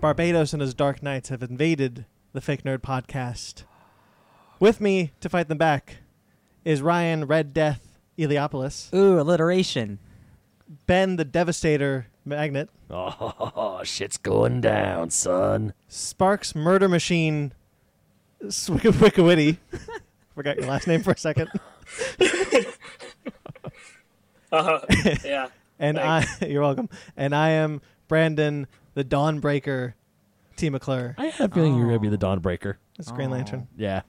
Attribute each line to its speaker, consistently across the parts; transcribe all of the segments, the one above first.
Speaker 1: Barbados and his Dark Knights have invaded the Fake Nerd podcast. With me to fight them back is Ryan Red Death Eliopoulos,
Speaker 2: Ooh, alliteration.
Speaker 1: Ben the Devastator Magnet,
Speaker 3: Oh, shit's going down, son.
Speaker 1: Sparks Murder Machine Swickawitty. Forgot your last name for a second.
Speaker 4: Uh-huh. yeah.
Speaker 1: And I, you're welcome. And I am Brandon the Dawnbreaker T. McClure.
Speaker 3: I had a feeling you were going to be the Dawnbreaker.
Speaker 1: It's Green Lantern.
Speaker 3: Oh. Yeah.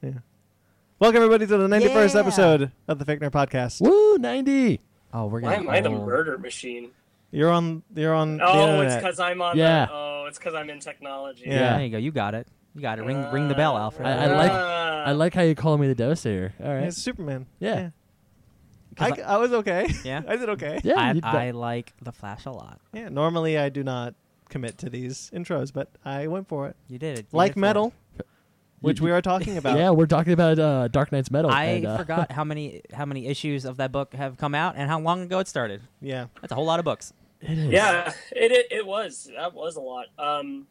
Speaker 1: Welcome everybody to the 91st
Speaker 2: Yeah.
Speaker 1: episode of the Fake Nerd Podcast.
Speaker 3: Woo, 90.
Speaker 2: Oh, we're
Speaker 4: Why
Speaker 2: gonna.
Speaker 4: am I the
Speaker 2: oh.
Speaker 4: murder machine?
Speaker 1: You're on. You're on. the
Speaker 4: Oh, it's
Speaker 1: internet.
Speaker 4: because I'm on.
Speaker 3: Yeah.
Speaker 4: The, oh, it's because I'm in technology. Ah.
Speaker 1: Yeah.
Speaker 2: There you go. You got it. You got it. Ring, ring the bell,
Speaker 4: Uh,
Speaker 2: Alfred.
Speaker 3: I- I like- I like how you call me the Devastator. All right.
Speaker 1: It's Superman.
Speaker 3: Yeah.
Speaker 1: I, I was okay.
Speaker 2: Yeah.
Speaker 1: I did okay.
Speaker 3: Yeah,
Speaker 2: I,
Speaker 3: you-
Speaker 2: I like the Flash a lot.
Speaker 1: Yeah, Normally, I do not commit to these intros, but I went for it.
Speaker 2: You did it. You
Speaker 1: like
Speaker 2: did for
Speaker 1: metal,
Speaker 2: it.
Speaker 1: which we are talking about.
Speaker 3: yeah, we're talking about uh, Dark Knight's Metal.
Speaker 2: I
Speaker 3: and, uh,
Speaker 2: forgot how many how many issues of that book have come out and how long ago it started.
Speaker 1: Yeah.
Speaker 2: That's a whole lot of books.
Speaker 3: It is.
Speaker 4: Yeah, it, it it was that was a lot. Um,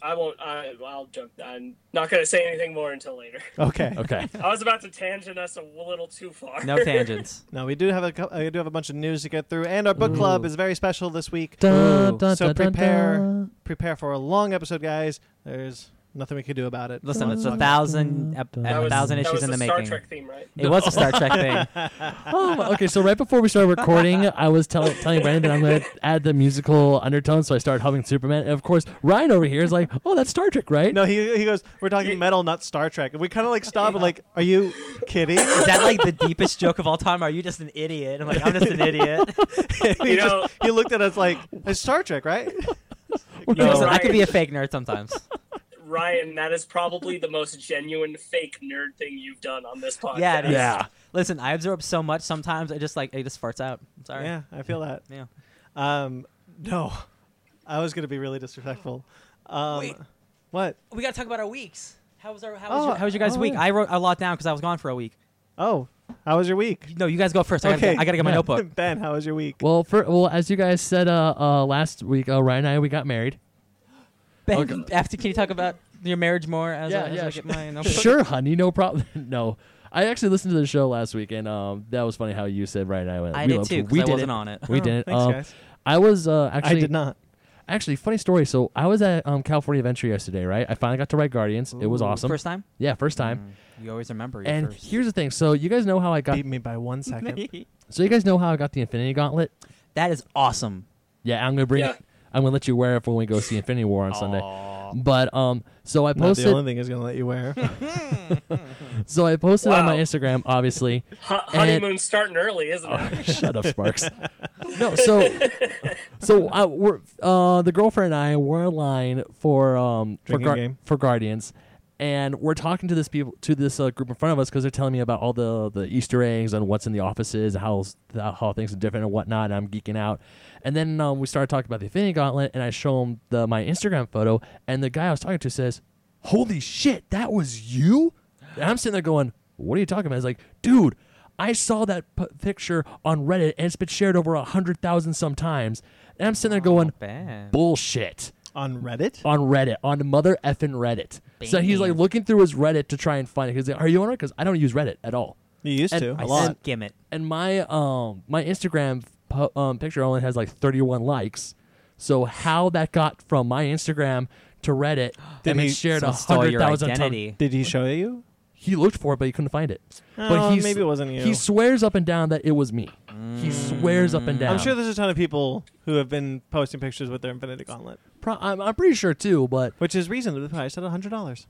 Speaker 4: I won't. I I'll jump. I'm not gonna say anything more until later.
Speaker 1: Okay.
Speaker 3: Okay.
Speaker 4: I was about to tangent us a little too far.
Speaker 2: No tangents.
Speaker 1: Now we do have a cou- uh, we do have a bunch of news to get through, and our book club
Speaker 2: Ooh.
Speaker 1: is very special this week.
Speaker 3: Dun, dun,
Speaker 1: so
Speaker 3: dun, dun,
Speaker 1: prepare
Speaker 3: dun.
Speaker 1: prepare for a long episode, guys. There's nothing we can do about it.
Speaker 2: Listen, it's a thousand ep-
Speaker 3: That
Speaker 2: a
Speaker 4: was-
Speaker 2: thousand
Speaker 4: that
Speaker 2: issues
Speaker 4: was
Speaker 2: in
Speaker 4: a
Speaker 2: the
Speaker 4: Star
Speaker 2: making.
Speaker 4: Trek theme, right?
Speaker 2: It was a Star Trek thing.
Speaker 3: Oh, my- okay. So right before we started recording, I was telling telling Brandon that I'm going to add the musical undertone, so I started humming Superman. And of course, Ryan over here is like, "Oh, that's Star Trek, right?"
Speaker 1: No, he he goes. We're talking
Speaker 4: Yeah.
Speaker 1: metal, not Star Trek. And we kind of like stop and like, are you kidding?
Speaker 2: Is that like the deepest joke of all time? Are you just an idiot? I'm like, I'm just an idiot.
Speaker 1: he,
Speaker 4: You
Speaker 1: just-
Speaker 4: know-
Speaker 1: he looked at us like it's Star Trek, right?
Speaker 4: No.
Speaker 2: Listen,
Speaker 3: Listen,
Speaker 2: I could be a fake nerd sometimes.
Speaker 4: Ryan, that is probably the most genuine fake nerd thing you've done on this podcast.
Speaker 2: Yeah, it is.
Speaker 3: Yeah.
Speaker 2: Listen, I absorb so much sometimes I just like it just farts out. I'm sorry.
Speaker 1: Yeah, I feel that.
Speaker 2: Yeah.
Speaker 1: Um, no, I was gonna be really disrespectful. Um,
Speaker 2: Wait.
Speaker 1: What?
Speaker 2: We gotta talk about our weeks. How was our how was,
Speaker 1: Oh,
Speaker 2: your, how was your guys'
Speaker 3: oh,
Speaker 2: week?
Speaker 3: yeah.
Speaker 2: I wrote a lot down because I was gone for a week.
Speaker 1: Oh, how was your week?
Speaker 2: No, you guys go first. I,
Speaker 1: Okay.
Speaker 2: gotta, I gotta get my
Speaker 3: Yeah.
Speaker 2: notebook.
Speaker 1: ben, how was your week?
Speaker 3: well, for, well, as you guys said uh, uh, last week, uh, Ryan and I we got married.
Speaker 2: Ben,
Speaker 3: Okay.
Speaker 2: after can you talk about your marriage more? As I, as I get my notebook?
Speaker 3: sure, honey, no problem. no, I actually listened to the show last week, and um, that was funny how you said Ryan and I went.
Speaker 2: I
Speaker 3: we
Speaker 2: did
Speaker 3: loved
Speaker 2: too.
Speaker 3: it.
Speaker 2: 'cause
Speaker 3: We
Speaker 2: I
Speaker 3: did
Speaker 2: wasn't
Speaker 3: it.
Speaker 2: on it.
Speaker 3: We did it.
Speaker 1: Thanks,
Speaker 3: Um,
Speaker 1: guys.
Speaker 3: I was uh, actually
Speaker 1: I did not.
Speaker 3: Actually, funny story. So I was at um, California Adventure yesterday, right? I finally got to write Guardians. it was
Speaker 1: Ooh.
Speaker 3: awesome.
Speaker 2: First time.
Speaker 3: yeah, first time.
Speaker 2: You always remember. Your
Speaker 3: And
Speaker 2: first.
Speaker 3: here's the thing. So you guys know how I got.
Speaker 1: Beat me by one second.
Speaker 3: So you guys know how I got the Infinity Gauntlet.
Speaker 2: that is awesome.
Speaker 3: Yeah, I'm gonna bring.
Speaker 4: Yeah.
Speaker 3: It, I'm gonna let you wear it when we go see Infinity War on Sunday. But um, so I
Speaker 1: Not the
Speaker 3: posted.
Speaker 1: only thing is gonna let you wear.
Speaker 3: So I posted on my
Speaker 4: Wow.
Speaker 3: Instagram, obviously.
Speaker 4: Ho- honeymoon's starting early, isn't
Speaker 2: Oh,
Speaker 4: it?
Speaker 3: Shut up, Sparks. no, so so uh, we're uh, the girlfriend and I were in line for um for,
Speaker 1: Drinking game.
Speaker 3: for Guardians, and we're talking to this people to this uh, group in front of us because they're telling me about all the the Easter eggs and what's in the offices, and how s- how things are different and whatnot. And I'm geeking out, and then um, we started talking about the Infinity Gauntlet, and I show him the my Instagram photo, and the guy I was talking to says, "Holy shit, that was you!" And I'm sitting there going, "What are you talking about?" He's like, "Dude." I saw that p- picture on Reddit and it's been shared over a hundred thousand sometimes. And I'm sitting there going,
Speaker 2: Ben.
Speaker 3: bullshit
Speaker 1: On Reddit?
Speaker 3: on Reddit, on mother effing Reddit. So he's like
Speaker 2: Bam.
Speaker 3: looking through his Reddit to try and find it. He's like, are you on it? Because I don't use Reddit at all.
Speaker 1: You used
Speaker 3: And
Speaker 1: to
Speaker 3: I
Speaker 1: a
Speaker 2: I
Speaker 1: lot.
Speaker 2: skim it.
Speaker 3: And my um my Instagram po- um, picture only has like 31 likes. So how that got from my Instagram to Reddit
Speaker 1: Did
Speaker 3: and
Speaker 1: he-
Speaker 3: it's shared a
Speaker 2: Someone stole
Speaker 3: hundred
Speaker 2: your
Speaker 3: thousand times.
Speaker 2: identity.
Speaker 1: Did he show you?
Speaker 3: He looked for it, but he couldn't find it.
Speaker 1: Oh,
Speaker 3: but he's,
Speaker 1: maybe it wasn't you.
Speaker 3: He swears up and down that it was me.
Speaker 2: Mm.
Speaker 3: He swears up and down.
Speaker 1: I'm sure there's a ton of people who have been posting pictures with their Infinity Gauntlet,
Speaker 3: Pro- I'm, I'm pretty sure too, but
Speaker 1: which is reasonably priced at hundred dollars.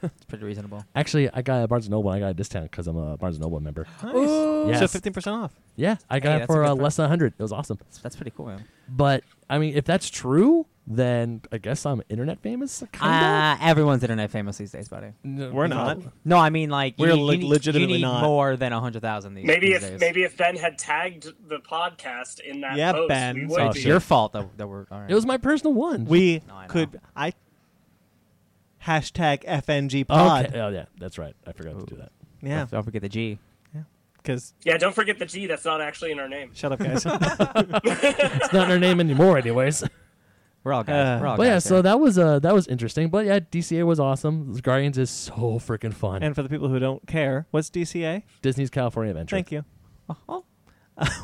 Speaker 2: It's pretty reasonable.
Speaker 3: actually, I got a Barnes and Noble. and I got a discount because I'm a Barnes and Noble member.
Speaker 1: Nice. So
Speaker 3: Yes.
Speaker 1: fifteen percent off.
Speaker 3: Yeah, I got
Speaker 2: Hey,
Speaker 3: it
Speaker 2: that's a
Speaker 3: for
Speaker 2: good
Speaker 3: uh,
Speaker 2: price.
Speaker 3: less than 100. It was awesome.
Speaker 2: That's, that's pretty cool. Man.
Speaker 3: But I mean, if that's true, then I guess I'm internet famous. Kinda?
Speaker 2: Uh, everyone's internet famous these days, buddy.
Speaker 3: No,
Speaker 1: We're
Speaker 3: no.
Speaker 1: not.
Speaker 2: No, I mean like you
Speaker 1: We're
Speaker 2: need- you
Speaker 1: le-
Speaker 2: need, you
Speaker 1: legitimately
Speaker 2: need
Speaker 1: not.
Speaker 2: more than hundred thousand these.
Speaker 4: Maybe
Speaker 2: these
Speaker 4: if
Speaker 2: days.
Speaker 4: maybe if Ben had tagged the podcast in that
Speaker 1: Yeah,
Speaker 4: post,
Speaker 1: Ben.
Speaker 4: we
Speaker 1: Oh,
Speaker 4: would
Speaker 2: So
Speaker 4: be.
Speaker 2: it's your fault that, that we're. All right.
Speaker 3: It was my personal one.
Speaker 1: We
Speaker 2: No, I know.
Speaker 1: could I hashtag FNG pod.
Speaker 3: okay. Oh yeah, that's right. I forgot to do that.
Speaker 1: Yeah,
Speaker 2: Don't forget the G.
Speaker 1: because
Speaker 4: Yeah, don't forget the G. That's not actually in our name.
Speaker 1: shut up, guys.
Speaker 3: It's not in her name anymore, anyways.
Speaker 2: We're all guys.
Speaker 1: Uh,
Speaker 2: We're all
Speaker 3: but
Speaker 2: guys
Speaker 3: yeah,
Speaker 2: here.
Speaker 3: so that was uh that was interesting. But yeah, DCA was awesome. Guardians is so freaking fun.
Speaker 1: And for the people who don't care, what's DCA?
Speaker 3: Disney's California Adventure.
Speaker 1: Thank you.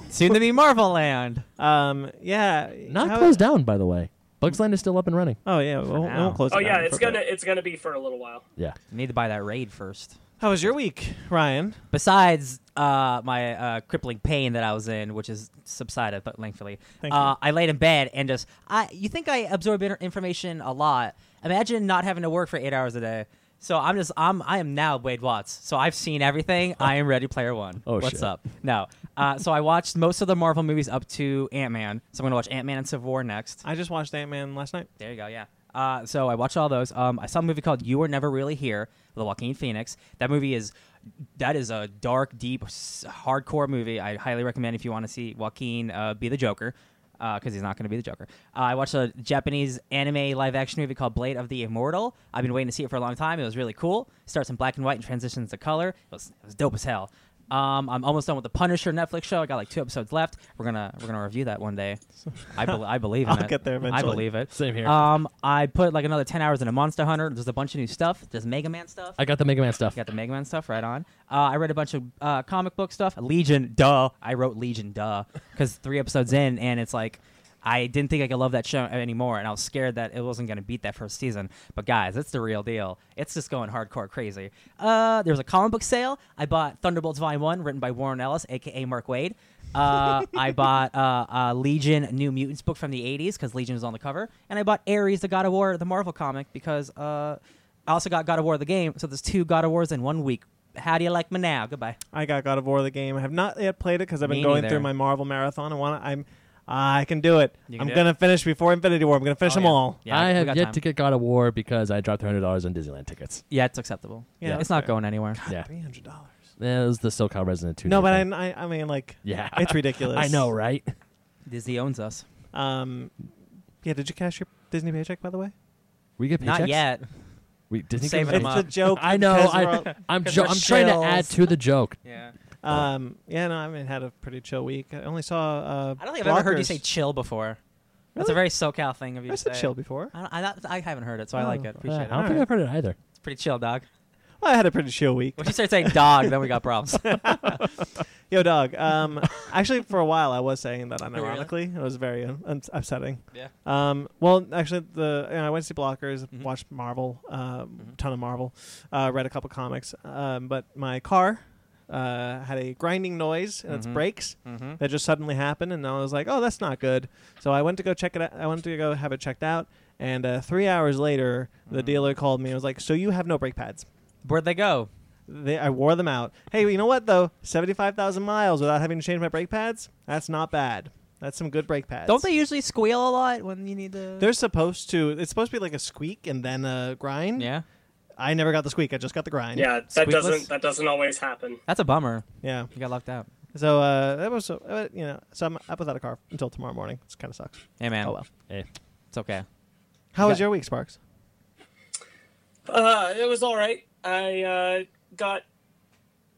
Speaker 2: soon to be Marvel Land.
Speaker 1: Um, yeah.
Speaker 3: Not
Speaker 1: how-
Speaker 3: closed down, by the way. Bugs Land is still up and running.
Speaker 1: Oh yeah, we won't, we
Speaker 2: now.
Speaker 1: won't close.
Speaker 4: Oh
Speaker 1: it
Speaker 4: yeah,
Speaker 1: down
Speaker 4: it's
Speaker 1: for a bit.
Speaker 4: gonna it's gonna be for a little while.
Speaker 3: Yeah.
Speaker 2: Need to buy that raid first.
Speaker 1: How was your week, Ryan?
Speaker 2: Besides uh, my uh, crippling pain that I was in, which has subsided, but thankfully,
Speaker 1: Thank
Speaker 2: uh, I laid in bed and just I. You think I absorb inter- information a lot? Imagine not having to work for eight hours a day. So I'm just I'm I am now Wade Watts. So I've seen everything. I am Ready Player One.
Speaker 3: Oh,
Speaker 2: What's
Speaker 3: shit.
Speaker 2: up? No. Uh, so I watched most of the Marvel movies up to Ant Man. So I'm gonna watch Ant Man and Civil War next.
Speaker 1: I just watched Ant Man last night.
Speaker 2: There you go. Yeah. Uh, so I watched all those. Um, I saw a movie called "You Were Never Really Here" with Joaquin Phoenix. That movie is that is a dark, deep, s- hardcore movie. I highly recommend if you want to see Joaquin uh, be the Joker. Because he's not going to be the Joker. Uh, I watched a Japanese anime live action movie called Blade of the Immortal. I've been waiting to see it for a long time. It was really cool. starts in black and white and transitions to color. It was, it was dope as hell. Um, I'm almost done with the Punisher Netflix show. I got like two episodes left. We're gonna we're gonna review that one day. I, bel I believe in
Speaker 1: I'll
Speaker 2: it.
Speaker 1: get there
Speaker 2: I
Speaker 1: eventually.
Speaker 2: believe it.
Speaker 3: Same here.
Speaker 2: Um, I put like another ten hours into Monster Hunter. There's a bunch of new stuff. There's Mega Man stuff.
Speaker 3: I got the Mega Man stuff.
Speaker 2: got the Mega Man stuff right on. Uh, I read a bunch of uh, comic book stuff. Legion, duh. I wrote Legion, duh, because three episodes in, and it's like I didn't think I could love that show anymore, and I was scared that it wasn't gonna beat that first season. But guys, it's the real deal. It's just going hardcore crazy. Uh, there was a comic book sale. I bought Thunderbolts Volume One, written by Warren Ellis, aka Mark Wade. Uh, I bought uh, uh, Legion New Mutants book from the 80s because Legion was on the cover. And I bought Ares, the God of War, the Marvel comic because uh, I also got God of War the game. So there's two God of Wars in one week. How do you like me now? Goodbye.
Speaker 1: I got God of War the game. I have not yet played it because I've been
Speaker 2: Me
Speaker 1: going
Speaker 2: neither.
Speaker 1: through my Marvel marathon. I want. to I'm. I can do it.
Speaker 2: You can
Speaker 1: I'm
Speaker 2: do it.
Speaker 1: gonna finish before Infinity War. I'm gonna finish
Speaker 2: Oh,
Speaker 1: them
Speaker 2: yeah.
Speaker 1: all.
Speaker 2: Yeah,
Speaker 3: I
Speaker 2: we
Speaker 3: have
Speaker 2: got
Speaker 3: yet
Speaker 2: time.
Speaker 3: to get God of War because I dropped three hundred dollars on Disneyland tickets.
Speaker 2: Yeah, it's acceptable.
Speaker 1: Yeah,
Speaker 2: it's
Speaker 1: that's
Speaker 2: not
Speaker 1: fair.
Speaker 2: going anywhere.
Speaker 3: Yeah.
Speaker 1: Three hundred dollars.
Speaker 3: Yeah, it was the SoCal resident too.
Speaker 1: No, but I, I. I mean, like,
Speaker 3: yeah,
Speaker 1: it's ridiculous.
Speaker 3: I know, right?
Speaker 2: Disney owns us.
Speaker 1: Um, yeah. Did you cash your Disney paycheck by the way?
Speaker 3: We get paychecks.
Speaker 2: Not yet.
Speaker 3: We Disney
Speaker 2: Save
Speaker 3: gives
Speaker 2: them
Speaker 1: It's
Speaker 3: me-
Speaker 2: up.
Speaker 1: a joke.
Speaker 3: I know.
Speaker 1: because
Speaker 3: I,
Speaker 1: we're all-
Speaker 3: I'm
Speaker 2: because
Speaker 3: jo-
Speaker 2: we're
Speaker 3: I'm trying to
Speaker 2: shills.
Speaker 3: add to the joke.
Speaker 2: Yeah.
Speaker 1: Um, yeah, no, I mean, had a pretty chill week. I only saw. Uh,
Speaker 2: I don't think I've ever heard you
Speaker 1: Blockers.
Speaker 2: say chill before. That's a very SoCal thing of you
Speaker 1: I
Speaker 2: to
Speaker 1: said
Speaker 2: say.
Speaker 1: chill before.
Speaker 2: I, don't, I, not- I haven't heard it, so I like
Speaker 1: Oh,
Speaker 2: it. Appreciate
Speaker 3: Yeah, I
Speaker 2: it.
Speaker 3: don't think
Speaker 1: Alright.
Speaker 3: I've heard it either.
Speaker 2: It's pretty chill, dog.
Speaker 1: Well, I had a pretty chill week.
Speaker 2: Once you start saying dog, then we got problems.
Speaker 1: Yo, dog. Um, actually, for a while, I was saying that
Speaker 2: Oh, really?
Speaker 1: unironically. It was very um, ups- upsetting.
Speaker 2: Yeah.
Speaker 1: Um, well, actually, the you know, I went to see Blockers,
Speaker 2: Mhm.
Speaker 1: watched Marvel, uh,
Speaker 2: Mhm.
Speaker 1: ton of Marvel, uh, read a couple comics. Um, but my car uh, had a grinding noise in its
Speaker 2: Mhm.
Speaker 1: brakes
Speaker 2: mm-hmm.
Speaker 1: that just suddenly happened, and I was like, "Oh, that's not good." So I went to go check it. out. I went to go have it checked out, and uh, three hours later, the
Speaker 2: Mhm.
Speaker 1: dealer called me and was like, "So you have no brake pads."
Speaker 2: Where'd they go?
Speaker 1: They, I wore them out. Hey, you know what though? Seventy-five thousand miles without having to change my brake pads. That's not bad. That's some good brake pads.
Speaker 2: Don't they usually squeal a lot when you need to?
Speaker 1: They're supposed to. It's supposed to be like a squeak and then a grind.
Speaker 2: yeah,
Speaker 1: I never got the squeak. I just got the grind.
Speaker 4: Yeah, that
Speaker 2: Squeakless?
Speaker 4: doesn't that doesn't always happen.
Speaker 2: that's a bummer.
Speaker 1: Yeah.
Speaker 2: You got locked out.
Speaker 1: So uh, that was. Uh, you know. So I'm up without a car until tomorrow morning. It kind of sucks.
Speaker 2: Hey man,
Speaker 1: Oh well.
Speaker 3: Hey,
Speaker 2: it's okay.
Speaker 1: How was
Speaker 2: Okay.
Speaker 1: your week, Sparks?
Speaker 4: Uh, it was all right. I uh, got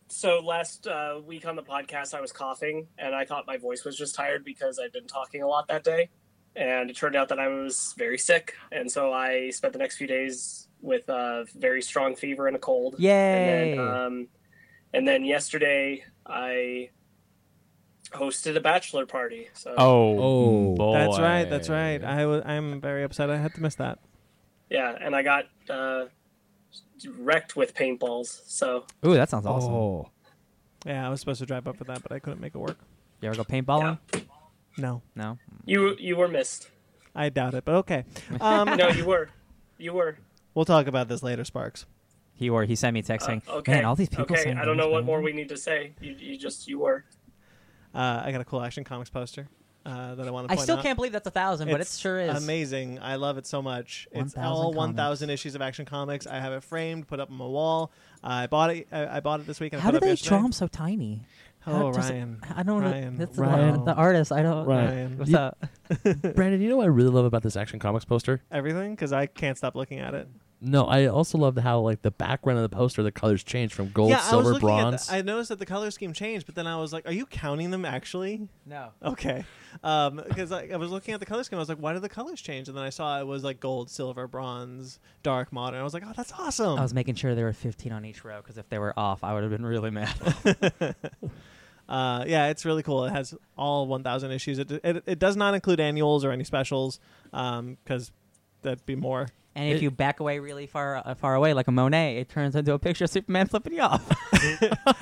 Speaker 4: so last uh, week on the podcast, I was coughing, and I thought my voice was just tired because I'd been talking a lot that day, and it turned out that I was very sick, and so I spent the next few days with a very strong fever and a cold.
Speaker 2: Yay!
Speaker 4: And then, um, and then yesterday, I hosted a bachelor party. So
Speaker 5: Oh,
Speaker 3: Oh.
Speaker 5: boy.
Speaker 1: That's right. That's right. I was. I'm very upset. I had to miss that.
Speaker 4: yeah, and I got uh, wrecked with paintballs. So
Speaker 2: Ooh, that sounds awesome.
Speaker 3: Oh.
Speaker 1: Yeah, I was supposed to drive up for that, but I couldn't make it work.
Speaker 2: You ever go paintballing?
Speaker 1: No,
Speaker 2: No.
Speaker 4: you you were missed.
Speaker 1: I doubt it. But okay. Um,
Speaker 4: No, you were. You were.
Speaker 1: we'll talk about this later, Sparks.
Speaker 2: He or he sent me a text saying,
Speaker 4: Uh, okay.
Speaker 2: "Man, all these people
Speaker 4: Okay,
Speaker 2: saying
Speaker 4: I don't know
Speaker 2: things,
Speaker 4: what
Speaker 2: man."
Speaker 4: more we need to say. You, you just you were.
Speaker 1: Uh, I got a cool Action Comics poster uh, that I want to
Speaker 2: I
Speaker 1: point
Speaker 2: still
Speaker 1: out.
Speaker 2: can't believe that's a thousand, but it
Speaker 1: It's
Speaker 2: sure is.
Speaker 1: Amazing. I love it so much. It's
Speaker 2: 1,000
Speaker 1: all
Speaker 2: comics.
Speaker 1: 1,000 issues of Action Comics. I have it framed, put up on my wall. I bought it I, I bought it this week. And I
Speaker 2: How do
Speaker 1: put
Speaker 2: they
Speaker 1: it up yesterday.
Speaker 2: draw them so tiny? How
Speaker 1: Oh,
Speaker 2: does-
Speaker 1: Ryan.
Speaker 2: I don't
Speaker 1: Ryan,
Speaker 2: know. That's
Speaker 1: Ryan.
Speaker 2: The, the artist. I don't.
Speaker 1: Ryan.
Speaker 2: What's
Speaker 3: You-
Speaker 2: up?
Speaker 3: Brandon, you know what I really love about this Action Comics poster?
Speaker 1: Everything? Because I can't stop looking at it.
Speaker 3: No, I also loved how like the background of the poster, the colors changed from gold,
Speaker 1: yeah, I was
Speaker 3: silver,
Speaker 1: looking
Speaker 3: bronze.
Speaker 1: At the, I noticed that the color scheme changed, but then I was like, "Are you counting them actually?"
Speaker 2: No.
Speaker 1: Okay, because I, I was looking at the color scheme. I was like, "Why did the colors change?" And then I saw it was like gold, silver, bronze, dark, modern. I was like, "Oh, that's awesome!"
Speaker 2: I was making sure there were 15 on each row because if they were off, I would have been really mad.
Speaker 1: uh, yeah, it's really cool. It has all 1,000 issues. It, it it does not include annuals or any specials, because that'd be more.
Speaker 2: And if
Speaker 3: It-
Speaker 2: you back away really far uh, far away, like a Monet, it turns into a picture of Superman flipping you off.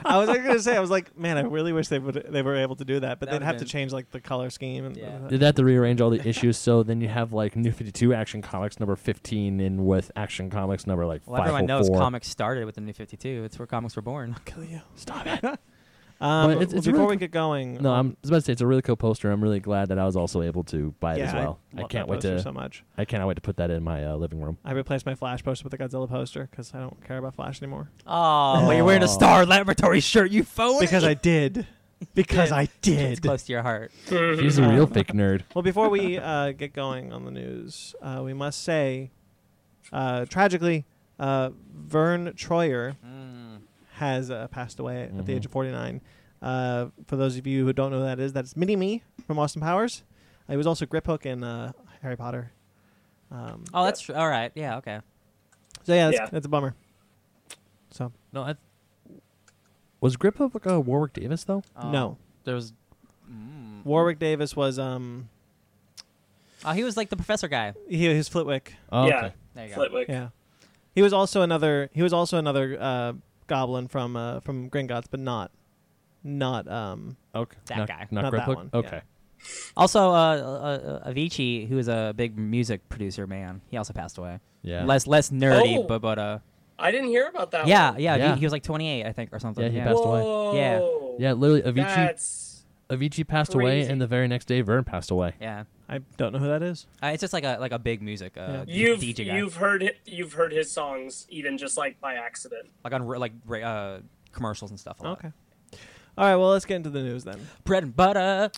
Speaker 1: I was like, gonna say, I was like, man, I really wish they would they were able to do that, but
Speaker 2: That
Speaker 1: they'd
Speaker 2: would've
Speaker 1: have to
Speaker 2: been-
Speaker 1: change like the color scheme. And
Speaker 2: Yeah.
Speaker 3: Did that to rearrange all the issues so then you have like New 52 Action Comics number 15 in with Action Comics number like
Speaker 2: Well, everyone knows
Speaker 3: 504.
Speaker 2: comics started with the New 52. It's where comics were born.
Speaker 1: kill you.
Speaker 3: Stop it.
Speaker 1: Um,
Speaker 3: it's- it's
Speaker 1: before
Speaker 3: really
Speaker 1: we get going, uh,
Speaker 3: No, I'm I was about to say it's a really cool poster. I'm really glad that I was also able to buy it as
Speaker 1: I
Speaker 3: well. I,
Speaker 1: love
Speaker 3: can't
Speaker 1: that
Speaker 3: wait
Speaker 1: poster
Speaker 3: to
Speaker 1: so much.
Speaker 3: I cannot wait to put that in my uh, living room.
Speaker 1: I replaced my Flash poster with a Godzilla poster because I don't care about Flash anymore.
Speaker 2: Oh, but you're wearing
Speaker 3: Oh.
Speaker 2: a Star Laboratory shirt, you phone.
Speaker 1: Because I did. Because
Speaker 2: did.
Speaker 1: I
Speaker 2: It's
Speaker 1: did.
Speaker 2: close to your heart.
Speaker 3: He's a real fake nerd.
Speaker 1: Well, before we uh, get going on the news, uh, we must say, uh, tragically, uh, Vern Troyer has uh, passed away at the
Speaker 3: Mhm.
Speaker 1: age of 49. Uh, for those of you who don't know who that is, that's Mini Me from Austin Powers. Uh, he was also Grip Hook in uh, Harry Potter. Um,
Speaker 2: Oh, that's tr- all right. Yeah, okay.
Speaker 1: so yeah that's,
Speaker 4: Yeah.
Speaker 1: that's a bummer. So
Speaker 3: No, I, was Grip Hook uh, Warwick Davis though?
Speaker 2: Um,
Speaker 1: no,
Speaker 2: there was. Mm.
Speaker 1: Warwick Davis was um
Speaker 2: Oh, he was like the professor guy.
Speaker 1: he he was Flitwick.
Speaker 3: Oh,
Speaker 4: Yeah.
Speaker 3: okay.
Speaker 2: There you go.
Speaker 4: Flitwick.
Speaker 1: Yeah, he was also another. He was also another uh, goblin from uh, from Gringotts, but not not um.
Speaker 3: Okay.
Speaker 2: That
Speaker 3: not,
Speaker 2: guy.
Speaker 1: Not
Speaker 3: Not, Grip
Speaker 1: that
Speaker 3: Hook.
Speaker 1: one, yeah.
Speaker 3: Okay.
Speaker 2: Also, uh, uh, uh, Avicii, who is a big music producer man, he also passed away.
Speaker 3: Yeah.
Speaker 2: Less less nerdy,
Speaker 4: Oh.
Speaker 2: but but uh,
Speaker 4: I didn't hear about that.
Speaker 2: yeah,
Speaker 4: one.
Speaker 2: yeah,
Speaker 3: Yeah.
Speaker 2: He, he was like 28, I think, or something.
Speaker 3: Yeah, he passed away.
Speaker 4: Whoa.
Speaker 3: yeah, literally Avicii
Speaker 4: That's
Speaker 3: Avicii passed away
Speaker 4: Crazy.
Speaker 3: and the very next day Vern passed away.
Speaker 2: Yeah.
Speaker 1: I don't know who that is.
Speaker 2: Uh, it's just like a like a big music
Speaker 1: Yeah.
Speaker 2: uh, d-
Speaker 4: you've
Speaker 2: DJ guy,
Speaker 4: you've heard it, you've heard his songs even just like by accident.
Speaker 2: like on ra- like ra- uh, commercials and stuff. A lot.
Speaker 1: Okay. All right. Well, let's get into the news then.
Speaker 2: Bread and butter,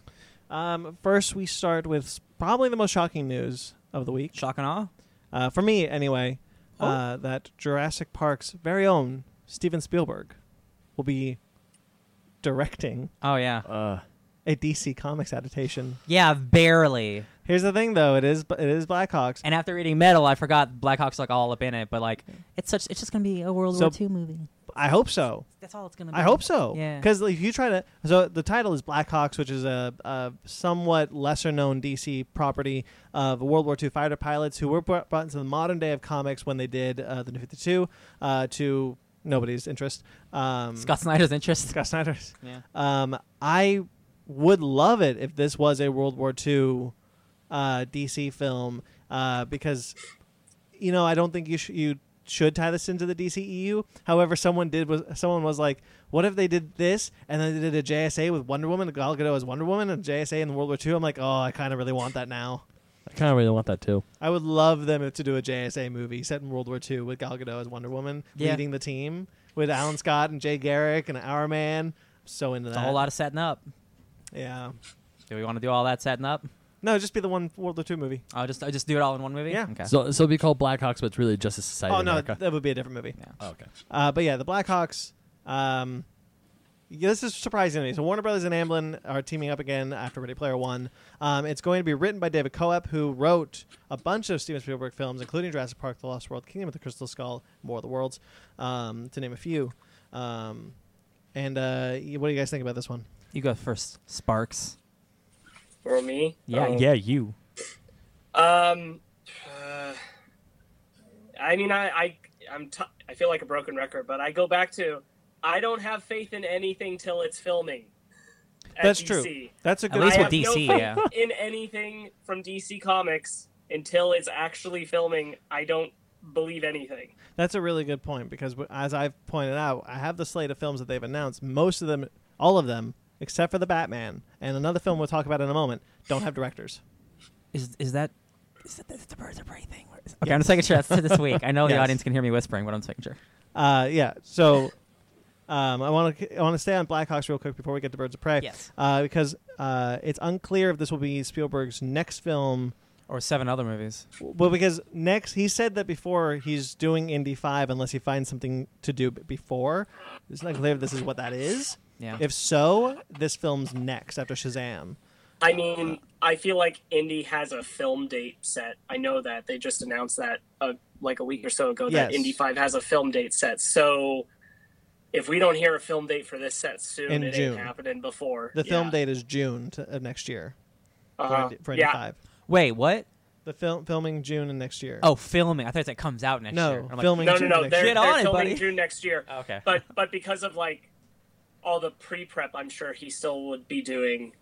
Speaker 1: Um, first, we start with s- probably the most shocking news of the week,
Speaker 2: shock Oh. and awe.
Speaker 1: uh, for me anyway. Uh, that Jurassic Park's very own Steven Spielberg will be directing
Speaker 2: Oh yeah,
Speaker 3: Uh,
Speaker 1: a DC Comics adaptation.
Speaker 2: yeah, barely.
Speaker 1: Here's the thing, though. It is it is Blackhawks.
Speaker 2: And after reading Metal, I forgot Blackhawk's like all up in it, but like it's such it's just gonna be a World
Speaker 1: So-
Speaker 2: War II movie.
Speaker 1: I hope so.
Speaker 2: That's all it's gonna be.
Speaker 1: I hope so.
Speaker 2: Yeah.
Speaker 1: Because if you try to, so the title is Blackhawks, which is a, a somewhat lesser known DC property of World War II fighter pilots who were brought, brought into the modern day of comics when they did uh, the New Fifty Two uh, to nobody's interest. Um,
Speaker 2: Scott Snyder's interest.
Speaker 1: Scott Snyder's.
Speaker 2: Yeah.
Speaker 1: Um, I would love it if this was a World War II uh, DC film uh, because, you know, I don't think you sh- you should tie this into the DCEU. However, someone did was someone was like, what if they did this and then they did a JSA with Wonder Woman, Gal Gadot as Wonder Woman, and JSA in World War II? I'm like, oh, I kind of really want that now.
Speaker 3: I kind of really want that too.
Speaker 1: I would love them to do a JSA movie set in World War II with Gal Gadot as Wonder Woman
Speaker 2: Yeah.
Speaker 1: leading the team with Alan Scott and Jay Garrick and Our Man. So into
Speaker 2: It's
Speaker 1: that.
Speaker 2: a whole lot of setting up.
Speaker 1: Yeah.
Speaker 2: Do we want to do all that setting up?
Speaker 1: No, just be the one World War II movie.
Speaker 2: I'll just I'll just do it all in one movie.
Speaker 1: Yeah.
Speaker 2: Okay.
Speaker 3: So so it'd be called Blackhawks, but it's really just a society.
Speaker 1: oh
Speaker 3: of
Speaker 1: no,
Speaker 3: America.
Speaker 1: that would be a different movie.
Speaker 2: yeah.
Speaker 3: Oh, okay.
Speaker 1: Uh, but yeah, the Blackhawks. Um, yeah, this is surprising to me. So Warner Brothers and Amblin are teaming up again after Ready Player One. Um, it's going to be written by David Coep, who wrote a bunch of Steven Spielberg films, including Jurassic Park, The Lost World, Kingdom of the Crystal Skull, More of the Worlds, um, to name a few. Um, and uh, y- what do you guys think about this one?
Speaker 2: You go first, Sparks.
Speaker 4: Or me.
Speaker 3: Oh.
Speaker 4: Um,
Speaker 2: you.
Speaker 4: Um, uh, I mean, I, I, I'm, t- I feel like a broken record, but I go back to, I don't have faith in anything till it's filming. E at
Speaker 1: That's
Speaker 4: DC.
Speaker 1: true. That's a
Speaker 2: At
Speaker 1: good.
Speaker 2: least
Speaker 4: I
Speaker 2: with
Speaker 4: have no
Speaker 2: DC,
Speaker 4: faith
Speaker 2: yeah.
Speaker 4: In anything from DC Comics until it's actually filming, I don't believe anything.
Speaker 1: That's a really good point because w- as I've pointed out, I have the slate of films that they've announced. Most of them, all of them, except for the Batman and another film we'll talk about in a moment, don't have directors.
Speaker 2: Is is that is that that's the birds are breathing? Where is- Okay, I'm just making sure that's to this week. I know the
Speaker 1: Yes.
Speaker 2: audience can hear me whispering, but I'm just making sure.
Speaker 1: Uh, yeah. So um, I want to I want to stay on Blackhawks real quick before we get to Birds of Prey.
Speaker 2: Yes.
Speaker 1: Uh, because uh, it's unclear if this will be Spielberg's next film
Speaker 2: or seven other movies.
Speaker 1: Well, because next he said that before he's doing Indy Five unless he finds something to do b- before. It's not clear if this is what that is.
Speaker 2: Yeah.
Speaker 1: If so, this film's next after Shazam.
Speaker 4: I mean, I feel like Indy has a film date set. I know that they just announced that uh, like a week or so ago that
Speaker 1: Yes.
Speaker 4: Indy Five has a film date set. So if we don't hear a film date for this set soon,
Speaker 1: In
Speaker 4: it
Speaker 1: June.
Speaker 4: ain't happening before
Speaker 1: The film
Speaker 4: Yeah.
Speaker 1: date is June to, of next year for,
Speaker 4: Uh-huh.
Speaker 1: Indy, for Indy
Speaker 4: yeah,
Speaker 1: Five.
Speaker 2: Wait, what?
Speaker 1: The film filming June of next year.
Speaker 2: Oh, filming. I thought that comes out next
Speaker 1: No,
Speaker 2: year. I'm like,
Speaker 1: filming.
Speaker 4: no, no,
Speaker 1: June
Speaker 4: no.
Speaker 1: next
Speaker 4: They're,
Speaker 1: year.
Speaker 2: Get
Speaker 4: they're
Speaker 2: on it,
Speaker 4: filming
Speaker 2: buddy.
Speaker 4: June next year.
Speaker 2: oh, okay.
Speaker 4: But but because of like all the pre prep, I'm sure he still would be doing.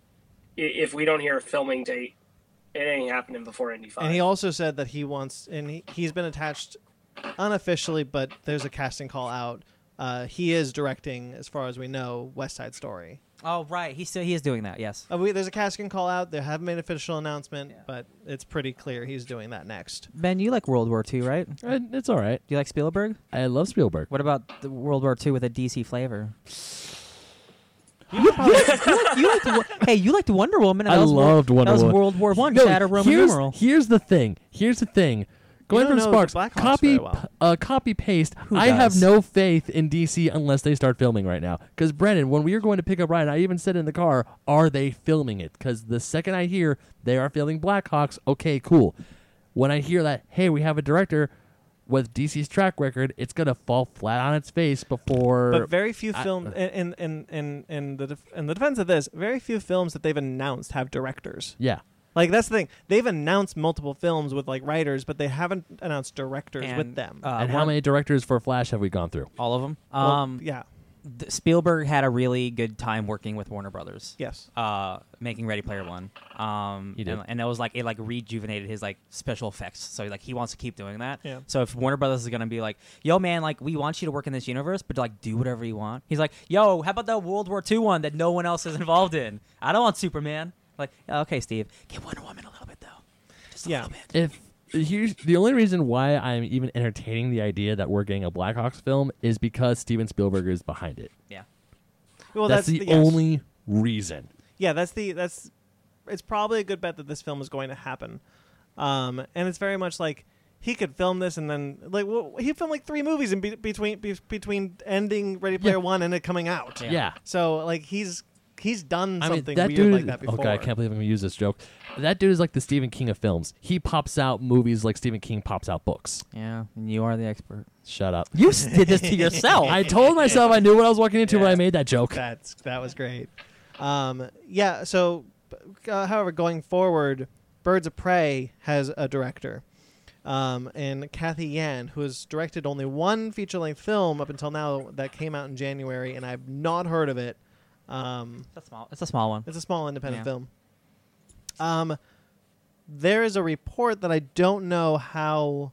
Speaker 4: i- If we don't hear a filming date, it ain't happening before Indy Five.
Speaker 1: And he also said that he wants, and he, he's been attached unofficially, but there's a casting call out. Uh, he is directing, as far as we know, West Side Story.
Speaker 2: oh, right. He still he is doing that. Yes.
Speaker 1: Uh, we, there's a casting call out. They haven't made an official announcement,
Speaker 2: Yeah.
Speaker 1: but it's pretty clear he's doing that next.
Speaker 2: Ben, you like World War II, right? Do
Speaker 3: And It's all right.
Speaker 2: you like Spielberg?
Speaker 3: I love Spielberg.
Speaker 2: What about the World War II with a DC flavor?
Speaker 1: You probably-
Speaker 2: you liked, Wo- hey, you liked Wonder Woman. And
Speaker 3: I
Speaker 2: that was
Speaker 3: loved
Speaker 2: Wor-
Speaker 3: Wonder
Speaker 2: that
Speaker 3: Woman.
Speaker 2: was World War One.
Speaker 3: No,
Speaker 2: Shadow Roman
Speaker 3: here's,
Speaker 2: numeral.
Speaker 3: Here's the thing. Here's the thing. Going
Speaker 1: don't
Speaker 3: from
Speaker 1: know the
Speaker 3: Sparks,
Speaker 1: Black Hawks
Speaker 3: copy,
Speaker 1: very well.
Speaker 3: uh, copy paste.
Speaker 2: Who
Speaker 3: I have
Speaker 2: does?
Speaker 3: no faith in DC unless they start filming right now. Because Brennan, when we were going to pick up Ryan, I even said in the car, "Are they filming it?" Because the second I hear they are filming Black Hawks, okay, cool. When I hear that, hey, we have a director with DC's track record, it's gonna fall flat on its face before.
Speaker 1: but very few
Speaker 3: I-
Speaker 1: films, in, in, in, in, the def- in the defense of this, very few films that they've announced have directors.
Speaker 3: yeah,
Speaker 1: Like, that's the thing. They've announced multiple films with, like, writers, but they haven't announced directors with
Speaker 2: And,
Speaker 1: them.
Speaker 2: uh,
Speaker 3: and how
Speaker 2: one-
Speaker 3: many directors for Flash have we gone through?
Speaker 2: All of them.
Speaker 1: Well,
Speaker 2: Um,
Speaker 1: yeah.
Speaker 2: th- Spielberg had a really good time working with Warner Brothers.
Speaker 1: Yes.
Speaker 2: uh, making Ready Player One. Um,
Speaker 3: He did.
Speaker 2: and, and it was like it like rejuvenated his like special effects. So like he wants to keep doing that.
Speaker 1: Yeah.
Speaker 2: So if Warner Brothers is gonna be like, yo man, like we want you to work in this universe, but like do whatever you want. He's like, yo, how about that World War II one that no one else is involved in? I don't want Superman. Like, "Yeah, okay, Steve, get Wonder Woman a little bit though. Just a
Speaker 1: Yeah.
Speaker 2: little bit.
Speaker 3: if here's the only reason why I'm even entertaining the idea that we're getting a Black Hawks film is because Steven Spielberg is behind it.
Speaker 2: Yeah.
Speaker 1: Well,
Speaker 3: that's, the
Speaker 1: yes.
Speaker 3: only reason.
Speaker 1: Yeah, that's the that's. It's probably a good bet that this film is going to happen, um, and it's very much like he could film this and then like well, he filmed like three movies in be- between be- between ending Ready Player One and it coming out.
Speaker 2: Yeah.
Speaker 3: Yeah.
Speaker 1: So like he's he's done
Speaker 3: I mean,
Speaker 1: something
Speaker 3: that
Speaker 1: weird
Speaker 3: dude.
Speaker 1: like that before.
Speaker 3: oh god, I can't believe I'm gonna use this joke. That dude is like the Stephen King of films. He pops out movies like Stephen King pops out books.
Speaker 2: Yeah. And you are the expert.
Speaker 3: Shut up.
Speaker 2: You s- did this to yourself.
Speaker 3: I told myself I knew what I was walking into when
Speaker 1: Yeah.
Speaker 3: I made that joke.
Speaker 1: That's that was great. Um, yeah. So, uh, however, going forward, Birds of Prey has a director, um, and Kathy Yan, who has directed only one feature-length film up until now that came out in January, and I've not heard of it. Um,
Speaker 2: It's a small. It's a small one.
Speaker 1: it's a small independent
Speaker 2: Yeah.
Speaker 1: film. Um, there is a report that I don't know how.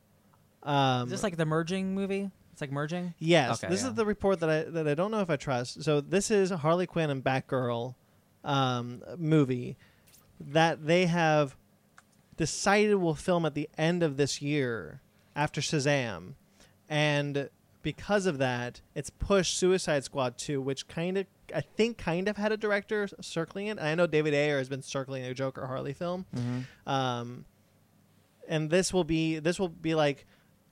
Speaker 1: Um,
Speaker 2: Is this like the merging movie? It's like merging.
Speaker 1: Yes,
Speaker 2: Okay,
Speaker 1: this
Speaker 2: yeah.
Speaker 1: is the report that I that I don't know if I trust. So this is Harley Quinn and Batgirl um, movie that they have decided will film at the end of this year after Shazam, and because of that, it's pushed Suicide Squad two, which kind of I think kind of had a director circling it. And I know David Ayer has been circling a Joker Harley film
Speaker 2: Mm-hmm.
Speaker 1: um, and this will be this will be like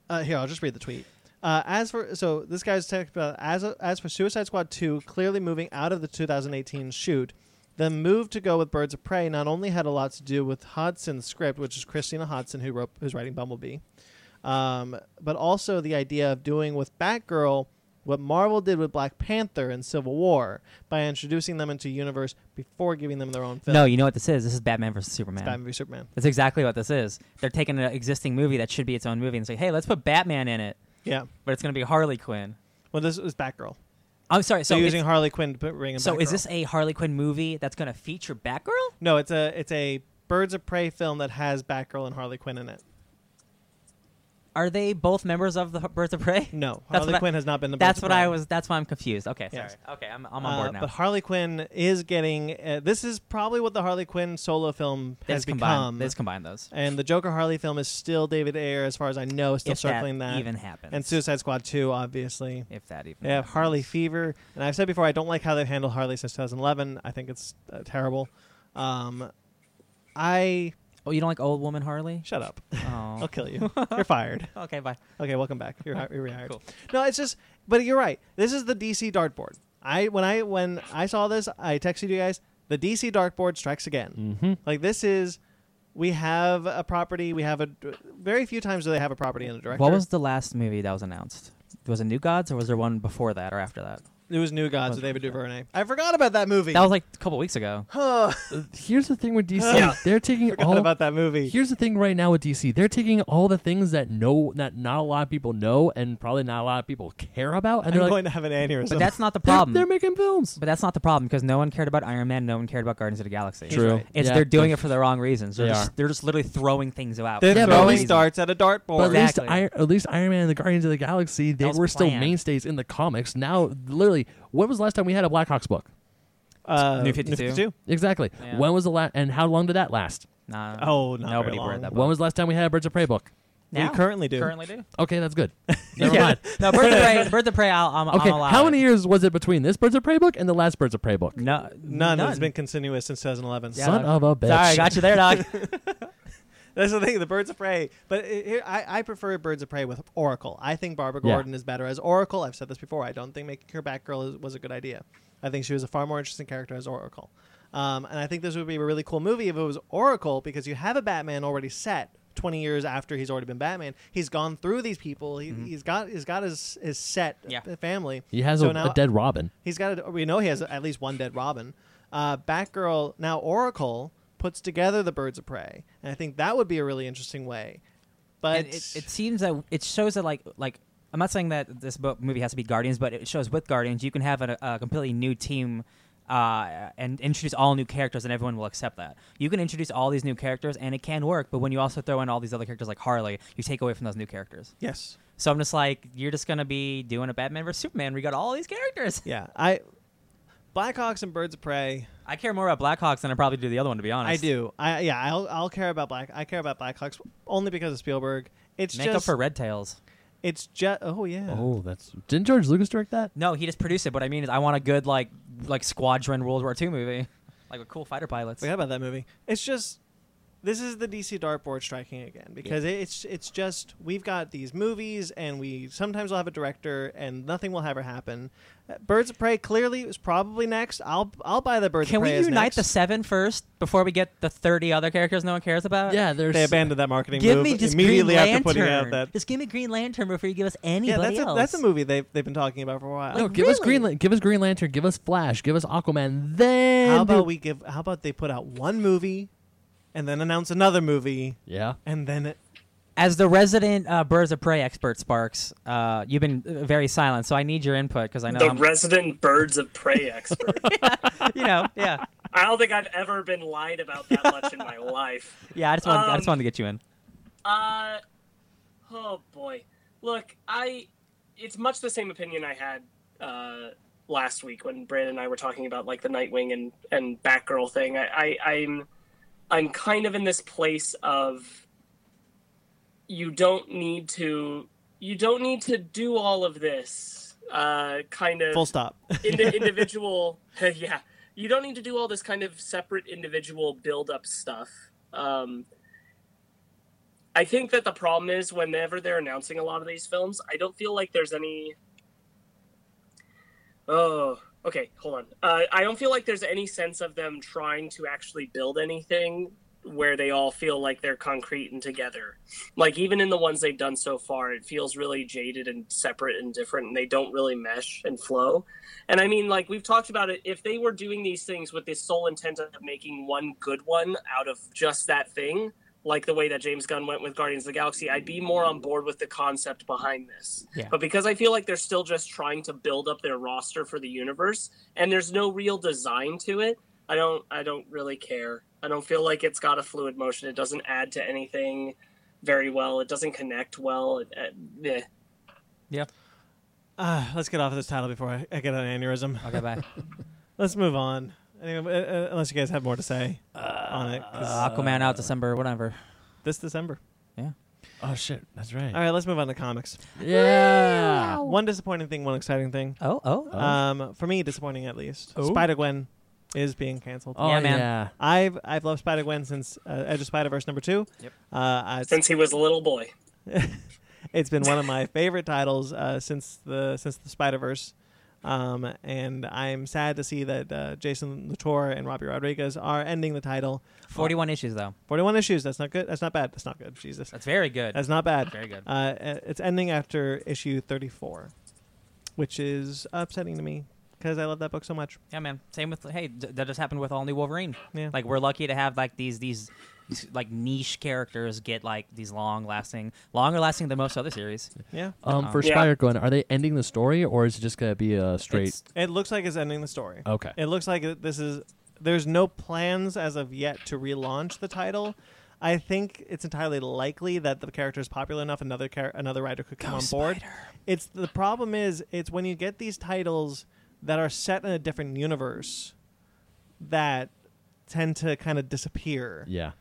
Speaker 1: uh, here I'll just read the tweet. Uh, as for so this guy's talking about as as for Suicide Squad two clearly moving out of the 2018 shoot, the move to go with Birds of Prey not only had a lot to do with Hodson's script, which is Christina Hodson who wrote who's writing Bumblebee, um, but also the idea of doing with Batgirl what Marvel did with Black Panther and Civil War by introducing them into universe before giving them their own film.
Speaker 2: No, you know what this is. This is Batman versus Superman.
Speaker 1: Batman v Superman.
Speaker 2: That's exactly what this is. They're taking an existing movie that should be its own movie and say, "Hey, let's put Batman in it,"
Speaker 1: Yeah.
Speaker 2: but it's going to be Harley Quinn.
Speaker 1: Well, this is Batgirl.
Speaker 2: I'm sorry.
Speaker 1: So,
Speaker 2: So, it's-
Speaker 1: using Harley Quinn to put ring. in
Speaker 2: so is
Speaker 1: Batgirl.
Speaker 2: this a Harley Quinn movie that's going to feature Batgirl?
Speaker 1: No, it's a it's a Birds of Prey film that has Batgirl and Harley Quinn in it.
Speaker 2: Are they both members of the H- Birds of Prey?
Speaker 1: No,
Speaker 2: That's
Speaker 1: Harley
Speaker 2: what I-
Speaker 1: Quinn has not been. in
Speaker 2: That's
Speaker 1: Birds of
Speaker 2: what
Speaker 1: Prey.
Speaker 2: I was. That's why I'm confused. Okay, sorry.
Speaker 1: Yes.
Speaker 2: Okay, I'm, I'm on
Speaker 1: Uh,
Speaker 2: board now.
Speaker 1: But Harley Quinn is getting. Uh, this is probably what the Harley Quinn solo film
Speaker 2: They
Speaker 1: has
Speaker 2: just combine-
Speaker 1: become.
Speaker 2: They just combine those.
Speaker 1: and the Joker Harley film is still David Ayer, as far as I know, still
Speaker 2: if
Speaker 1: circling that.
Speaker 2: even happens.
Speaker 1: and Suicide Squad 2, obviously.
Speaker 2: if that even.
Speaker 1: They have
Speaker 2: happens.
Speaker 1: Harley Fever, and I've said before I don't like how they've handled Harley since 2011. I think it's uh, terrible. Um, I
Speaker 2: Oh, you don't like Old Woman Harley?
Speaker 1: Shut up.
Speaker 2: Oh.
Speaker 1: I'll kill you. You're fired.
Speaker 2: Okay, bye.
Speaker 1: Okay, welcome back. You're, hi- you're rehired.
Speaker 2: Cool.
Speaker 1: No, it's just, but you're right. This is the DC dartboard. I when I when I saw this, I texted you guys. The DC dartboard strikes
Speaker 2: Mm.
Speaker 1: again. Mm-hmm. Like this is, we have a property. We have a very few times do they have a property in the director.
Speaker 2: What was the last movie that was announced? Was it New Gods or was there one before that or after that?
Speaker 1: it was New Gods with David Duvernay. I forgot about that movie.
Speaker 2: That was like a couple weeks ago.
Speaker 3: Here's the thing with DC.
Speaker 4: Yeah.
Speaker 3: They're taking
Speaker 1: forgot
Speaker 3: all
Speaker 1: about that movie.
Speaker 3: Here's the thing right now with DC. They're taking all the things that no that not a lot of people know and probably not a lot of people care about and
Speaker 1: I'm
Speaker 3: they're like
Speaker 1: going to have an aneurysm.
Speaker 2: But that's not the
Speaker 3: "They're-
Speaker 2: problem.
Speaker 3: They're, making films.
Speaker 2: but that's not the problem because no one cared about Iron Man, no one cared about Guardians of the Galaxy.
Speaker 1: True. right.
Speaker 2: It's
Speaker 3: Yeah.
Speaker 2: they're doing it for the wrong reasons. They're
Speaker 3: They
Speaker 2: just
Speaker 3: are.
Speaker 2: they're just literally throwing things out.
Speaker 1: They're
Speaker 2: for no
Speaker 1: throwing
Speaker 2: reason.
Speaker 1: darts at a dartboard.
Speaker 3: But at least,
Speaker 2: Exactly.
Speaker 3: Iron, at least Iron Man and the Guardians of the Galaxy, they
Speaker 2: was
Speaker 3: were still
Speaker 2: planned.
Speaker 3: mainstays in the comics. Now, literally, when was the last time we had a Black Hawks book?
Speaker 1: Uh,
Speaker 2: New 52.
Speaker 3: Exactly.
Speaker 2: Yeah.
Speaker 3: When was the last, and how long did that last?
Speaker 2: Nah,
Speaker 1: Oh, not very
Speaker 2: nobody
Speaker 1: long.
Speaker 2: read that.
Speaker 3: When
Speaker 2: book.
Speaker 3: was the last time we had a Birds of Prey book?
Speaker 1: We currently do.
Speaker 2: Currently do.
Speaker 3: Okay, that's good. Never
Speaker 2: Yeah.
Speaker 3: mind.
Speaker 2: No, Birds of Prey. Birds of Prey. I'll, I'm,
Speaker 3: Okay,
Speaker 2: I'm allowed.
Speaker 3: how many years was it between this Birds of Prey book and the last Birds of Prey book?
Speaker 2: No,
Speaker 1: None.
Speaker 2: none.
Speaker 1: It's been continuous since 2011.
Speaker 2: Yeah,
Speaker 3: Son
Speaker 2: like-
Speaker 3: of a bitch.
Speaker 2: Sorry, I got you there, dog.
Speaker 1: That's the thing. The Birds of Prey, but it, here I, I prefer Birds of Prey with Oracle. I think Barbara
Speaker 3: Yeah.
Speaker 1: Gordon is better as Oracle. I've said this before. I don't think making her Batgirl is, was a good idea. I think she was a far more interesting character as Oracle. Um, and I think this would be a really cool movie if it was Oracle because you have a Batman already set. 20 years after he's already been Batman, he's gone through these people. He, He's got he's got his his set
Speaker 2: Yeah.
Speaker 1: family.
Speaker 3: Mm-hmm. He has
Speaker 1: So
Speaker 3: a,
Speaker 1: now-
Speaker 3: a dead Robin.
Speaker 1: He's got. A, we know he has at least one dead Robin. Uh, Batgirl now Oracle puts together the Birds of Prey, and I think that would be a really interesting way. But
Speaker 2: And it, it seems that it shows that like like I'm not saying that this book movie has to be Guardians, but it shows with Guardians you can have a, a completely new team. Uh, and introduce all new characters, and everyone will accept that. You can introduce all these new characters, and it can work. But when you also throw in all these other characters like Harley, you take away from those new characters.
Speaker 1: yes,
Speaker 2: So I'm just like, you're just gonna be doing a Batman versus Superman. where you got all these characters.
Speaker 1: yeah, I Blackhawks and Birds of Prey.
Speaker 2: I care more about Blackhawks than I probably do the other one, to be
Speaker 1: I
Speaker 2: honest.
Speaker 1: do. I yeah. I'll I'll care about black. I care about Blackhawks only because of Spielberg. It's
Speaker 2: Make
Speaker 1: just
Speaker 2: up for Red Tails.
Speaker 1: it's just oh yeah.
Speaker 3: Oh, that's didn't George Lucas direct that?
Speaker 2: No, he just produced it. What I mean is, I want a good like like Squadron World War II movie, like with cool fighter pilots.
Speaker 1: Forgot about that movie. It's just this is the DC dartboard striking again because it's it's just we've got these movies and we sometimes will have a director and nothing will ever happen. Uh, Birds of Prey clearly is probably next. I'll I'll buy the Birds
Speaker 2: Can
Speaker 1: of Prey.
Speaker 2: we
Speaker 1: as
Speaker 2: unite
Speaker 1: next.
Speaker 2: the seven first before we get the thirty other characters no one cares about?
Speaker 3: Yeah, there's
Speaker 1: They abandoned that marketing
Speaker 2: Give
Speaker 1: move
Speaker 2: me just
Speaker 1: immediately
Speaker 2: Green
Speaker 1: after putting out
Speaker 2: Lantern.
Speaker 1: that.
Speaker 2: Just give me Green Lantern before you give us
Speaker 1: Yeah,
Speaker 2: anybody
Speaker 1: that's a,
Speaker 2: else.
Speaker 1: that's a movie they've they've been talking about for a while.
Speaker 3: no. Give us Green, Lan- give us Green Lantern, give us Flash, give us Aquaman. Then
Speaker 1: how
Speaker 3: do-
Speaker 1: about we give? How about they put out one movie, and then announce another movie,
Speaker 3: Yeah,
Speaker 1: and then it,
Speaker 2: As the resident uh, Birds of Prey expert, Sparks, uh, you've been uh, very silent, so I need your input because I know
Speaker 4: the
Speaker 2: I'm-
Speaker 4: resident birds of prey expert.
Speaker 2: you know, yeah,
Speaker 4: I don't think I've ever been lied about that much in my life.
Speaker 2: yeah. I just wanted, I
Speaker 4: Um,
Speaker 2: just wanted to get you in.
Speaker 4: Uh, oh boy. Look, I. It's much the same opinion I had uh, last week when Brandon and I were talking about like the Nightwing and and Batgirl thing. I, I I'm I'm kind of in this place of you don't need to you don't need to do all of this uh, kind of
Speaker 1: full stop.
Speaker 4: in individual yeah you don't need to do all this kind of separate individual build up stuff um i think that the problem is whenever they're announcing a lot of these films i don't feel like there's any oh okay hold on uh, i don't feel like there's any sense of them trying to actually build anything where they all feel like they're concrete and together like even in the ones they've done so far it feels really jaded and separate and different and they don't really mesh and flow and I mean, like we've talked about it, if they were doing these things with the sole intent of making one good one out of just that thing, like the way that James Gunn went with Guardians of the Galaxy, I'd be more on board with the concept behind this.
Speaker 2: Yeah.
Speaker 4: But because I feel like they're still just trying to build up their roster for the universe, and there's no real design to it, I don't, I don't really care. I don't feel like it's got a fluid motion. It doesn't add to anything very well. It doesn't connect well. It, uh, meh.
Speaker 2: Yeah.
Speaker 1: Uh, let's get off of this title before I, I get an aneurysm.
Speaker 2: Okay. Bye.
Speaker 1: Let's move on. Anyway, uh, uh, unless you guys have more to say on it. 'cause
Speaker 2: Uh, Aquaman out December, whatever.
Speaker 1: this December.
Speaker 2: Yeah.
Speaker 3: Oh shit, that's right.
Speaker 2: Uh,
Speaker 1: All right, let's move on to comics.
Speaker 3: Yeah.
Speaker 1: One disappointing thing, one exciting thing.
Speaker 2: Oh, oh.
Speaker 1: Um, for me, disappointing at least.
Speaker 2: Oh.
Speaker 1: Spider Gwen. is being canceled.
Speaker 3: Oh
Speaker 2: Yeah, man.
Speaker 3: yeah.
Speaker 1: I've I've loved Spider Gwen since uh, Edge of Spider Verse number two.
Speaker 2: Yep.
Speaker 1: Uh, I,
Speaker 4: since he was a little boy.
Speaker 1: it's been one of my favorite titles uh, since the since the Spider Verse, um, and I'm sad to see that uh, Jason Latour and Robbie Rodriguez are ending the title.
Speaker 2: Forty-one issues though.
Speaker 1: Forty-one issues. That's not good. That's not bad. That's not good. Jesus,
Speaker 2: That's very good.
Speaker 1: that's not bad.
Speaker 2: very good.
Speaker 1: Uh, it's ending after issue 34, which is upsetting to me because I love that book so much.
Speaker 2: Yeah, man. Same with hey, th- that just happened with all new Wolverine.
Speaker 1: Yeah.
Speaker 2: Like we're lucky to have like these these these, like niche characters get like these long lasting, longer lasting than most other series.
Speaker 1: Yeah.
Speaker 2: Uh-uh.
Speaker 3: Um, for
Speaker 4: Yeah.
Speaker 3: Spider Gwen, are they ending the story or is it just gonna be a straight?
Speaker 2: It's-
Speaker 1: It looks like it's ending the story.
Speaker 2: Oh.
Speaker 3: okay.
Speaker 1: It looks like it- this is. There's no plans as of yet to relaunch the title. I think it's entirely likely that the character is popular enough another char- another writer could come
Speaker 2: Go,
Speaker 1: on board.
Speaker 2: Spider.
Speaker 1: It's the problem is it's when you get these titles that are set in a different universe that tend to kind of disappear.
Speaker 3: yeah.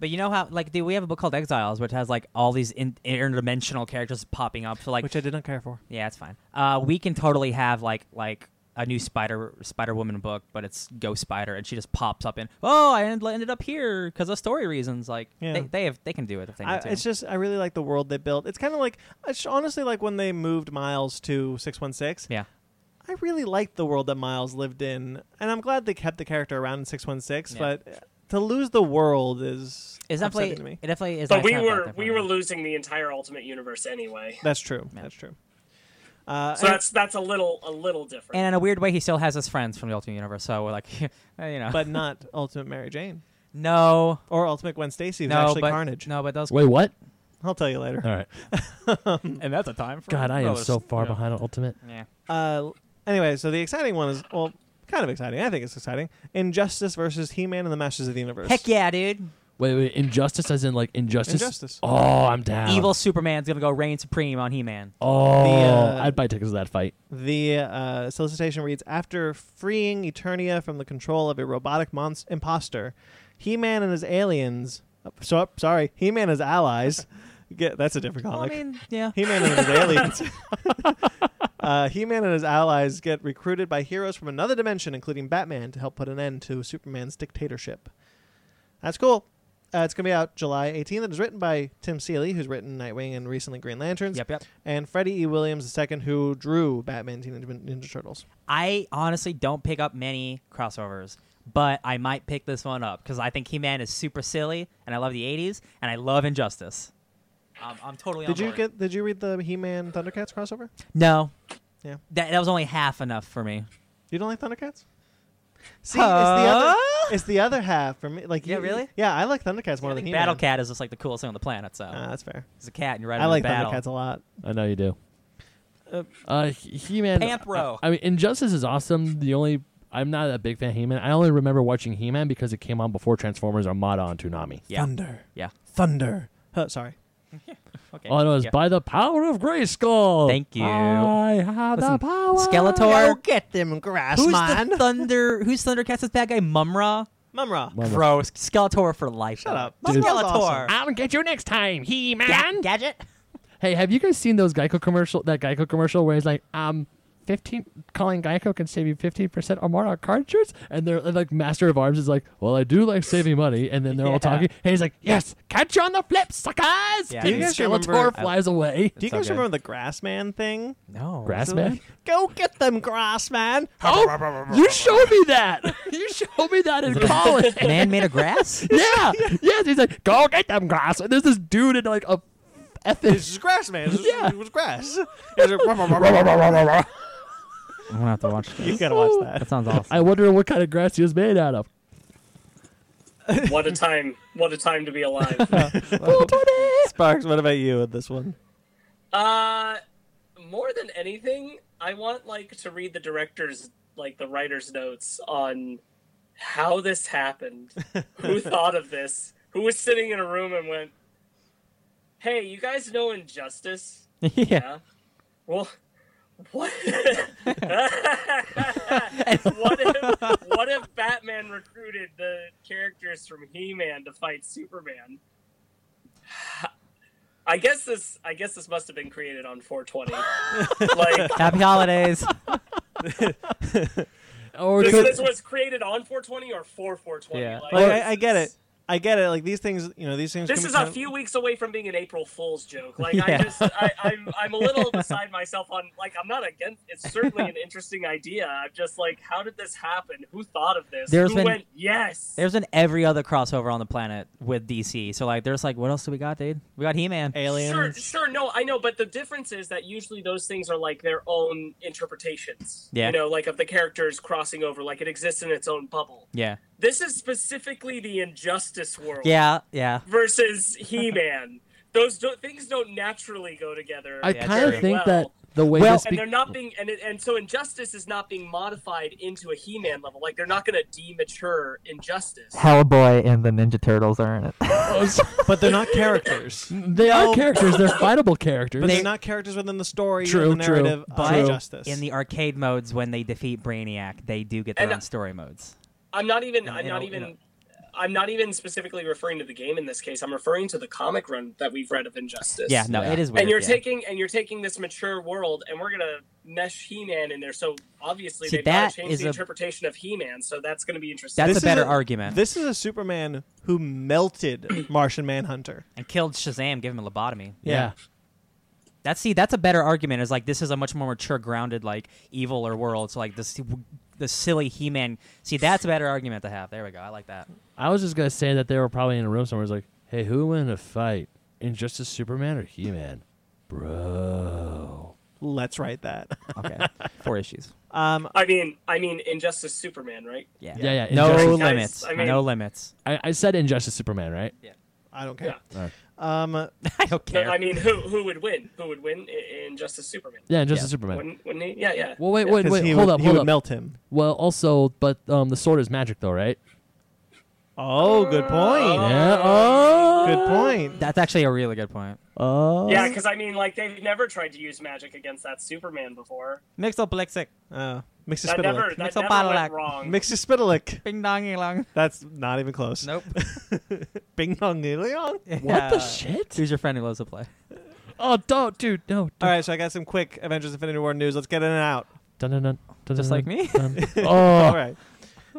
Speaker 2: But you know how like dude, we have a book called Exiles, which has like all these in- interdimensional characters popping up. So like,
Speaker 1: which I did not care for.
Speaker 2: yeah, it's fine. Uh, we can totally have like like a new Spider Spider Woman book, but it's Ghost Spider, and she just pops up in. Oh, I end- ended up here because of story reasons. Like
Speaker 1: Yeah.
Speaker 2: they, they have they can do it if they need
Speaker 1: I,
Speaker 2: to.
Speaker 1: it's just I really like the world they built. It's kind of like it's honestly like when they moved Miles to six one six.
Speaker 2: yeah.
Speaker 1: I really liked the world that Miles lived in, and I'm glad they kept the character around in six one six.
Speaker 2: Yeah.
Speaker 1: But uh, to lose the world is
Speaker 2: It's
Speaker 1: upsetting
Speaker 2: definitely,
Speaker 1: to me.
Speaker 2: it definitely is.
Speaker 4: But
Speaker 2: nice
Speaker 4: we
Speaker 2: to have that
Speaker 4: were
Speaker 2: different-
Speaker 4: we were losing the entire Ultimate Universe anyway,
Speaker 1: That's true.
Speaker 2: Yeah.
Speaker 1: That's true. Uh,
Speaker 4: so
Speaker 1: and-
Speaker 4: that's that's a little a little different.
Speaker 2: And in a weird way, he still has his friends from the Ultimate Universe. So we're like, you know,
Speaker 1: but not Ultimate Mary Jane
Speaker 2: no,
Speaker 1: or Ultimate Gwen Stacy, who's
Speaker 2: no,
Speaker 1: actually
Speaker 2: but
Speaker 1: Carnage.
Speaker 2: no, but those,
Speaker 3: Wait, what?
Speaker 1: I'll tell you later.
Speaker 3: All right.
Speaker 2: and that's a time for
Speaker 3: God, I am
Speaker 2: brothers.
Speaker 3: so far
Speaker 2: Yeah.
Speaker 3: behind on Ultimate.
Speaker 2: Yeah,
Speaker 1: Uh, anyway, so the exciting one is well, kind of exciting. I think it's exciting. Injustice versus He Man and the Masters of the Universe.
Speaker 2: heck yeah, dude!
Speaker 3: Wait, wait. Injustice, as in like injustice.
Speaker 1: Injustice.
Speaker 3: Oh, I'm down.
Speaker 2: Evil Superman's gonna go reign supreme on He-Man.
Speaker 3: Oh,
Speaker 1: The, uh,
Speaker 3: I'd buy tickets to that fight.
Speaker 1: The uh, solicitation reads After freeing Eternia from the control of a robotic monst- imposter, He Man and his aliens. oh, So, sorry, He Man and his allies. Get, that's a different
Speaker 2: Well, I
Speaker 1: comic.
Speaker 2: mean, yeah,
Speaker 1: He Man and his aliens. uh, he Man and his allies get recruited by heroes from another dimension, including Batman, to help put an end to Superman's dictatorship. That's cool. Uh, it's going to be out July 18th. It is written by Tim Seeley, who's written Nightwing and recently Green Lanterns
Speaker 2: yep, yep.
Speaker 1: and Freddie E. Williams II, who drew Batman Teenage Mutant Ninja Turtles.
Speaker 2: I honestly don't pick up many crossovers, but I might pick this one up because I think He-Man is super silly, and I love the '80s, and I love Injustice. I'm, I'm totally. on
Speaker 1: Did you
Speaker 2: board.
Speaker 1: get? Did you read the He-Man Thundercats crossover?
Speaker 2: No.
Speaker 1: Yeah.
Speaker 2: That, that was only half enough for me.
Speaker 1: You don't like Thundercats? See, it's the other,
Speaker 2: Huh?
Speaker 1: it's the other half for me. Like,
Speaker 2: Yeah,
Speaker 1: you-
Speaker 2: really?
Speaker 1: Yeah, I like Thundercats more
Speaker 2: I
Speaker 1: than
Speaker 2: think
Speaker 1: He-Man.
Speaker 2: Battle Cat is just like the coolest thing on the planet. So
Speaker 1: Ah, that's fair.
Speaker 2: it's a cat and you ride
Speaker 1: I
Speaker 2: him
Speaker 1: like
Speaker 2: in battle.
Speaker 1: Thundercats a lot.
Speaker 3: I know you do.
Speaker 1: Uh,
Speaker 3: Uh, He Man.
Speaker 2: Panthro.
Speaker 3: I, I mean, Injustice is awesome. The only I'm not a big fan of He Man. I only remember watching He Man because it came on before Transformers Armada on Toonami.
Speaker 2: Yeah.
Speaker 1: Thunder.
Speaker 2: Yeah.
Speaker 1: Thunder. Huh, sorry.
Speaker 2: Okay.
Speaker 3: All I know is
Speaker 2: Yeah.
Speaker 3: Oh, by the power of Grayskull.
Speaker 2: Thank you.
Speaker 3: I have
Speaker 2: Listen,
Speaker 3: the power.
Speaker 2: Skeletor.
Speaker 1: get them, grass
Speaker 2: Who's the Thunder? Who's Thundercats' bad guy? Mumra.
Speaker 1: Mumra.
Speaker 3: Mumra.
Speaker 2: Gross. Skeletor for life.
Speaker 1: Shut
Speaker 2: though.
Speaker 1: up.
Speaker 2: Mumra's
Speaker 1: Dude.
Speaker 2: Skeletor.
Speaker 3: I'll get you next time, He
Speaker 2: Ga-
Speaker 3: Man.
Speaker 2: gadget.
Speaker 3: Hey, have you guys seen those Geico commercial? That Geico commercial where he's like, um, fifteen calling Geico can save you fifteen percent or more on car insurance, and they're and, like Master of Arms is like, well, I do like saving money, and then they're
Speaker 2: Yeah.
Speaker 3: all talking, and he's like, yes, catch you on the flip, suckers.
Speaker 2: Yeah,
Speaker 3: and
Speaker 2: do you
Speaker 1: guys
Speaker 3: Skeletor
Speaker 1: remember-
Speaker 3: flies away.
Speaker 1: Do you
Speaker 2: It's all
Speaker 1: guys
Speaker 2: good.
Speaker 1: remember the Grassman thing?
Speaker 2: No.
Speaker 3: Grass man.
Speaker 1: Go get them, Grassman.
Speaker 3: Oh, you showed me that. You showed me that in college.
Speaker 2: Oh, Man made of grass.
Speaker 3: yeah, yes. He's like, go get them grass. And there's this dude in like a effing.
Speaker 1: This is Grassman. This is,
Speaker 3: Yeah.
Speaker 1: it was grass. It's a-
Speaker 3: I
Speaker 2: I'm gonna have to watch
Speaker 1: you
Speaker 2: this.
Speaker 1: gotta watch that.
Speaker 2: That sounds awesome.
Speaker 3: wonder what kind of grass he was made out of.
Speaker 4: what a time! What a time to be alive.
Speaker 1: Sparks, what about you with this one?
Speaker 4: uh, more than anything, I want like to read the director's like the writer's notes on how this happened, who thought of this, who was sitting in a room and went, "Hey, you guys know Injustice?
Speaker 2: yeah.
Speaker 4: Yeah. Well." What? what if what if Batman recruited the characters from He-Man to fight Superman? I guess this I guess this must have been created on 420. like
Speaker 2: Happy holidays.
Speaker 3: Or
Speaker 4: This,
Speaker 3: could-
Speaker 4: this was created on 420 or for 420.
Speaker 2: Yeah.
Speaker 1: Like, I, I get it. I get it. Like these things, you know, these things.
Speaker 4: This
Speaker 1: can
Speaker 4: is
Speaker 1: be
Speaker 4: a
Speaker 1: kind-
Speaker 4: few weeks away from being an April Fool's joke. Like
Speaker 2: Yeah.
Speaker 4: I just, I, I'm, I'm a little beside myself on. Like I'm not against. It's certainly an interesting idea. I'm just like, how did this happen? Who thought of this?
Speaker 2: There's
Speaker 4: Who
Speaker 2: been-
Speaker 4: went yes?
Speaker 2: There's an every other crossover on the planet with DC. So like, there's like, what else do we got, dude? We got He-Man.
Speaker 1: aliens.
Speaker 4: Sure, sure. No, I know, but the difference is that usually those things are like their own interpretations.
Speaker 2: Yeah.
Speaker 4: You know, like of the characters crossing over, like it exists in its own bubble.
Speaker 2: Yeah,
Speaker 4: This is specifically the Injustice world
Speaker 2: yeah, yeah.
Speaker 4: versus He-Man. Those do- things don't naturally go together.
Speaker 3: I
Speaker 2: Yeah,
Speaker 3: kind
Speaker 2: true.
Speaker 3: of think
Speaker 4: well.
Speaker 3: that the way
Speaker 2: Well-
Speaker 3: this
Speaker 4: and
Speaker 3: be-
Speaker 4: they're not being and it, and so injustice is not being modified into a he-man level like they're not going to demature injustice
Speaker 2: Hellboy and the Ninja Turtles are in it.
Speaker 1: but they're not characters.
Speaker 3: they are
Speaker 1: Oh.
Speaker 3: characters. They're fightable characters.
Speaker 1: But they're not characters within the story,
Speaker 3: True,
Speaker 1: or the
Speaker 3: true,
Speaker 1: narrative,
Speaker 2: but
Speaker 1: of justice.
Speaker 2: in the arcade modes, when they defeat Brainiac, they do get their
Speaker 4: And-
Speaker 2: own story modes.
Speaker 4: i'm not even
Speaker 2: No,
Speaker 4: i'm
Speaker 2: you
Speaker 4: not
Speaker 2: know,
Speaker 4: even
Speaker 2: you know.
Speaker 4: i'm not even specifically referring to the game in this case i'm referring to the comic run that we've read of injustice
Speaker 2: Yeah, no,
Speaker 3: Yeah.
Speaker 2: it is weird.
Speaker 4: uh, and you're
Speaker 2: yeah.
Speaker 4: taking and you're taking this mature world and we're going to mesh he-man in there so obviously
Speaker 2: See,
Speaker 4: they've got
Speaker 2: that
Speaker 4: to change
Speaker 2: is
Speaker 4: the
Speaker 2: a-
Speaker 4: interpretation of he-man so that's going to be interesting
Speaker 2: That's
Speaker 1: This
Speaker 2: a
Speaker 1: is
Speaker 2: better
Speaker 1: a-
Speaker 2: argument.
Speaker 1: This is a Superman who melted Martian Manhunter.
Speaker 2: and killed Shazam, gave him a lobotomy.
Speaker 3: yeah.
Speaker 2: That's see, that's a better argument. Is like this is a much more mature, grounded, like evil or world. So like this, the silly He-Man. See, that's a better argument to have. There we go. I like that.
Speaker 3: I was just gonna say that they were probably in a room somewhere. It's like, hey, who won a fight? Injustice Superman or He Man? Bro.
Speaker 1: Let's write that.
Speaker 2: Okay, four issues.
Speaker 1: Um,
Speaker 4: i mean i mean injustice superman right
Speaker 2: Yeah,
Speaker 3: Yeah, yeah,
Speaker 2: No
Speaker 3: Injustice.
Speaker 4: Guys,
Speaker 2: limits.
Speaker 4: I mean-
Speaker 2: no limits.
Speaker 3: I, I said Injustice Superman, right?
Speaker 1: I don't care.
Speaker 3: Yeah.
Speaker 1: Um,
Speaker 2: I don't
Speaker 4: No,
Speaker 2: care.
Speaker 4: i mean who who would win who would win in injustice superman
Speaker 3: Yeah, Injustice
Speaker 2: Yeah.
Speaker 3: Superman.
Speaker 4: wouldn't, wouldn't he yeah yeah
Speaker 3: well, wait, wait,
Speaker 1: 'cause
Speaker 3: wait.
Speaker 1: he
Speaker 3: Hold
Speaker 1: would,
Speaker 3: up,
Speaker 1: he
Speaker 3: hold
Speaker 1: would
Speaker 3: up.
Speaker 1: melt him.
Speaker 3: well, also, but um, the sword is magic, though, right?
Speaker 1: Oh, good point.
Speaker 3: Yeah. Oh.
Speaker 1: Good point.
Speaker 2: that's actually a really good point.
Speaker 3: Oh.
Speaker 4: Yeah, because I mean, like they've never tried to use magic against that Superman before.
Speaker 2: Mixoplexic.
Speaker 3: Oh.
Speaker 1: Uh, Mixer
Speaker 4: That never,
Speaker 1: Spitalik.
Speaker 4: that
Speaker 2: Makes a
Speaker 4: never
Speaker 2: bottle
Speaker 4: went
Speaker 2: act.
Speaker 4: wrong.
Speaker 1: Mixer Spitalik.
Speaker 2: Bing dong long.
Speaker 1: That's not even close.
Speaker 2: Nope.
Speaker 1: Bing dong Leon.
Speaker 3: What the shit?
Speaker 2: Who's your friend who loves to play?
Speaker 3: Oh, don't, dude, no.
Speaker 1: All
Speaker 3: Don't.
Speaker 1: right, so I got some quick Avengers Infinity War news. Let's get in and out.
Speaker 3: Dun, dun, dun, dun,
Speaker 2: Just
Speaker 3: dun,
Speaker 2: like
Speaker 3: dun,
Speaker 2: me?
Speaker 3: dun.
Speaker 1: All
Speaker 3: oh.
Speaker 1: right.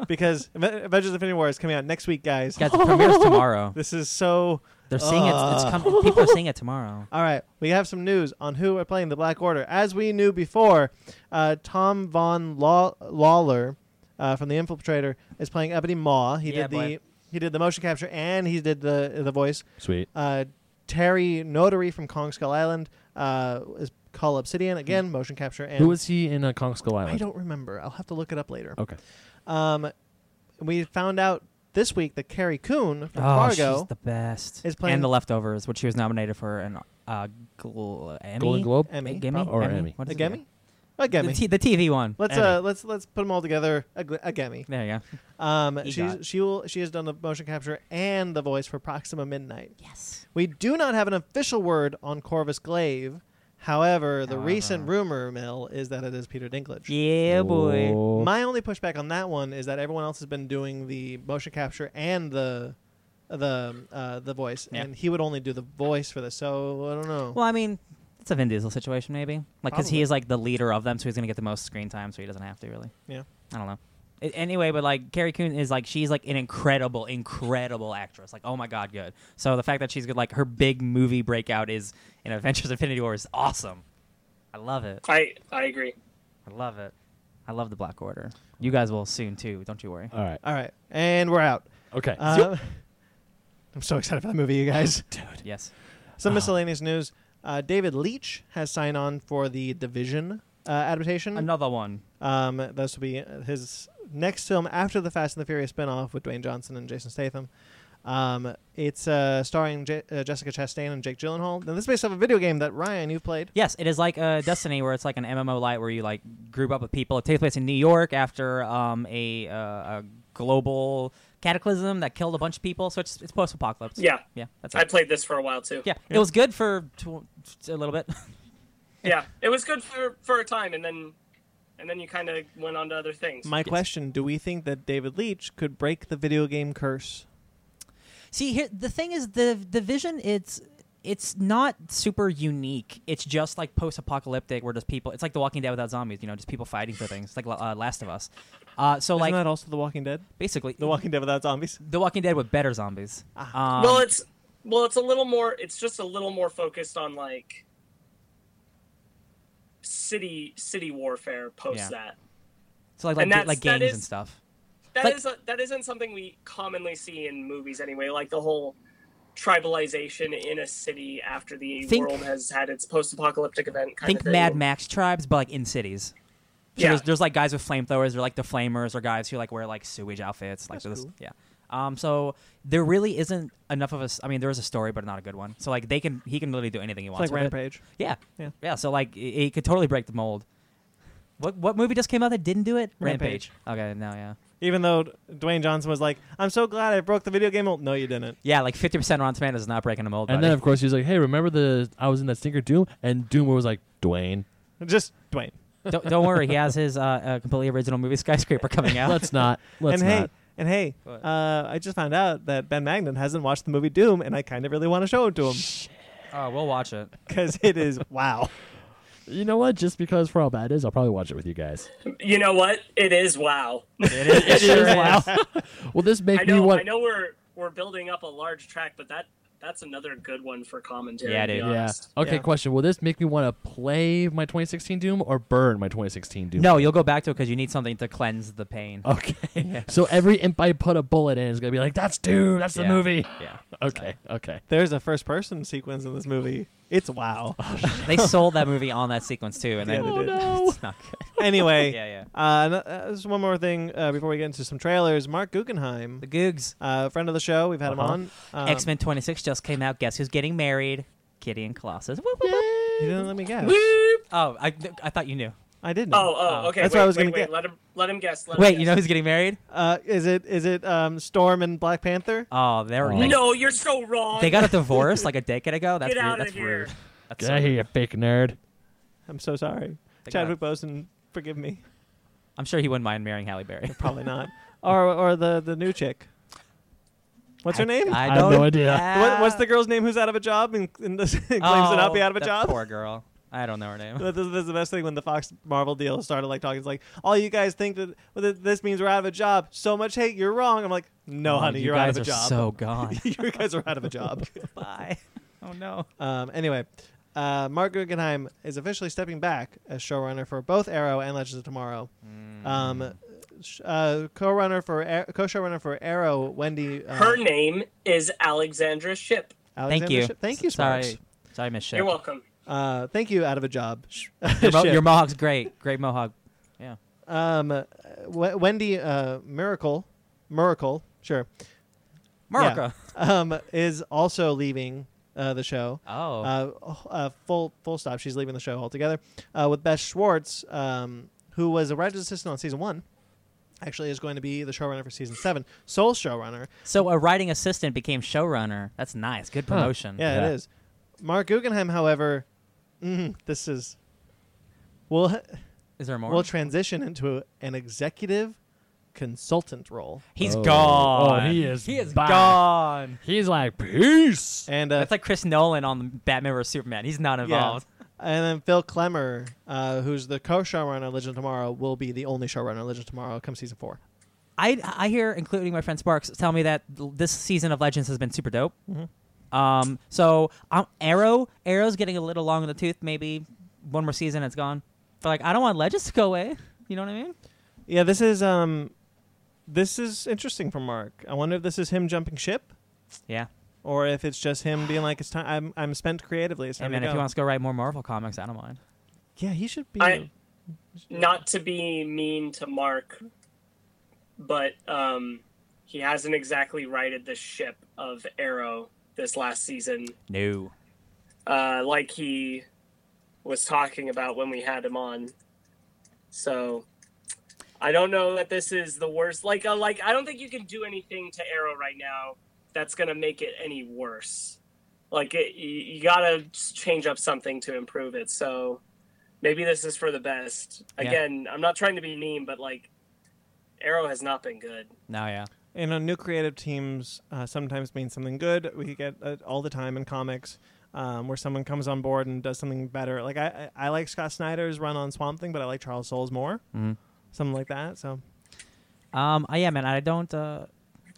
Speaker 1: Because Aven- Avengers Infinity War is coming out next week, guys.
Speaker 2: Guys, the premiere's tomorrow.
Speaker 1: This is so.
Speaker 2: They're seeing it. It's
Speaker 1: Ugh.
Speaker 2: coming. People are seeing it tomorrow.
Speaker 1: All right, we have some news on who are playing the Black Order. As we knew before, uh, Tom Von Law- Lawler uh, from The Infiltrator is playing Ebony Maw. He
Speaker 2: Yeah,
Speaker 1: did the
Speaker 2: boy.
Speaker 1: he did the motion capture and he did the the voice.
Speaker 3: Sweet.
Speaker 1: Uh, Terry Notary from Kong Skull Island uh, is Call
Speaker 2: Hmm.
Speaker 1: Obsidian again, motion capture and
Speaker 3: Who was he in uh, Kong Skull Island?
Speaker 1: I don't remember. I'll have to look it up later.
Speaker 3: Okay.
Speaker 2: Oh.
Speaker 1: Um, we found out this week that Carrie Coon from
Speaker 2: Oh,
Speaker 1: Fargo
Speaker 2: she's the best.
Speaker 1: is playing-
Speaker 2: and the leftovers, which she was nominated for an uh, gl- Emmy.
Speaker 3: Golden Globe?
Speaker 1: Emmy,
Speaker 2: Gimme?
Speaker 3: or
Speaker 2: Emmy?
Speaker 3: Emmy.
Speaker 2: What
Speaker 1: a
Speaker 2: is it again?
Speaker 1: Gemmy, a Gemmy.
Speaker 2: The, t- the TV one.
Speaker 1: Let's
Speaker 3: Emmy.
Speaker 1: uh, let's let's put them all together. A, gl- a Gemmy.
Speaker 2: There you go.
Speaker 1: Um, she's,
Speaker 2: EGOT.
Speaker 1: she will she has done the motion capture and the voice for Proxima Midnight.
Speaker 2: Yes.
Speaker 1: We do not have an official word on Corvus Glaive. However, the
Speaker 2: However.
Speaker 1: recent rumor mill is that it is Peter Dinklage.
Speaker 2: Yeah, boy.
Speaker 3: Oh.
Speaker 1: My only pushback on that one is that everyone else has been doing the motion capture and the the uh, the voice,
Speaker 2: Yeah.
Speaker 1: and he would only do the voice for this. So I don't know.
Speaker 2: Well, I mean, it's a Vin Diesel situation, maybe. Like, because
Speaker 1: Probably.
Speaker 2: he is like the leader of them, so he's gonna get the most screen time, so he doesn't have to really.
Speaker 1: Yeah.
Speaker 2: I don't know. A- anyway, but like Carrie Coon is like she's like an incredible, incredible actress. Like, oh my god, good. So the fact that she's good, like her big movie breakout is in Adventures Infinity War is awesome. I love it.
Speaker 4: I I agree.
Speaker 2: I love it. I love the Black Order. You guys will soon too. Don't you worry.
Speaker 3: All right.
Speaker 1: All right, and we're out.
Speaker 3: Okay.
Speaker 1: Uh, I'm so excited for that movie, you guys.
Speaker 2: Yes. Uh-huh.
Speaker 1: Some miscellaneous news. Uh, David Leitch has signed on for the Division uh, adaptation.
Speaker 2: Another one.
Speaker 1: Um, this will be his next film after the Fast and the Furious spinoff with Dwayne Johnson and Jason Statham. Um, it's uh, starring J- uh, Jessica Chastain and Jake Gyllenhaal. Now, this is based off a video game that Ryan you've played.
Speaker 2: Yes, it is like uh, Destiny, where it's like an MMO light where you like group up with people. It takes place in New York after um, a, uh, a global cataclysm that killed a bunch of people. So it's, it's post apocalypse.
Speaker 4: Yeah,
Speaker 2: Yeah, that's
Speaker 4: I
Speaker 2: it.
Speaker 4: played this for a while too.
Speaker 2: Yeah, it was good for tw- a little bit.
Speaker 4: Yeah, it was good for for a time, and then and then you kind of went on to other things.
Speaker 1: My question: Do we think that David Leitch could break the video game curse?
Speaker 2: See, here the thing is the the vision. It's it's not super unique. It's just like post-apocalyptic, where just people. It's like The Walking Dead without zombies. You know, just people fighting for things. It's like uh, Last of Us. Uh, so
Speaker 1: Isn't
Speaker 2: like Mm-hmm.
Speaker 1: that also The Walking Dead?
Speaker 2: basically,
Speaker 1: The Walking Dead without zombies.
Speaker 2: The Walking Dead with better zombies. Um,
Speaker 4: Ah. well, it's well, it's a little more. It's just a little more focused on like city city warfare post
Speaker 2: Yeah.
Speaker 4: that.
Speaker 2: so like like,
Speaker 4: and
Speaker 2: ga-
Speaker 4: that's-
Speaker 2: like
Speaker 4: that
Speaker 2: gangs and
Speaker 4: is-
Speaker 2: stuff.
Speaker 4: That
Speaker 2: Like-
Speaker 4: is a, that isn't something we commonly see in movies anyway. Like the whole tribalization in a city after the
Speaker 2: Think-
Speaker 4: world has had its post-apocalyptic event. Kind
Speaker 2: Think
Speaker 4: of thing.
Speaker 2: Mad Max tribes, but like in cities. So
Speaker 4: Yeah.
Speaker 2: there's, there's like guys with flamethrowers, they're like the flamers, or guys who like wear like sewage outfits, like
Speaker 1: That's
Speaker 2: this.
Speaker 1: cool.
Speaker 2: Yeah. Um. So there really isn't enough of us. I mean, there is a story, but not a good one. So like they can, he can literally do anything he
Speaker 1: It's
Speaker 2: wants.
Speaker 1: like
Speaker 2: with it.
Speaker 1: Rampage.
Speaker 2: Yeah.
Speaker 1: Yeah.
Speaker 2: Yeah. So like, it, it could totally break the mold. What what movie just came out that didn't do it?
Speaker 1: Rampage.
Speaker 2: Okay. No. Yeah.
Speaker 1: Even though Dwayne Johnson was like, "I'm so glad I broke the video game mold." No, you didn't.
Speaker 2: Yeah. Like fifty percent Rotten Tomatoes is not breaking the mold.
Speaker 3: And
Speaker 2: buddy.
Speaker 3: then of course he was like, "Hey, remember the I was in that stinker Doom?" And Doom was like, "Dwayne,
Speaker 1: Just Dwayne.
Speaker 2: don't, don't worry, he has his uh, uh, completely original movie Skyscraper coming out.
Speaker 3: let's not, let's
Speaker 1: and hey,
Speaker 3: not."
Speaker 1: and hey,
Speaker 2: What?
Speaker 1: uh, I just found out that Ben Magnan hasn't watched the movie Doom, and I kind of really want to show it to him
Speaker 2: Oh, we'll watch it.
Speaker 1: because it is wow.
Speaker 3: You know what? Just because for how bad it is, I'll probably watch it with you guys.
Speaker 4: You know what? It is wow.
Speaker 2: It is. It sure is.
Speaker 3: Well, this
Speaker 4: I
Speaker 3: makes me
Speaker 4: know.
Speaker 3: want.
Speaker 4: I know we're we're building up a large track, but that that's another good one for commentary.
Speaker 2: Yeah,
Speaker 4: to be
Speaker 2: dude.
Speaker 3: Yeah.
Speaker 4: honest.
Speaker 3: Okay.
Speaker 1: Yeah.
Speaker 3: Question: Will this make me want to play my 2016 Doom or burn my 2016 Doom?
Speaker 2: No, you'll go back to it because you need something to cleanse the pain.
Speaker 3: Okay. So every imp I put a bullet in is gonna be like, "That's Doom. That's the
Speaker 2: Yeah.
Speaker 3: movie."
Speaker 2: Yeah.
Speaker 3: Okay. Okay.
Speaker 1: There's a first person sequence in this movie. It's wow.
Speaker 3: Oh,
Speaker 2: They sold that movie on that sequence too, and
Speaker 1: Yeah,
Speaker 2: then
Speaker 1: they did.
Speaker 2: it's not good.
Speaker 1: anyway,
Speaker 2: Yeah, yeah.
Speaker 1: Uh, no- uh, just one more thing uh, before we get into some trailers. Mark Guggenheim,
Speaker 2: The Googs.
Speaker 1: uh, friend of the show, we've had
Speaker 3: Uh-huh.
Speaker 1: him on. Um,
Speaker 2: X Men 26 just came out. Guess who's getting married? Kitty and Colossus. Whoop, whoop, whoop.
Speaker 1: You didn't let me guess.
Speaker 4: Whoop.
Speaker 2: Oh, I, th- I thought you knew.
Speaker 1: I didn't.
Speaker 4: Oh, oh,
Speaker 2: Oh.
Speaker 4: okay.
Speaker 1: That's
Speaker 4: wait,
Speaker 1: what I was
Speaker 4: wait,
Speaker 1: gonna
Speaker 4: wait,
Speaker 1: get.
Speaker 4: Let him let him guess. Let him
Speaker 2: Wait, you know
Speaker 4: guess.
Speaker 2: who's getting married?
Speaker 1: Uh, is it is it um, Storm and Black Panther?
Speaker 2: Oh, they're
Speaker 3: Oh.
Speaker 2: They,
Speaker 4: No, you're so wrong.
Speaker 2: they got a divorce like a decade ago. That's
Speaker 4: Get
Speaker 2: weird.
Speaker 4: out of
Speaker 2: That's
Speaker 4: here.
Speaker 2: rude. That's
Speaker 3: Get
Speaker 2: so
Speaker 3: out of here,
Speaker 2: rude.
Speaker 3: you fake nerd.
Speaker 1: I'm so sorry,
Speaker 2: They got-
Speaker 1: Chadwick Boseman. Forgive me.
Speaker 2: I'm sure he wouldn't mind marrying Halle Berry.
Speaker 1: Probably not. or or the the new chick. What's her
Speaker 2: I-
Speaker 1: name?
Speaker 2: I,
Speaker 3: I have
Speaker 2: don't,
Speaker 3: no idea.
Speaker 1: what, what's the girl's name who's out of a job and, and does- claims to not be out of a
Speaker 2: Oh, that
Speaker 1: job?
Speaker 2: Poor girl. I don't know her name.
Speaker 1: That- This this is the best thing when the Fox Marvel deal started like talking. It's like, all you guys think that well, that this means we're out of a job. So much hate. You're wrong. I'm like, no,
Speaker 2: Oh,
Speaker 1: honey,
Speaker 2: you
Speaker 1: you're out
Speaker 2: guys
Speaker 1: of a
Speaker 2: are
Speaker 1: job.
Speaker 2: So gone.
Speaker 1: you guys are out of a job.
Speaker 2: Bye. Oh no.
Speaker 1: Um, anyway, uh, Mark Guggenheim is officially stepping back as showrunner for both Arrow and Legends of Tomorrow.
Speaker 2: Mm.
Speaker 1: Um, sh- uh, co-runner for Ar- co-showrunner for Arrow, Wendy. Uh,
Speaker 4: Her name is Alexandra Ship.
Speaker 2: Thank
Speaker 1: Alexander
Speaker 2: you.
Speaker 1: Sh- thank you,
Speaker 2: Sorry,
Speaker 1: Sparks.
Speaker 2: sorry, Miss Ship.
Speaker 4: You're welcome.
Speaker 1: Uh, thank you, out of a job. Sh-
Speaker 2: Your, mo-
Speaker 1: Ship.
Speaker 2: your mohawk's great. Great mohawk. Yeah.
Speaker 1: um, uh, w- Wendy uh, Miracle, Miracle, sure,
Speaker 2: Marika.
Speaker 1: um, is also leaving uh, the show.
Speaker 2: Oh.
Speaker 1: Uh, uh, full full stop. She's leaving the show altogether. Uh, with Beth Schwartz, um, who was a writer's assistant on season one, actually is going to be the showrunner for season seven, sole showrunner.
Speaker 2: so a writing assistant became showrunner. That's nice. Good
Speaker 3: Huh.
Speaker 2: promotion.
Speaker 1: Yeah,
Speaker 3: Yeah.
Speaker 1: it is. Mark Guggenheim, however, mm, this is will
Speaker 2: Is there more?
Speaker 1: will transition into an executive consultant role.
Speaker 2: He's
Speaker 3: Oh.
Speaker 2: gone.
Speaker 3: Oh, he is
Speaker 2: He is
Speaker 3: back.
Speaker 2: gone.
Speaker 3: He's like, peace.
Speaker 1: And uh,
Speaker 2: That's like Chris Nolan on Batman vs Superman. He's not involved.
Speaker 1: And then Phil Klemmer, uh, who's the co-showrunner of Legend of Tomorrow, will be the only showrunner of Legend of Tomorrow come season four.
Speaker 2: I I hear, including my friend Sparks, tell me that l- this season of Legends has been super dope. Um, so um, Arrow Arrow's getting a little long in the tooth. Maybe one more season, it's gone. But like, I don't want Legends to go away. You know what I mean?
Speaker 1: Yeah, this is um, this is interesting for Mark. I wonder if this is him jumping ship,
Speaker 2: Yeah.
Speaker 1: or if it's just him being like, "It's time. I'm I'm spent creatively. It's
Speaker 2: Hey
Speaker 1: time
Speaker 2: man,
Speaker 1: to
Speaker 2: if
Speaker 1: go."
Speaker 2: he wants to go write more Marvel comics, I don't mind.
Speaker 1: yeah, he should be.
Speaker 4: I- Not to be mean to Mark, but um, he hasn't exactly righted the ship of Arrow this last season,
Speaker 2: No.
Speaker 4: uh, like he was talking about when we had him on. So I don't know that this is the worst. Like, uh, like I don't think you can do anything to Arrow right now that's gonna make it any worse. Like, it, you, you gotta s- change up something to improve it. So maybe this is for the best.
Speaker 2: Yeah.
Speaker 4: Again, I'm not trying to be mean, but like, Arrow has not been good.
Speaker 2: No, yeah.
Speaker 1: and on new creative teams, uh, sometimes means something good. We get uh, all the uh, time in comics. um, where someone comes on board and does something better. Like I, I I like Scott Snyder's run on Swamp Thing, but I like Charles Soule's more,
Speaker 3: Mm-hmm.
Speaker 2: Mhm.
Speaker 1: something like that. So
Speaker 2: Um, I yeah, man. I don't. Uh,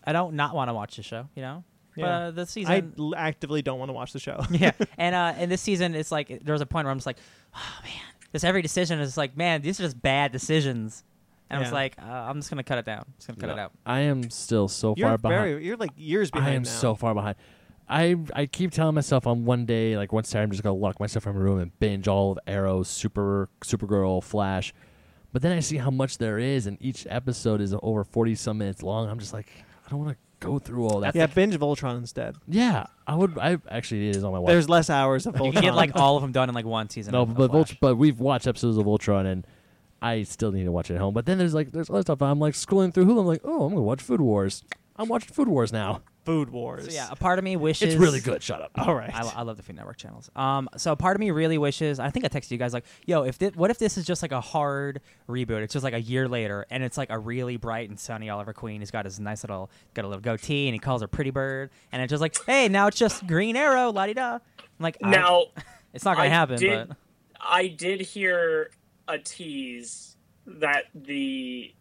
Speaker 2: I don't not want to watch the show. You know. But
Speaker 1: Yeah.
Speaker 2: uh, this
Speaker 1: I
Speaker 2: season,
Speaker 1: l- actively don't want to watch the show.
Speaker 2: yeah. And uh, and this season, it's like there was a point where I'm just like, oh man, this every decision is like, man, these are just bad decisions. And I was
Speaker 1: Yeah.
Speaker 2: like, uh, I'm just gonna cut it down. just gonna cut it out.
Speaker 3: I am still so
Speaker 1: you're
Speaker 3: far behind.
Speaker 1: very you're like years behind.
Speaker 3: I am
Speaker 1: now.
Speaker 3: so far behind. I I keep telling myself on one day, like one Saturday, I'm just gonna lock myself in a room and binge all of Arrow, Super, Supergirl, Flash. But then I see how much there is, and each episode is over forty some minutes long. I'm just like, I don't want to go through all that.
Speaker 1: yeah. Binge Voltron instead.
Speaker 3: yeah. I would. I actually it is on my watch.
Speaker 1: There's less hours of Voltron.
Speaker 2: You can get like all of them done in like one season.
Speaker 3: no,
Speaker 2: of- of
Speaker 3: but
Speaker 2: Flash.
Speaker 3: Volt- but we've watched episodes of Ultron, and I still need to watch it at home. But then there's like there's other stuff. I'm like scrolling through Hulu. I'm like, oh, I'm gonna watch Food Wars. I'm watching Food Wars now.
Speaker 1: Food Wars.
Speaker 2: So yeah, a part of me wishes
Speaker 3: It's really good. Shut up.
Speaker 1: All right.
Speaker 2: I, I love the Food Network channels. Um, so part of me really wishes. I think I texted you guys like, "Yo, if this, what if this is just like a hard reboot? It's just like a year later, and it's like a really bright and sunny Oliver Queen. He's got his nice little got a little goatee, and he calls her Pretty Bird, and it's just like, hey, now it's just Green Arrow, la di da. I'm like, I-
Speaker 4: Now,
Speaker 2: it's not gonna
Speaker 4: I
Speaker 2: happen,
Speaker 4: did-
Speaker 2: but
Speaker 4: I did hear a tease that the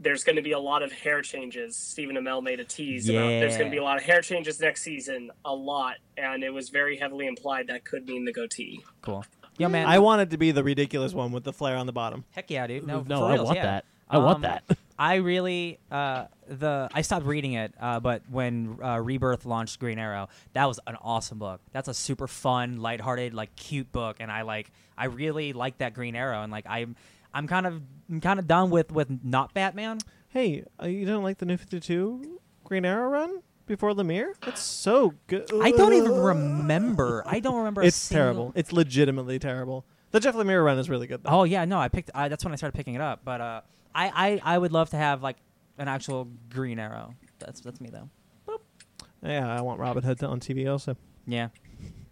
Speaker 4: there's going to be a lot of hair changes. Stephen Amell made a tease about there's going
Speaker 2: Yeah.
Speaker 4: to be a lot of hair changes next season, a lot, and it was very heavily implied that could mean the goatee.
Speaker 2: cool. Yo, man,
Speaker 1: I wanted to be the ridiculous one with the flare on the bottom.
Speaker 2: heck yeah, dude. No,
Speaker 3: no,
Speaker 2: for
Speaker 3: I
Speaker 2: reals,
Speaker 3: want
Speaker 2: yeah.
Speaker 3: that. I want
Speaker 2: Um,
Speaker 3: that.
Speaker 2: I really uh, the I stopped reading it, uh, but when uh, Rebirth launched Green Arrow, that was an awesome book. That's a super fun, lighthearted, like cute book, and I like I really like that Green Arrow, and like I'm I'm kind of I'm kind of done with with not Batman.
Speaker 1: Hey, uh, you didn't like the New 52 Green Arrow run before Lemire? It's so good.
Speaker 2: I don't even remember. I don't remember. a
Speaker 1: It's
Speaker 2: single-
Speaker 1: terrible. It's legitimately terrible. The Jeff Lemire run is really good though.
Speaker 2: Oh yeah, no, I picked. I, that's when I started picking it up. But uh, I, I I would love to have like an actual Green Arrow. That's that's me though.
Speaker 1: Yeah, I want Robin Hood to- on TV also.
Speaker 2: Yeah.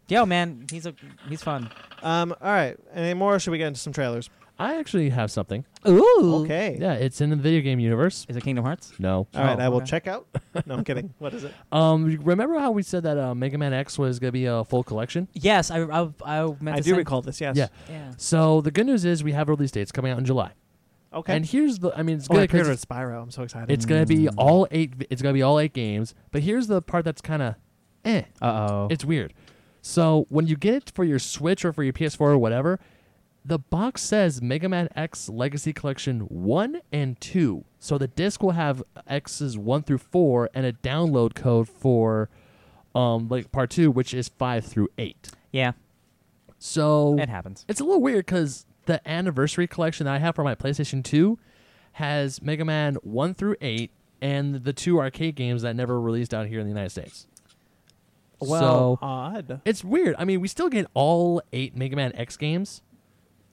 Speaker 2: Yo, man, he's a he's fun.
Speaker 1: Um, all right. Any more? Or should we get into some trailers?
Speaker 3: I actually have something.
Speaker 2: Ooh.
Speaker 1: Okay.
Speaker 3: Yeah, it's in the video game universe.
Speaker 2: Is it Kingdom Hearts?
Speaker 3: No.
Speaker 1: All right.
Speaker 2: Oh,
Speaker 1: I will
Speaker 2: okay.
Speaker 1: check out. No, I'm kidding. What is it?
Speaker 3: Um, you remember how we said that uh, Mega Man X was gonna be a full collection?
Speaker 2: Yes, I I, I meant
Speaker 1: I
Speaker 2: to
Speaker 1: do
Speaker 2: send-
Speaker 1: recall this. Yes.
Speaker 3: Yeah.
Speaker 2: Yeah.
Speaker 3: So the good news is we have release dates coming out in July.
Speaker 1: Okay.
Speaker 3: And here's the, I mean, it's
Speaker 1: oh, I
Speaker 3: good
Speaker 1: paired with
Speaker 3: because
Speaker 1: Spyro. I'm so excited.
Speaker 3: it's gonna be all eight. It's gonna be all eight games. But here's the part that's kind of, eh.
Speaker 2: Uh oh.
Speaker 3: It's weird. So when you get it for your Switch or for your PS4 or whatever, the box says Mega Man X Legacy Collection 1 and 2. So the disc will have X's 1 through 4 and a download code for um like part 2 which is 5 through 8.
Speaker 2: Yeah.
Speaker 3: So
Speaker 2: It happens.
Speaker 3: it's a little weird cuz the anniversary collection that I have for my PlayStation 2 has Mega Man 1 through 8 and the two arcade games that never released out here in the United States.
Speaker 1: well
Speaker 3: So-
Speaker 1: Mm. odd.
Speaker 3: it's weird. I mean, we still get all eight Mega Man X games,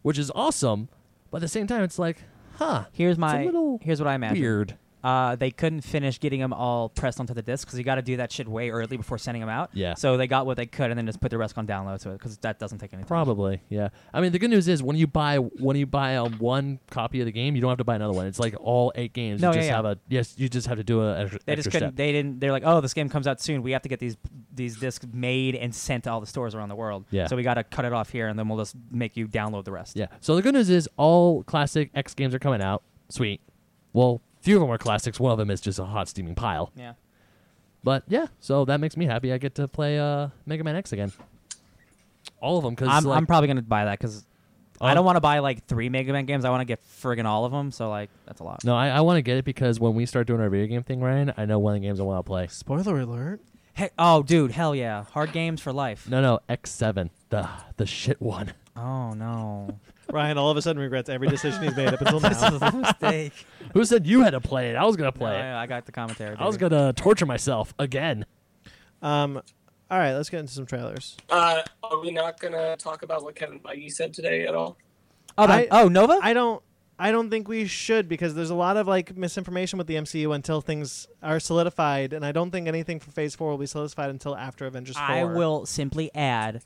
Speaker 3: which is awesome. But at the same time, it's like, huh,
Speaker 2: Here's my
Speaker 3: little
Speaker 2: here's what I imagine.
Speaker 3: weird.
Speaker 2: Uh, they couldn't finish getting them all pressed onto the disc because you got to do that shit way early before sending them out.
Speaker 3: Yeah.
Speaker 2: So they got what they could and then just put the rest on download to it because that doesn't take any time.
Speaker 3: Probably, yeah. I mean, the good news is when you buy when you buy um, one copy of the game, you don't have to buy another one. It's like all eight games.
Speaker 2: No,
Speaker 3: you
Speaker 2: yeah,
Speaker 3: just
Speaker 2: yeah.
Speaker 3: have a yes. You just have to do a extra,
Speaker 2: They just
Speaker 3: extra
Speaker 2: couldn't.
Speaker 3: step.
Speaker 2: They didn't. They're like, oh, this game comes out soon. We have to get these these discs made and sent to all the stores around the world.
Speaker 3: Yeah.
Speaker 2: So we got to cut it off here, and then we'll just make you download the rest.
Speaker 3: yeah. So the good news is all classic X games are coming out. Sweet. Well, few of them are classics. One of them is just a hot steaming pile.
Speaker 2: Yeah.
Speaker 3: But yeah, so that makes me happy. I get to play uh, Mega Man X again. All of them because
Speaker 2: I'm, I'm probably gonna buy that because I
Speaker 3: Um,
Speaker 2: don't want to buy like three Mega Man games. I want to get friggin' all of them. So like that's a lot.
Speaker 3: No, I, I want to get it because when we start doing our video game thing, Ryan, I know one of the games I want to play.
Speaker 1: Spoiler alert.
Speaker 2: Heck, oh dude, hell yeah, hard games for life.
Speaker 3: No, no, X7, the the shit one.
Speaker 2: Oh no,
Speaker 1: Ryan all of a sudden regrets every decision he's made up until now.
Speaker 2: a mistake.
Speaker 3: Who said you had to play it? I was gonna play
Speaker 2: No,
Speaker 3: it.
Speaker 2: I, I got the commentary.
Speaker 3: I was
Speaker 2: baby.
Speaker 3: gonna torture myself again.
Speaker 1: Um, all right. Let's get into some trailers.
Speaker 4: Uh, are we not going to talk about what Kevin Feige said today at all?
Speaker 2: Oh, that- oh Nova.
Speaker 1: I don't. I don't think we should because there's a lot of like misinformation with the MCU until things are solidified, and I don't think anything for Phase Four will be solidified until after Avengers Four.
Speaker 2: I will simply add,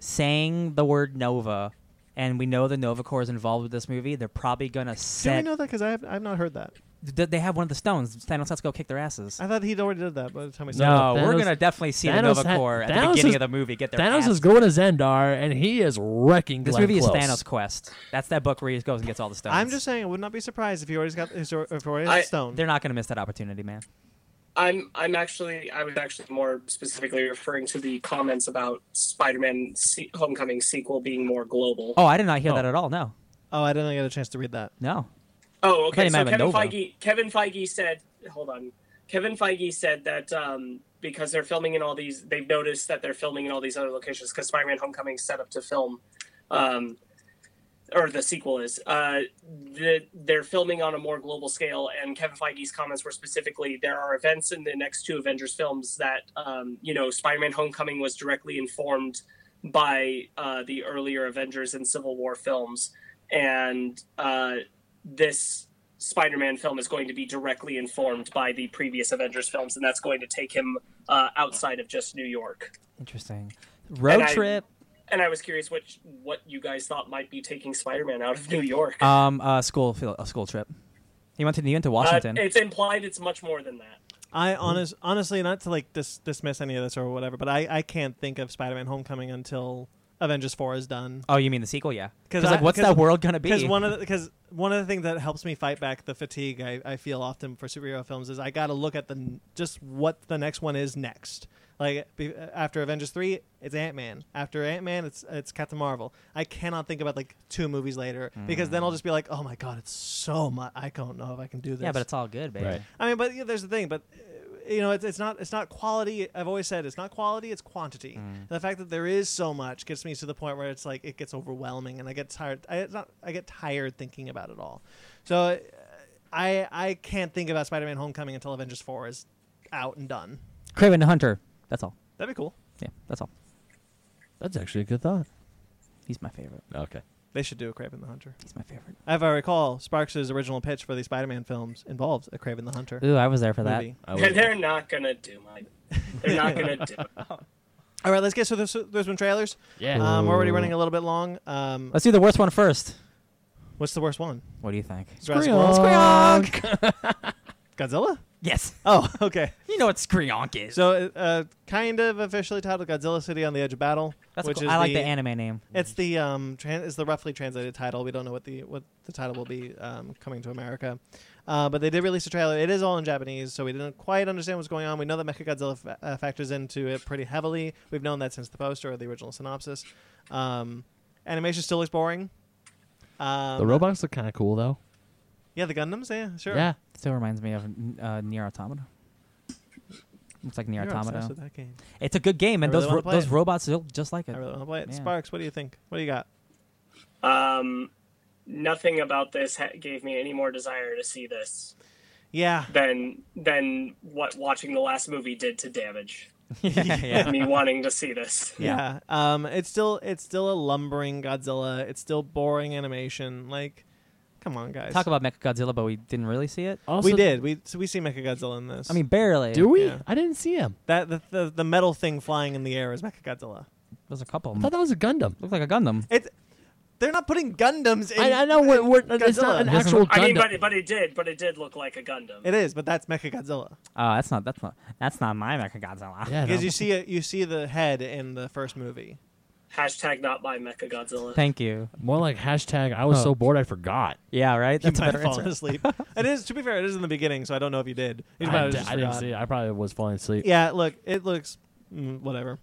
Speaker 2: saying the word Nova, and we know the Nova Corps is involved with this movie. They're probably gonna
Speaker 1: Do we
Speaker 2: set.
Speaker 1: know that? Because I've I've not heard that.
Speaker 2: th- they have one of the stones. Thanos has to go kick their asses.
Speaker 1: I thought he'd already did that by the time I saw
Speaker 2: No, we're
Speaker 3: Thanos-
Speaker 2: gonna definitely see
Speaker 3: Thanos
Speaker 2: the Nova
Speaker 3: had-
Speaker 2: Corps at
Speaker 3: Thanos
Speaker 2: the beginning
Speaker 3: is-
Speaker 2: of the movie. Get their
Speaker 3: Thanos
Speaker 2: ass-
Speaker 3: is going to Zendar, and he is wrecking.
Speaker 2: This
Speaker 3: Glenn
Speaker 2: movie is
Speaker 3: Close.
Speaker 2: Thanos Quest. That's that book where he goes and gets all the stones.
Speaker 1: I'm just saying, I would not be surprised if he already got his or- if he already
Speaker 4: I-
Speaker 1: got stone.
Speaker 2: They're not gonna miss that opportunity, man.
Speaker 4: I'm I'm actually I was actually more specifically referring to the comments about Spider-Man se- Homecoming sequel being more global.
Speaker 2: Oh, I did not hear
Speaker 3: Oh.
Speaker 2: that at all. No,
Speaker 1: Oh, I didn't get a chance to read that.
Speaker 2: no. I
Speaker 4: Oh,
Speaker 2: thought
Speaker 4: okay. So
Speaker 2: you meant
Speaker 4: Kevin
Speaker 2: Nova.
Speaker 4: Feige, Kevin Feige said, hold on. Kevin Feige said that um, because they're filming in all these, they've noticed that they're filming in all these other locations because Spider-Man: Homecoming is set up to film, um, or the sequel is. Uh, the, they're filming on a more global scale, and Kevin Feige's comments were specifically there are events in the next two Avengers films that um, you know Spider-Man: Homecoming was directly informed by uh, the earlier Avengers and Civil War films, and uh, this Spider-Man film is going to be directly informed by the previous Avengers films, and that's going to take him uh, outside of just New York.
Speaker 2: Interesting. Road
Speaker 4: And I-
Speaker 2: trip.
Speaker 4: And I was curious what what you guys thought might be taking Spider-Man out of New York.
Speaker 2: Um, uh, school, fil- a school trip. He went to he went to
Speaker 4: Uh,
Speaker 2: Washington.
Speaker 4: it's implied it's much more than that.
Speaker 1: I
Speaker 2: Mm-hmm.
Speaker 1: honest, honestly, not to like dis- dismiss any of this or whatever, but I, I can't think of Spider-Man: Homecoming until Avengers Four is done.
Speaker 2: oh, you mean the sequel? Yeah.
Speaker 1: 'Cause
Speaker 2: Because like,
Speaker 1: I-
Speaker 2: what's
Speaker 1: 'cause-
Speaker 2: that world gonna
Speaker 1: Because
Speaker 2: be?
Speaker 1: one of because one of the things that helps me fight back the fatigue I, I feel often for superhero films is I got to look at the n- just what the next one is next. Like be, after Avengers three, it's Ant Man. After Ant Man, it's it's Captain Marvel. I cannot think about like two movies later because then I'll just be like, oh my god, it's so much. I don't know if I can do this.
Speaker 2: Mm. yeah, but it's all good, baby.
Speaker 3: Right.
Speaker 1: I mean, but yeah, there's the thing, but uh, you know, it's, it's not it's not quality. I've always said it's not quality, it's quantity.
Speaker 2: Mm.
Speaker 1: And the fact that there is so much gets me to the point where it's like it gets overwhelming, and I get tired. I, it's not I get tired thinking about it all. So uh, I I can't think about Spider-Man: Homecoming until Avengers Four is out and done.
Speaker 2: Craven the Hunter. That's all.
Speaker 1: That'd be cool.
Speaker 2: Yeah, that's all.
Speaker 3: That's actually a good thought.
Speaker 2: He's my favorite.
Speaker 3: Okay.
Speaker 1: They should do a Craven the Hunter.
Speaker 2: He's my favorite.
Speaker 1: If I recall, Sparks' original pitch for the Spider-Man films involved a Craven the Hunter
Speaker 2: Ooh, I was there for that.
Speaker 1: movie.
Speaker 3: I would-
Speaker 4: They're not gonna do my. They're not gonna do. It.
Speaker 1: All right, let's get so there's, there's been trailers.
Speaker 3: yeah.
Speaker 1: Um, we're already
Speaker 2: Ooh.
Speaker 1: running a little bit long. Um,
Speaker 2: Let's do the worst one first.
Speaker 1: what's the worst one?
Speaker 2: What do you think?
Speaker 1: Jurassic
Speaker 3: Squeal.
Speaker 1: World?
Speaker 2: Squeonk.
Speaker 1: Godzilla?
Speaker 2: yes.
Speaker 1: Oh, okay.
Speaker 2: You know what Squeonk is.
Speaker 1: So, uh, kind of officially titled Godzilla City on the Edge of Battle,
Speaker 2: that's a
Speaker 1: which
Speaker 2: cool.
Speaker 1: is
Speaker 2: I like
Speaker 1: the,
Speaker 2: the anime name.
Speaker 1: It's the um, tran- it's the roughly translated title. We don't know what the what the title will be um, coming to America, uh, but they did release a trailer. It is all in Japanese, so we didn't quite understand what's going on. We know that Mechagodzilla fa- uh, factors into it pretty heavily. We've known that since the poster or the original synopsis. Um, animation still looks boring. Um,
Speaker 3: the robots look kind of cool though.
Speaker 1: Yeah, the Gundams. Yeah, sure.
Speaker 3: Yeah.
Speaker 2: Still reminds me of uh, Nier Automata. It's like Nier
Speaker 1: You're obsessed
Speaker 2: Automata.
Speaker 1: with that game.
Speaker 2: It's a good game, and
Speaker 1: I really
Speaker 2: those
Speaker 1: wanna
Speaker 2: ro-
Speaker 1: play
Speaker 2: those
Speaker 1: it.
Speaker 2: robots look just like it.
Speaker 1: I really want to play it.
Speaker 2: Yeah.
Speaker 1: Sparks, what do you think? What do you got?
Speaker 4: Um, nothing about this ha- gave me any more desire to see this
Speaker 1: Yeah,
Speaker 4: than than what watching the last movie did to damage
Speaker 2: yeah, yeah.
Speaker 4: me wanting to see this.
Speaker 1: Yeah. Um it's still it's still a lumbering Godzilla. It's still boring animation. Like come on guys.
Speaker 2: Talk about Mechagodzilla, but we didn't really see it.
Speaker 3: Also,
Speaker 1: we did. We so we see Mechagodzilla in this.
Speaker 2: I mean, barely.
Speaker 3: Do we?
Speaker 1: Yeah.
Speaker 3: I didn't see him.
Speaker 1: that the, the the metal thing flying in the air is Mechagodzilla.
Speaker 2: There's a couple.
Speaker 3: I thought that was a Gundam.
Speaker 2: Looked like a Gundam.
Speaker 1: It's they're not putting Gundams in
Speaker 3: I, I know we're, we're, it's
Speaker 1: Godzilla.
Speaker 3: not an
Speaker 1: Doesn't-
Speaker 3: actual Gundam.
Speaker 4: I mean, but it, but it did, but it did look like a Gundam.
Speaker 1: It is, but that's Mechagodzilla.
Speaker 2: Oh, that's not that's not that's not my Mechagodzilla.
Speaker 3: yeah,
Speaker 1: Because
Speaker 3: no.
Speaker 1: you see it you see the head in the first movie.
Speaker 4: Hashtag not my Mecha Godzilla.
Speaker 2: Thank you.
Speaker 3: more like hashtag. I was
Speaker 2: Oh.
Speaker 3: so bored I forgot.
Speaker 2: Yeah, right.
Speaker 1: You
Speaker 2: That's a
Speaker 1: might
Speaker 2: better
Speaker 1: have fallen
Speaker 2: answer.
Speaker 1: asleep. it is to be fair, it is in the beginning, so I don't know if you did. You might
Speaker 3: I,
Speaker 1: have
Speaker 3: d-
Speaker 1: just
Speaker 3: I didn't
Speaker 1: forgot.
Speaker 3: see. It. I probably was falling asleep.
Speaker 1: Yeah, look, it looks mm, whatever.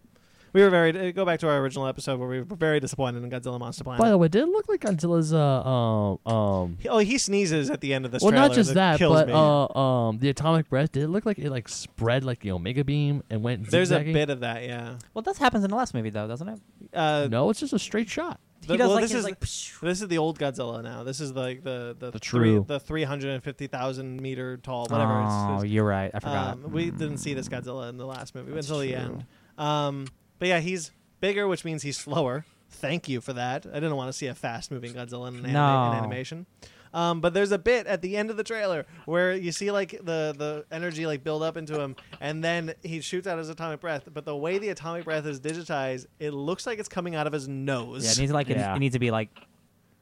Speaker 1: We were very uh, go back to our original episode where we were very disappointed in Godzilla Monster Planet.
Speaker 3: By the way, did it look like Godzilla's uh um um
Speaker 1: He- Oh, he sneezes at the end of this.
Speaker 3: well
Speaker 1: trailer.
Speaker 3: not just that,
Speaker 1: kills
Speaker 3: but
Speaker 1: me.
Speaker 3: uh um the atomic breath did it look like it like spread like the omega beam and went
Speaker 1: there's a
Speaker 3: zigzagging?
Speaker 1: bit of that. Yeah.
Speaker 2: Well, that happens in the last movie, though, doesn't it?
Speaker 1: Uh,
Speaker 3: No, it's just a straight shot.
Speaker 1: the-
Speaker 2: he does
Speaker 1: well,
Speaker 2: like
Speaker 1: this
Speaker 2: his
Speaker 1: is
Speaker 2: like. psh-
Speaker 1: this is the old Godzilla now. This is like the the,
Speaker 3: The
Speaker 1: three,
Speaker 3: true.
Speaker 1: the three hundred and fifty thousand meter tall whatever. it's-
Speaker 2: Oh,
Speaker 1: it's-
Speaker 2: you're right. I forgot. Mm.
Speaker 1: um, we didn't see this Godzilla in the last movie
Speaker 2: That's
Speaker 1: until the
Speaker 2: true.
Speaker 1: end. Um, but yeah, he's bigger, which means he's slower. Thank you for that. I didn't want to see a fast moving Godzilla in, an anima-
Speaker 2: No.
Speaker 1: in animation. Um, but there's a bit at the end of the trailer where you see like the, the energy like build up into him, and then he shoots out his atomic breath. But the way the atomic breath is digitized, it looks like it's coming out of his nose.
Speaker 2: yeah, it needs like it,
Speaker 3: Yeah.
Speaker 2: it needs to be like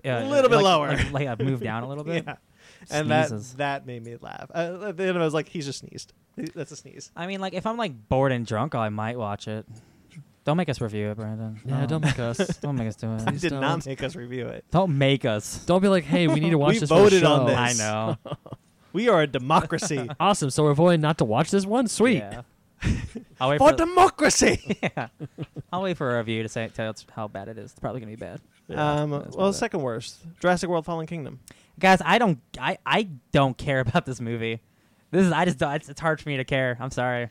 Speaker 2: uh,
Speaker 1: A little bit
Speaker 2: like-
Speaker 1: lower.
Speaker 2: like, like, uh, move down a little bit.
Speaker 1: Yeah. and that
Speaker 2: Sneezes.
Speaker 1: that made me laugh. Uh, at the end, I was like, "He's just sneezed. That's a sneeze."
Speaker 2: I mean, like if I'm like bored and drunk, I might watch it. Don't make us review it, Brandon.
Speaker 3: Yeah,
Speaker 2: No.
Speaker 3: don't make us.
Speaker 2: don't make us do
Speaker 1: I
Speaker 2: it.
Speaker 1: did
Speaker 3: don't.
Speaker 1: not make us review it.
Speaker 2: Don't make us.
Speaker 3: Don't be like, hey, we need to watch
Speaker 1: We
Speaker 3: this. for the
Speaker 1: voted on
Speaker 3: show.
Speaker 1: this.
Speaker 2: I know.
Speaker 1: We are a democracy
Speaker 3: Awesome. So we're voting not to watch this one. Sweet.
Speaker 2: Yeah. I'll wait
Speaker 1: for
Speaker 2: for,
Speaker 1: democracy.
Speaker 2: yeah. I'll wait for a review to say tell us how bad it is. It's probably gonna be bad.
Speaker 1: um,
Speaker 2: that's
Speaker 1: well,
Speaker 2: about it.
Speaker 1: second worst, Jurassic World: Fallen Kingdom.
Speaker 2: Guys, I don't I, I don't care about this movie. This is I just don't, it's, it's hard for me to care. I'm sorry.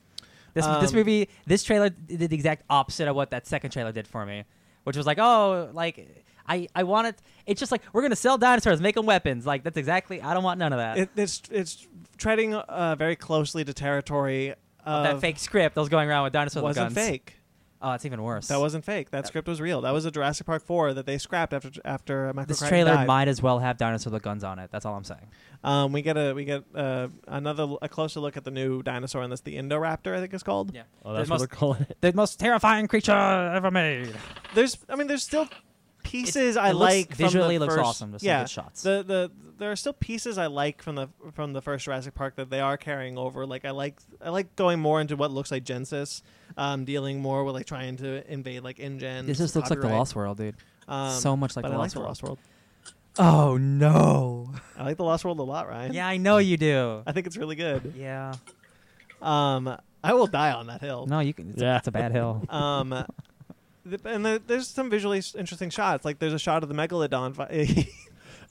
Speaker 2: This this
Speaker 1: Um,
Speaker 2: movie this trailer did the exact opposite of what that second trailer did for me, which was like, "Oh, like I I want it it's just like we're going to sell dinosaurs, make them weapons." Like that's exactly I don't want none of that.
Speaker 1: It, it's it's treading uh, very closely to territory of,
Speaker 2: Of Oh, that fake script that was going around with dinosaurs with
Speaker 1: uh, Wasn't
Speaker 2: guns.
Speaker 1: fake.
Speaker 2: Oh, it's even worse.
Speaker 1: That wasn't fake. That script was real. That was a Jurassic Park four that they scrapped after after uh, Michael
Speaker 2: this
Speaker 1: Crichton
Speaker 2: trailer
Speaker 1: died.
Speaker 2: might as well have dinosaur with guns on it. That's all I'm saying.
Speaker 1: Um, we get a we get uh, another a closer look at the new dinosaur, and that's the Indoraptor, I think it's called.
Speaker 2: Yeah.
Speaker 3: Oh, that's
Speaker 2: There
Speaker 3: what
Speaker 2: must-
Speaker 3: they're calling it.
Speaker 2: The most terrifying creature ever made.
Speaker 1: There's, I mean, there's still pieces
Speaker 2: It-
Speaker 1: I
Speaker 2: it looks-
Speaker 1: like. from
Speaker 2: visually
Speaker 1: the
Speaker 2: looks
Speaker 1: first,
Speaker 2: awesome. Just some
Speaker 1: yeah,
Speaker 2: good shots.
Speaker 1: The, the there are still pieces I like from the from the first Jurassic Park that they are carrying over. Like I like I like going more into what looks like Genesis, um, dealing more with like trying to invade like InGen.
Speaker 2: This just looks like the
Speaker 1: copyright.
Speaker 2: Lost World, dude.
Speaker 1: Um,
Speaker 2: so much like
Speaker 1: but
Speaker 2: the
Speaker 1: I
Speaker 2: Lost
Speaker 1: like
Speaker 2: World.
Speaker 1: the Lost World.
Speaker 2: Oh no.
Speaker 1: I like the Lost World a lot, Ryan.
Speaker 2: Yeah, I know you do.
Speaker 1: I think it's really good.
Speaker 2: Yeah.
Speaker 1: Um, I will die on that hill.
Speaker 2: No, you can. It's,
Speaker 3: Yeah.
Speaker 2: a, it's a bad hill.
Speaker 1: Um, th- and there, there's some visually s- interesting shots. Like there's a shot of the megalodon. Fi-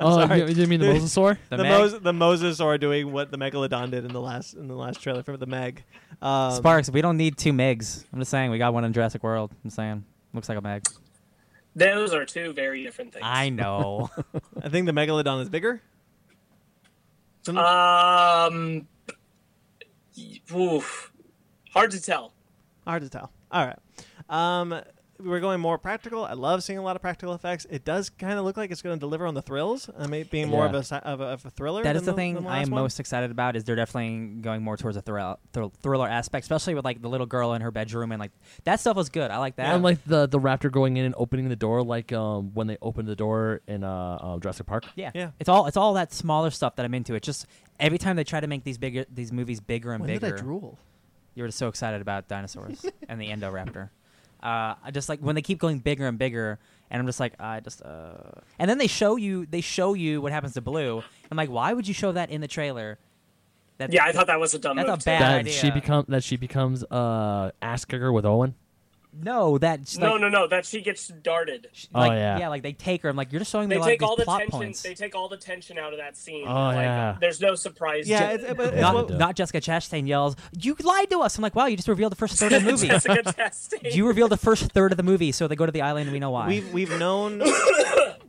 Speaker 1: I'm
Speaker 3: oh,
Speaker 1: sorry.
Speaker 3: you, you mean the
Speaker 1: Dude.
Speaker 3: mosasaur?
Speaker 1: The,
Speaker 2: Meg?
Speaker 1: Mos- the Moses are doing what the megalodon did in the last in the last trailer for the Meg. Um,
Speaker 2: Sparks, we don't need two Megs. I'm just saying we got one in Jurassic World. I'm saying looks like a Meg.
Speaker 4: Those are two very different things.
Speaker 2: I know.
Speaker 1: I think the megalodon is bigger. Some-
Speaker 4: Um, y- oof. hard to tell.
Speaker 1: hard to tell. All right. Um, we're going more practical. I love seeing a lot of practical effects. It does kind of look like it's going to deliver on the thrills. I mean, being more
Speaker 3: Yeah.
Speaker 1: of a, sci- of a of a thriller.
Speaker 2: that is
Speaker 1: than
Speaker 2: the
Speaker 1: than
Speaker 2: thing I
Speaker 1: last
Speaker 2: am
Speaker 1: one.
Speaker 2: most excited about. Is they're definitely going more towards a thriller, thril- thriller aspect, especially with like the little girl in her bedroom and like that stuff was good. I like that.
Speaker 3: And like the, the raptor going in and opening the door, like um, when they opened the door in uh, uh, Jurassic Park.
Speaker 2: Yeah.
Speaker 1: Yeah.
Speaker 2: It's all it's all that smaller stuff that I'm into. It's just every time they try to make these bigger these movies bigger and
Speaker 1: When
Speaker 2: bigger.
Speaker 1: did I drool?
Speaker 2: You were just so excited about dinosaurs and the Endoraptor. Uh, I just like when they keep going bigger and bigger, and I'm just like, I just. Uh... And then they show you, they show you what happens to Blue. I'm like, why would you show that in the trailer? That
Speaker 4: Yeah, I thought that was a dumb
Speaker 2: That's
Speaker 4: move.
Speaker 2: a
Speaker 4: too.
Speaker 2: bad-
Speaker 3: that
Speaker 2: idea.
Speaker 3: she become that she becomes uh, ass kicker with Owen.
Speaker 2: no, that just,
Speaker 4: No,
Speaker 2: like,
Speaker 4: no, no. That she gets darted.
Speaker 2: sh-
Speaker 3: Oh,
Speaker 2: like,
Speaker 3: yeah.
Speaker 2: yeah, like they take her. I'm like, you're just showing me
Speaker 4: They
Speaker 2: a lot
Speaker 4: take
Speaker 2: of these
Speaker 4: all the
Speaker 2: plot
Speaker 4: tension.
Speaker 2: points.
Speaker 4: They take all the tension out of that scene.
Speaker 3: Oh,
Speaker 4: like,
Speaker 3: yeah.
Speaker 4: There's no surprise.
Speaker 1: Yeah,
Speaker 4: to
Speaker 1: it's, but it's
Speaker 2: not,
Speaker 1: what-
Speaker 3: Yeah.
Speaker 2: not Jessica Chastain yells, "You lied to us!" I'm like, wow, you just revealed the first third of the movie.
Speaker 4: Jessica Chastain.
Speaker 2: you revealed the first third of the movie, so they go to the island, and we know why.
Speaker 1: We've we've known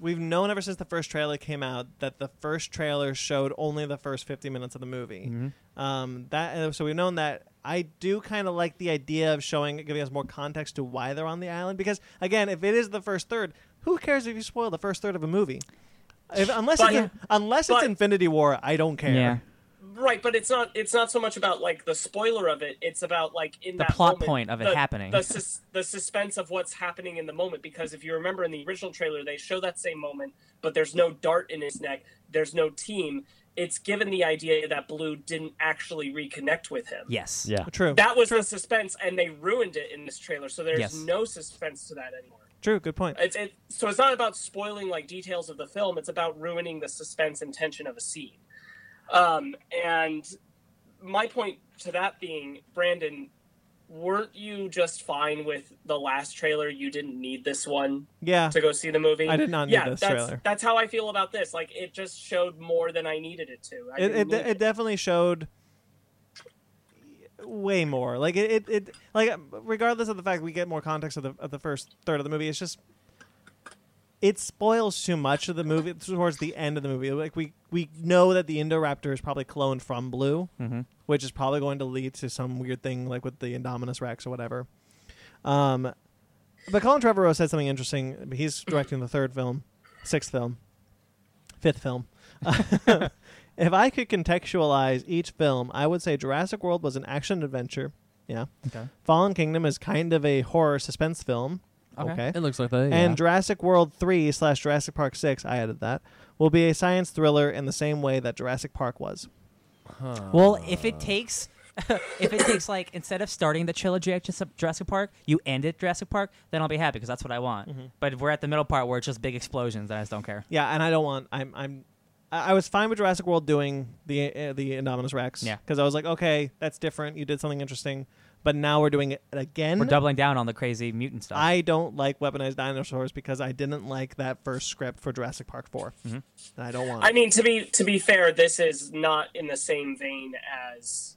Speaker 1: we've known ever since the first trailer came out that the first trailer showed only the first fifty minutes of the movie.
Speaker 4: Mm-hmm.
Speaker 1: Um, that and so we've known that. I do kind of like the idea of showing giving us more context to why they're on the island because again, if it is the first third, who cares if you spoil the first third of a movie? If, unless
Speaker 4: But-
Speaker 1: it's, unless it's
Speaker 4: but-
Speaker 1: Infinity War, I don't care.
Speaker 2: yeah.
Speaker 4: Right, but it's not. It's not so much about like the spoiler of it. It's about like in
Speaker 2: The
Speaker 4: that
Speaker 2: plot
Speaker 4: moment,
Speaker 2: point of it
Speaker 4: the-
Speaker 2: happening.
Speaker 4: The, sus- the suspense of what's happening in the moment. Because if you remember in the original trailer, they show that same moment, but there's no dart in his neck. There's no team. It's given the idea that Blue didn't actually reconnect with him.
Speaker 2: Yes.
Speaker 3: Yeah,
Speaker 1: True.
Speaker 4: That was the suspense, and they ruined it in this trailer. So there's
Speaker 2: Yes.
Speaker 4: no suspense to that anymore.
Speaker 1: True. Good point.
Speaker 4: It's it, so it's not about spoiling like details of the film. It's about ruining the suspense and tension of a scene. Um, and my point to that being, Brandon, weren't you just fine with the last trailer? You didn't need this one
Speaker 1: Yeah.
Speaker 4: to go see the movie.
Speaker 1: I did not need this
Speaker 4: that's,
Speaker 1: trailer.
Speaker 4: That's how I feel about this. Like it just showed more than I needed it to. I
Speaker 1: it,
Speaker 4: didn't
Speaker 1: it,
Speaker 4: need
Speaker 1: it definitely showed way more like it, it, it like regardless of the fact we get more context of the, of the first third of the movie it's just it spoils too much of the movie towards the end of the movie like we we know that the indoraptor is probably cloned from blue
Speaker 2: Mhm.
Speaker 1: which is probably going to lead to some weird thing like with the indominus rex or whatever um but colin trevorrow said something interesting he's directing the third film sixth film fifth film if I could contextualize each film, I would say Jurassic World was an action adventure. Yeah.
Speaker 2: Okay.
Speaker 1: Fallen Kingdom is kind of a horror suspense film.
Speaker 2: Okay.
Speaker 1: okay.
Speaker 3: It looks like
Speaker 1: And
Speaker 3: that. yeah.
Speaker 1: Jurassic World 3 slash Jurassic Park 6, I added that, will be a science thriller in the same way that Jurassic Park was.
Speaker 2: Well, if it takes, if it takes like instead of starting the trilogy at Jus- Jurassic Park, you end it Jurassic Park, then I'll be happy because that's what I want. But if we're at the middle part where it's just big explosions, and I just don't care.
Speaker 1: Yeah, and I don't want. I'm. I'm. I I was fine with Jurassic World doing the uh, the Indominus Rex.
Speaker 2: Yeah.
Speaker 1: Because I was like, okay, that's different. You did something interesting, but now we're doing it again.
Speaker 2: We're doubling down on the crazy mutant stuff.
Speaker 1: I don't like weaponized dinosaurs because I didn't like that first script for Jurassic Park 4
Speaker 3: Mm-hmm.
Speaker 1: and I don't want.
Speaker 4: I mean, to be to be fair, this is not in the same vein as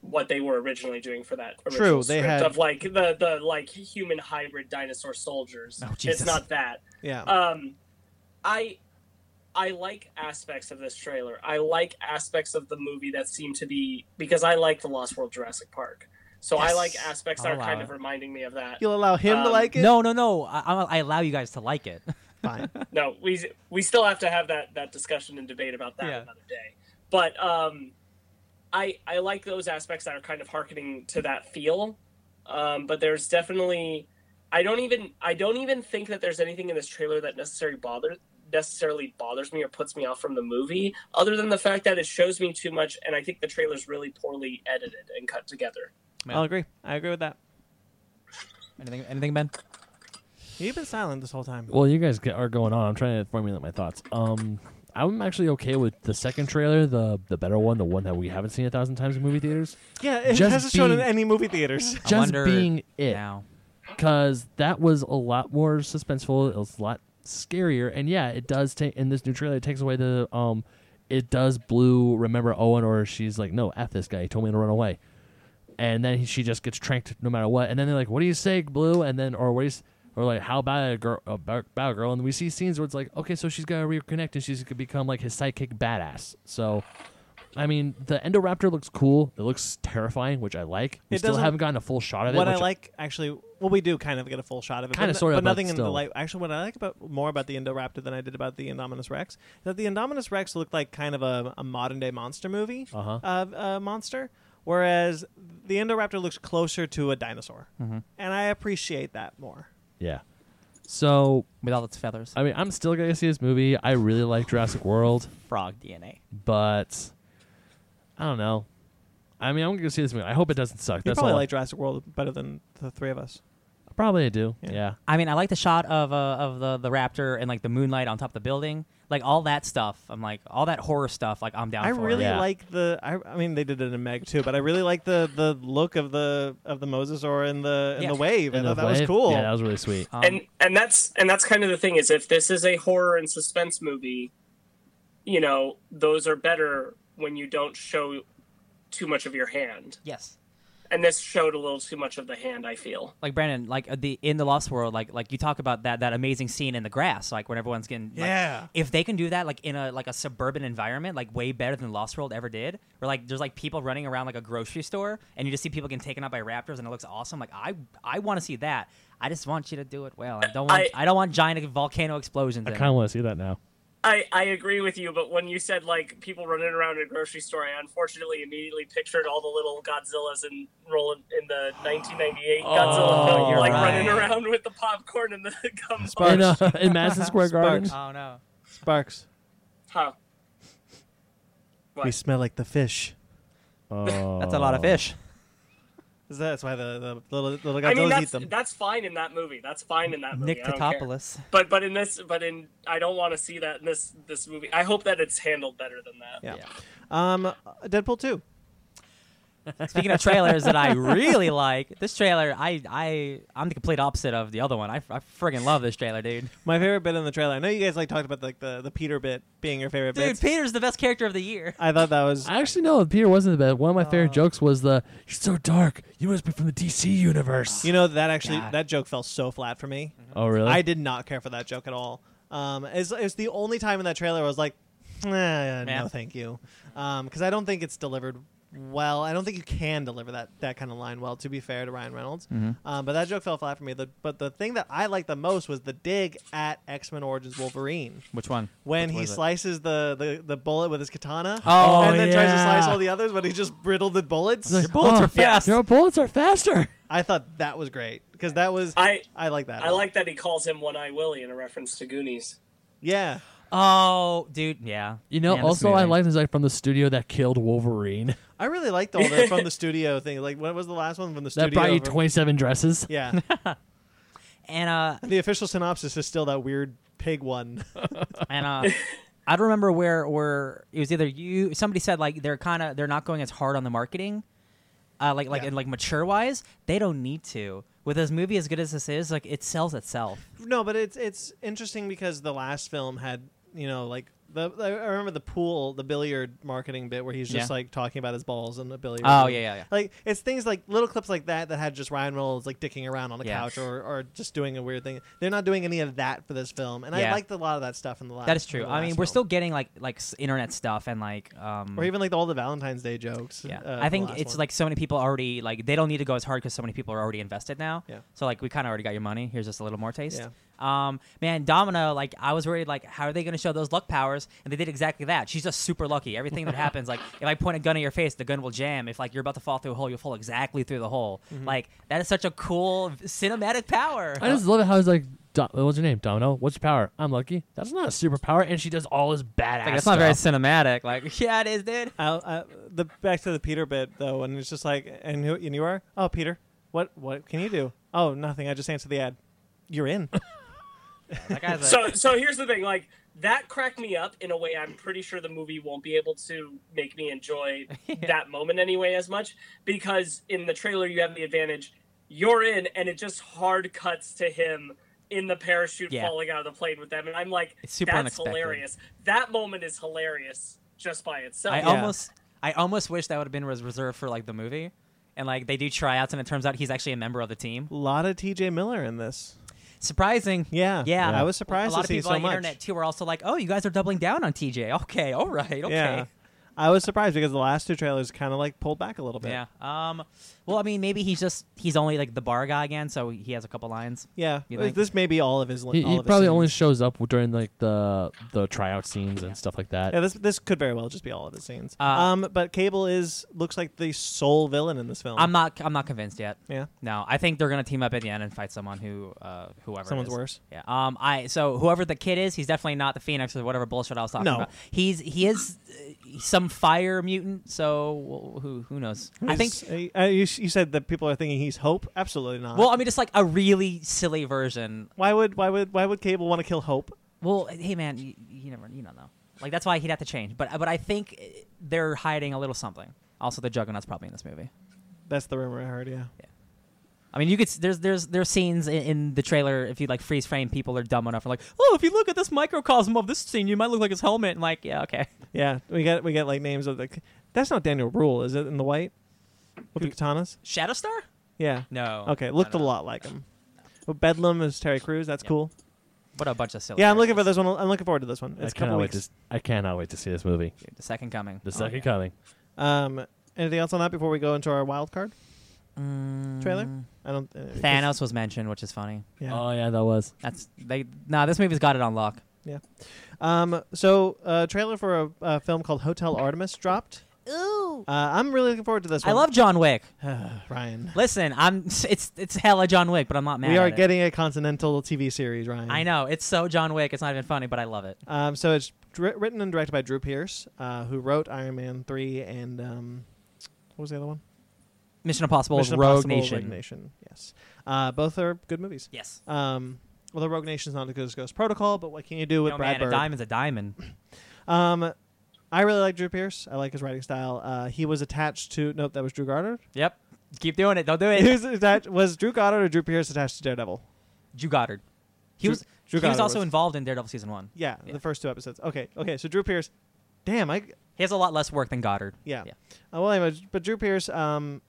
Speaker 4: what they were originally doing for that original
Speaker 1: True, they
Speaker 4: script
Speaker 1: had-
Speaker 4: of like the the like human hybrid dinosaur soldiers.
Speaker 2: Oh, Jesus.
Speaker 4: it's not that.
Speaker 1: yeah.
Speaker 4: Um, I I like aspects of this trailer. I like aspects of the movie that seem to be because I like the Lost World Jurassic Park. So I
Speaker 2: Yes.
Speaker 4: like aspects that
Speaker 2: I'll
Speaker 4: are
Speaker 2: allow
Speaker 4: kind
Speaker 2: it.
Speaker 4: of reminding me of that.
Speaker 1: You'll allow him to
Speaker 4: um,
Speaker 1: like it.
Speaker 2: no, no, no. I, I I allow you guys to like it.
Speaker 1: Fine.
Speaker 4: no, we we still have to have that that discussion and debate about that
Speaker 2: Yeah.
Speaker 4: another day. But um, I I like those aspects that are kind of harkening to that feel. Um, but there's definitely I don't even I don't even think that there's anything in this trailer that necessarily bothers necessarily bothers me or puts me off from the movie, other than the fact that it shows me too much, and I think the trailer's really poorly edited and cut together.
Speaker 2: Yeah.
Speaker 1: I'll agree. I agree with that.
Speaker 2: Anything, anything, Ben?
Speaker 1: You've been silent this whole time.
Speaker 3: Well, you guys get- are going on. I'm trying to formulate my thoughts. Um, I'm actually okay with the second trailer, the the better one, the one that we haven't seen a thousand times in movie theaters.
Speaker 1: Yeah, it
Speaker 3: Just
Speaker 1: hasn't shown in
Speaker 3: being-
Speaker 1: any movie theaters.
Speaker 2: I
Speaker 3: Just
Speaker 2: wonder
Speaker 3: being it,
Speaker 2: Now,
Speaker 3: because that was a lot more suspenseful. It was a lot scarier, and yeah, it does take in this new trailer. It takes away the um, it does blue. Remember Owen, or she's like, no, f this guy. He told me to run away, and then he, she just gets tranked no matter what. And then they're like, what do you say, blue? And then or what do you? s- Or like, how about a girl, a bow bow girl? And we see scenes where it's like, okay, so she's gotta reconnect, and she's gonna become like his sidekick badass. So, I mean, the Endoraptor looks cool. It looks terrifying, which I like. We
Speaker 1: It
Speaker 3: still
Speaker 1: doesn't-
Speaker 3: haven't gotten a full shot of it.
Speaker 1: what I
Speaker 3: which
Speaker 1: like actually, well, we do kind of get a full shot of it,
Speaker 3: Kinda,
Speaker 1: but,
Speaker 3: sorta,
Speaker 1: but
Speaker 3: but
Speaker 1: nothing in the
Speaker 3: still.
Speaker 1: light. Actually, what I like about more about the Indoraptor than I did about the Indominus Rex is that the Indominus Rex looked like kind of a, a modern day monster movie
Speaker 3: Uh-huh.
Speaker 1: of a monster, whereas the Indoraptor looks closer to a dinosaur,
Speaker 3: Mm-hmm.
Speaker 1: and I appreciate that more.
Speaker 3: Yeah. So
Speaker 2: with all its feathers,
Speaker 3: I mean, I'm still gonna see this movie. I really like Jurassic World,
Speaker 2: frog DNA.
Speaker 3: but I don't know. I mean, I'm gonna see this movie. I hope it doesn't suck.
Speaker 1: You
Speaker 3: That's
Speaker 1: probably
Speaker 3: all.
Speaker 1: like Jurassic World better than the three of us.
Speaker 3: probably I do.
Speaker 1: Yeah.
Speaker 3: Yeah.
Speaker 2: I mean, I like the shot of uh, of the the raptor and like the moonlight on top of the building, like all that stuff. I'm like all that horror stuff. Like I'm down.
Speaker 1: I
Speaker 2: for
Speaker 1: really
Speaker 2: it.
Speaker 3: Yeah.
Speaker 1: like the. I, I mean, they did it in Meg too, but I really like the the look of the of the mosasaur in the in
Speaker 2: Yeah.
Speaker 1: the wave. I
Speaker 3: And
Speaker 1: thought
Speaker 3: the
Speaker 1: that was
Speaker 3: wave-
Speaker 1: cool.
Speaker 3: Yeah, that was really sweet.
Speaker 2: Um,
Speaker 4: and and that's and that's kind of the thing is if this is a horror and suspense movie you know those are better when you don't show too much of your hand
Speaker 2: yes.
Speaker 4: and this showed a little too much of the hand i feel
Speaker 2: like Brandon, like uh, the in the Lost World, like like you talk about that that amazing scene in the grass, like when everyone's getting like,
Speaker 1: Yeah.
Speaker 2: If they can do that, like in a like a suburban environment, like way better than Lost World ever did, where like there's like people running around like a grocery store, and you just see people getting taken out by raptors, and it looks awesome. Like I I want to see that. I just want you to do it well. I don't want I,
Speaker 4: I-
Speaker 2: don't want giant volcano explosions.
Speaker 3: I
Speaker 2: in it.
Speaker 3: kind of want to see that now.
Speaker 4: i i agree with you but when you said like people running around in a grocery store i unfortunately immediately pictured all the little godzillas and rolling in the 1998 godzilla
Speaker 2: Oh,
Speaker 4: film
Speaker 2: you're
Speaker 4: like
Speaker 2: right.
Speaker 4: running around with the popcorn and the gum
Speaker 1: Sparks.
Speaker 3: In, uh, in Madison Square Garden.
Speaker 2: Oh no.
Speaker 1: Sparks.
Speaker 4: huh
Speaker 1: We
Speaker 4: What?
Speaker 1: smell like the fish.
Speaker 2: That's a lot of fish.
Speaker 1: That's why the, the little little
Speaker 4: I
Speaker 1: Godzillas
Speaker 4: mean
Speaker 1: eat
Speaker 4: that's
Speaker 1: them.
Speaker 4: that's fine in that movie. That's fine in that movie.
Speaker 2: Nick
Speaker 4: I don't care.
Speaker 2: Totopoulos.
Speaker 4: But but in this but in I don't want to see that in this this movie. I hope that it's handled better than that.
Speaker 1: yeah. Um, Deadpool two.
Speaker 2: Speaking of trailers that I really like, this trailer I I I'm the complete opposite of the other one. I, I friggin' love this trailer, dude.
Speaker 1: My favorite bit in the trailer. I know you guys like talked about like the, the Peter bit being your favorite
Speaker 2: Dude,
Speaker 1: bit.
Speaker 2: Peter's the best character of the year.
Speaker 1: I thought that was
Speaker 3: I actually know Peter wasn't the best. One of my favorite jokes was the "You're so dark. You must be from the DC universe."
Speaker 1: you know that actually
Speaker 2: God.
Speaker 1: that joke fell so flat for me.
Speaker 3: oh really?
Speaker 1: I did not care for that joke at all. Um, it's, it's the only time in that trailer I was like, "Eh,
Speaker 2: Yeah.
Speaker 1: no, thank you, because I don't think it's delivered well. I don't think you can deliver that that kind of line well. To be fair to Ryan Reynolds,
Speaker 2: Mm-hmm.
Speaker 1: um, but that joke fell flat for me. The, but the thing that I liked the most was the dig at X Men Origins Wolverine
Speaker 2: Which one?
Speaker 1: when
Speaker 2: Which
Speaker 1: he
Speaker 2: was it?
Speaker 1: slices the, the, the bullet with his katana,
Speaker 2: Oh,
Speaker 1: and then tries to
Speaker 3: yeah.
Speaker 1: slice all the others, but he just brittled the bullets.
Speaker 3: It's like,
Speaker 2: bullets
Speaker 3: "Oh,
Speaker 2: are fast."
Speaker 3: Your bullets are faster.
Speaker 1: I thought that was great because that was
Speaker 4: I
Speaker 1: I like that. a
Speaker 4: I
Speaker 1: lot.
Speaker 4: like that he calls him One Eye Willie in a reference to Goonies.
Speaker 1: yeah.
Speaker 2: Oh, dude, yeah.
Speaker 3: You know,
Speaker 2: Man, this
Speaker 3: also I
Speaker 2: movie.
Speaker 3: like this like from the studio that killed Wolverine.
Speaker 1: I really liked all the from the studio thing. Like when was the last one from the studio?
Speaker 3: that brought you
Speaker 1: from-
Speaker 3: twenty seven dresses.
Speaker 1: Yeah.
Speaker 2: and uh
Speaker 1: the official synopsis is still that weird pig one.
Speaker 2: and uh I don't remember where where it was either you somebody said like they're kind of they're not going as hard on the marketing. Uh, like like
Speaker 1: Yeah.
Speaker 2: and like mature wise, they don't need to. With this movie as good as this is, like it sells itself.
Speaker 1: no, but it's it's interesting because the last film had you know like the I remember the pool the billiard marketing bit where he's just
Speaker 2: Yeah.
Speaker 1: like talking about his balls and the billiard.
Speaker 2: Oh yeah, yeah, yeah.
Speaker 1: Like it's things like little clips like that that had just Ryan Reynolds like dicking around on a
Speaker 2: Yeah.
Speaker 1: couch or, or just doing a weird thing. They're not doing any of that for this film, and I
Speaker 2: Yeah.
Speaker 1: liked a lot of that stuff in the last.
Speaker 2: That is true.
Speaker 1: in the
Speaker 2: I mean,
Speaker 1: last
Speaker 2: we're
Speaker 1: film.
Speaker 2: still getting like like s- internet stuff and like um
Speaker 1: or even like all the Valentine's Day jokes.
Speaker 2: yeah.
Speaker 1: uh, from
Speaker 2: I
Speaker 1: the
Speaker 2: think
Speaker 1: last
Speaker 2: it's
Speaker 1: one.
Speaker 2: like so many people already like they don't need to go as hard because so many people are already invested now.
Speaker 1: Yeah.
Speaker 2: So like we kind of already got your money. Here's just a little more taste.
Speaker 1: Yeah.
Speaker 2: Um, man, Domino. Like I was worried, like how are they going to show those luck powers? And they did exactly that. She's just super lucky. Everything that happens, like if I point a gun at your face, the gun will jam. If like you're about to fall through a hole, you'll fall exactly through the hole.
Speaker 1: Mm-hmm.
Speaker 2: Like that is such a cool v- cinematic power.
Speaker 3: I just love it how he's like, Do- "What's your name, Domino? What's your power? I'm lucky. That's not a superpower." And she does all his badass.
Speaker 2: like that's not very
Speaker 3: stuff.
Speaker 2: cinematic. Like yeah, it is, dude.
Speaker 1: I'll, I, the back to the Peter bit though, and it's just like, and who and you are? Oh, Peter, what what can you do? Oh, nothing. I just answered the ad. You're in.
Speaker 2: That guy's like,
Speaker 4: So so here's the thing, like that cracked me up in a way I'm pretty sure the movie won't be able to make me enjoy that moment anyway as much because in the trailer you have the advantage you're in and it just hard cuts to him in the parachute
Speaker 2: Yeah.
Speaker 4: falling out of the plane with them and I'm like
Speaker 2: It's super
Speaker 4: that's
Speaker 2: unexpected.
Speaker 4: hilarious. That moment is hilarious just by itself.
Speaker 2: I
Speaker 1: Yeah.
Speaker 2: almost I almost wish that would have been res- reserved for like the movie. And like they do tryouts and it turns out he's actually a member of the team.
Speaker 1: A lot of T.J. Miller in this.
Speaker 2: Surprising.
Speaker 1: Yeah,
Speaker 2: Yeah.
Speaker 1: I was surprised
Speaker 2: a lot
Speaker 1: to
Speaker 2: of
Speaker 1: see
Speaker 2: people
Speaker 1: so
Speaker 2: on the
Speaker 1: much.
Speaker 2: internet too were also like, "Oh, you guys are doubling down on TJ." Okay, all right, okay.
Speaker 1: Yeah, I was surprised because the last two trailers kind of like pulled back a little bit.
Speaker 2: Yeah. Um. Well, I mean, maybe he's just he's only like the bar guy again, so he has a couple lines.
Speaker 1: yeah.
Speaker 2: You think?
Speaker 1: This may be all of his. li-
Speaker 3: He,
Speaker 1: all
Speaker 3: he
Speaker 1: of his
Speaker 3: probably
Speaker 1: scenes.
Speaker 3: only shows up during like the the tryout scenes and stuff like that.
Speaker 1: Yeah, this this could very well just be all of his scenes.
Speaker 2: Uh,
Speaker 1: um, but Cable is looks like the sole villain in this film.
Speaker 2: I'm not. I'm not convinced yet.
Speaker 1: yeah,
Speaker 2: No, I think they're gonna team up at the end and fight someone who, uh, whoever. it
Speaker 1: someone's
Speaker 2: is.
Speaker 1: worse.
Speaker 2: Yeah. Um. I. So whoever the kid is, he's definitely not the Phoenix or whatever bullshit I was talking
Speaker 1: No.
Speaker 2: about. He's he is uh, some fire mutant. So wh- who who knows? I think.
Speaker 1: He's- uh, you, you said that people are thinking he's Hope. Absolutely not.
Speaker 2: Well, I mean, just like a really silly version.
Speaker 1: why would why would why would Cable want to kill Hope?
Speaker 2: Well, hey man, you, you never you don't know. Like that's why he'd have to change. But but I think uh, they're hiding a little something. Also, the Juggernaut's probably in this movie.
Speaker 1: That's the rumor I heard. Yeah.
Speaker 2: I mean, you could s- there's there's there's scenes in, in the trailer if you like freeze frame people are dumb enough. Like, oh, if you look at this microcosm of this scene, you might look like his helmet. And like, yeah, okay.
Speaker 1: Yeah, we get we get like names of the. That's not Daniel Rule, is it? In the white, with the katanas.
Speaker 2: Shadowstar?
Speaker 1: Yeah.
Speaker 2: No.
Speaker 1: Okay,
Speaker 2: No,
Speaker 1: looked a
Speaker 2: no.
Speaker 1: lot like him. But Bedlam is Terry Crews. That's
Speaker 2: Yeah.
Speaker 1: cool.
Speaker 2: What a bunch of silly.
Speaker 1: Yeah, I'm looking for
Speaker 2: characters.
Speaker 1: this one. I'm looking forward to this one. It's a
Speaker 3: I cannot
Speaker 1: couple
Speaker 3: wait to
Speaker 1: weeks.
Speaker 3: s- I cannot wait to see this movie.
Speaker 2: Dude, the second coming.
Speaker 3: The
Speaker 2: Oh,
Speaker 3: second
Speaker 2: yeah.
Speaker 3: coming.
Speaker 1: Um, anything else on that before we go into our wild card trailer? I don't. Uh, 'cause-
Speaker 2: Mm, Thanos was mentioned, which is funny.
Speaker 1: Yeah.
Speaker 3: Oh yeah, that was.
Speaker 2: That's they. Nah, this movie's got it on lock.
Speaker 1: um. So, uh, trailer for a, a film called Hotel Artemis dropped.
Speaker 2: Ooh.
Speaker 1: Uh, I'm really looking forward to this
Speaker 2: I
Speaker 1: one.
Speaker 2: love John Wick.
Speaker 1: Ryan.
Speaker 2: Listen, I'm it's it's hella John Wick, but I'm not mad.
Speaker 1: we are
Speaker 2: at it.
Speaker 1: getting a continental TV series, Ryan.
Speaker 2: I know it's so John Wick. It's not even funny, but I love it.
Speaker 1: Um, so it's dri- written and directed by Drew Pierce, uh, who wrote Iron Man three and um, what was the other one?
Speaker 2: Mission Impossible is
Speaker 1: Mission
Speaker 2: Rogue
Speaker 1: Impossible,
Speaker 2: Nation.
Speaker 1: Rogue Nation. Yes, uh, both are good movies.
Speaker 2: Yes.
Speaker 1: Um, although Rogue Nation's not as good as Ghost Protocol, but what can you do with
Speaker 2: No,
Speaker 1: Brad
Speaker 2: man, a
Speaker 1: Bird?
Speaker 2: diamond's a diamond.
Speaker 1: Um, I really like Drew Pierce. I like his writing style. Uh, he was attached to nope, that was Drew Goddard.
Speaker 2: Yep. Keep doing it. Don't do
Speaker 1: He
Speaker 2: it.
Speaker 1: was, attached, was Drew Goddard or Drew Pierce attached to Daredevil?
Speaker 2: Drew Goddard. He
Speaker 1: Drew-
Speaker 2: was
Speaker 1: Drew
Speaker 2: he was
Speaker 1: Goddard
Speaker 2: also
Speaker 1: was-
Speaker 2: involved in Daredevil season one.
Speaker 1: Yeah,
Speaker 2: Yeah.
Speaker 1: the first two episodes. Okay, okay. So Drew Pierce, damn, I
Speaker 2: He has a lot less work than Goddard.
Speaker 1: Yeah.
Speaker 2: Yeah.
Speaker 1: Uh, well, anyway, but Drew Pierce, um,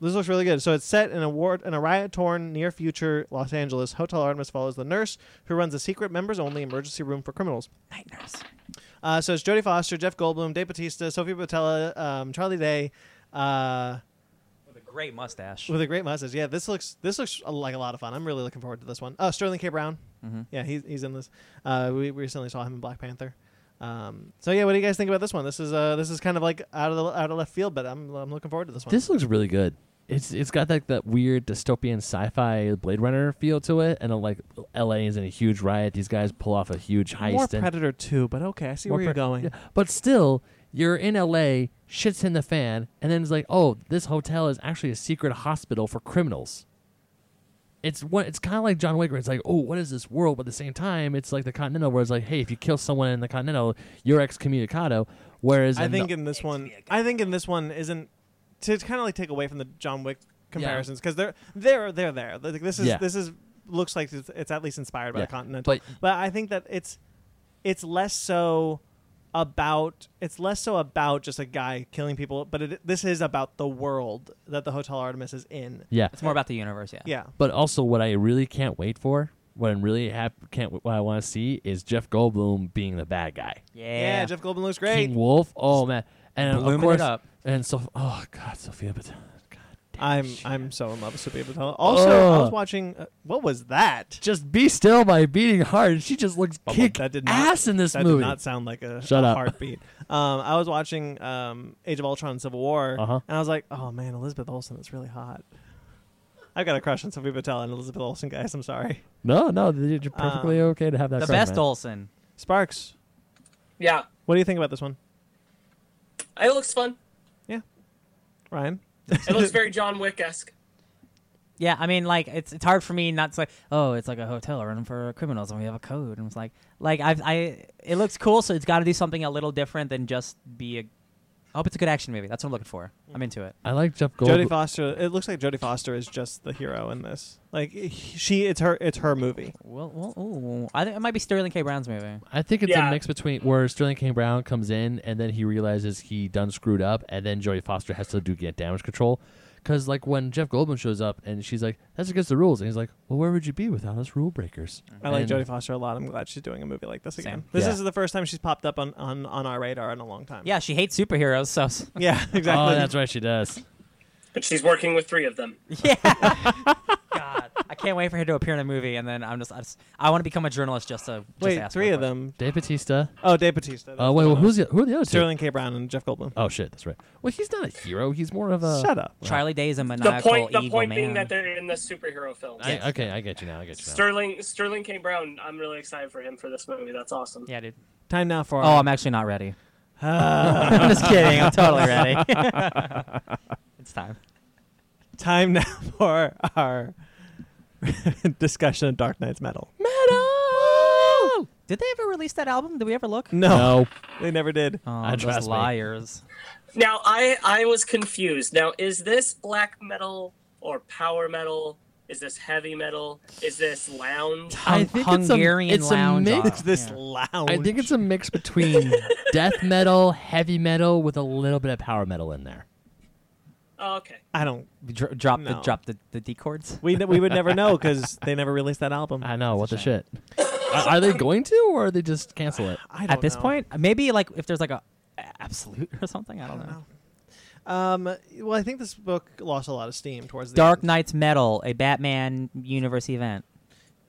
Speaker 1: this looks really good. So it's set in a war in a riot-torn near future Los Angeles. Hotel Artemis follows the nurse who runs a secret members-only emergency room for criminals.
Speaker 2: Night nurse.
Speaker 1: Uh, so it's Jodie Foster, Jeff Goldblum, Dave Bautista, Sophie Botella, um, Charlie Day, uh,
Speaker 2: With a great mustache.
Speaker 1: with a great mustache. Yeah, this looks this looks a- like a lot of fun. I'm really looking forward to this one. Oh, Sterling K. Brown.
Speaker 2: Mhm.
Speaker 1: Yeah, he's he's in this. Uh, we we recently saw him in Black Panther. Um, so yeah, what do you guys think about this one? This is uh, this is kind of like out of the out of left field, but I'm I'm looking forward to this one.
Speaker 3: This looks really good. it's it's got like that weird dystopian sci-fi Blade Runner feel to it, and uh, like L.A. is in a huge riot. These guys pull off a huge heist.
Speaker 1: More
Speaker 3: and,
Speaker 1: Predator 2, but okay, I see
Speaker 3: More
Speaker 1: where you're
Speaker 3: pre-
Speaker 1: going.
Speaker 3: Yeah, But still, you're in LA, shit's in the fan, and then it's like, oh, this hotel is actually a secret hospital for criminals. It's what it's kind of like John Wick. Where it's like, oh, what is this world? But at the same time, it's like the Continental, where it's like, hey, if you kill someone in the Continental, you're excommunicado. Whereas
Speaker 1: I
Speaker 3: in the-
Speaker 1: think in this one, I think in this one isn't to kind of like take away from the John Wick comparisons because they're they're they're there. Like this is
Speaker 3: Yeah.
Speaker 1: this is looks like it's, it's at least inspired by
Speaker 3: Yeah.
Speaker 1: the Continental,
Speaker 3: but
Speaker 1: but, I think that it's it's less so about it's less so about just a guy killing people, but it, this is about the world that the Hotel Artemis is in.
Speaker 3: yeah,
Speaker 2: It's more about the universe, yeah.
Speaker 1: Yeah,
Speaker 3: But also, what I really can't wait for, what I'm really hap- can't, what I want to see is Jeff Goldblum being the bad guy.
Speaker 1: yeah.
Speaker 2: Yeah.
Speaker 1: Jeff Goldblum looks great.
Speaker 3: King Wolf. Oh man, and
Speaker 2: Blooming
Speaker 3: of
Speaker 2: it
Speaker 3: course,
Speaker 2: up.
Speaker 3: and so oh god, Sophia Batel. God damn
Speaker 1: I'm
Speaker 3: she-
Speaker 1: I'm so in love with Sophia Patella. Also, I was
Speaker 3: Ugh.
Speaker 1: watching. Uh, what was that?
Speaker 3: Just be still, my beating heart. She just looks
Speaker 1: Bumble-
Speaker 3: kick
Speaker 1: Oh, that did not-
Speaker 3: ass in this
Speaker 1: that
Speaker 3: movie.
Speaker 1: did not sound like a,
Speaker 3: Shut
Speaker 1: a
Speaker 3: up.
Speaker 1: heartbeat. Um, I was watching um, Age of Ultron: Civil War,
Speaker 3: Uh-huh.
Speaker 1: and I was like, "Oh man, Elizabeth Olsen is really hot." I've got a crush on Sophie Patel and Elizabeth Olsen, guys. I'm sorry.
Speaker 3: no, no, you're
Speaker 1: Uh,
Speaker 3: perfectly okay to have that.
Speaker 2: The
Speaker 3: crush,
Speaker 2: best
Speaker 3: man.
Speaker 2: Olsen.
Speaker 1: Sparks,
Speaker 4: Yeah,
Speaker 1: what do you think about this one,
Speaker 4: it looks fun.
Speaker 1: Ryan?
Speaker 4: It looks very John Wick esque.
Speaker 2: Yeah, I mean, like it's it's hard for me not to like, oh, it's like a hotel run for criminals, and we have a code, and it's like, like I've I it looks cool, so it's got to do something a little different than just be a. I hope it's a good action movie. That's what I'm looking for.
Speaker 1: Mm.
Speaker 2: I'm into it.
Speaker 3: I like Jeff
Speaker 1: Jodie
Speaker 3: Goldblum.
Speaker 1: Foster. It looks like Jodie Foster is just the hero in this. Like he- she, it's her, it's her movie.
Speaker 2: Well, well ooh. I think it might be Sterling K. Brown's movie.
Speaker 3: I think it's
Speaker 4: Yeah.
Speaker 3: a mix between where Sterling K. Brown comes in and then he realizes he done screwed up, and then Jodie Foster has to do get damage control. Because like when Jeff Goldblum shows up and she's like, "That's against the rules," and he's like, "Well, where would you be without us rule breakers?"
Speaker 1: I like
Speaker 3: And-
Speaker 1: Jodie Foster a lot. I'm glad she's doing a movie like this again.
Speaker 2: Same.
Speaker 1: This
Speaker 3: Yeah.
Speaker 1: is the first time she's popped up on, on, on our radar in a long time.
Speaker 2: Yeah, she hates superheroes, so
Speaker 1: yeah, exactly.
Speaker 3: Oh, that's right, she does.
Speaker 4: But she's working with three of them.
Speaker 2: yeah. God, I can't wait for her to appear in a movie, and then I'm just I, just, I want to become a journalist just to just
Speaker 1: Wait,
Speaker 2: ask
Speaker 1: three
Speaker 2: her
Speaker 1: of them.
Speaker 3: Dave Batista.
Speaker 1: Oh, Dave Batista.
Speaker 3: Oh wait, well, who's the, who are the other two?
Speaker 1: Sterling K. Brown and Jeff Goldblum.
Speaker 3: Oh shit, that's right. Well, he's not a hero. He's more of
Speaker 2: Uh,
Speaker 3: a.
Speaker 1: Shut up.
Speaker 2: questions. Charlie Day is a
Speaker 4: The
Speaker 2: maniacal
Speaker 4: point, the
Speaker 2: evil
Speaker 4: point
Speaker 2: man.
Speaker 4: being that they're in the superhero film.
Speaker 3: I, Okay, I get you now. I get you now.
Speaker 4: Sterling Sterling K. Brown. I'm really excited for him for this movie. That's awesome.
Speaker 2: yeah, dude.
Speaker 1: Time now for.
Speaker 2: Oh, I'm actually not ready.
Speaker 1: Uh,
Speaker 2: I'm just kidding. I'm totally ready. it's time.
Speaker 1: time now for our discussion of Dark Knight's Metal.
Speaker 3: Metal.
Speaker 2: Did they ever release that album? Did we ever look?
Speaker 1: No,
Speaker 3: No.
Speaker 1: they never did.
Speaker 2: Oh,
Speaker 3: I
Speaker 2: those
Speaker 3: trust me.
Speaker 2: liars.
Speaker 4: Now I I was confused. Now is this black metal or power metal? Is this heavy metal? Is this lounge?
Speaker 3: I
Speaker 2: Hung-
Speaker 3: think it's a-
Speaker 2: Hungarian
Speaker 3: it's a
Speaker 2: lounge.
Speaker 3: mix.
Speaker 2: rock.
Speaker 1: It's this
Speaker 2: Yeah.
Speaker 1: loud.
Speaker 3: I think it's a mix between death metal, heavy metal, with a little bit of power metal in there.
Speaker 4: Oh, okay.
Speaker 1: I don't.
Speaker 2: Dro- drop the
Speaker 1: No.
Speaker 2: drop the, the D chords.
Speaker 1: We we would never know because they never released that album.
Speaker 3: I know. What the shit? are, are they going to, or are they just cancel it?
Speaker 1: I don't
Speaker 2: At this
Speaker 1: know.
Speaker 2: point, maybe like if there's like a a- absolute or something. I
Speaker 1: I
Speaker 2: don't,
Speaker 1: don't
Speaker 2: know.
Speaker 1: know. Um, well, I think this book lost a lot of steam towards the
Speaker 2: Dark
Speaker 1: End.
Speaker 2: Knight's Metal, a Batman universe event.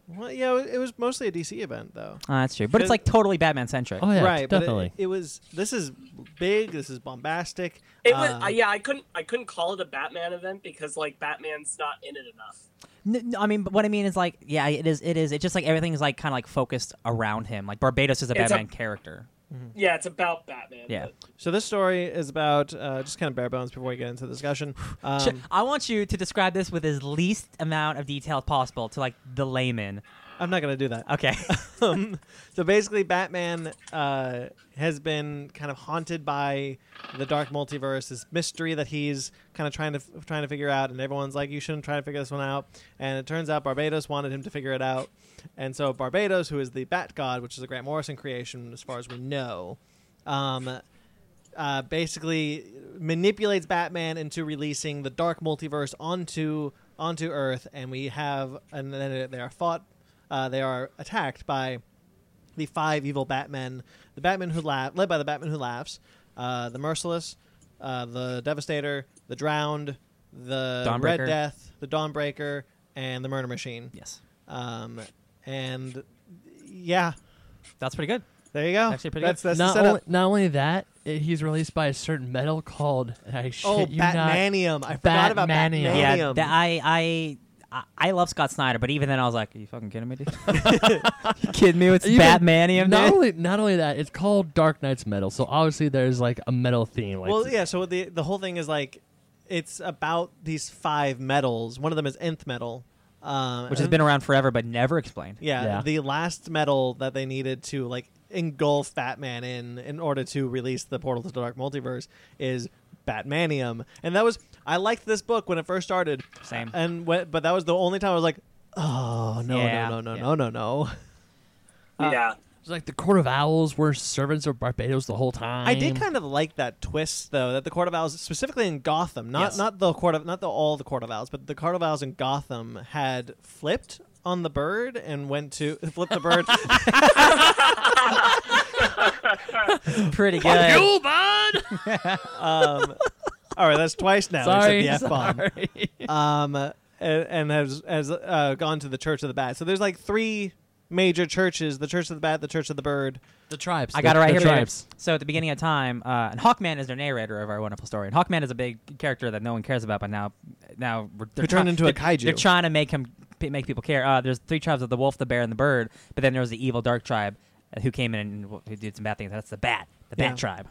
Speaker 1: Well, yeah, it was mostly a DC event though.
Speaker 2: Oh, that's true, but it's like totally Batman centric.
Speaker 3: Oh yeah,
Speaker 1: right,
Speaker 3: definitely.
Speaker 1: But it- it, was. This is big. This is bombastic.
Speaker 4: It was
Speaker 1: Uh,
Speaker 4: I yeah. I couldn't I couldn't call it a Batman event because like Batman's not in it enough.
Speaker 2: N- n- I mean, but what I mean is like, yeah, it is. It is. It's just like everything's like kind of like focused around him. Like Barbados is a
Speaker 4: It's a-
Speaker 2: Batman character.
Speaker 4: Yeah, it's about Batman.
Speaker 2: Yeah.
Speaker 4: but-
Speaker 1: So this story is about uh, just kind of bare bones before we get into the discussion. Um,
Speaker 2: Ch- I want you to describe this with as least amount of detail possible to like the layman.
Speaker 1: I'm not gonna do that.
Speaker 2: Okay.
Speaker 1: Um, so basically, Batman uh, has been kind of haunted by the dark multiverse, this mystery that he's kind of trying to trying to figure out, and everyone's like, "You shouldn't try to figure this one out." And it turns out Barbados wanted him to figure it out, and so Barbados, who is the Bat God, which is a Grant Morrison creation, as far as we know, um, uh, basically manipulates Batman into releasing the dark multiverse onto onto Earth, and we have and then they are fought, uh, they are attacked by the five evil Batmen, the Batman who laugh, led by the Batman who laughs, uh, the Merciless, uh, the Devastator, the Drowned, the Red
Speaker 2: Dawnbreaker.
Speaker 1: Death, the Dawnbreaker, and the Murder Machine.
Speaker 2: yes,
Speaker 1: Um, and yeah,
Speaker 2: that's pretty good.
Speaker 1: There you go.
Speaker 2: Actually pretty
Speaker 1: that's that's
Speaker 2: good.
Speaker 1: the
Speaker 3: not,
Speaker 1: setup.
Speaker 3: only, not only that, it, he's released by a certain metal called I shit
Speaker 1: oh,
Speaker 3: you not,
Speaker 1: Batmanium! I forgot about
Speaker 3: Batmanium.
Speaker 1: Batmanium.
Speaker 2: Yeah, that I I. I- I love Scott Snyder, but even then I was like, "Are you fucking kidding me, dude? you kidding me with
Speaker 3: Even-
Speaker 2: Batmanium,
Speaker 3: Not
Speaker 2: dude?"
Speaker 3: only not only that, it's called Dark Knight's Metal, so obviously there's like a metal theme. Like
Speaker 1: well, yeah. So the the whole thing is like, it's about these five metals. One of them is nth metal, um,
Speaker 2: Which has
Speaker 1: and-
Speaker 2: been around forever, but never explained.
Speaker 1: yeah,
Speaker 3: Yeah.
Speaker 1: the last metal that they needed to like engulf Batman in in order to release the Portal to the Dark Multiverse is Batmanium, and that was I liked this book when it first started.
Speaker 2: Same.
Speaker 1: And wh- but that was the only time I was like, oh no
Speaker 2: Yeah,
Speaker 1: no no no
Speaker 2: yeah.
Speaker 1: no no no.
Speaker 2: Uh,
Speaker 4: yeah.
Speaker 3: it's like the Court of Owls were servants of Barbados the whole time.
Speaker 1: I did kind of like that twist though that the Court of Owls specifically in Gotham, not
Speaker 2: Yes.
Speaker 1: not the Court of not the all the Court of Owls, but the Court of Owls in Gotham had flipped on the bird and went to flip the bird.
Speaker 2: Pretty
Speaker 3: Fuck
Speaker 2: good.
Speaker 3: you, bud.
Speaker 1: um, all right, that's twice now.
Speaker 3: sorry,
Speaker 1: except the F-bomb.
Speaker 3: sorry.
Speaker 1: um, uh, and, and has has uh, gone to the Church of the Bat. So there's like three major churches: the Church of the Bat, the Church of the Bird.
Speaker 3: The tribes.
Speaker 2: I got it right
Speaker 3: the
Speaker 2: here. baby.
Speaker 3: Tribes.
Speaker 2: So at the beginning of time, uh, and Hawkman is their narrator of our wonderful story. And Hawkman is a big character that no one cares about, but now, now we're, they're
Speaker 1: Who turned
Speaker 2: try-
Speaker 1: into a
Speaker 2: they're-
Speaker 1: kaiju.
Speaker 2: They're trying to make him p- make people care. Uh, there's three tribes of the wolf, the bear, and the bird. But then there was the evil dark tribe uh, who came in and w- who did some bad things. That's the bat, the
Speaker 1: Yeah.
Speaker 2: bat tribe.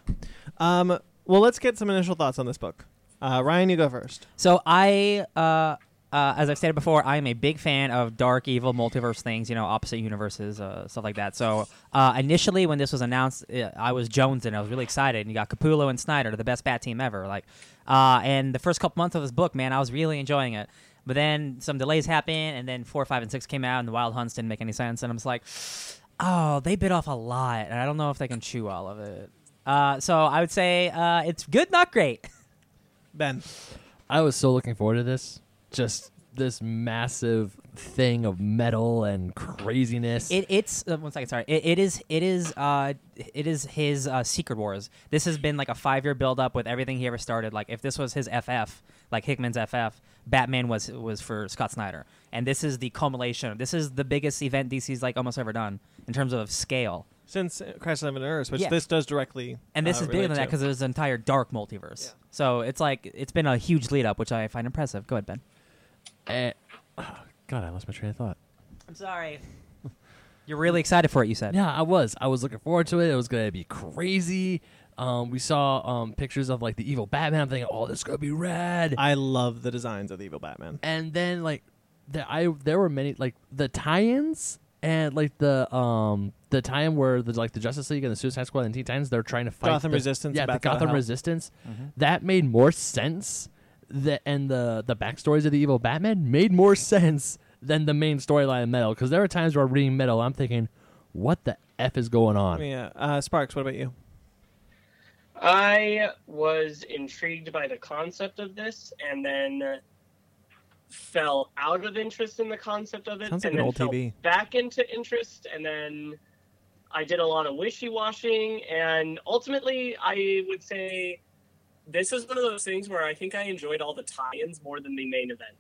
Speaker 1: Um, well, let's get some initial thoughts on this book. Uh, Ryan, you go first.
Speaker 2: So I, uh, uh, as I've stated before, I am a big fan of dark, evil, multiverse things. You know, opposite universes, uh, stuff like that. So uh, initially, when this was announced, uh, I was Jones and I was really excited. And you got Capullo and Snyder, the best bat team ever. Like, uh, and the first couple months of this book, man, I was really enjoying it. But then some delays happened, and then four, five, and six came out, and the Wild Hunts didn't make any sense. And I'm just like, oh, they bit off a lot, and I don't know if they can chew all of it. Uh, so I would say uh, it's good, not great.
Speaker 1: Ben.
Speaker 3: I was so looking forward to this. Just this massive thing of metal and craziness.
Speaker 2: It, it's uh, one second. Sorry. It, it is. It is. Uh, it is his uh, Secret Wars. This has been like a five-year build-up with everything he ever started. Like if this was his FF, like Hickman's FF, Batman was was for Scott Snyder, and this is the culmination. This is the biggest event DC's like almost ever done in terms of scale.
Speaker 1: Since Crash Land on Earth, which
Speaker 2: Yeah.
Speaker 1: this does directly,
Speaker 2: And this
Speaker 1: uh,
Speaker 2: is bigger
Speaker 1: relate
Speaker 2: than that
Speaker 1: to.
Speaker 2: because there's an entire dark multiverse.
Speaker 1: Yeah.
Speaker 2: So it's like it's been a huge lead up, which I find impressive. Go ahead, Ben.
Speaker 3: Eh, oh, God, I lost my train of thought.
Speaker 2: I'm sorry. You're really excited for it. You said.
Speaker 3: Yeah, I was. I was looking forward to it. It was gonna be crazy. Um, we saw um, pictures of like the evil Batman. I'm thinking, oh, this is gonna be rad.
Speaker 1: I love the designs of the evil Batman.
Speaker 3: and then like, the, I there were many like the tie-ins and like the um the time where the like the Justice League and the Suicide Squad and Teen Titans they're trying to fight
Speaker 1: Gotham
Speaker 3: the-
Speaker 1: Resistance
Speaker 3: Yeah,
Speaker 1: and
Speaker 3: the
Speaker 1: Batman
Speaker 3: Gotham
Speaker 1: Hell. Mm-hmm.
Speaker 3: Resistance. That made more sense. The and the the backstories of the evil Batman made more sense than the main storyline of Metal because there are times where I'm reading Metal, I'm thinking, what the f is going on?
Speaker 1: Yeah. Uh, Sparks, what about you?
Speaker 4: I was intrigued by the concept of this and then fell out of interest in the concept of it.
Speaker 1: Sounds like an
Speaker 4: and then
Speaker 1: old
Speaker 4: fell
Speaker 1: TV.
Speaker 4: Back into interest and then I did a lot of wishy washing. And ultimately, I would say this is one of those things where I think I enjoyed all the tie ins more than the main event.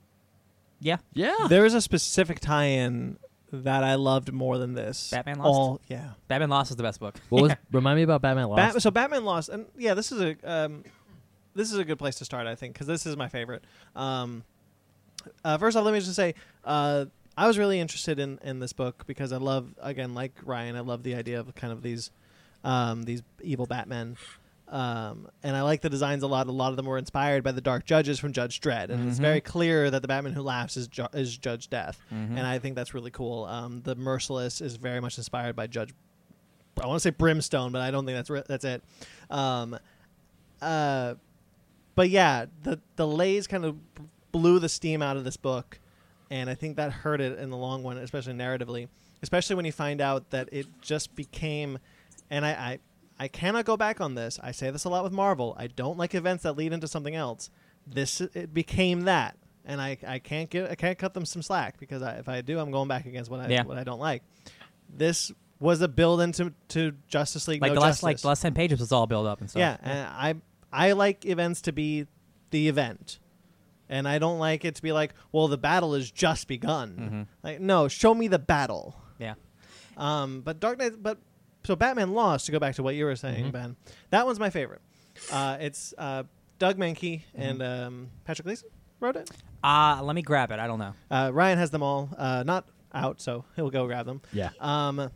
Speaker 3: Yeah.
Speaker 1: There is a specific tie-in that I loved more than this.
Speaker 2: Batman Lost?
Speaker 1: All yeah.
Speaker 2: Batman Lost is the best book.
Speaker 3: What was remind me about Batman Lost?
Speaker 1: Bat- so Batman Lost, and yeah, this is a um, this is a good place to start, I think, because this is my favorite. Um, uh, first off, let me just say, uh, I was really interested in in this book because I love, again, like Ryan, I love the idea of kind of these um, these evil Batmen. Um, and I like the designs a lot. A lot of them were inspired by the Dark Judges from Judge Dredd, and it's very clear that the Batman who laughs is ju- is Judge Death, and I think that's really cool. Um, the Merciless is very much inspired by Judge I want to say brimstone, but I don't think that's re- that's it. Um, uh, but yeah, the the lays kind of blew the steam out of this book, and I think that hurt it in the long run, especially narratively. Especially when you find out that it just became, and I, I I cannot go back on this. I say this a lot with Marvel. I don't like events that lead into something else. This it became that, and I, I can't get I can't cut them some slack because I, if I do, I'm going back against what I
Speaker 2: Yeah.
Speaker 1: what I don't like this was a build into to Justice League.
Speaker 2: like
Speaker 1: No
Speaker 2: the
Speaker 1: Justice.
Speaker 2: last like oh, the last ten pages was all built up and stuff.
Speaker 1: yeah, and I I like events to be the event, and I don't like it to be like, well, the battle is just
Speaker 2: Mm-hmm.
Speaker 1: begun. Like, no, show me the battle.
Speaker 2: yeah.
Speaker 1: Um, but Dark Knight, but so Batman Lost. To go back to what you were saying,
Speaker 2: Mm-hmm.
Speaker 1: Ben, that one's my favorite. Uh, it's uh, Doug Mankey and um, Patrick Gleason wrote it.
Speaker 2: Mm-hmm. Uh, let me grab it. I don't know.
Speaker 1: Uh, Ryan has them all, uh, not out, so he'll go grab them.
Speaker 3: Yeah.
Speaker 1: Um,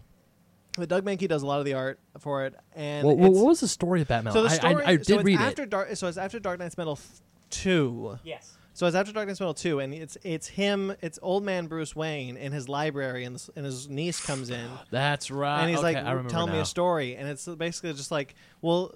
Speaker 1: but Doug Mankey does a lot of the art for it, and
Speaker 3: Well, what
Speaker 1: it's-
Speaker 3: was the story of Batman?
Speaker 1: so the story.
Speaker 3: I, I, I did
Speaker 1: so it's
Speaker 3: read
Speaker 1: after
Speaker 3: it.
Speaker 1: Dark. So it's after Dark Knight's Metal th- two.
Speaker 2: Yes.
Speaker 1: So it's after Dark Knight's Metal two, and it's it's him, it's old man Bruce Wayne in his library, and, this, and his niece comes in,
Speaker 3: That's right.
Speaker 1: and he's
Speaker 3: Uh, Okay,
Speaker 1: like,
Speaker 3: I remember
Speaker 1: "Tell me
Speaker 3: now.
Speaker 1: a story," and it's basically just like, well,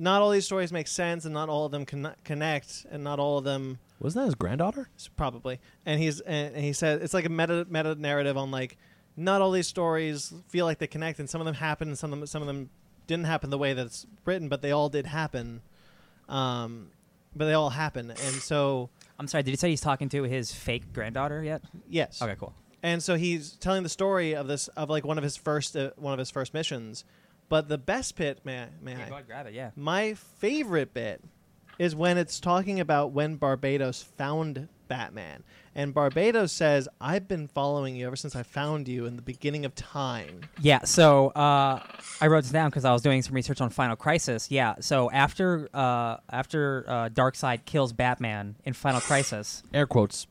Speaker 1: not all these stories make sense, and not all of them con- connect, and not all of them
Speaker 3: Wasn't that his granddaughter?
Speaker 1: s- probably. And he's and and he said it's like a meta meta narrative on like not all these stories feel like they connect, and some of them happen, and some of them some of them didn't happen the way that it's written, but they all did happen. Um, but they all happen, and so
Speaker 2: I'm sorry. Did you say he's talking to his fake granddaughter yet?
Speaker 1: yes,
Speaker 2: Okay, cool.
Speaker 1: and so he's telling the story of this of like one of his first uh, one of his first missions. But the best bit, may I, may
Speaker 2: Yeah,
Speaker 1: I?
Speaker 2: go ahead, grab it. Yeah.
Speaker 1: My favorite bit is when it's talking about when Barbados found Batman. And Barbados says, I've been following you ever since I found you in the beginning of time.
Speaker 2: Yeah, so uh, I wrote this down because I was doing some research on Final Crisis. Yeah, so after uh, after uh, Darkseid kills Batman in Final Crisis,
Speaker 3: Air quotes.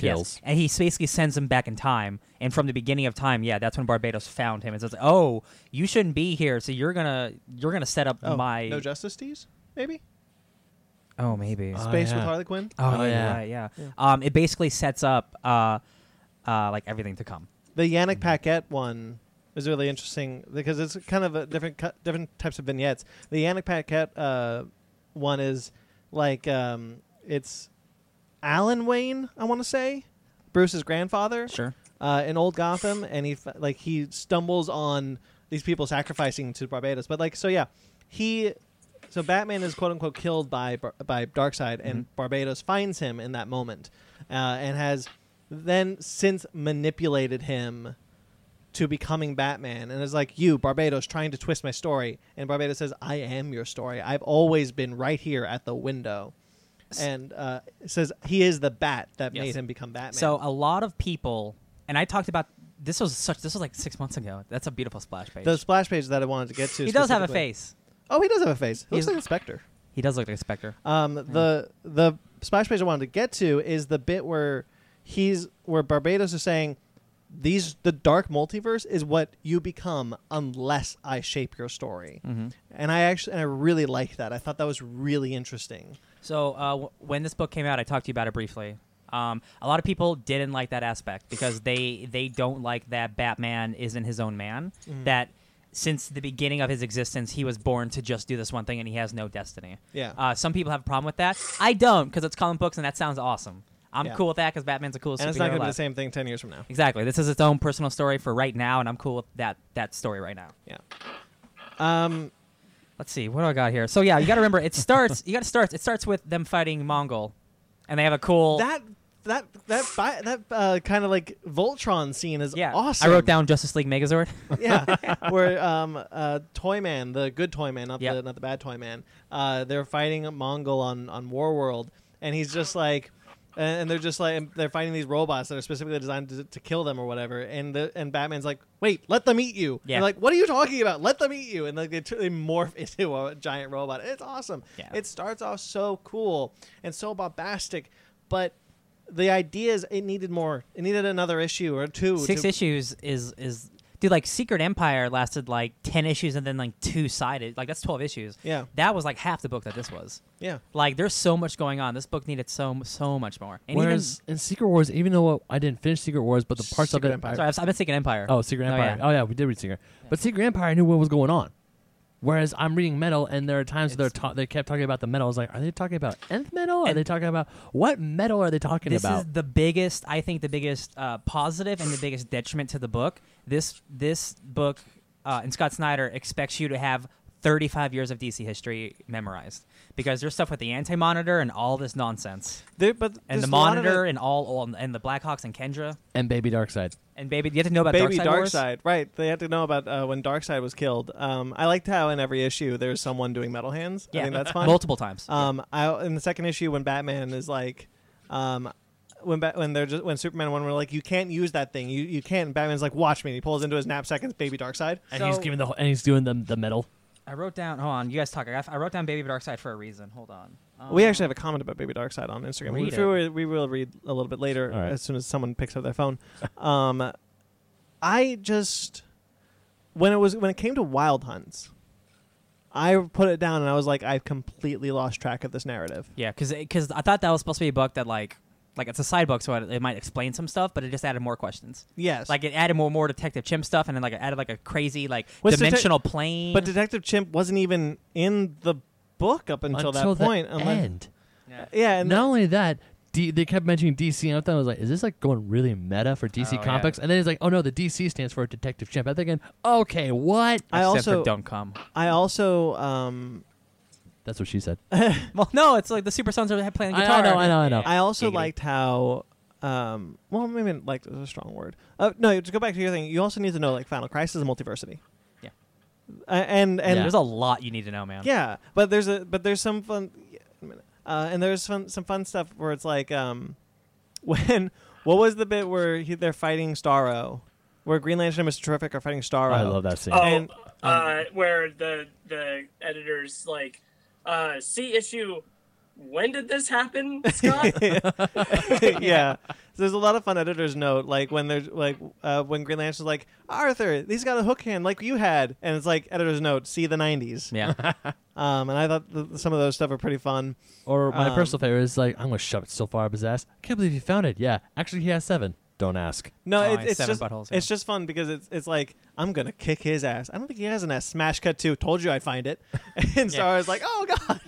Speaker 2: yes,
Speaker 3: Kills.
Speaker 2: and he basically sends him back in time, and from the beginning of time, yeah, that's when Barbados found him and says, "Oh, you shouldn't be here, so you're gonna you're gonna set up my
Speaker 1: Oh, No Justice Tees, maybe?
Speaker 2: oh maybe
Speaker 3: Uh, Oh,
Speaker 1: Space
Speaker 3: yeah.
Speaker 1: with Harley Quinn?
Speaker 2: oh,
Speaker 3: oh,
Speaker 2: yeah,
Speaker 3: yeah.
Speaker 2: yeah. Right, yeah um it basically sets up uh, uh, like everything to come
Speaker 1: The
Speaker 3: mm.
Speaker 1: Yannick Paquette one is really interesting because it's kind of a different cu- different types of vignettes. The Yannick Paquette uh, one is like um, it's Alan Wayne, I want to say, Bruce's grandfather.
Speaker 2: sure
Speaker 1: uh, in old Gotham, and he f- like he stumbles on these people sacrificing to Barbados. But like so, yeah, he so Batman is quote unquote killed by Bar- by Darkseid, and
Speaker 2: Mm-hmm.
Speaker 1: Barbados finds him in that moment, uh, and has then since manipulated him to becoming Batman, and is like you Barbados trying to twist my story, and Barbados says I am your story. I've always been right here at the window. And uh, says he is the bat that
Speaker 2: Yes.
Speaker 1: made him become Batman.
Speaker 2: So a lot of people, and I talked about this was such this was like six months ago. That's a beautiful splash page.
Speaker 1: the splash page that I wanted to get to.
Speaker 2: he does have a
Speaker 1: specifically-
Speaker 2: face.
Speaker 1: Oh, he does have a face. He looks
Speaker 2: He's-
Speaker 1: like a specter.
Speaker 2: He does look like a specter.
Speaker 1: Um, the the splash page I wanted to get to is the bit where he's where Barbados is saying these the dark multiverse is what you become unless I shape your story.
Speaker 2: Mm-hmm.
Speaker 1: And I actually and I really liked that. I thought that was really interesting.
Speaker 2: So uh, w- when this book came out, I talked to you about it briefly. Um, a lot of people didn't like that aspect because they they don't like that Batman isn't his own man.
Speaker 1: Mm.
Speaker 2: That since the beginning of his existence, he was born to just do this one thing, and he has no destiny.
Speaker 1: Yeah.
Speaker 2: Uh, some people have a problem with that. I don't because it's comic books, and that sounds awesome. I'm
Speaker 1: Yeah.
Speaker 2: cool with that because Batman's the coolest.
Speaker 1: And it's not
Speaker 2: superhero
Speaker 1: going to be the
Speaker 2: alive.
Speaker 1: same thing ten years from now.
Speaker 2: Exactly. This is its own personal story for right now, and I'm cool with that that story right now.
Speaker 1: Yeah. Um,
Speaker 2: Let's see what do I got here. So yeah, you got to remember it starts. you got to start. It starts with them fighting Mongol, and they have a cool
Speaker 1: that that that bi- that uh, kind of like Voltron scene is
Speaker 2: yeah.
Speaker 1: awesome.
Speaker 2: I wrote down Justice League Megazord.
Speaker 1: yeah, where um, uh, Toyman, the good Toyman, not the
Speaker 2: Yep.
Speaker 1: not the bad Toyman, uh, they're fighting a Mongol on on Warworld, and he's just like, and and they're just like, and they're fighting these robots that are specifically designed to, to kill them or whatever, and the and Batman's like, wait, let them eat you. And
Speaker 2: Yeah.
Speaker 1: they're like, what are you talking about? Let them eat you, and like they, t- they morph into a giant robot. It's awesome.
Speaker 2: Yeah.
Speaker 1: It starts off so cool and so bombastic, but. The idea is it needed more. It needed another issue or two.
Speaker 2: Six
Speaker 1: to,
Speaker 2: issues is is dude like Secret Empire lasted like ten issues and then like two sided. Like that's twelve issues.
Speaker 1: Yeah.
Speaker 2: That was like half the book that this was.
Speaker 1: Yeah.
Speaker 2: Like there's so much going on. This book needed so so much more. And even-
Speaker 3: Whereas in Secret Wars, even though I didn't finish Secret Wars, but the parts
Speaker 1: Secret
Speaker 3: of it.
Speaker 1: Empire.
Speaker 2: sorry, I've, I've been thinking Empire.
Speaker 3: Oh, Secret
Speaker 2: No,
Speaker 3: Empire.
Speaker 2: yeah.
Speaker 3: Oh yeah, we did read Secret. But Secret Empire, I knew what was going on. Whereas I'm reading metal, and there are times they're ta- they kept talking about the metal. I was like, are they talking about nth metal? Are
Speaker 2: And-
Speaker 3: they talking about what metal are they talking
Speaker 2: this
Speaker 3: about?
Speaker 2: is the biggest i think the biggest uh, positive and the biggest detriment to the book this this book uh, and scott snyder expects you to have 35 years of dc history memorized because there's stuff with the anti-monitor and all this nonsense
Speaker 1: There, but
Speaker 2: and
Speaker 1: there's a
Speaker 2: the
Speaker 1: lot of it-
Speaker 2: monitor and all, all and the blackhawks and kendra
Speaker 3: and Baby Darkseid.
Speaker 2: and baby you have to know about
Speaker 1: baby
Speaker 2: Darkseid
Speaker 1: Dark
Speaker 2: Wars?
Speaker 1: Side, right? They had to know about uh, when Dark Side was killed. Um, I liked how in every issue there's someone doing metal hands. I
Speaker 2: yeah
Speaker 1: think that's fun.
Speaker 2: multiple times
Speaker 1: Um, I, in the second issue when Batman is like, um, when Bat- when they're just when Superman and Wonder Woman are like, you can't use that thing. You you can't. Batman's like, watch me. And he pulls into his knapsack and it's Baby Darkseid.
Speaker 3: And he's
Speaker 2: So-
Speaker 3: giving the and he's doing the the medal.
Speaker 2: I wrote down. Hold on, you guys talk. I, got- I wrote down Baby Dark Side for a reason. Hold on. Um,
Speaker 1: We actually have a comment about Baby Darkseid on Instagram.
Speaker 2: Read
Speaker 1: We, we, we will read a little bit later
Speaker 3: All right.
Speaker 1: as soon as someone picks up their phone. Um, I just when it was when it came to Wild Hunts, I put it down and I was like, I've completely lost track of this narrative.
Speaker 2: Yeah, because I thought that was supposed to be a book that like like it's a side book, so it, it might explain some stuff, but it just added more questions.
Speaker 1: Yes,
Speaker 2: Like it added more more Detective Chimp stuff, and then like it added like a crazy like
Speaker 1: Was Detec-
Speaker 2: dimensional plane.
Speaker 1: but Detective Chimp wasn't even in the book up until, that
Speaker 3: the
Speaker 1: point. unless-
Speaker 3: end.
Speaker 2: yeah.
Speaker 1: Yeah, and
Speaker 3: Not only that, D, they kept mentioning DC, and I thought I was like, is this like going really meta for
Speaker 2: Oh,
Speaker 3: DC
Speaker 2: yeah.
Speaker 3: Comics? And then it's like, oh no, the DC stands for Detective Chimp. I'm thinking, okay, what?
Speaker 1: I
Speaker 2: Except
Speaker 1: also
Speaker 2: for don't come.
Speaker 1: I also um
Speaker 3: That's what she said.
Speaker 2: Well, no, it's like the Super Sons are playing
Speaker 3: I- I
Speaker 2: guitar.
Speaker 3: know, I know, I know.
Speaker 1: I also
Speaker 2: Giggity.
Speaker 1: liked how um well maybe liked is a strong word. Uh, no, to go back to your thing, you also need to know like Final Crisis and Multiversity.
Speaker 2: Yeah.
Speaker 1: Uh, and and
Speaker 3: Yeah.
Speaker 2: There's a lot you need to know, man.
Speaker 1: Yeah, but there's a but there's some fun, yeah, wait a minute. uh, and there's fun some fun stuff where it's like um, when what was the bit where he, they're fighting Starro, where Green Lantern and Mister Terrific are fighting Starro.
Speaker 3: I love that scene.
Speaker 4: Oh,
Speaker 1: And- um,
Speaker 4: uh, where the the editors like uh, see issue. When did this happen, Scott?
Speaker 1: yeah. So there's a lot of fun editor's note, like when there's like uh, when Green Lantern's like Arthur, he's got a hook hand like you had, and it's like editor's note, see the '90s.
Speaker 2: Yeah.
Speaker 1: Um, and I thought th- some of those stuff are pretty fun.
Speaker 3: Or my
Speaker 1: Um,
Speaker 3: personal favorite is like, I'm gonna shove it so far up his ass. I can't believe he found it. Yeah, actually, he has seven. Don't ask.
Speaker 1: No,
Speaker 2: Oh,
Speaker 1: it-
Speaker 2: and
Speaker 1: it's
Speaker 2: seven
Speaker 1: just
Speaker 2: buttholes,
Speaker 1: it's just fun because it's it's like I'm gonna kick his ass. I don't think he has an ass. Smash cut two. Told you I'd find it. and
Speaker 2: Yeah.
Speaker 1: Star is like, oh god.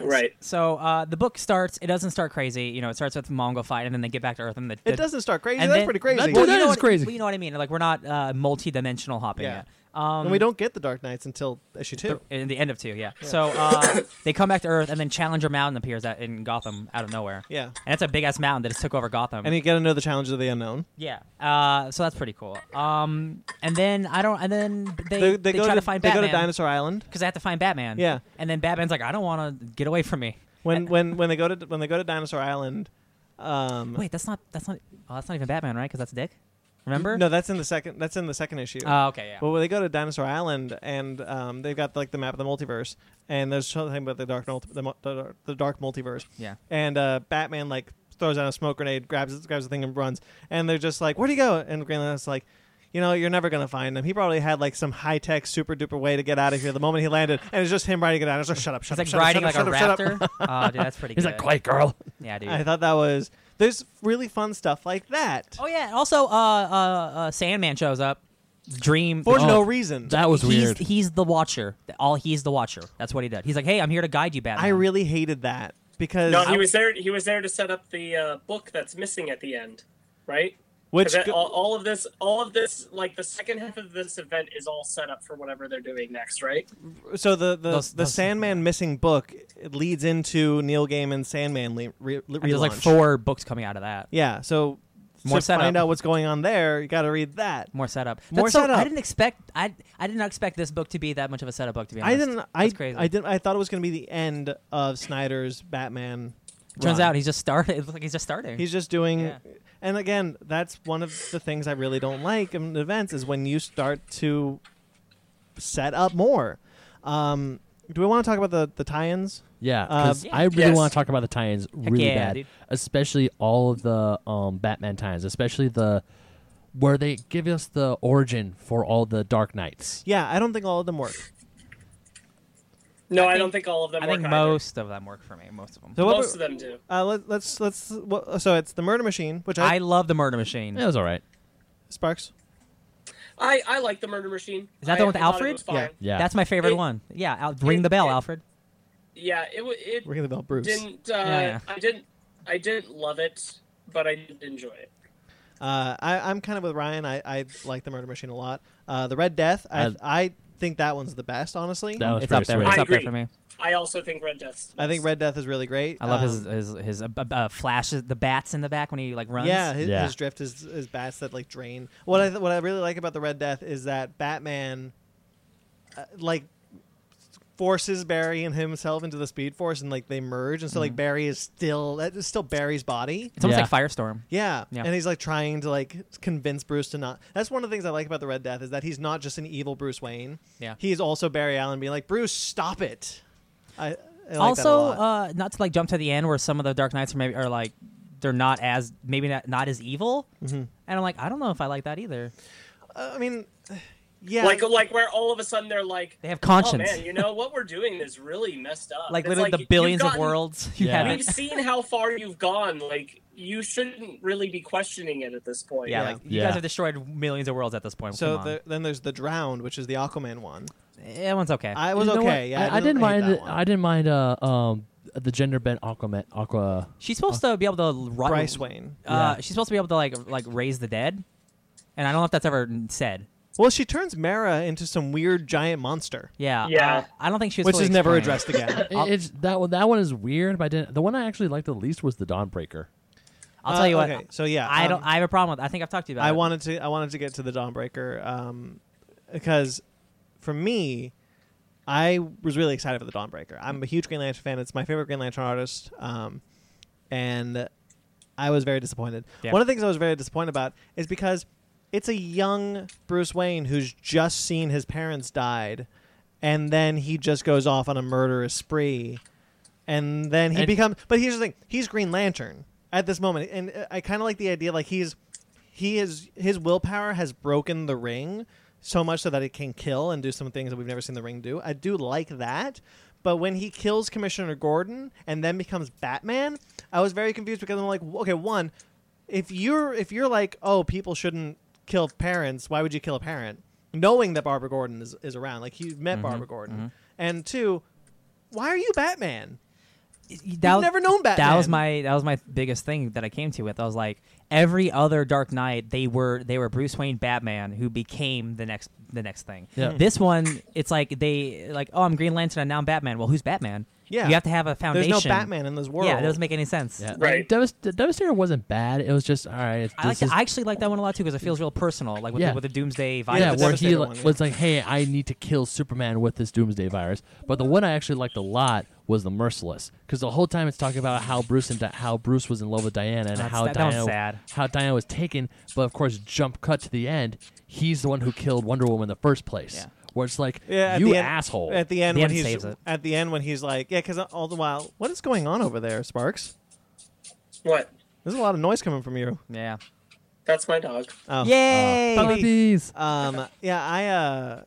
Speaker 4: right.
Speaker 2: So uh, the book starts. It doesn't start crazy. You know, it starts with the Mongol fight, and then they get back to Earth, and the,
Speaker 1: It
Speaker 2: the-
Speaker 1: doesn't start crazy.
Speaker 2: and
Speaker 1: That's
Speaker 2: then-
Speaker 1: pretty crazy.
Speaker 3: That's- Well,
Speaker 2: you
Speaker 3: that
Speaker 2: know
Speaker 3: is
Speaker 2: what-
Speaker 3: crazy.
Speaker 2: well, you know what I mean? Like we're not uh, multi-dimensional hopping
Speaker 1: Yeah.
Speaker 2: yet. Um,
Speaker 1: and we don't get the Dark Knights until issue two.
Speaker 2: in the end of two, yeah. So uh, they come back to Earth, and then Challenger Mountain appears at, in Gotham out of nowhere.
Speaker 1: yeah.
Speaker 2: And it's a big ass mountain that just took over Gotham.
Speaker 1: And you gotta know the challenges of the unknown.
Speaker 2: yeah, uh, so that's pretty cool. Um, and then I don't, and then they
Speaker 1: They,
Speaker 2: they,
Speaker 1: they, go
Speaker 2: try
Speaker 1: to,
Speaker 2: to find
Speaker 1: they
Speaker 2: Batman
Speaker 1: go to Dinosaur Island.
Speaker 2: because they have to find Batman.
Speaker 1: Yeah.
Speaker 2: and then Batman's like, I don't want to get away from me.
Speaker 1: when when when they go to when they go to Dinosaur Island, um,
Speaker 2: Wait, that's not that's not oh, that's not even Batman, right? Because that's Dick. Remember?
Speaker 1: No, that's in the second. That's in the second issue.
Speaker 2: Oh, okay, yeah.
Speaker 1: but when they go to Dinosaur Island and um, they've got like the map of the multiverse, and there's something about the dark multi- the, mu- the, dark- the dark multiverse,
Speaker 2: yeah.
Speaker 1: and uh, Batman like throws out a smoke grenade, grabs it- grabs the thing and runs, and they're just like, "Where'd he go?" And Green Lantern's like. You know, you're never gonna find him. He probably had like some high tech, super duper way to get out of here. The moment he landed, and it's just him riding it out. It's like, shut up,
Speaker 2: It's
Speaker 1: shut up,
Speaker 2: like
Speaker 1: shut up,
Speaker 2: riding
Speaker 1: shut up,
Speaker 2: like
Speaker 1: shut
Speaker 2: a
Speaker 1: up, shut up.
Speaker 2: raptor. oh, dude, that's pretty
Speaker 3: He's
Speaker 2: good.
Speaker 3: like, quiet, girl.
Speaker 2: Yeah, dude.
Speaker 1: I thought that was there's really fun stuff like that.
Speaker 2: oh yeah. Also, uh, uh, uh, Sandman shows up. Dream.
Speaker 1: For
Speaker 2: Oh,
Speaker 1: no reason.
Speaker 3: That was
Speaker 2: he's,
Speaker 3: weird.
Speaker 2: He's the Watcher. All he's the Watcher. That's what he did. He's like, hey, I'm here to guide you, Batman.
Speaker 1: I really hated that because
Speaker 4: No, he was there. He was there to set up the uh, book that's missing at the end, right?
Speaker 1: which
Speaker 4: 'Cause that-
Speaker 1: go-
Speaker 4: all, all of this, all of this, like the second half of this event is all set up for whatever they're doing next, right?
Speaker 1: so the the,
Speaker 2: Those-
Speaker 1: the
Speaker 2: those-
Speaker 1: Sandman missing book it leads into Neil Gaiman's Sandman le- re- re-
Speaker 2: And there's like
Speaker 1: relaunch.
Speaker 2: four books coming out of that.
Speaker 1: Yeah, so
Speaker 2: More
Speaker 1: to find
Speaker 2: setup.
Speaker 1: out what's going on there, you got to read that.
Speaker 2: More setup. That's
Speaker 1: More
Speaker 2: so, I
Speaker 1: setup.
Speaker 2: didn't expect. I I did not expect this book to be that much of a setup book. To be honest,
Speaker 1: I didn't. I
Speaker 2: That's crazy.
Speaker 1: I didn't. I thought it was going to be the end of Snyder's Batman.
Speaker 2: Turns
Speaker 1: run.
Speaker 2: out he's just started. It looks like he's just starting.
Speaker 1: he's just doing.
Speaker 2: Yeah.
Speaker 1: And again, that's one of the things I really don't like in events is when you start to set up more. Um, do we want to talk about the the tie-ins?
Speaker 3: Yeah,
Speaker 1: Uh,
Speaker 3: 'cause
Speaker 2: Yeah.
Speaker 3: I really
Speaker 4: Yes.
Speaker 3: want to talk about the tie-ins really
Speaker 2: Um, yeah,
Speaker 3: bad,
Speaker 2: dude.
Speaker 3: especially all of the um, Batman tie-ins, especially the where they give us the origin for all the Dark Knights.
Speaker 1: Yeah, I don't think all of them work.
Speaker 4: No, I,
Speaker 2: think-
Speaker 4: don't think all of them.
Speaker 2: I
Speaker 4: work
Speaker 2: think
Speaker 4: either.
Speaker 2: most of them work for me. Most of them.
Speaker 1: So what
Speaker 4: most
Speaker 1: were-
Speaker 4: of them do.
Speaker 1: Uh, let, let's let's. Well, so it's the Murder Machine, which I,
Speaker 2: I love the Murder Machine.
Speaker 3: It was all right.
Speaker 1: sparks.
Speaker 4: I I like the murder machine.
Speaker 2: Is that
Speaker 4: I-
Speaker 2: the one with
Speaker 4: I thought it
Speaker 2: Alfred?
Speaker 4: was fine.
Speaker 2: Yeah.
Speaker 3: Yeah,
Speaker 2: That's my favorite
Speaker 4: It-
Speaker 2: one. Yeah, Al- ring
Speaker 4: it-
Speaker 2: the bell,
Speaker 4: it-
Speaker 2: Alfred.
Speaker 4: Yeah, it wa- it
Speaker 1: Ring the bell, Bruce.
Speaker 4: didn't. Uh,
Speaker 2: Yeah, yeah.
Speaker 4: I didn't. I didn't love it, but I did enjoy it.
Speaker 1: Uh, I, I'm kind of with Ryan. I, I like the Murder Machine a lot. Uh, the Red Death. I,
Speaker 3: I-
Speaker 1: I think that one's the best, honestly.
Speaker 3: That was
Speaker 2: it's up
Speaker 3: pretty
Speaker 2: there.
Speaker 3: sweet.
Speaker 2: It's
Speaker 4: I
Speaker 2: up there
Speaker 4: agree.
Speaker 2: for me.
Speaker 4: I also think Red Death.
Speaker 1: I think Red Death is really great.
Speaker 2: I love his
Speaker 1: Um,
Speaker 2: his his uh, b- uh, flashes, the bats in the back when he like runs.
Speaker 1: Yeah, his,
Speaker 3: Yeah.
Speaker 1: his drift is, is bats that like drain. What I what I really like about the Red Death is that Batman, uh, like, forces Barry and himself into the Speed Force, and like they merge, and so
Speaker 2: Mm-hmm.
Speaker 1: like Barry is still that is still Barry's body.
Speaker 2: It's almost
Speaker 3: Yeah.
Speaker 2: like Firestorm.
Speaker 1: Yeah.
Speaker 2: Yeah.
Speaker 1: and he's like trying to like convince Bruce to not. That's one of the things I like about the Red Death is that he's not just an evil Bruce Wayne.
Speaker 2: Yeah.
Speaker 1: he is also Barry Allen being like, Bruce, stop it. I, I like that a
Speaker 2: also,
Speaker 1: lot.
Speaker 2: uh, not to like jump to the end where some of the Dark Knights are maybe are like they're not as maybe not, not as evil, and I'm like I don't know if I like that either. uh,
Speaker 1: I mean, yeah,
Speaker 4: Like like where all of a sudden they're like,
Speaker 2: They have
Speaker 4: oh
Speaker 2: conscience,
Speaker 4: man, you know what we're doing is really messed up.
Speaker 2: like
Speaker 4: It's
Speaker 2: literally the
Speaker 4: you've
Speaker 2: billions of
Speaker 4: gotten-
Speaker 2: worlds you
Speaker 3: Yeah.
Speaker 2: have.
Speaker 4: We've seen how far you've gone. Like you shouldn't really be questioning it at this point.
Speaker 2: Yeah,
Speaker 1: Yeah.
Speaker 2: like you
Speaker 3: Yeah.
Speaker 2: guys have destroyed millions of worlds at this point.
Speaker 1: So
Speaker 2: Come on.
Speaker 1: the, then there's the drowned, which is the Aquaman one.
Speaker 2: that one's okay.
Speaker 1: I was
Speaker 3: You know
Speaker 1: okay.
Speaker 3: what?
Speaker 1: Yeah,
Speaker 3: I, I didn't
Speaker 1: hate
Speaker 3: mind.
Speaker 1: that
Speaker 3: it-
Speaker 1: one.
Speaker 3: I didn't mind uh, um, the gender bent Aquaman. Aqua.
Speaker 2: she's supposed to be able to ru-
Speaker 1: Bryce Wayne.
Speaker 2: Uh,
Speaker 3: Yeah.
Speaker 2: She's supposed to be able to like like raise the dead, and I don't know if that's ever said.
Speaker 1: Well, she turns Mara into some weird giant monster,
Speaker 2: Yeah,
Speaker 4: Yeah.
Speaker 2: uh, I don't think she was.
Speaker 1: which
Speaker 2: fully
Speaker 1: is never
Speaker 2: explained.
Speaker 1: addressed again.
Speaker 3: It- it's that one. That one is weird, but I didn't. The one I actually liked the least was the Dawnbreaker.
Speaker 2: I'll
Speaker 1: Uh,
Speaker 2: tell you what.
Speaker 1: Okay, so yeah,
Speaker 2: I
Speaker 1: um,
Speaker 2: don't. I have a problem with. I think I've talked to you about.
Speaker 1: I
Speaker 2: it.
Speaker 1: wanted to. I wanted to get to the Dawnbreaker um, because, for me, I was really excited for the Dawnbreaker. I'm a huge Green Lantern fan. It's my favorite Green Lantern artist, um, and I was very disappointed.
Speaker 2: Yeah.
Speaker 1: One of the things I was very disappointed about is because it's a young Bruce Wayne who's just seen his parents died, and then he just goes off on a murderous spree, and then he
Speaker 3: And-
Speaker 1: becomes. But here's the thing: he's Green Lantern at this moment, and uh, I kind of like the idea like he's he is his willpower has broken the ring so much so that it can kill and do some things that we've never seen the ring do. I do like that. But when he kills Commissioner Gordon and then becomes Batman, I was very confused because I'm like, w- okay, one, if you're if you're like, oh, people shouldn't kill parents, why would you kill a parent? Knowing that Barbara Gordon is, is around. Like you met Barbara Gordon. And two, why are you Batman?
Speaker 2: that,
Speaker 1: never known
Speaker 2: That was
Speaker 1: Batman.
Speaker 2: my that was my biggest thing that I came to with. I was like, every other Dark Knight, they were they were Bruce Wayne, Batman, who became the next the next thing.
Speaker 3: Yeah.
Speaker 2: This one, it's like they like, oh, I'm Green Lantern and now I'm Batman. Well, who's Batman?
Speaker 1: Yeah.
Speaker 2: you have to have a
Speaker 1: There's
Speaker 2: foundation.
Speaker 1: no Batman in this world.
Speaker 2: Yeah, it doesn't make any sense.
Speaker 3: Yeah,
Speaker 4: Right.
Speaker 3: Devast- Devastator wasn't bad. It was just all right. It's,
Speaker 2: I, like
Speaker 3: this
Speaker 2: that-
Speaker 3: is-
Speaker 2: I actually like that one a lot too because it feels real personal, like with,
Speaker 3: Yeah.
Speaker 2: the, with the Doomsday vibe.
Speaker 1: I
Speaker 3: yeah,
Speaker 1: like the
Speaker 3: where he
Speaker 1: Devastator
Speaker 3: like,
Speaker 1: one, yeah.
Speaker 3: was like, "Hey, I need to kill Superman with this Doomsday virus." But the one I actually liked a lot was the Merciless, because the whole time it's talking about how Bruce and Di- how Bruce was in love with Diana and
Speaker 2: That's-
Speaker 3: how
Speaker 2: that- that one's
Speaker 3: Diana
Speaker 2: sad.
Speaker 3: how Diana was taken. But of course, jump cut to the end. He's the one who killed Wonder Woman in the first place.
Speaker 2: Yeah.
Speaker 3: Where it's like,
Speaker 1: Yeah, at
Speaker 3: you
Speaker 1: the end-
Speaker 3: asshole.
Speaker 1: At the end,
Speaker 2: The
Speaker 1: when
Speaker 2: end
Speaker 1: he's
Speaker 2: saves it.
Speaker 1: at the end when he's like, yeah, because all the while, what is going on over there, Sparks?
Speaker 4: What?
Speaker 1: There's a lot of noise coming from you.
Speaker 2: yeah.
Speaker 4: That's my dog.
Speaker 1: Oh.
Speaker 2: Yay!
Speaker 1: Puppy.
Speaker 3: Puppies.
Speaker 1: Um. Yeah. I. uh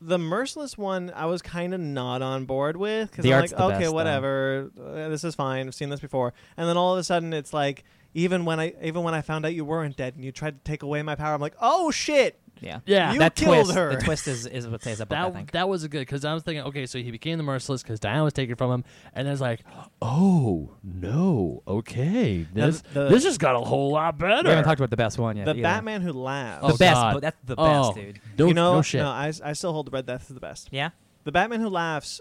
Speaker 1: The merciless one, I was kind of not on board with because
Speaker 2: The
Speaker 1: I'm
Speaker 2: art's
Speaker 1: like,
Speaker 2: the
Speaker 1: okay,
Speaker 2: best, though.
Speaker 1: whatever, uh, this is fine. I've seen this before, and then all of a sudden, it's like, even when I, even when I found out you weren't dead and you tried to take away my power, I'm like, oh shit,
Speaker 2: yeah,
Speaker 3: Yeah.
Speaker 1: You
Speaker 2: That
Speaker 1: killed
Speaker 2: twist,
Speaker 1: her.
Speaker 2: the twist is, is what says about. I
Speaker 3: That,
Speaker 2: think.
Speaker 3: that was good because I was thinking, okay, so he became the merciless because Diana was taken from him, and then it's like, oh no, okay,
Speaker 1: Now,
Speaker 3: this
Speaker 1: the-
Speaker 3: this just got a whole lot better.
Speaker 2: we haven't talked about the best one yet.
Speaker 1: the
Speaker 2: either.
Speaker 1: Batman who laughs.
Speaker 2: The
Speaker 3: Oh,
Speaker 2: best,
Speaker 3: God. Oh.
Speaker 2: but that's the best, dude.
Speaker 3: No,
Speaker 1: you know,
Speaker 3: no shit.
Speaker 1: I, s- I still hold the Red Death as the best.
Speaker 2: Yeah.
Speaker 1: The Batman Who Laughs,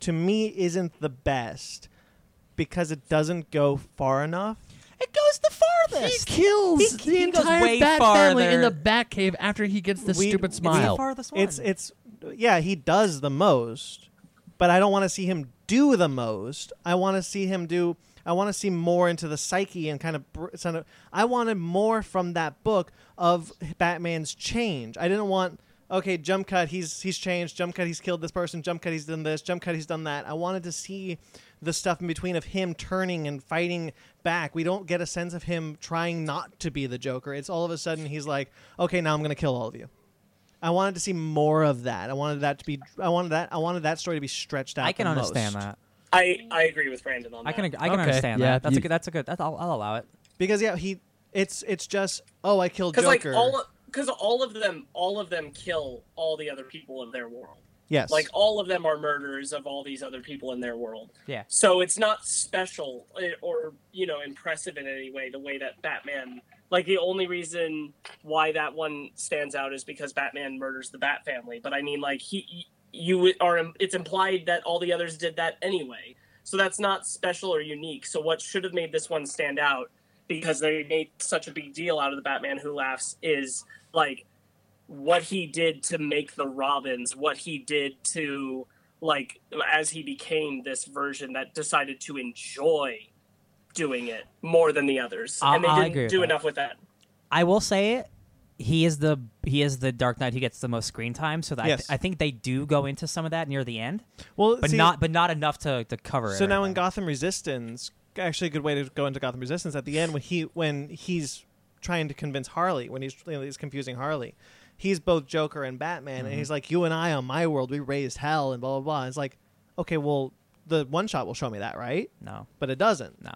Speaker 1: to me, isn't the best because it doesn't go far enough.
Speaker 2: It goes the
Speaker 3: he
Speaker 2: farthest.
Speaker 3: kills
Speaker 2: He-
Speaker 3: the
Speaker 2: he goes
Speaker 3: entire
Speaker 2: way
Speaker 3: Bat family in the
Speaker 2: farther.
Speaker 3: Batcave after he gets this
Speaker 1: We-
Speaker 3: stupid
Speaker 1: it's
Speaker 3: smile.
Speaker 2: the farthest one.
Speaker 1: It's it's yeah, he does the most, but I don't want to see him do the most. I want to see him do. I want to see more into the psyche and kind of. br- sort of- I wanted more from that book of Batman's change. I didn't want okay, jump cut. He's he's changed. Jump cut. He's killed this person. Jump cut. He's done this. Jump cut. He's done that. I wanted to see the stuff in between of him turning and fighting back. We don't get a sense of him trying not to be the Joker. It's all of a sudden he's like, okay, now I'm gonna kill all of you. I wanted to see more of that. I wanted that to be. I wanted that. I wanted that story to be stretched out.
Speaker 2: I can
Speaker 1: the
Speaker 2: understand
Speaker 1: most.
Speaker 2: that.
Speaker 4: I I agree with Brandon on that.
Speaker 2: I can. ag- I can
Speaker 3: Okay,
Speaker 2: understand
Speaker 3: yeah,
Speaker 2: that. That's
Speaker 3: you-
Speaker 2: a good. That's a good. That's, I'll, I'll allow it.
Speaker 1: because yeah, he. It's it's just oh I killed
Speaker 4: because
Speaker 1: Joker.
Speaker 4: like all because all of them all of them kill all the other people in their world.
Speaker 1: yes,
Speaker 4: Like all of them are murderers of all these other people in their world.
Speaker 2: Yeah.
Speaker 4: So it's not special eh, or you know impressive in any way. The way that Batman, like the only reason why that one stands out is because Batman murders the Bat family. But I mean, like he, you are. It's implied that all the others did that anyway. So that's not special or unique. So what should have made this one stand out, because they made such a big deal out of the Batman Who Laughs, is like what he did to make the Robins, what he did to like as he became this version that decided to enjoy doing it more than the others,
Speaker 2: I-
Speaker 4: and they
Speaker 2: I
Speaker 4: didn't
Speaker 2: agree with
Speaker 4: do
Speaker 2: that.
Speaker 4: enough with that.
Speaker 2: I will say it. He is the he is the Dark Knight who gets the most screen time, so that
Speaker 1: Yes.
Speaker 2: I, think they do go into some of that near the end,
Speaker 1: Well,
Speaker 2: but
Speaker 1: see,
Speaker 2: not but not enough to, to cover.
Speaker 1: So now in
Speaker 2: everything.
Speaker 1: Gotham Resistance, actually, a good way to go into Gotham Resistance at the end when he when he's trying to convince Harley when he's you know, he's confusing Harley, he's both Joker and Batman, and
Speaker 2: Mm-hmm.
Speaker 1: he's like, "You and I on my world, we raised hell," and blah blah blah. It's like, okay, well, the one shot will show me that, right?
Speaker 2: no
Speaker 1: But it doesn't.
Speaker 2: no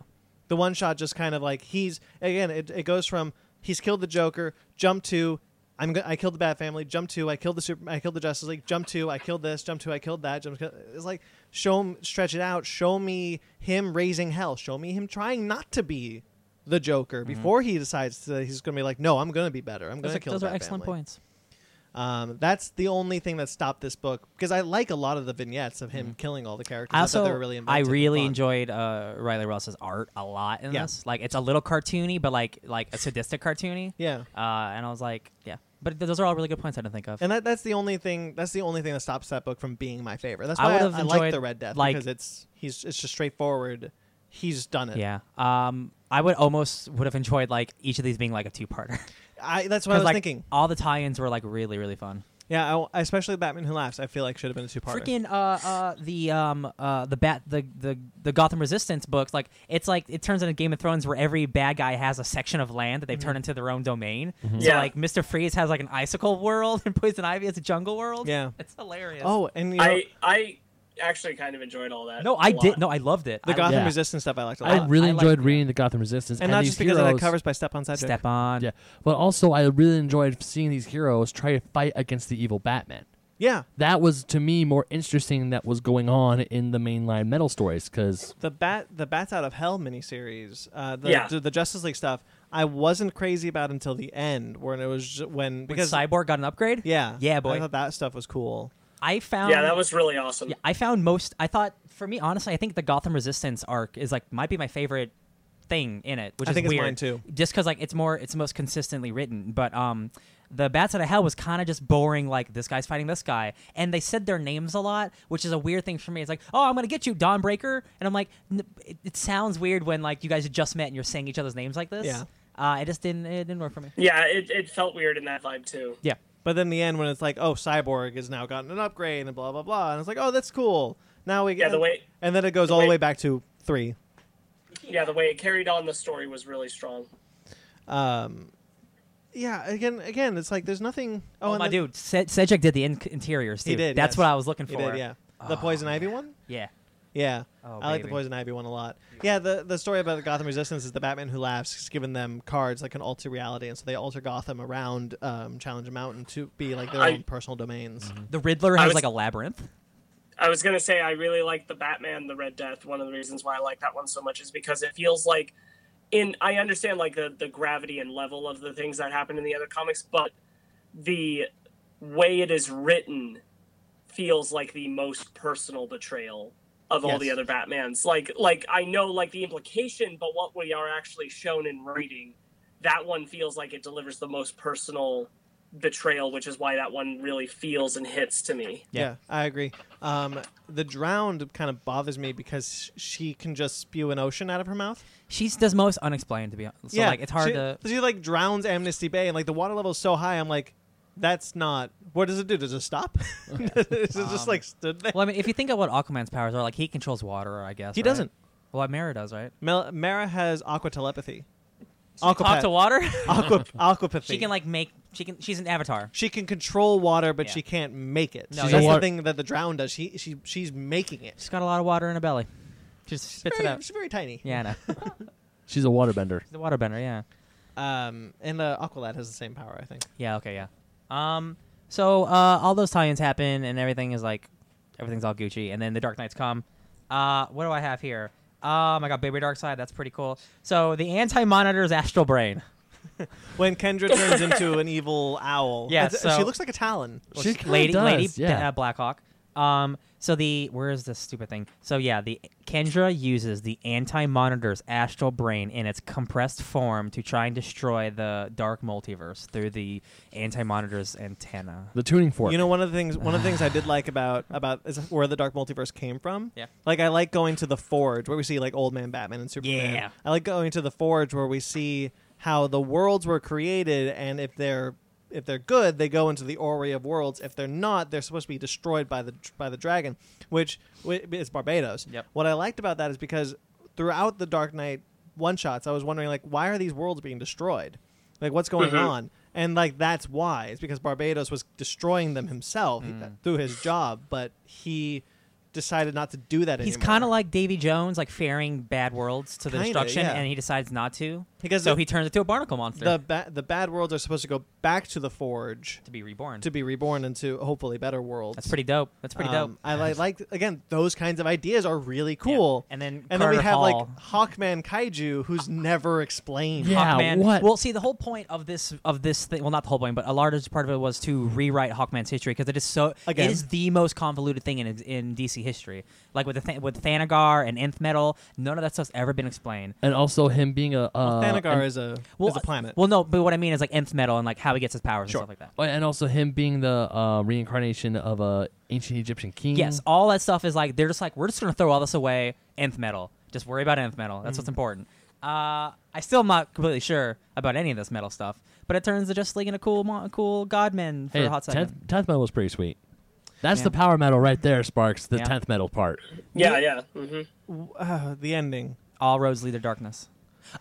Speaker 1: The one shot just kind of like he's again, it, it goes from he's killed the Joker, jump to. I'm go- I killed the Bat Family. Jump to I killed the Super. I killed the Justice League. Jump to I killed this. Jump to I killed that. Jump. To, it's like show m- stretch it out. Show me him raising hell. Show me him trying not to be the Joker before he decides that he's going to be like, no, I'm going to be better. I'm going
Speaker 2: Mm-hmm. those
Speaker 1: to
Speaker 2: are,
Speaker 1: kill.
Speaker 2: those
Speaker 1: the
Speaker 2: are
Speaker 1: Bat
Speaker 2: excellent
Speaker 1: Family."
Speaker 2: points.
Speaker 1: Um, that's the only thing that stopped this book because I like a lot of the vignettes of him killing all the characters.
Speaker 2: Mm-hmm. I
Speaker 1: I thought
Speaker 2: also
Speaker 1: they were really
Speaker 2: I
Speaker 1: inventive and
Speaker 2: really
Speaker 1: fun.
Speaker 2: enjoyed uh, Riley Ross's art a lot in
Speaker 1: Yeah.
Speaker 2: this. Like it's a little cartoony, but like like a sadistic cartoony.
Speaker 1: Yeah.
Speaker 2: Uh, and I was like, yeah. But th- those are all really good points I didn't think of.
Speaker 1: And that, that's the only thing. That's the only thing that stops that book from being my favorite. That's
Speaker 2: I
Speaker 1: why I,
Speaker 2: would've
Speaker 1: I like
Speaker 2: enjoyed,
Speaker 1: the Red Death
Speaker 2: like-
Speaker 1: because it's he's it's just straightforward. He's done it.
Speaker 2: yeah. Um, I would almost would have enjoyed like each of these being like a two parter.
Speaker 1: I, that's what I was
Speaker 2: like
Speaker 1: thinking.
Speaker 2: all the tie-ins were like really really fun.
Speaker 1: Yeah, I, especially Batman Who Laughs. I feel like should have been a two part.
Speaker 2: Freaking uh, uh the um uh the bat the, the the Gotham Resistance books like it's like it turns into Game of Thrones where every bad guy has a section of land that they've
Speaker 1: Mm-hmm.
Speaker 2: turned into their own domain. So
Speaker 4: Yeah.
Speaker 2: like Mister Freeze has like an icicle world and Poison Ivy has a jungle world.
Speaker 1: Yeah.
Speaker 2: it's hilarious.
Speaker 1: Oh, and you know,
Speaker 4: I I actually kind of enjoyed all that.
Speaker 2: no,
Speaker 4: a
Speaker 2: I
Speaker 4: lot.
Speaker 2: did no, I loved it.
Speaker 1: the
Speaker 2: I
Speaker 1: Gotham
Speaker 3: Yeah.
Speaker 1: Resistance stuff I liked a lot,
Speaker 3: I really
Speaker 2: I like-
Speaker 3: enjoyed reading the Gotham Resistance,
Speaker 1: and, not
Speaker 3: these
Speaker 1: just because of
Speaker 3: heroes,
Speaker 1: that covers by Step on Subject.
Speaker 2: Step on.
Speaker 3: Yeah, but also I really enjoyed seeing these heroes try to fight against the evil Batman.
Speaker 1: Yeah,
Speaker 3: That was to me more interesting that was going on in the mainline metal stories because
Speaker 1: the bat the bats out of hell miniseries, uh, the,
Speaker 4: Yeah.
Speaker 1: the the Justice League stuff. I wasn't crazy about until the end when it was ju- when because
Speaker 2: when Cyborg got an upgrade.
Speaker 1: yeah
Speaker 2: yeah, boy.
Speaker 1: I thought that stuff was cool.
Speaker 2: I found
Speaker 4: Yeah, that was really awesome.
Speaker 2: Yeah, I found most. I thought for me, honestly, I think the Gotham Resistance arc is like might be my favorite thing in it, which
Speaker 1: I
Speaker 2: is
Speaker 1: think it's
Speaker 2: weird.
Speaker 1: mine, too.
Speaker 2: Just because like it's more, it's most consistently written. But um, the Bats Out of Hell was kind of just boring. Like this guy's fighting this guy, and they said their names a lot, which is a weird thing for me. It's like, oh, I'm gonna get you, Don Breaker, and I'm like, n- it, it sounds weird when like you guys just met and you're saying each other's names like this.
Speaker 1: Yeah.
Speaker 2: Uh, it just didn't. It didn't work for me.
Speaker 4: Yeah, it, it felt weird in that vibe too.
Speaker 2: Yeah.
Speaker 1: But then the end when it's like, oh, Cyborg has now gotten an upgrade and blah blah blah, and it's like, oh, that's cool. Now we get
Speaker 4: Yeah, the way-
Speaker 1: and then it goes all the
Speaker 4: way-
Speaker 1: way back to three.
Speaker 4: Yeah, the way it carried on the story was really strong.
Speaker 1: Um, yeah, again, again, it's like there's nothing.
Speaker 2: Oh,
Speaker 1: and
Speaker 2: my
Speaker 1: the-
Speaker 2: dude, Se- Cedric did the in- interiors too.
Speaker 1: he did.
Speaker 2: That's
Speaker 1: yes.
Speaker 2: what I was looking for.
Speaker 1: He did, yeah, the poison ivy one.
Speaker 2: Yeah.
Speaker 1: Yeah,
Speaker 2: Oh,
Speaker 1: I like the
Speaker 2: baby.
Speaker 1: poison ivy one a lot. Yeah, the the story about the Gotham Resistance is the Batman who laughs has given them cards like an alter reality, and so they alter Gotham around um, Challenge Mountain to be like their
Speaker 4: I-
Speaker 1: own personal domains.
Speaker 2: The Riddler
Speaker 4: I
Speaker 2: has
Speaker 4: was-
Speaker 2: like a labyrinth.
Speaker 4: I was gonna say I really like the Batman, the Red Death. One of the reasons why I like that one so much is because it feels like, in I understand like the the gravity and level of the things that happen in the other comics, but the way it is written feels like the most personal betrayal of all
Speaker 1: Yes.
Speaker 4: the other Batmans. Like like I know like the implication, but what we are actually shown in writing, that one feels like it delivers the most personal betrayal, which is why that one really feels and hits to me.
Speaker 1: Yeah, I agree. Um, the drowned kind of bothers me because she can just spew an ocean out of her mouth.
Speaker 2: She does most unexplained to be honest. So
Speaker 1: yeah,
Speaker 2: like it's hard
Speaker 1: she,
Speaker 2: to
Speaker 1: She like drowns Amnesty Bay, and like the water level is so high. I'm like, that's not. What does it do? Does it stop? Is it just
Speaker 2: Um,
Speaker 1: like stood there?
Speaker 2: Well, I mean, if you think of what Aquaman's powers are, like he controls water, I guess.
Speaker 1: He
Speaker 2: right?
Speaker 1: doesn't.
Speaker 2: Well, Mara does, right?
Speaker 1: Mel- Mara has aqua telepathy.
Speaker 2: Talk to
Speaker 1: Aquapath.
Speaker 2: water.
Speaker 1: Aqua aquapathy.
Speaker 2: she can like make. She can. She's an avatar.
Speaker 1: She can control water, but
Speaker 2: Yeah.
Speaker 1: she can't make it.
Speaker 2: No,
Speaker 1: So
Speaker 2: yeah.
Speaker 1: that's
Speaker 3: She's a wa-
Speaker 1: the thing that the drowned does. She she she's making it.
Speaker 2: She's got a lot of water in her belly. She just spits
Speaker 1: very,
Speaker 2: it out.
Speaker 1: She's very tiny.
Speaker 2: Yeah, I know. She's
Speaker 3: she's a waterbender.
Speaker 2: a waterbender. Yeah.
Speaker 1: Um, and uh, Aqualad has the same power, I think.
Speaker 2: Yeah. Okay. Yeah. Um. So uh, all those tie-ins happen, and everything is like, everything's all Gucci, and then the Dark Knights come. Uh, what do I have here? Um, I got Baby Dark Side. That's pretty cool. So the Anti-Monitor's astral brain.
Speaker 1: When Kendra turns into an evil owl,
Speaker 2: Yeah,
Speaker 1: it's-
Speaker 2: so-
Speaker 1: she looks like a Talon.
Speaker 3: She kinda
Speaker 2: lady,
Speaker 3: does,
Speaker 2: lady
Speaker 3: yeah.
Speaker 2: uh, Blackhawk. Um, So the where is this stupid thing? So yeah, the Kendra uses the anti-monitor's astral brain in its compressed form to try and destroy the dark multiverse through the anti-monitor's antenna.
Speaker 3: The tuning fork.
Speaker 1: You know, one of the things one of the things I did like about about is where the Dark Multiverse came from.
Speaker 2: Yeah.
Speaker 1: Like I like going to the Forge where we see like Old Man Batman and Superman.
Speaker 2: Yeah.
Speaker 1: I like going to the Forge where we see how the worlds were created, and if they're if they're good, they go into the Orrery of Worlds. If they're not, they're supposed to be destroyed by the by the dragon, which wi- is Barbados.
Speaker 2: Yep.
Speaker 1: What I liked about that is because throughout the Dark Knight one shots, I was wondering like why are these worlds being destroyed? Like what's going
Speaker 4: Mhm.
Speaker 1: on? And like that's why it's because Barbados was destroying them himself he-
Speaker 2: Mm.
Speaker 1: through his job, but he decided not to do that
Speaker 2: He's
Speaker 1: anymore.
Speaker 2: kind of like Davy Jones, like fearing bad worlds to the
Speaker 1: Kinda,
Speaker 2: destruction,
Speaker 1: yeah.
Speaker 2: and he decides not to.
Speaker 1: Because
Speaker 2: so
Speaker 1: the-
Speaker 2: he turns into a barnacle monster
Speaker 1: the ba- the bad worlds are supposed to go back to the Forge
Speaker 2: to be reborn.
Speaker 1: to be reborn into hopefully better worlds.
Speaker 2: That's pretty dope. That's pretty
Speaker 1: Um,
Speaker 2: dope.
Speaker 1: I li- like again those kinds of ideas are really cool.
Speaker 2: And then
Speaker 1: and then we
Speaker 2: Carter
Speaker 1: have like
Speaker 2: Hall.
Speaker 1: Hawkman Kaiju, who's never explained.
Speaker 3: Yeah.
Speaker 2: Hawkman.
Speaker 3: what?
Speaker 2: Well, see, the whole point of this of this thing, well, not the whole point, but a large part of it was to rewrite Hawkman's history because it is so.
Speaker 1: Again.
Speaker 2: it is the most convoluted thing in in DC history. Like with the Th- with Thanagar and Nth Metal, none of that stuff's ever been explained.
Speaker 3: and also him being a. Uh,
Speaker 1: Thanagar
Speaker 3: and,
Speaker 1: is a
Speaker 2: Well,
Speaker 1: is a planet.
Speaker 2: Well, no, but what I mean is like Nth Metal and like how he gets his powers
Speaker 1: Sure.
Speaker 2: and stuff like that.
Speaker 3: and also him being the uh, reincarnation of a ancient Egyptian king.
Speaker 1: Mm-hmm.
Speaker 2: Yes, all that stuff is like they're just like we're just gonna throw all this away. Nth metal, just worry about nth metal. That's what's
Speaker 1: Mm-hmm.
Speaker 2: important. Uh, I still am not completely sure about any of this metal stuff, but it turns the Justice League into cool, mo- cool godmen for
Speaker 3: Hey,
Speaker 2: a hot second.
Speaker 3: tenth, tenth metal was pretty sweet. That's
Speaker 2: Yeah.
Speaker 3: the power metal right there, Sparks. The
Speaker 2: Yeah.
Speaker 3: tenth metal part.
Speaker 4: Yeah, yeah. hmm
Speaker 1: Uh, the ending.
Speaker 2: All roads lead to darkness.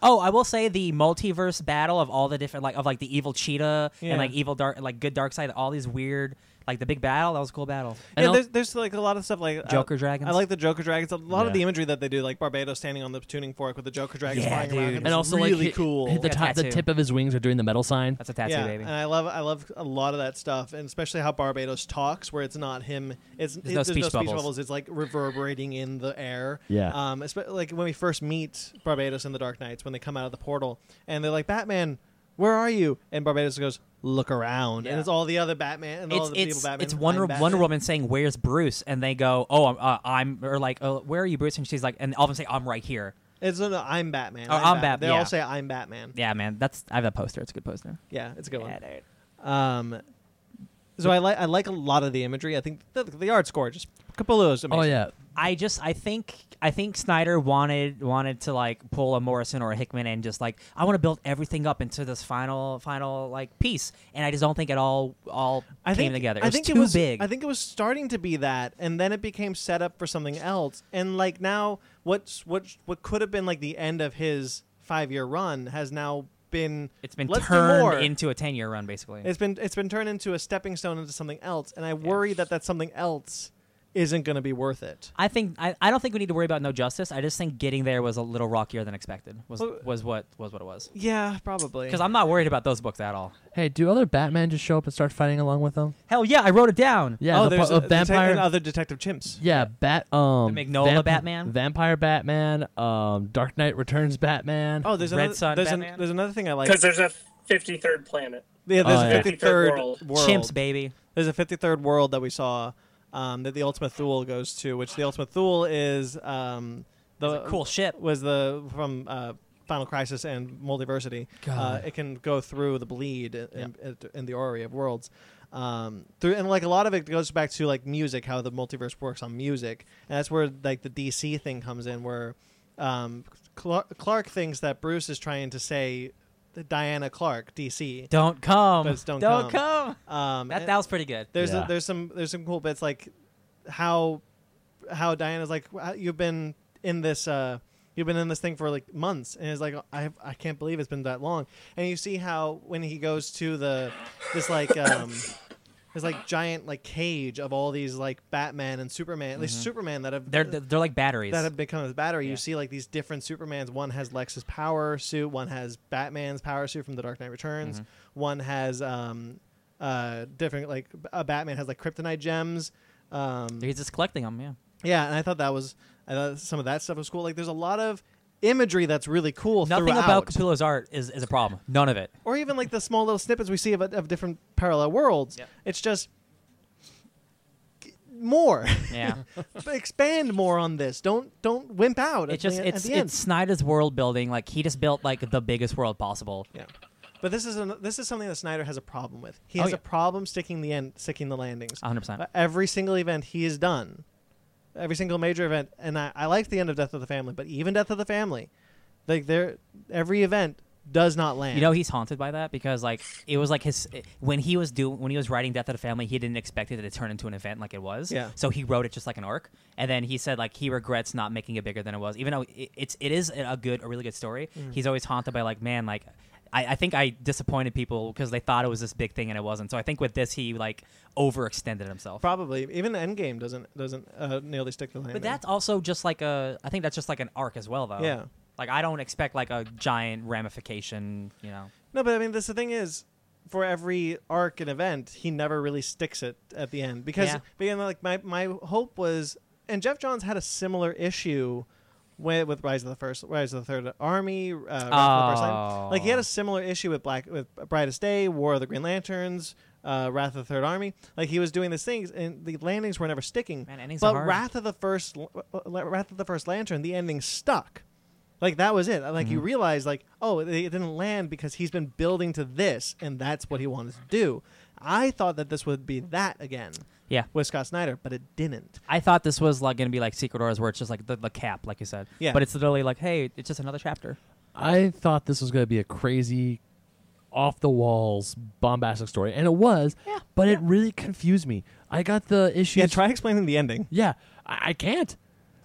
Speaker 2: Oh, I will say the multiverse battle of all the different like of like the evil cheetah
Speaker 1: Yeah.
Speaker 2: and like evil dark like good dark side. All these weird like the big battle that was a cool battle.
Speaker 3: And
Speaker 1: yeah,
Speaker 3: al-
Speaker 1: there's, there's like a lot of stuff like uh,
Speaker 2: Joker dragons.
Speaker 1: I like the Joker dragons. A lot of
Speaker 3: Yeah.
Speaker 1: the imagery that they do, like Barbados standing on the tuning fork with the Joker dragons
Speaker 2: Yeah,
Speaker 1: flying around, him,
Speaker 2: dude.
Speaker 3: and
Speaker 1: is
Speaker 3: also
Speaker 1: really
Speaker 3: like hit-
Speaker 1: cool.
Speaker 3: Hit the
Speaker 2: Like a
Speaker 3: top, the
Speaker 2: tattoo.
Speaker 3: tip of his wings are doing the metal sign.
Speaker 2: That's a tattoo,
Speaker 1: yeah,
Speaker 2: baby.
Speaker 1: and I love I love a lot of that stuff, and especially how Barbados talks, where it's not him. It's it-
Speaker 2: no
Speaker 1: there's no
Speaker 2: speech
Speaker 1: speech
Speaker 2: bubbles.
Speaker 1: bubbles. It's like reverberating in the air.
Speaker 3: Yeah.
Speaker 1: Um. espe- Like when we first meet Barbados in the Dark Knights, when they come out of the portal, and they're like, "Batman, where are you?" And Barbados goes, "Look around,"
Speaker 2: Yeah.
Speaker 1: and it's all the other Batman and all
Speaker 2: it's
Speaker 1: the people
Speaker 2: it's,
Speaker 1: Batman.
Speaker 2: it's
Speaker 1: find
Speaker 2: Wonder
Speaker 1: Batman.
Speaker 2: Wonder Woman saying where's Bruce and they go oh I'm uh, I'm or like oh, where are you Bruce and she's like and all of them say I'm right here
Speaker 1: It's no, no, I'm Batman.
Speaker 2: Oh, I'm Bat-
Speaker 1: They
Speaker 2: yeah.
Speaker 1: all say I'm Batman.
Speaker 2: yeah man that's I have that poster it's a good poster
Speaker 1: Yeah, it's a good one.
Speaker 2: dude
Speaker 1: Um, so I like I like a lot of the imagery. I think the, the art's gorgeous. Capullo is amazing.
Speaker 3: oh yeah,
Speaker 2: I just I think I think Snyder wanted wanted to like pull a Morrison or a Hickman and just like I want to build everything up into this final final like piece and I just don't think it all all
Speaker 1: I
Speaker 2: came
Speaker 1: think,
Speaker 2: together it
Speaker 1: I
Speaker 2: was
Speaker 1: think
Speaker 2: too
Speaker 1: it was,
Speaker 2: big
Speaker 1: I think it was starting to be that, and then it became set up for something else. And like now, what's what what could have been like the end of his five year run has now been
Speaker 2: it's been
Speaker 1: "Let's do more."
Speaker 2: turned into a ten year run basically
Speaker 1: It's been it's been turned into a stepping stone into something else, and I worry that that something else isn't going to be worth it.
Speaker 2: I think I, I don't think we need to worry about no justice I just think getting there was a little rockier than expected was
Speaker 1: Well-
Speaker 2: was what was what it was
Speaker 1: Yeah, probably.
Speaker 2: because I'm not worried about those books at all
Speaker 3: Hey, do other Batman just show up and start fighting along with them?
Speaker 2: hell yeah I wrote it down
Speaker 3: Yeah,
Speaker 1: oh,
Speaker 3: the,
Speaker 1: there's
Speaker 3: po-
Speaker 1: a,
Speaker 3: a vampire.
Speaker 1: and other detective chimps.
Speaker 3: yeah, Bat. Um,
Speaker 2: The Magnolia Batman?
Speaker 3: Vampire Batman. Um, Dark Knight Returns Batman.
Speaker 1: Oh, there's
Speaker 2: Red
Speaker 1: another,
Speaker 2: Sun
Speaker 1: there's, an-
Speaker 2: Batman?
Speaker 1: there's another thing I like.
Speaker 4: Because there's a 53rd planet.
Speaker 1: Yeah, there's
Speaker 3: Oh,
Speaker 1: a
Speaker 3: yeah.
Speaker 1: 53rd
Speaker 4: 53rd
Speaker 1: world.
Speaker 4: world.
Speaker 2: Oh, chimps baby
Speaker 1: There's a 53rd world that we saw um, that the Ultimate Thule goes to, which the Ultimate Thule is um, the
Speaker 2: It's a cool ship
Speaker 1: was the from uh, Final Crisis and Multiversity. Uh,
Speaker 3: God.
Speaker 1: it can go through the bleed in, in, in the Orrery of Worlds. Um, through and like a lot of it goes back to like music, how the multiverse works on music, and that's where like the DC thing comes in, where um, Clark, Clark thinks that Bruce is trying to say that Diana Clark, DC.
Speaker 2: don't come
Speaker 1: But it's don't
Speaker 2: don't
Speaker 1: come.
Speaker 2: come
Speaker 1: Um,
Speaker 2: that
Speaker 1: and-
Speaker 2: that was pretty good
Speaker 1: there's
Speaker 3: Yeah.
Speaker 1: a, there's some there's some cool bits like how how Diana's like "Wow, you've been in this uh you've been in this thing for like months and it's like I I can't believe it's been that long and you see how when he goes to the this like um this like giant like cage of all these like Batman and Superman at least Superman that have
Speaker 2: they're they're like batteries
Speaker 1: that have become his battery.
Speaker 2: Yeah.
Speaker 1: You see like these different Supermans. One has Lex's power suit. One has Batman's power suit from The Dark Knight Returns.
Speaker 2: Mm-hmm.
Speaker 1: One has um, uh, different like b- uh, Batman has like kryptonite gems. Um,
Speaker 2: He's just collecting them, yeah.
Speaker 1: yeah, and I thought that was I thought some of that stuff was cool. Like there's a lot of imagery that's really cool
Speaker 2: Nothing
Speaker 1: throughout.
Speaker 2: about Capullo's art is, is a problem. None of it.
Speaker 1: or even like the small little snippets we see of, of different parallel worlds.
Speaker 2: Yep.
Speaker 1: It's just more.
Speaker 2: Yeah.
Speaker 1: Expand more on this. Don't don't wimp out.
Speaker 2: it's
Speaker 1: at
Speaker 2: just
Speaker 1: the,
Speaker 2: it's
Speaker 1: at the end.
Speaker 2: it's Snyder's world building. Like he just built like the biggest world possible.
Speaker 1: Yeah, but this is an, this is something that Snyder has a problem with. He has
Speaker 2: Oh, yeah.
Speaker 1: a problem sticking the end, sticking the landings.
Speaker 2: 100%.
Speaker 1: Uh, Every single event he has done, every single major event, and I, I liked the end of Death of the Family, but even Death of the Family, like there, every event does not land.
Speaker 2: You know he's haunted by that because like it was like his when he was doing when he was writing Death of the Family he didn't expect it to turn into an event like it was.
Speaker 1: Yeah.
Speaker 2: So he wrote it just like an arc, and then he said like he regrets not making it bigger than it was, even though it, it's it is a good a really good story.
Speaker 1: Mm.
Speaker 2: He's always haunted by like man like. I, I think I disappointed people because they thought it was this big thing and it wasn't. So I think with this he like overextended himself.
Speaker 1: probably even the end game doesn't doesn't uh, nearly stick the landing.
Speaker 2: But that's also just like a. I think that's just like an arc as well, though.
Speaker 1: Yeah.
Speaker 2: Like I don't expect like a giant ramification, you know.
Speaker 1: no, but I mean, this the thing is. For every arc and event, he never really sticks it at the end because,
Speaker 2: Yeah.
Speaker 1: because like my, my hope was, and Jeff Johns had a similar issue with, with Rise of the First, Rise of the Third Army, uh, Rise of the First Light. like he had a
Speaker 2: Oh.
Speaker 1: similar issue with Black with Brightest Day, War of the Green Lanterns, uh, Wrath of the Third Army. Like he was doing these things, and the landings were never sticking.
Speaker 2: Man, endings
Speaker 1: but
Speaker 2: are hard.
Speaker 1: Wrath of the First, uh, Wrath of the First Lantern, the ending stuck. Like that was it. Like
Speaker 2: Mm-hmm.
Speaker 1: you realize, like oh, it it didn't land because he's been building to this, and that's what he wanted to do. I thought that this would be that again
Speaker 2: Yeah.
Speaker 1: with Scott Snyder, but it didn't.
Speaker 2: I thought this was like gonna be like Secret Wars, where it's just like the, the cap, like you said.
Speaker 1: Yeah.
Speaker 2: But it's literally like, hey, it's just another chapter.
Speaker 3: I thought this was going to be a crazy, off the walls, bombastic story, and it was.
Speaker 2: Yeah,
Speaker 3: But it really confused me. I got the issue.
Speaker 1: Yeah, try explaining the ending.
Speaker 3: Yeah, I, I can't.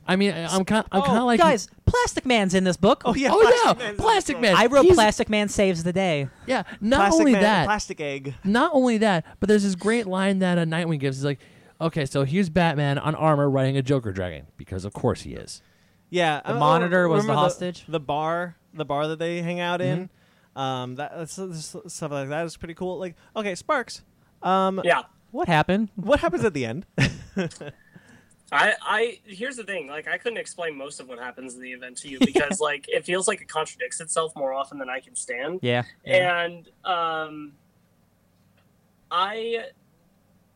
Speaker 3: I mean, I, I'm kind. I'm kind of like
Speaker 2: Oh, guys, Plastic Man's in this book.
Speaker 1: Oh yeah,
Speaker 3: Oh
Speaker 1: Plastic
Speaker 3: yeah,
Speaker 1: Man's-
Speaker 3: Plastic Man.
Speaker 2: I wrote
Speaker 3: He's-
Speaker 2: Plastic Man saves the day.
Speaker 3: Yeah, not
Speaker 1: Plastic
Speaker 3: only
Speaker 1: Man-
Speaker 3: that,
Speaker 1: Plastic Egg.
Speaker 3: not only that, but there's this great line that uh, Nightwing gives. He's like, "Okay, so here's Batman on armor riding a Joker dragon because of course he is."
Speaker 1: Yeah,
Speaker 2: The
Speaker 1: uh,
Speaker 2: monitor was the
Speaker 1: remember
Speaker 2: hostage? Mm-hmm.
Speaker 1: The, bar, the bar that they hang out in, um, that that's- that's- stuff like that is pretty cool. Like, okay, Sparks, um,
Speaker 4: Yeah.
Speaker 2: What happened?
Speaker 1: what happens at the end?
Speaker 4: I, I here's the thing. Like, I couldn't explain most of what happens in the event to you because, like, it feels like it contradicts itself more often than I can stand.
Speaker 2: Yeah.
Speaker 4: And um, I,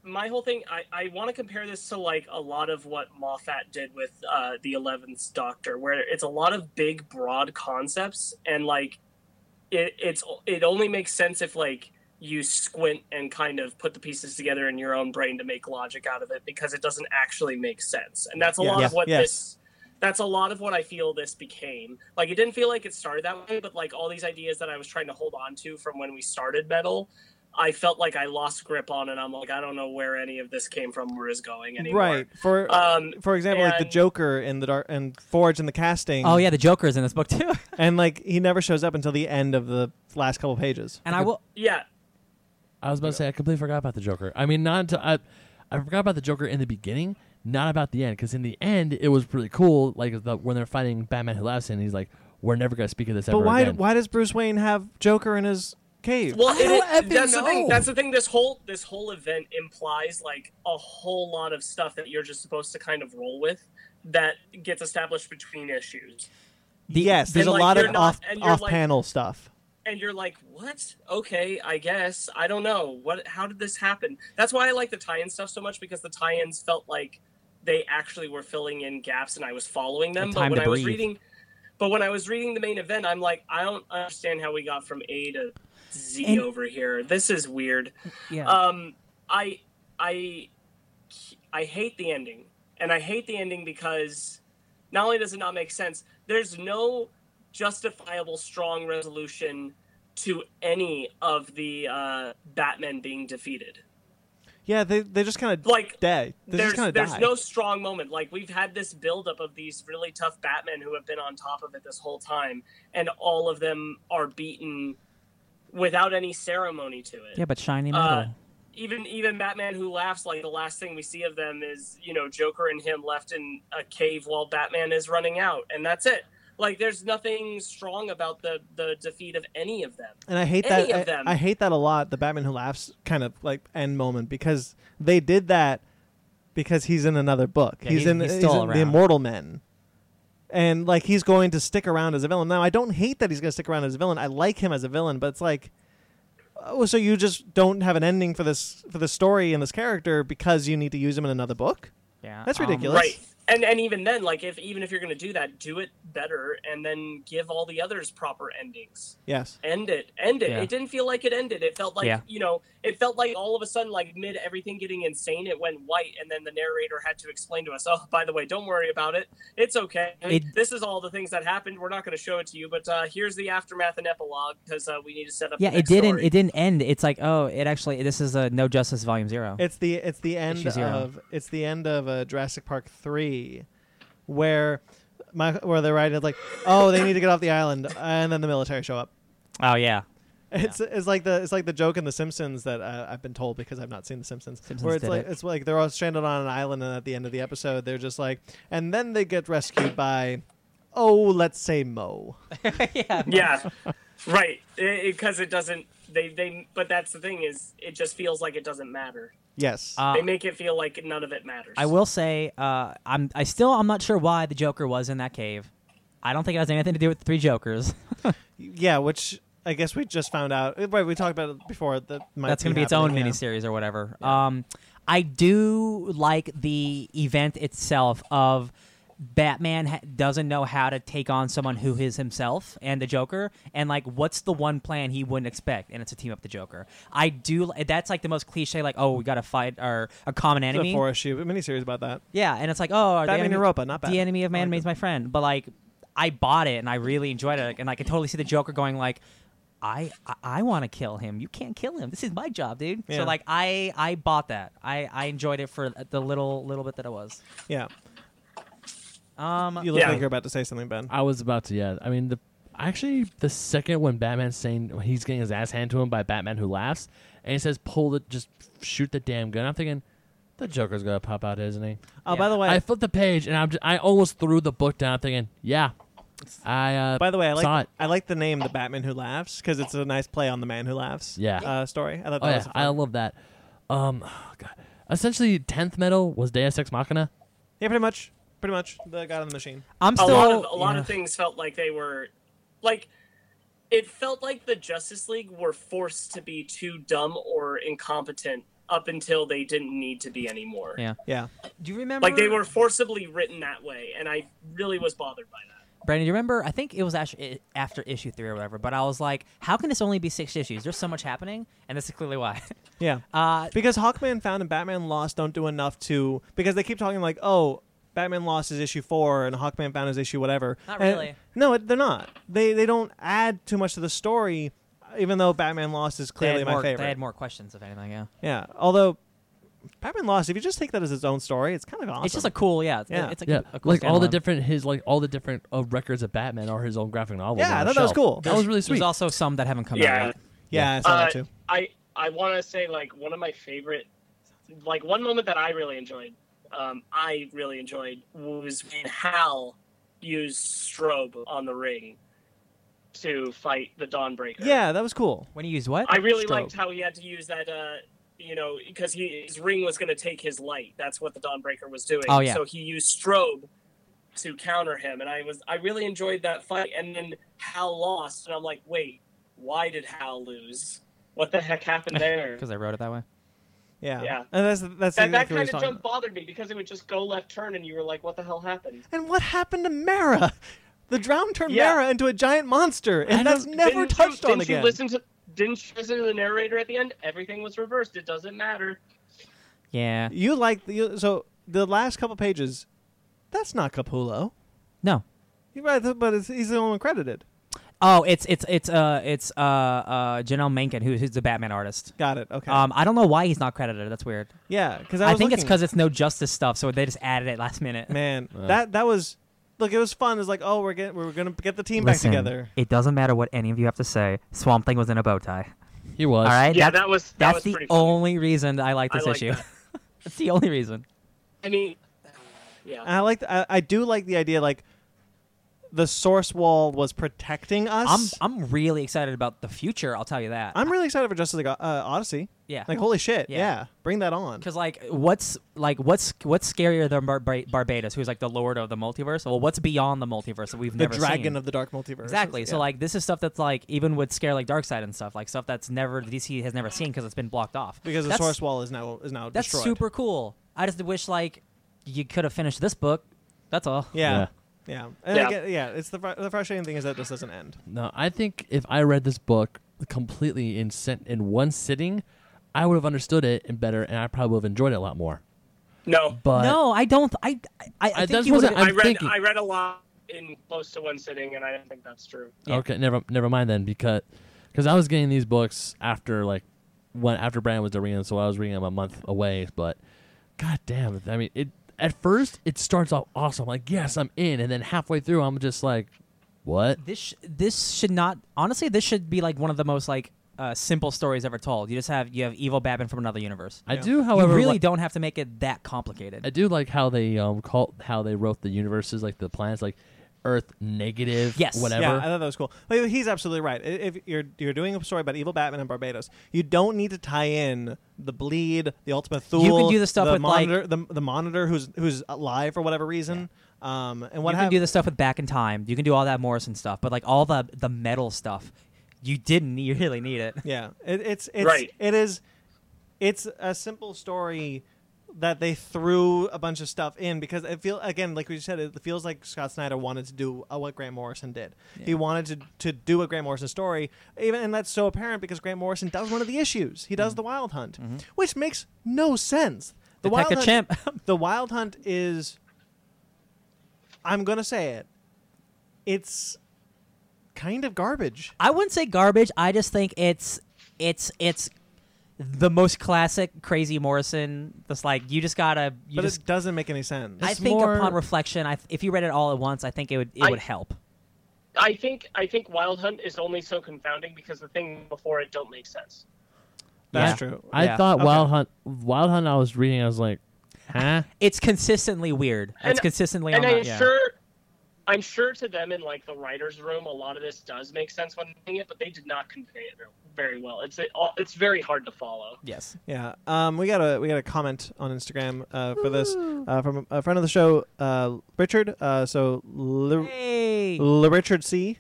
Speaker 4: my whole thing, I, I want to compare this to like a lot of what Moffat did with uh, the Eleventh Doctor, where it's a lot of big, broad concepts, and like it, it's it only makes sense if like you squint and kind of put the pieces together in your own brain to make logic out of it because it doesn't actually make sense, and that's a
Speaker 1: Yeah.
Speaker 4: lot of
Speaker 1: Yeah.
Speaker 4: what
Speaker 1: Yes.
Speaker 4: this that's a lot of what I feel this became. Like it didn't feel like it started that way, but like all these ideas that I was trying to hold on to from when we started metal, I felt like I lost grip on and I'm like, I don't know where any of this came from or is going anymore.
Speaker 1: right for
Speaker 4: Um,
Speaker 1: for example, like the
Speaker 4: and-
Speaker 1: Joker in the dark and Forge in the casting.
Speaker 2: Oh yeah, the Joker is in this book too.
Speaker 1: and like he never shows up until the end of the last couple pages.
Speaker 2: and I will.
Speaker 4: Yeah.
Speaker 3: I was about to say I completely forgot about the Joker. I mean, not until I, I forgot about the Joker in the beginning, not about the end. Because in the end, it was pretty cool. Like the, when they're fighting Batman who laughs and he's like, "We're never gonna speak of this
Speaker 1: But
Speaker 3: ever
Speaker 1: why
Speaker 3: again."
Speaker 1: why does Bruce Wayne have Joker in his cave?
Speaker 4: Well,
Speaker 3: I don't effing
Speaker 4: it, it, that's the thing.
Speaker 3: know.
Speaker 4: That's the thing. This whole this whole event implies like a whole lot of stuff that you're just supposed to kind of roll with that gets established between issues.
Speaker 2: The,
Speaker 1: yes, there's
Speaker 4: and,
Speaker 1: a
Speaker 4: like,
Speaker 1: lot
Speaker 4: you're
Speaker 1: of
Speaker 4: not-
Speaker 1: off
Speaker 4: and you're,
Speaker 1: off
Speaker 4: like-
Speaker 1: panel stuff.
Speaker 4: and you're like, "What? Okay, I guess. I don't know. What? How did this happen?" That's why I like the tie-in stuff so much because the tie-ins felt like they actually were filling in gaps, and I was following them.
Speaker 2: Like
Speaker 4: But
Speaker 2: time
Speaker 4: when
Speaker 2: to
Speaker 4: I was
Speaker 2: breathe.
Speaker 4: reading, but when I was reading the main event, I'm like, I don't understand how we got from A to Z
Speaker 2: And-
Speaker 4: over here. This is weird.
Speaker 2: Yeah.
Speaker 4: Um, I, I, I hate the ending, and I hate the ending because not only does it not make sense, there's no justifiable strong resolution to any of the uh, Batman being defeated.
Speaker 1: Yeah, they they just kind of
Speaker 4: Like,
Speaker 1: dead. They just
Speaker 4: there's
Speaker 1: kind of
Speaker 4: there's
Speaker 1: die.
Speaker 4: no strong moment. Like we've had this buildup of these really tough Batmen who have been on top of it this whole time, and all of them are beaten without any ceremony to it
Speaker 2: yeah, but shiny metal.
Speaker 4: uh, even even Batman who laughs like the last thing we see of them is you know Joker and him left in a cave while Batman is running out, and that's it. Like there's nothing strong about the the defeat of any of them.
Speaker 1: And I hate
Speaker 4: Any
Speaker 1: that.
Speaker 4: of
Speaker 1: I,
Speaker 4: them.
Speaker 1: I hate that a lot. The Batman Who Laughs kind of like end moment because they did that because he's in another book.
Speaker 2: Yeah,
Speaker 1: he's,
Speaker 2: he's-
Speaker 1: in,
Speaker 2: he's still
Speaker 1: in
Speaker 2: around.
Speaker 1: the Immortal Men, and like he's going to stick around as a villain. Now I don't hate that he's going to stick around as a villain. I like him as a villain, but it's like, Oh, so you just don't have an ending for this for this story and this character because you need to use him in another book?
Speaker 2: Yeah,
Speaker 1: That's
Speaker 2: um,
Speaker 1: ridiculous.
Speaker 4: right and and even then like if even if you're gonna do that do it better and then give all the others proper endings
Speaker 1: Yes.
Speaker 4: end it end it
Speaker 2: Yeah.
Speaker 4: it didn't feel like it ended it felt like
Speaker 2: Yeah.
Speaker 4: you know it felt like all of a sudden like mid everything getting insane it went white and then the narrator had to explain to us oh by the way don't worry about it it's okay
Speaker 2: It-
Speaker 4: this is all the things that happened we're not going to show it to you but uh here's the aftermath and epilogue because uh, we need to set up
Speaker 2: yeah,
Speaker 4: the
Speaker 2: it
Speaker 4: next
Speaker 2: didn't.
Speaker 4: story.
Speaker 2: It didn't end. It's like, oh, it actually. This is a No Justice Volume Zero.
Speaker 1: It's the it's the end
Speaker 2: Issue zero.
Speaker 1: of it's the end of uh, Jurassic Park three, where my where they're right it's like oh they need to get off the island and then the military show up.
Speaker 2: oh yeah,
Speaker 1: It's it's like the it's like the joke in The Simpsons that uh, I've been told because I've not seen The Simpsons.
Speaker 2: Simpsons
Speaker 1: where it's
Speaker 2: did
Speaker 1: like
Speaker 2: it.
Speaker 1: it's like they're all stranded on an island, and at the end of the episode, they're just like, and then they get rescued by, oh, let's say Mo.
Speaker 2: yeah,
Speaker 4: yeah right because it, doesn't they they but that's the thing is it just feels like it doesn't matter
Speaker 1: Yes.
Speaker 2: Uh,
Speaker 4: they make it feel like none of it matters
Speaker 2: I will say, uh, I'm I still I'm not sure why the Joker was in that cave. I don't think it has anything to do with the three Jokers.
Speaker 1: yeah, which I guess we just found out. Right, we talked about it before. That might
Speaker 2: That's going to be its own
Speaker 1: happening, yeah.
Speaker 2: miniseries or whatever. Um, I do like the event itself of Batman ha- doesn't know how to take on someone who is himself and the Joker, and like, what's the one plan he wouldn't expect? And it's to team up the Joker. I do. li- That's like the most cliche. Like, oh, we got to fight our a common
Speaker 1: It's a
Speaker 2: enemy.
Speaker 1: forest shoe miniseries about that.
Speaker 2: Yeah, and it's like, oh, are the
Speaker 1: Batman
Speaker 2: enemy,
Speaker 1: Europa, not
Speaker 2: The
Speaker 1: Batman.
Speaker 2: enemy
Speaker 1: I
Speaker 2: of man
Speaker 1: like
Speaker 2: made my friend. But like, I bought it and I really enjoyed it, and I could totally see the Joker going like, I I, I want to kill him. You can't kill him. This is my job, dude.
Speaker 1: Yeah.
Speaker 2: So like, I I bought that. I I enjoyed it for the little little bit that it was.
Speaker 1: Yeah,
Speaker 2: Um,
Speaker 1: you look
Speaker 4: Yeah.
Speaker 1: like you're about to say something, Ben.
Speaker 3: I was about to. Yeah, I mean the actually the second when Batman's saying when he's getting his ass handed to him by Batman who laughs and he says pull the just shoot the damn gun. I'm thinking the Joker's gonna pop out, isn't he?
Speaker 1: Oh, by the way,
Speaker 3: I flipped the page and I'm just, I almost threw the book down, thinking yeah. I uh,
Speaker 1: by the way, I
Speaker 3: saw
Speaker 1: like
Speaker 3: it.
Speaker 1: I like the name the Batman Who Laughs because it's a nice play on the man who laughs.
Speaker 3: Yeah.
Speaker 1: Uh, story. I thought that
Speaker 3: Oh
Speaker 1: was
Speaker 3: yeah,
Speaker 1: a fun.
Speaker 3: I love that. Um, oh, God. essentially, tenth medal was Deus Ex Machina.
Speaker 1: Yeah, pretty much. Pretty much. The God on the Machine.
Speaker 2: I'm
Speaker 4: a
Speaker 2: still
Speaker 4: lot of a lot
Speaker 2: yeah.
Speaker 4: of things felt like they were like it felt like the Justice League were forced to be too dumb or incompetent up until they didn't need to be anymore.
Speaker 2: Yeah.
Speaker 1: Yeah.
Speaker 2: Do you remember?
Speaker 4: Like they were forcibly written that way, and I really was bothered by that.
Speaker 2: Brandon, do you remember? I think it was actually after issue three or whatever. But I was like, how can this only be six issues? There's so much happening, and this is clearly why.
Speaker 1: Yeah.
Speaker 2: Uh,
Speaker 1: because Hawkman found and Batman Lost don't do enough to because they keep talking like, oh, Batman Lost is issue four and Hawkman found is issue whatever.
Speaker 2: Not
Speaker 1: And-
Speaker 2: really.
Speaker 1: no, it, they're not. They they don't add too much to the story, even though Batman Lost is
Speaker 2: they
Speaker 1: clearly
Speaker 2: had
Speaker 1: my
Speaker 2: more,
Speaker 1: favorite.
Speaker 2: They had more questions, if anything. Yeah.
Speaker 1: yeah. Although Batman Lost, if you just take that as its own story, it's kind of awesome.
Speaker 2: It's just a cool, yeah. It's,
Speaker 1: Yeah.
Speaker 2: it's like
Speaker 3: Yeah,
Speaker 2: a, a cool
Speaker 3: like all the
Speaker 2: standalone.
Speaker 3: different his like all the different uh, records of Batman are his own graphic novels.
Speaker 1: Yeah,
Speaker 3: on
Speaker 1: I
Speaker 3: the
Speaker 1: thought that was
Speaker 3: shelf.
Speaker 1: cool.
Speaker 3: That was really
Speaker 2: There's
Speaker 3: sweet.
Speaker 2: also some that haven't come out.
Speaker 4: Yeah.
Speaker 2: yet.
Speaker 1: yeah, I saw that too.
Speaker 4: Uh, I I want to say like one of my favorite, like one moment that I really enjoyed, um, I really enjoyed was when Hal used strobe on the ring to fight the Dawnbreaker.
Speaker 1: Yeah, that was cool.
Speaker 2: When you use what?
Speaker 4: I really
Speaker 1: Strobe.
Speaker 4: liked how he had to use that, uh, you know, because he, his ring was going to take his light. That's what the Dawnbreaker was doing.
Speaker 2: Oh, yeah.
Speaker 4: So he used strobe to counter him, and I was I really enjoyed that fight. And then Hal lost, and I'm like, wait, why did Hal lose? What the heck happened there?
Speaker 2: Because I wrote it that way.
Speaker 1: Yeah.
Speaker 4: Yeah.
Speaker 1: And that's that's
Speaker 4: that that
Speaker 1: exactly what
Speaker 4: kind
Speaker 1: he's
Speaker 4: of
Speaker 1: talking
Speaker 4: jump bothered me because it would just go left turn, and you were like, what the hell happened?
Speaker 1: about. And what happened to Mara? The drown turned
Speaker 4: Yeah.
Speaker 1: Mara into a giant monster, and that's never
Speaker 4: Didn't you-
Speaker 1: touched on
Speaker 4: didn't
Speaker 1: again.
Speaker 4: You listen to, didn't you listen to the narrator at the end? Everything was reversed. It doesn't matter.
Speaker 2: Yeah.
Speaker 1: You like the so the last couple pages. That's not Capullo.
Speaker 2: No.
Speaker 1: You're right, but it's, he's the only one credited.
Speaker 2: Oh, it's it's it's uh it's uh uh Janelle Menken who, who's the Batman artist.
Speaker 1: Got it. Okay.
Speaker 2: Um, I don't know why he's not credited. That's weird.
Speaker 1: yeah, because
Speaker 2: I,
Speaker 1: I, was
Speaker 2: think it's
Speaker 1: looking-
Speaker 2: because it's no justice stuff, so they just added it last minute.
Speaker 1: man,
Speaker 3: Uh.
Speaker 1: that that was look. It was fun. It's like oh, we're getting we're gonna get the team
Speaker 2: Listen,
Speaker 1: back together.
Speaker 2: It doesn't matter what any of you have to say. Swamp Thing was in a bow tie.
Speaker 3: He was.
Speaker 2: All right.
Speaker 4: yeah,
Speaker 2: That-
Speaker 4: that was that
Speaker 2: that's
Speaker 4: was
Speaker 2: the
Speaker 4: pretty funny.
Speaker 2: only reason that I like
Speaker 4: I
Speaker 2: this
Speaker 4: like
Speaker 2: issue.
Speaker 4: that.
Speaker 2: that's the only reason.
Speaker 4: I mean, yeah.
Speaker 1: And I like I, I do like the idea like the source wall was protecting
Speaker 2: I'm
Speaker 1: us.
Speaker 2: I'm really excited about the future. I'll tell you that.
Speaker 1: I'm really excited for Justice League uh, Odyssey.
Speaker 2: Yeah.
Speaker 1: Like holy shit,
Speaker 2: Yeah.
Speaker 1: yeah. Bring that on.
Speaker 2: Because like, what's like, what's what's scarier than Bar- Bar- Barbados, who's like the lord of the multiverse? Well, what's beyond the multiverse that we've
Speaker 1: The
Speaker 2: never
Speaker 1: dragon
Speaker 2: seen?
Speaker 1: of the dark multiverse.
Speaker 2: exactly. So
Speaker 1: Yeah.
Speaker 2: like, this is stuff that's like even would scare like Darkseid and stuff, like stuff that's never DC has never seen because it's been blocked off.
Speaker 1: because the
Speaker 2: That's-
Speaker 1: source wall is now is now
Speaker 2: That's
Speaker 1: destroyed.
Speaker 2: super cool. I just wish like you could have finished this book. That's all.
Speaker 1: Yeah. Yeah. And
Speaker 4: Yeah.
Speaker 1: again, yeah, it's the fr- the frustrating thing is that this doesn't end.
Speaker 3: No, I think if I read this book completely in sen- in one sitting, I would have understood it and better, and I probably would have enjoyed it a lot more.
Speaker 4: No,
Speaker 3: But
Speaker 2: no, I don't. I I, I
Speaker 3: I-
Speaker 2: think
Speaker 3: that's
Speaker 2: you
Speaker 3: what
Speaker 2: would've-
Speaker 4: I
Speaker 3: I'm
Speaker 4: read
Speaker 3: thinking-
Speaker 4: I read a lot in close to one sitting, and I don't think that's true.
Speaker 2: Yeah.
Speaker 3: Okay, never never mind then because because I was getting these books after like when after Brandon was reading them, so I was reading them a month away. But god damn, I mean it. At first, it starts off awesome, like yes, I'm in, and then halfway through, I'm just like, what?
Speaker 2: this sh- this should not honestly this should be like one of the most like uh, simple stories ever told you just have you have evil babin from another universe
Speaker 3: I
Speaker 1: Yeah.
Speaker 3: do, however,
Speaker 2: you really
Speaker 3: li-
Speaker 2: don't have to make it that complicated
Speaker 3: I do like how they um call how they wrote the universes, like the planets, like Earth negative,
Speaker 2: Yes.
Speaker 3: whatever.
Speaker 1: Yeah, I thought that was cool. But he's absolutely right. I- If you're you're doing a story about evil Batman and Barbados, you don't need to tie in the bleed, the Ultima Thule.
Speaker 2: can do the stuff with, like-
Speaker 1: monitor, the, the monitor who's who's alive for whatever reason. Um, and what
Speaker 2: you
Speaker 1: hap-
Speaker 2: can do the stuff with back in time you can do all that morrison stuff but like all the the metal stuff you didn't you really need it
Speaker 1: Yeah, it, it's it's
Speaker 4: Right.
Speaker 1: it is it's a simple story that they threw a bunch of stuff in because it feel again like we said it feels like Scott Snyder wanted to do uh, what Grant Morrison did. He wanted to to do a Grant Morrison story, even and that's so apparent because Grant Morrison does one of the issues. He
Speaker 2: Mm-hmm.
Speaker 1: does the Wild Hunt, which makes no sense. The
Speaker 2: Detective
Speaker 1: Wild
Speaker 2: Chimp.
Speaker 1: Hunt, the Wild Hunt is. I'm gonna say it. It's kind of garbage.
Speaker 2: i wouldn't say garbage i just think it's it's it's the most classic crazy morrison that's like you just gotta you
Speaker 1: but
Speaker 2: just
Speaker 1: it doesn't make any sense.
Speaker 2: i
Speaker 3: it's
Speaker 2: think
Speaker 3: more-
Speaker 2: upon reflection I, if you read it all at once i think it would it
Speaker 4: I-
Speaker 2: would help
Speaker 4: I think I think Wild Hunt is only so confounding because the thing before it don't make sense.
Speaker 1: That's
Speaker 3: Yeah.
Speaker 1: true.
Speaker 3: I
Speaker 2: Yeah.
Speaker 3: thought
Speaker 1: Okay.
Speaker 3: Wild Hunt, Wild Hunt. I was reading, I was like, huh?
Speaker 2: it's consistently weird. it's
Speaker 4: And-
Speaker 2: consistently
Speaker 4: and
Speaker 2: on
Speaker 4: I'm
Speaker 2: that. yeah.
Speaker 4: sure, I'm sure to them in like the writers' room, a lot of this does make sense when they it, but they did not convey it very well. It's it, all- it's very hard to follow.
Speaker 2: Yes.
Speaker 1: Yeah. Um, we got a we got a comment on Instagram uh, for this uh, from a friend of the show, uh, Richard. Uh, so Li-
Speaker 2: Hey.
Speaker 1: Li- Richard C.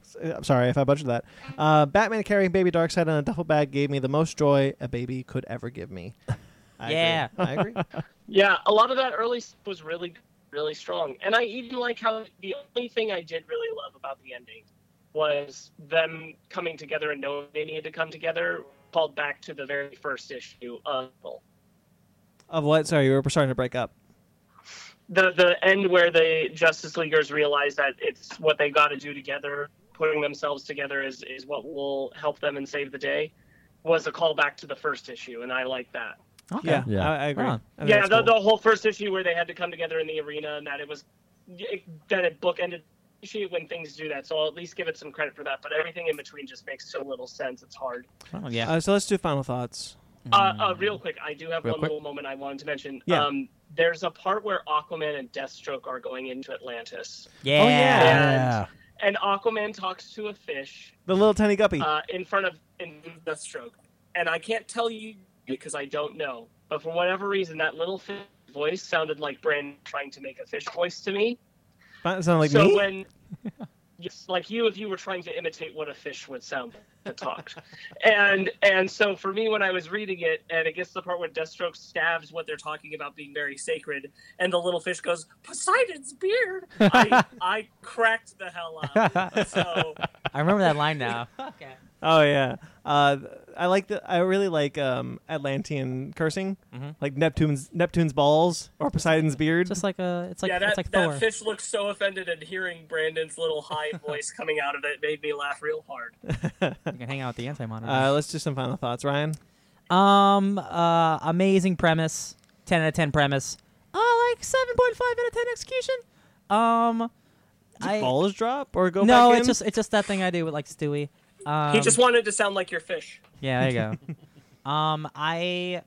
Speaker 1: S- uh, I'm sorry if I butchered that. Uh, Batman carrying baby Darkseid in a duffel bag gave me the most joy a baby could ever give me. I
Speaker 2: Yeah.
Speaker 1: agree. I agree.
Speaker 4: Yeah, a lot of that early stuff was really, really strong, and I even like how the only thing I did really love about the ending was them coming together and knowing they needed to come together. Called back to the very first issue of
Speaker 1: of what? Sorry, we were starting to break up.
Speaker 4: the the end where the Justice Leaguers realize that it's what they got to do together, putting themselves together is is what will help them and save the day, was a callback to the first issue, and I like that.
Speaker 2: Okay.
Speaker 1: Yeah,
Speaker 3: Yeah.
Speaker 1: I, I agree.
Speaker 2: Huh.
Speaker 1: I think
Speaker 4: yeah,
Speaker 1: that's
Speaker 4: the,
Speaker 1: cool.
Speaker 4: the whole first issue where they had to come together in the arena, and that it was it, that it bookended the issue when things do that. So I'll at least give it some credit for that. But everything in between just makes so little sense. It's hard.
Speaker 2: Well, Oh, yeah.
Speaker 1: Uh, so let's do final thoughts.
Speaker 4: Uh, uh, real quick, I do have
Speaker 2: Real
Speaker 4: one
Speaker 2: quick.
Speaker 4: little moment I wanted to mention.
Speaker 1: Mm-hmm. Yeah.
Speaker 4: Um, there's a part where Aquaman and Deathstroke are going into Atlantis.
Speaker 2: yeah.
Speaker 1: oh, yeah.
Speaker 4: and Aquaman talks to a fish
Speaker 1: The little tiny guppy.
Speaker 4: uh, in front of in Deathstroke, and I can't tell you because I don't know. But for whatever reason, that little fish voice sounded like Brandon trying to make a fish voice to me.
Speaker 1: Sound like
Speaker 4: so
Speaker 1: me?
Speaker 4: when, just like you, if you were trying to imitate what a fish would sound like that talked, and and so for me, when I was reading it, and it gets to the part where Deathstroke stabs what they're talking about being very sacred, and the little fish goes Poseidon's beard. I, I cracked the hell up. So.
Speaker 2: I remember that line now. okay.
Speaker 1: Oh yeah. Uh, th- I like the. I really like um, Atlantean cursing, like Neptune's Neptune's balls or Poseidon's beard.
Speaker 2: Mm-hmm. Just like a, it's like
Speaker 4: yeah, that,
Speaker 2: it's like
Speaker 4: that
Speaker 2: Thor.
Speaker 4: fish looked so offended, and hearing Brandon's little high voice coming out of it made me laugh real hard.
Speaker 2: You can hang out with the anti
Speaker 1: uh,
Speaker 2: monitor.
Speaker 1: let's do some final thoughts, Ryan.
Speaker 2: um, uh, amazing premise. Ten out of ten premise. Uh, like seven point five out of ten execution. Um, I
Speaker 1: balls drop or go?
Speaker 2: no,
Speaker 1: back
Speaker 2: it's
Speaker 1: in?
Speaker 2: just it's just that thing I do with like Stewie. Um,
Speaker 4: he just wanted to sound like your fish.
Speaker 2: Yeah, there you go. um, I,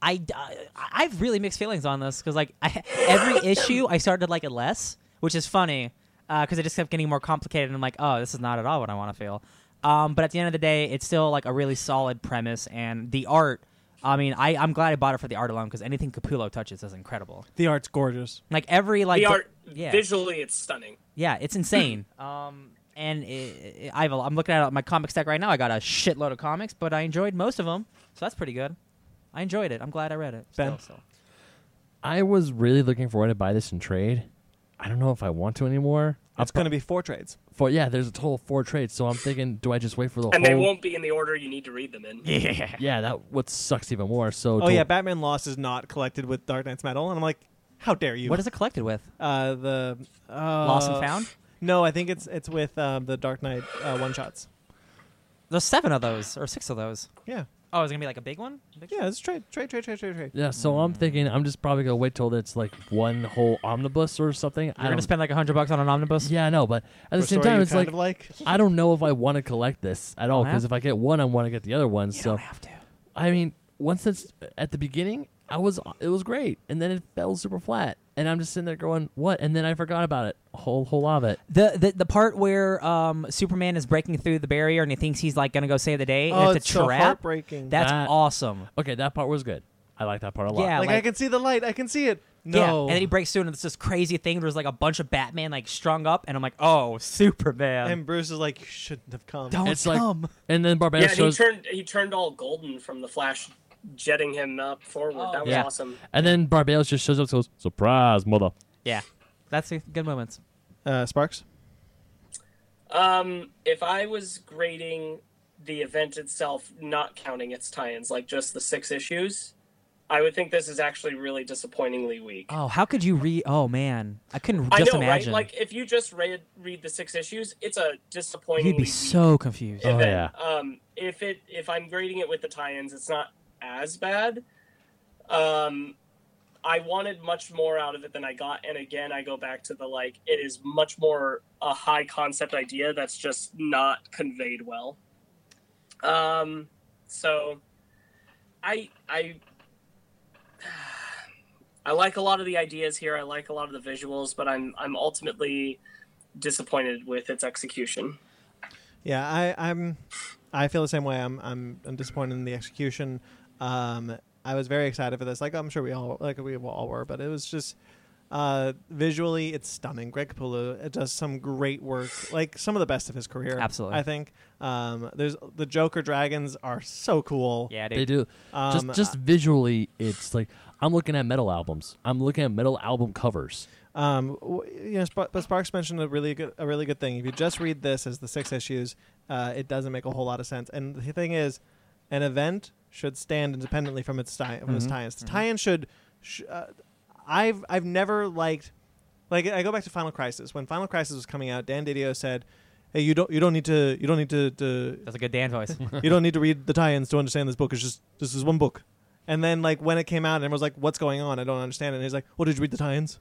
Speaker 2: I, I, I've really mixed feelings on this because like I, every issue I started to like it uh, less, which is funny because it just kept getting more complicated. And I'm like, oh, this is not at all what I want to feel. Um, but at the end of the day, it's still like a really solid premise, and the art. I mean, I I'm glad I bought it for the art alone because anything Capullo touches is incredible.
Speaker 1: The art's gorgeous.
Speaker 2: Like every like
Speaker 4: the art
Speaker 2: yeah.
Speaker 4: visually, it's stunning.
Speaker 2: Yeah, it's insane. um, and it, it, I've, I'm looking at my comic stack right now. I got a shitload of comics, but I enjoyed most of them, so that's pretty good. I enjoyed it. I'm glad I read it.
Speaker 1: Ben?
Speaker 2: Still, so.
Speaker 3: I was really looking forward to buy this in trade. I don't know if I want to anymore. I'll
Speaker 1: It's going to be four trades.
Speaker 3: pro- for yeah. There's a total of four trades, so I'm thinking, do I just wait for the whole?
Speaker 4: And they won't be in the order you need to read them in.
Speaker 2: Yeah.
Speaker 3: Yeah, that what sucks even more. So
Speaker 1: Oh
Speaker 3: do-
Speaker 1: yeah, Batman Lost is not collected with Dark Knight's Metal, and I'm like, how dare you?
Speaker 2: What is it collected with?
Speaker 1: uh, the uh,
Speaker 2: Lost and Found?
Speaker 1: No, I think it's it's with um, the Dark Knight uh, one shots.
Speaker 2: There's seven of those or six of those.
Speaker 1: Yeah,
Speaker 2: Oh, is it gonna be like a big one? Big-
Speaker 1: yeah, it's trade, trade, trade, trade, trade, trade.
Speaker 3: Yeah, so I'm thinking I'm just probably gonna wait till it's like one whole omnibus or something. I
Speaker 2: You're
Speaker 3: don't-
Speaker 2: gonna spend like a hundred bucks on an omnibus.
Speaker 3: Yeah, I know, but at the
Speaker 1: Or so
Speaker 3: same
Speaker 1: are
Speaker 3: time,
Speaker 1: you
Speaker 3: it's
Speaker 1: kind
Speaker 3: like,
Speaker 1: of like
Speaker 3: I don't know if I want to collect this at all
Speaker 2: Don't
Speaker 3: because
Speaker 2: have-
Speaker 3: if I get one, I want to get the other one.
Speaker 2: Uh-huh. You
Speaker 3: so
Speaker 2: don't have to.
Speaker 3: I mean, once it's at the beginning, I was it was great, and then it fell super flat, and I'm just sitting there going, what? And then I forgot about it, whole whole lot of it.
Speaker 2: The, the the part where um, Superman is breaking through the barrier and he thinks he's like gonna go save the day
Speaker 1: oh,
Speaker 2: and
Speaker 1: it's,
Speaker 2: it's a
Speaker 1: so
Speaker 2: trap.
Speaker 1: heartbreaking.
Speaker 2: That's
Speaker 3: That-
Speaker 2: awesome.
Speaker 3: Okay, that part was good. I like that part a lot.
Speaker 2: Yeah,
Speaker 1: like, I
Speaker 2: like-
Speaker 1: can see the light, I can see it.
Speaker 2: Yeah,
Speaker 1: No,
Speaker 2: and then he breaks through and it's this crazy thing. There's like a bunch of Batman like strung up, and I'm like, oh, Superman.
Speaker 1: and Bruce is like, you shouldn't have come.
Speaker 2: don't
Speaker 3: it's like-
Speaker 2: come.
Speaker 3: and then Barbera
Speaker 4: Yeah, and he
Speaker 3: shows,
Speaker 4: turned he turned all golden from the Flash jetting him up forward.
Speaker 2: Oh,
Speaker 4: that was
Speaker 2: yeah.
Speaker 4: awesome.
Speaker 3: and then Barbados just shows up and goes, surprise, mother.
Speaker 2: yeah, that's a- good moments.
Speaker 1: Uh, Sparks.
Speaker 4: Um, if I was grading the event itself, not counting its tie-ins, like just the six issues, I would think this is actually really disappointingly weak.
Speaker 2: Oh, how could you re? Oh man, I couldn't
Speaker 4: I
Speaker 2: just
Speaker 4: know,
Speaker 2: imagine.
Speaker 4: right? Like if you just read read the six issues, it's a disappointingly
Speaker 2: You'd be
Speaker 4: weak
Speaker 2: so confused.
Speaker 3: Oh,
Speaker 4: event. Um, if it if I'm grading it with the tie-ins, it's not as bad. Um, I wanted much more out of it than I got, and again, I go back to the like it is much more a high concept idea that's just not conveyed well. Um, so I I I like a lot of the ideas here. I like a lot of the visuals, but I'm I'm ultimately disappointed with its execution.
Speaker 1: Yeah, I, I'm. I feel the same way. I'm. I'm. I'm disappointed in the execution. Um, I was very excited for this. Like I'm sure we all, like we all were, but it was just uh, visually, it's stunning. Greg Capullo uh, does some great work. Like some of the best of his career.
Speaker 2: Absolutely.
Speaker 1: I think. Um, there's the Joker dragons are so cool.
Speaker 2: yeah, dude.
Speaker 3: They do.
Speaker 1: Um,
Speaker 3: just
Speaker 2: uh,
Speaker 3: just visually, it's like I'm looking at metal albums. I'm looking at metal album covers.
Speaker 1: Um, w- you know, Sp- but Sparks mentioned a really good, a really good thing. If you just read this as the six issues, uh, it doesn't make a whole lot of sense. And the thing is, an event should stand independently from its tie, from its tie-ins. The tie-in should. Sh- uh, I've I've never liked, like I go back to Final Crisis. When Final Crisis was coming out, Dan Didio said, "Hey, you don't you don't need to you don't need to, to
Speaker 2: That's a good Dan voice. Oh
Speaker 1: you don't need to read the tie-ins to understand this book. It's just this is one book. And then like when it came out, and everyone was like, "What's going on? I don't understand." it. And he's like, "Well, did you read the tie-ins?"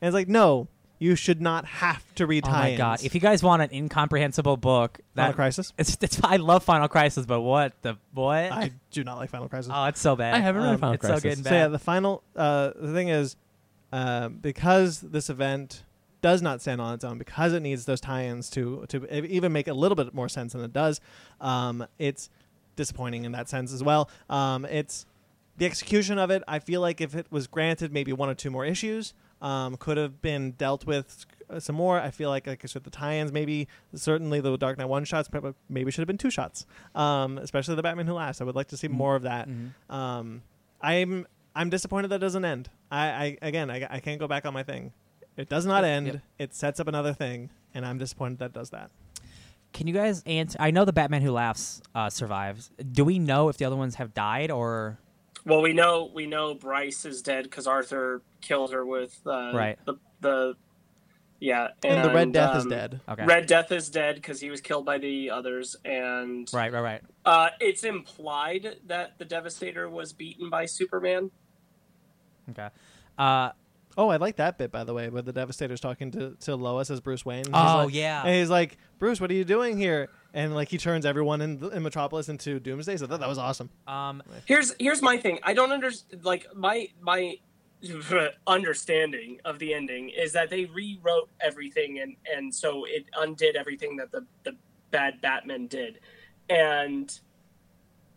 Speaker 1: And it's like, "No, you should not have to read
Speaker 2: oh my
Speaker 1: tie-ins."
Speaker 2: god, if you guys want an incomprehensible book,
Speaker 1: Final
Speaker 2: that
Speaker 1: Crisis,
Speaker 2: it's, it's I love Final Crisis, but what the what?
Speaker 1: I do not like Final Crisis.
Speaker 2: oh, it's so bad.
Speaker 3: I haven't read
Speaker 2: Um,
Speaker 3: Final
Speaker 2: it's
Speaker 3: Crisis.
Speaker 2: so good and
Speaker 1: so
Speaker 2: bad.
Speaker 1: yeah, the final uh, the thing is uh, because this event does not stand on its own because it needs those tie-ins to to e- even make a little bit more sense than it does. Um, it's disappointing in that sense as well. Um, it's the execution of it. I feel like if it was granted maybe one or two more issues, um, could have been dealt with uh, some more. I feel like like I said, the tie-ins maybe certainly the Dark Knight one shots prob- maybe should have been two shots, um, especially the Batman Who Laughs. I would like to see
Speaker 2: Mm-hmm.
Speaker 1: more of that. Um, I'm I'm disappointed that it doesn't end. I, I again I, I can't go back on my thing. It does not end.
Speaker 2: Yep.
Speaker 1: It sets up another thing, and I'm disappointed that it does that.
Speaker 2: Can you guys answer? I know the Batman Who Laughs uh, survives. Do we know if the other ones have died or?
Speaker 4: Well, we know we know Bryce is dead because Arthur killed her with uh,
Speaker 2: Right.
Speaker 4: the the yeah
Speaker 1: And, the Red Death is
Speaker 4: um,
Speaker 1: dead.
Speaker 2: Okay.
Speaker 4: Red Death is dead because he was killed by the others, and
Speaker 2: Right, right, right.
Speaker 4: uh, it's implied that the Devastator was beaten by Superman.
Speaker 2: Okay. Uh,
Speaker 1: Oh, I like that bit by the way, where the Devastator's talking to, to Lois as Bruce Wayne. and he's
Speaker 2: Oh,
Speaker 1: like-
Speaker 2: yeah.
Speaker 1: and he's like, Bruce, what are you doing here? And like he turns everyone in, in Metropolis into Doomsday. So I thought that was awesome.
Speaker 2: um,
Speaker 4: Here's here's my thing. I don't understand. Like my my understanding of the ending is that they rewrote everything, and and so it undid everything that the the bad Batman did, and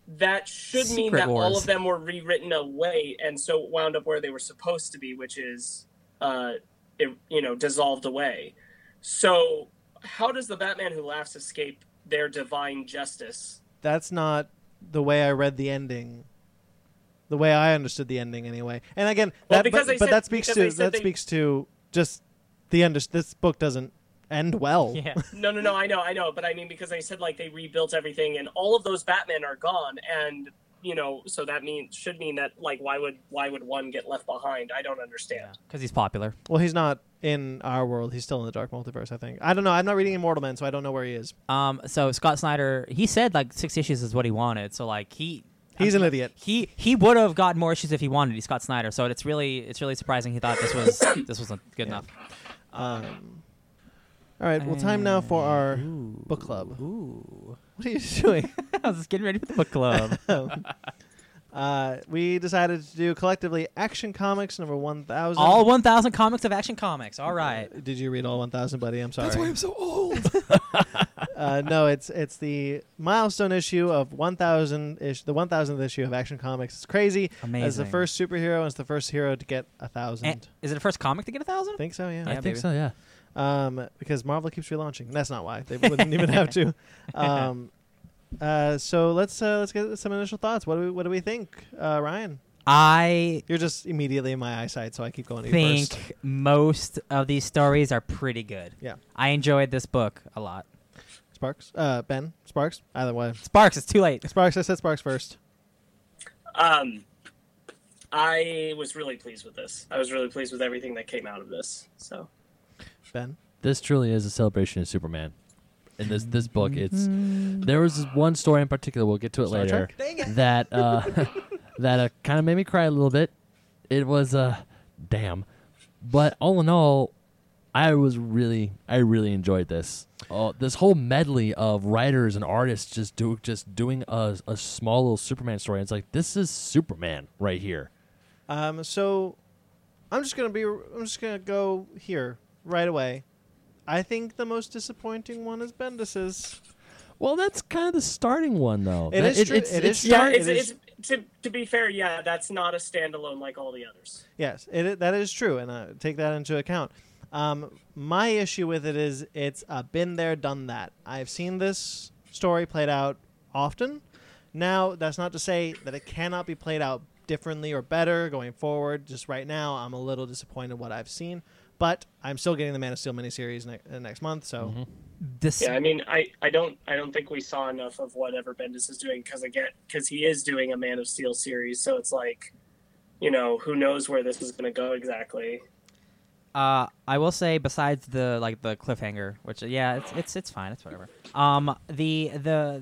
Speaker 4: that should mean
Speaker 2: Secret
Speaker 4: that all
Speaker 2: Wars.
Speaker 4: of them were rewritten away, and so it wound up where they were supposed to be, which is, uh, it, you know, dissolved away. So, how does the Batman Who Laughs escape their divine justice?
Speaker 1: That's not the way I read the ending. The way I understood the ending, anyway. And again,
Speaker 4: Well,
Speaker 1: that,
Speaker 4: because
Speaker 1: but,
Speaker 4: they
Speaker 1: but
Speaker 4: said-
Speaker 1: that speaks
Speaker 4: because
Speaker 1: to
Speaker 4: they said
Speaker 1: that
Speaker 4: they-
Speaker 1: speaks to just the under. This book doesn't end well.
Speaker 2: Yeah.
Speaker 4: No, no, no. I know, I know, but I mean because they said like they rebuilt everything, and all of those Batmen are gone, and you know, so that means should mean that like why would why would one get left behind? I don't understand.
Speaker 2: Because he's popular.
Speaker 1: Well, he's not in our world. He's still in the dark multiverse. I think. I don't know. I'm not reading Immortal Men, so I don't know where he is.
Speaker 2: Um, so Scott Snyder, he said like six issues is what he wanted. So like he,
Speaker 1: He's
Speaker 2: I mean,
Speaker 1: an idiot.
Speaker 2: He he would have gotten more issues if he wanted. He's Scott Snyder, so it's really it's really surprising he thought this was this wasn't good enough.
Speaker 1: Um, all right. Well, time now for our book club.
Speaker 2: Ooh,
Speaker 1: What are you doing?
Speaker 2: I was just getting ready for the book club.
Speaker 1: uh, we decided to do collectively Action Comics number one thousand.
Speaker 2: all 1,000 comics of Action Comics. All right.
Speaker 1: Did you read all 1,000, buddy? I'm sorry.
Speaker 2: so old.
Speaker 1: uh, no, it's it's the milestone issue of 1,000 ish, the 1,000th issue of Action Comics. It's crazy. As the
Speaker 2: Amazing.
Speaker 1: first superhero, and it's the first hero to get a thousand.
Speaker 2: is it the first comic to get a thousand?
Speaker 1: think so,
Speaker 3: I
Speaker 1: yeah.
Speaker 2: Yeah.
Speaker 3: think
Speaker 2: baby.
Speaker 3: so. Yeah.
Speaker 1: Um, because Marvel keeps relaunching. That's not why they wouldn't even have to. Um, uh, so let's uh, let's get some initial thoughts. What do we what do we think, uh, Ryan?
Speaker 2: I
Speaker 1: You're just immediately in my eyesight, so I keep going. to you
Speaker 2: think
Speaker 1: first.
Speaker 2: most of these stories are pretty good.
Speaker 1: Yeah.
Speaker 2: I enjoyed this book a lot.
Speaker 1: Sparks, uh, Ben, Sparks. Either way,
Speaker 2: Sparks, it's too late.
Speaker 1: Sparks. I said Sparks first.
Speaker 4: Um, I was really pleased with this. I was really pleased with everything that came out of this. So
Speaker 1: Ben.
Speaker 3: This truly is a celebration of Superman. In this this book, it's there was this one story in particular. We'll get to it
Speaker 1: Star
Speaker 3: later.
Speaker 1: Trek?
Speaker 3: That uh, that uh, kind of made me cry a little bit. It was uh, damn, but all in all, I was really I really enjoyed this. Oh, this whole medley of writers and artists just do just doing a a small little Superman story. It's like this is Superman right here.
Speaker 1: Um, so I'm just gonna be. I'm just gonna go here right away. I think the most disappointing one is Bendis's.
Speaker 3: Well, that's kind of the starting one though.
Speaker 1: It
Speaker 3: That-
Speaker 1: is true- it is
Speaker 3: start-
Speaker 1: Sorry,
Speaker 4: it's,
Speaker 1: it
Speaker 4: it's,
Speaker 1: is-
Speaker 4: to to be fair, yeah, that's not a standalone like all the others.
Speaker 1: Yes, it, i- that is true, and I take that into account. Um, my issue with it is it's uh, been there, done that. I've seen this story played out often. Now, that's not to say that it cannot be played out differently or better going forward. Just right now, I'm a little disappointed what I've seen, but I'm still getting the Man of Steel miniseries ne- uh, next month, so
Speaker 2: Mm-hmm. This
Speaker 4: Yeah, I mean, I, I don't I don't think we saw enough of whatever Bendis is doing because again, because he is doing a Man of Steel series, so it's like, you know, who knows where this is going to go exactly.
Speaker 2: Uh, I will say, besides the like the cliffhanger, which uh, yeah, it's it's it's fine, it's whatever. Um, the the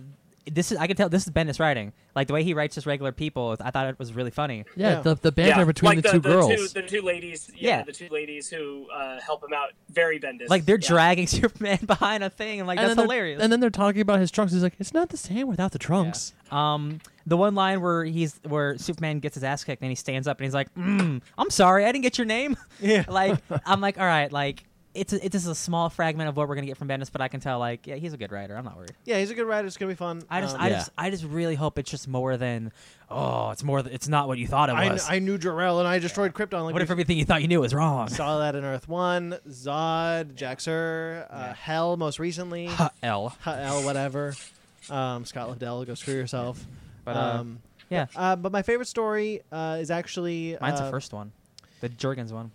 Speaker 2: this is I can tell this is Bendis writing. Like the way he writes just regular people, I thought it was really funny.
Speaker 3: Yeah,
Speaker 1: Yeah.
Speaker 3: the the banter
Speaker 4: yeah,
Speaker 3: between
Speaker 4: like
Speaker 3: the, two girls.
Speaker 4: the two ladies, yeah,
Speaker 2: Yeah.
Speaker 4: the two ladies who uh, help him out, very Bendis.
Speaker 2: Like they're
Speaker 4: yeah.
Speaker 2: dragging Superman behind a thing, and like
Speaker 3: and
Speaker 2: that's
Speaker 3: then they're-
Speaker 2: hilarious.
Speaker 3: And then they're talking about his trunks. He's like, it's not the same without the trunks.
Speaker 2: um, the one line where he's where Superman gets his ass kicked, and he stands up and he's like, mm, "I'm sorry, I didn't get your name."
Speaker 1: Yeah.
Speaker 2: like I'm like, all right, like it's a, it is a small fragment of what we're gonna get from Bendis, but I can tell like yeah, he's a good writer. I'm not worried.
Speaker 1: Yeah, he's a good writer. It's gonna be fun.
Speaker 2: I just,
Speaker 1: Um,
Speaker 2: I
Speaker 3: Yeah.
Speaker 2: just, I just really hope it's just more than, oh, it's more, th- it's not what you thought it
Speaker 1: I, kn-
Speaker 2: was.
Speaker 1: I knew Jarrell and I destroyed Krypton. Like
Speaker 2: what
Speaker 1: we
Speaker 2: if everything you thought you knew was wrong?
Speaker 1: saw that in Earth One, Zod, Jaxer, uh, Hell, most recently,
Speaker 2: Huh, L.
Speaker 1: Hell, whatever. Um, Scott Lobdell, go screw yourself.
Speaker 2: But, uh,
Speaker 1: um,
Speaker 2: Yeah,
Speaker 1: uh, but my favorite story uh, is actually
Speaker 2: mine's
Speaker 1: uh,
Speaker 2: the first one, the Jorgens one.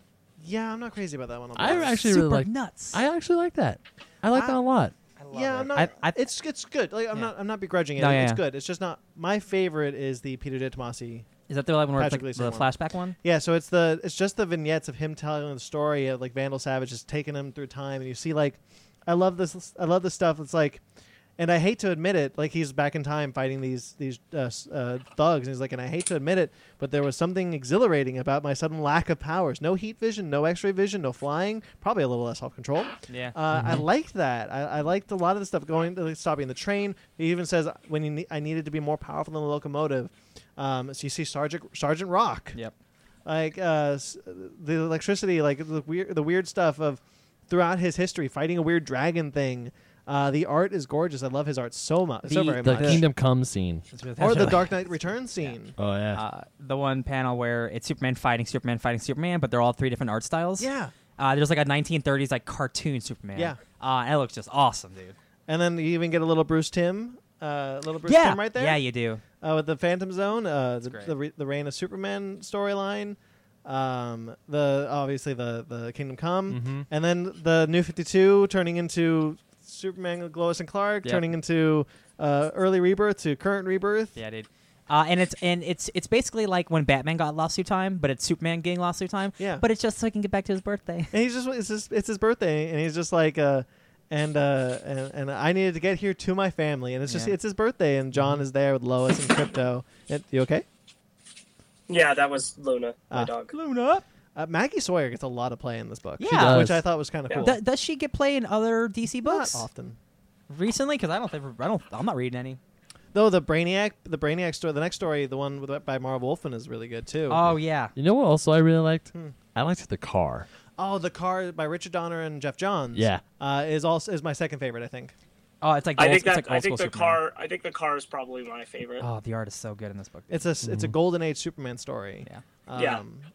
Speaker 1: Yeah, I'm not crazy about that one. I'll be
Speaker 3: I
Speaker 1: honest.
Speaker 3: actually
Speaker 2: Super
Speaker 3: really like.
Speaker 2: nuts.
Speaker 3: I actually like that. I like
Speaker 1: I-
Speaker 3: that a lot.
Speaker 2: love
Speaker 1: yeah,
Speaker 2: it.
Speaker 1: I'm not.
Speaker 2: I- I-
Speaker 1: it's it's good. Like I'm
Speaker 2: Yeah.
Speaker 1: not. I'm not begrudging it.
Speaker 2: No, yeah,
Speaker 1: it's
Speaker 2: yeah.
Speaker 1: good. It's just not. My favorite is the Peter DiTomasi.
Speaker 2: Is that the one where it's
Speaker 1: Patrick
Speaker 2: like
Speaker 1: Gleason one.
Speaker 2: the flashback one?
Speaker 1: Yeah, so it's the it's just the vignettes of him telling the story of like Vandal Savage is taking him through time, and you see like, I love this. I love this stuff. It's like, and I hate to admit it, like he's back in time fighting these these uh, s- uh, thugs, and he's like, and I hate to admit it, but there was something exhilarating about my sudden lack of powers. No heat vision, no X-ray vision, no flying. Probably a little less self control.
Speaker 2: Yeah.
Speaker 1: Uh, I liked that. I, I liked a lot of the stuff going, like, stopping the train. He even says when he ne- I needed to be more powerful than the locomotive. Um, so you see Sergeant Sergeant Rock
Speaker 2: yep.
Speaker 1: like uh, s- the electricity, like the weird, the weird stuff of throughout his history, fighting a weird dragon thing, Uh, the art is gorgeous. I love his art so much, so
Speaker 2: The-
Speaker 1: very
Speaker 3: The
Speaker 1: much.
Speaker 3: Kingdom Come scene.
Speaker 2: It's
Speaker 1: or the
Speaker 2: fantastic.
Speaker 1: Dark Knight Returns scene.
Speaker 3: Oh yeah.
Speaker 2: Uh, the one panel where it's Superman fighting Superman fighting Superman, but they're all three different art styles.
Speaker 1: Yeah.
Speaker 2: Uh, there's like a 1930s like cartoon Superman.
Speaker 1: Yeah.
Speaker 2: Uh, and it looks just awesome, dude.
Speaker 1: And then you even get a little Bruce Tim, uh, little Bruce
Speaker 2: yeah.
Speaker 1: Tim right there.
Speaker 2: Yeah, you do.
Speaker 1: uh, with the Phantom Zone, uh, the,
Speaker 2: great.
Speaker 1: the, re- the Reign of Superman storyline, um, the obviously the the Kingdom Come,
Speaker 2: Mm-hmm.
Speaker 1: and then the New Fifty Two turning into Superman, Lois and Clark,
Speaker 2: Yep.
Speaker 1: turning into uh, early rebirth to current rebirth.
Speaker 2: Yeah, dude. Uh, and it's and it's it's basically like when Batman got lawsuit time, but it's Superman getting lawsuit time.
Speaker 1: Yeah.
Speaker 2: But it's just so he can get back to his birthday.
Speaker 1: And he's just it's his, it's his birthday, and he's just like. Uh, and, uh, and and I needed to get here to my family, and it's just
Speaker 2: Yeah.
Speaker 1: it's his birthday, and John is there with Lois and Crypto. And, you okay?
Speaker 4: Yeah, that was Luna, my
Speaker 1: Ah.
Speaker 4: dog.
Speaker 2: Luna.
Speaker 1: Uh, Maggie Sawyer gets a lot of play in this book,
Speaker 2: She Yeah. does.
Speaker 1: which I thought was kind of
Speaker 4: Yeah.
Speaker 1: cool.
Speaker 2: Th- does she get play in other DC
Speaker 1: Not
Speaker 2: books
Speaker 1: often.
Speaker 2: recently? Because I don't think I don't I'm not reading any.
Speaker 1: Though the Brainiac, the Brainiac story, the next story, the one with, by Mara Wolfman is really good too.
Speaker 2: Oh yeah.
Speaker 3: you know what? Also, I really liked.
Speaker 2: hmm.
Speaker 3: I liked the car.
Speaker 1: oh, the car by Richard Donner and Jeff Johns.
Speaker 3: Yeah.
Speaker 1: uh, is also is my second favorite. I think.
Speaker 2: Oh, it's like the
Speaker 4: I
Speaker 2: old,
Speaker 4: think
Speaker 2: it's
Speaker 4: that
Speaker 2: like old
Speaker 4: I think the
Speaker 2: school Superman.
Speaker 4: car I think the car is probably my favorite.
Speaker 2: Oh, the art is so good in this book.
Speaker 1: It's a s- it's a golden age Superman story.
Speaker 2: Mm-hmm. yeah.
Speaker 1: Um,
Speaker 4: Yeah.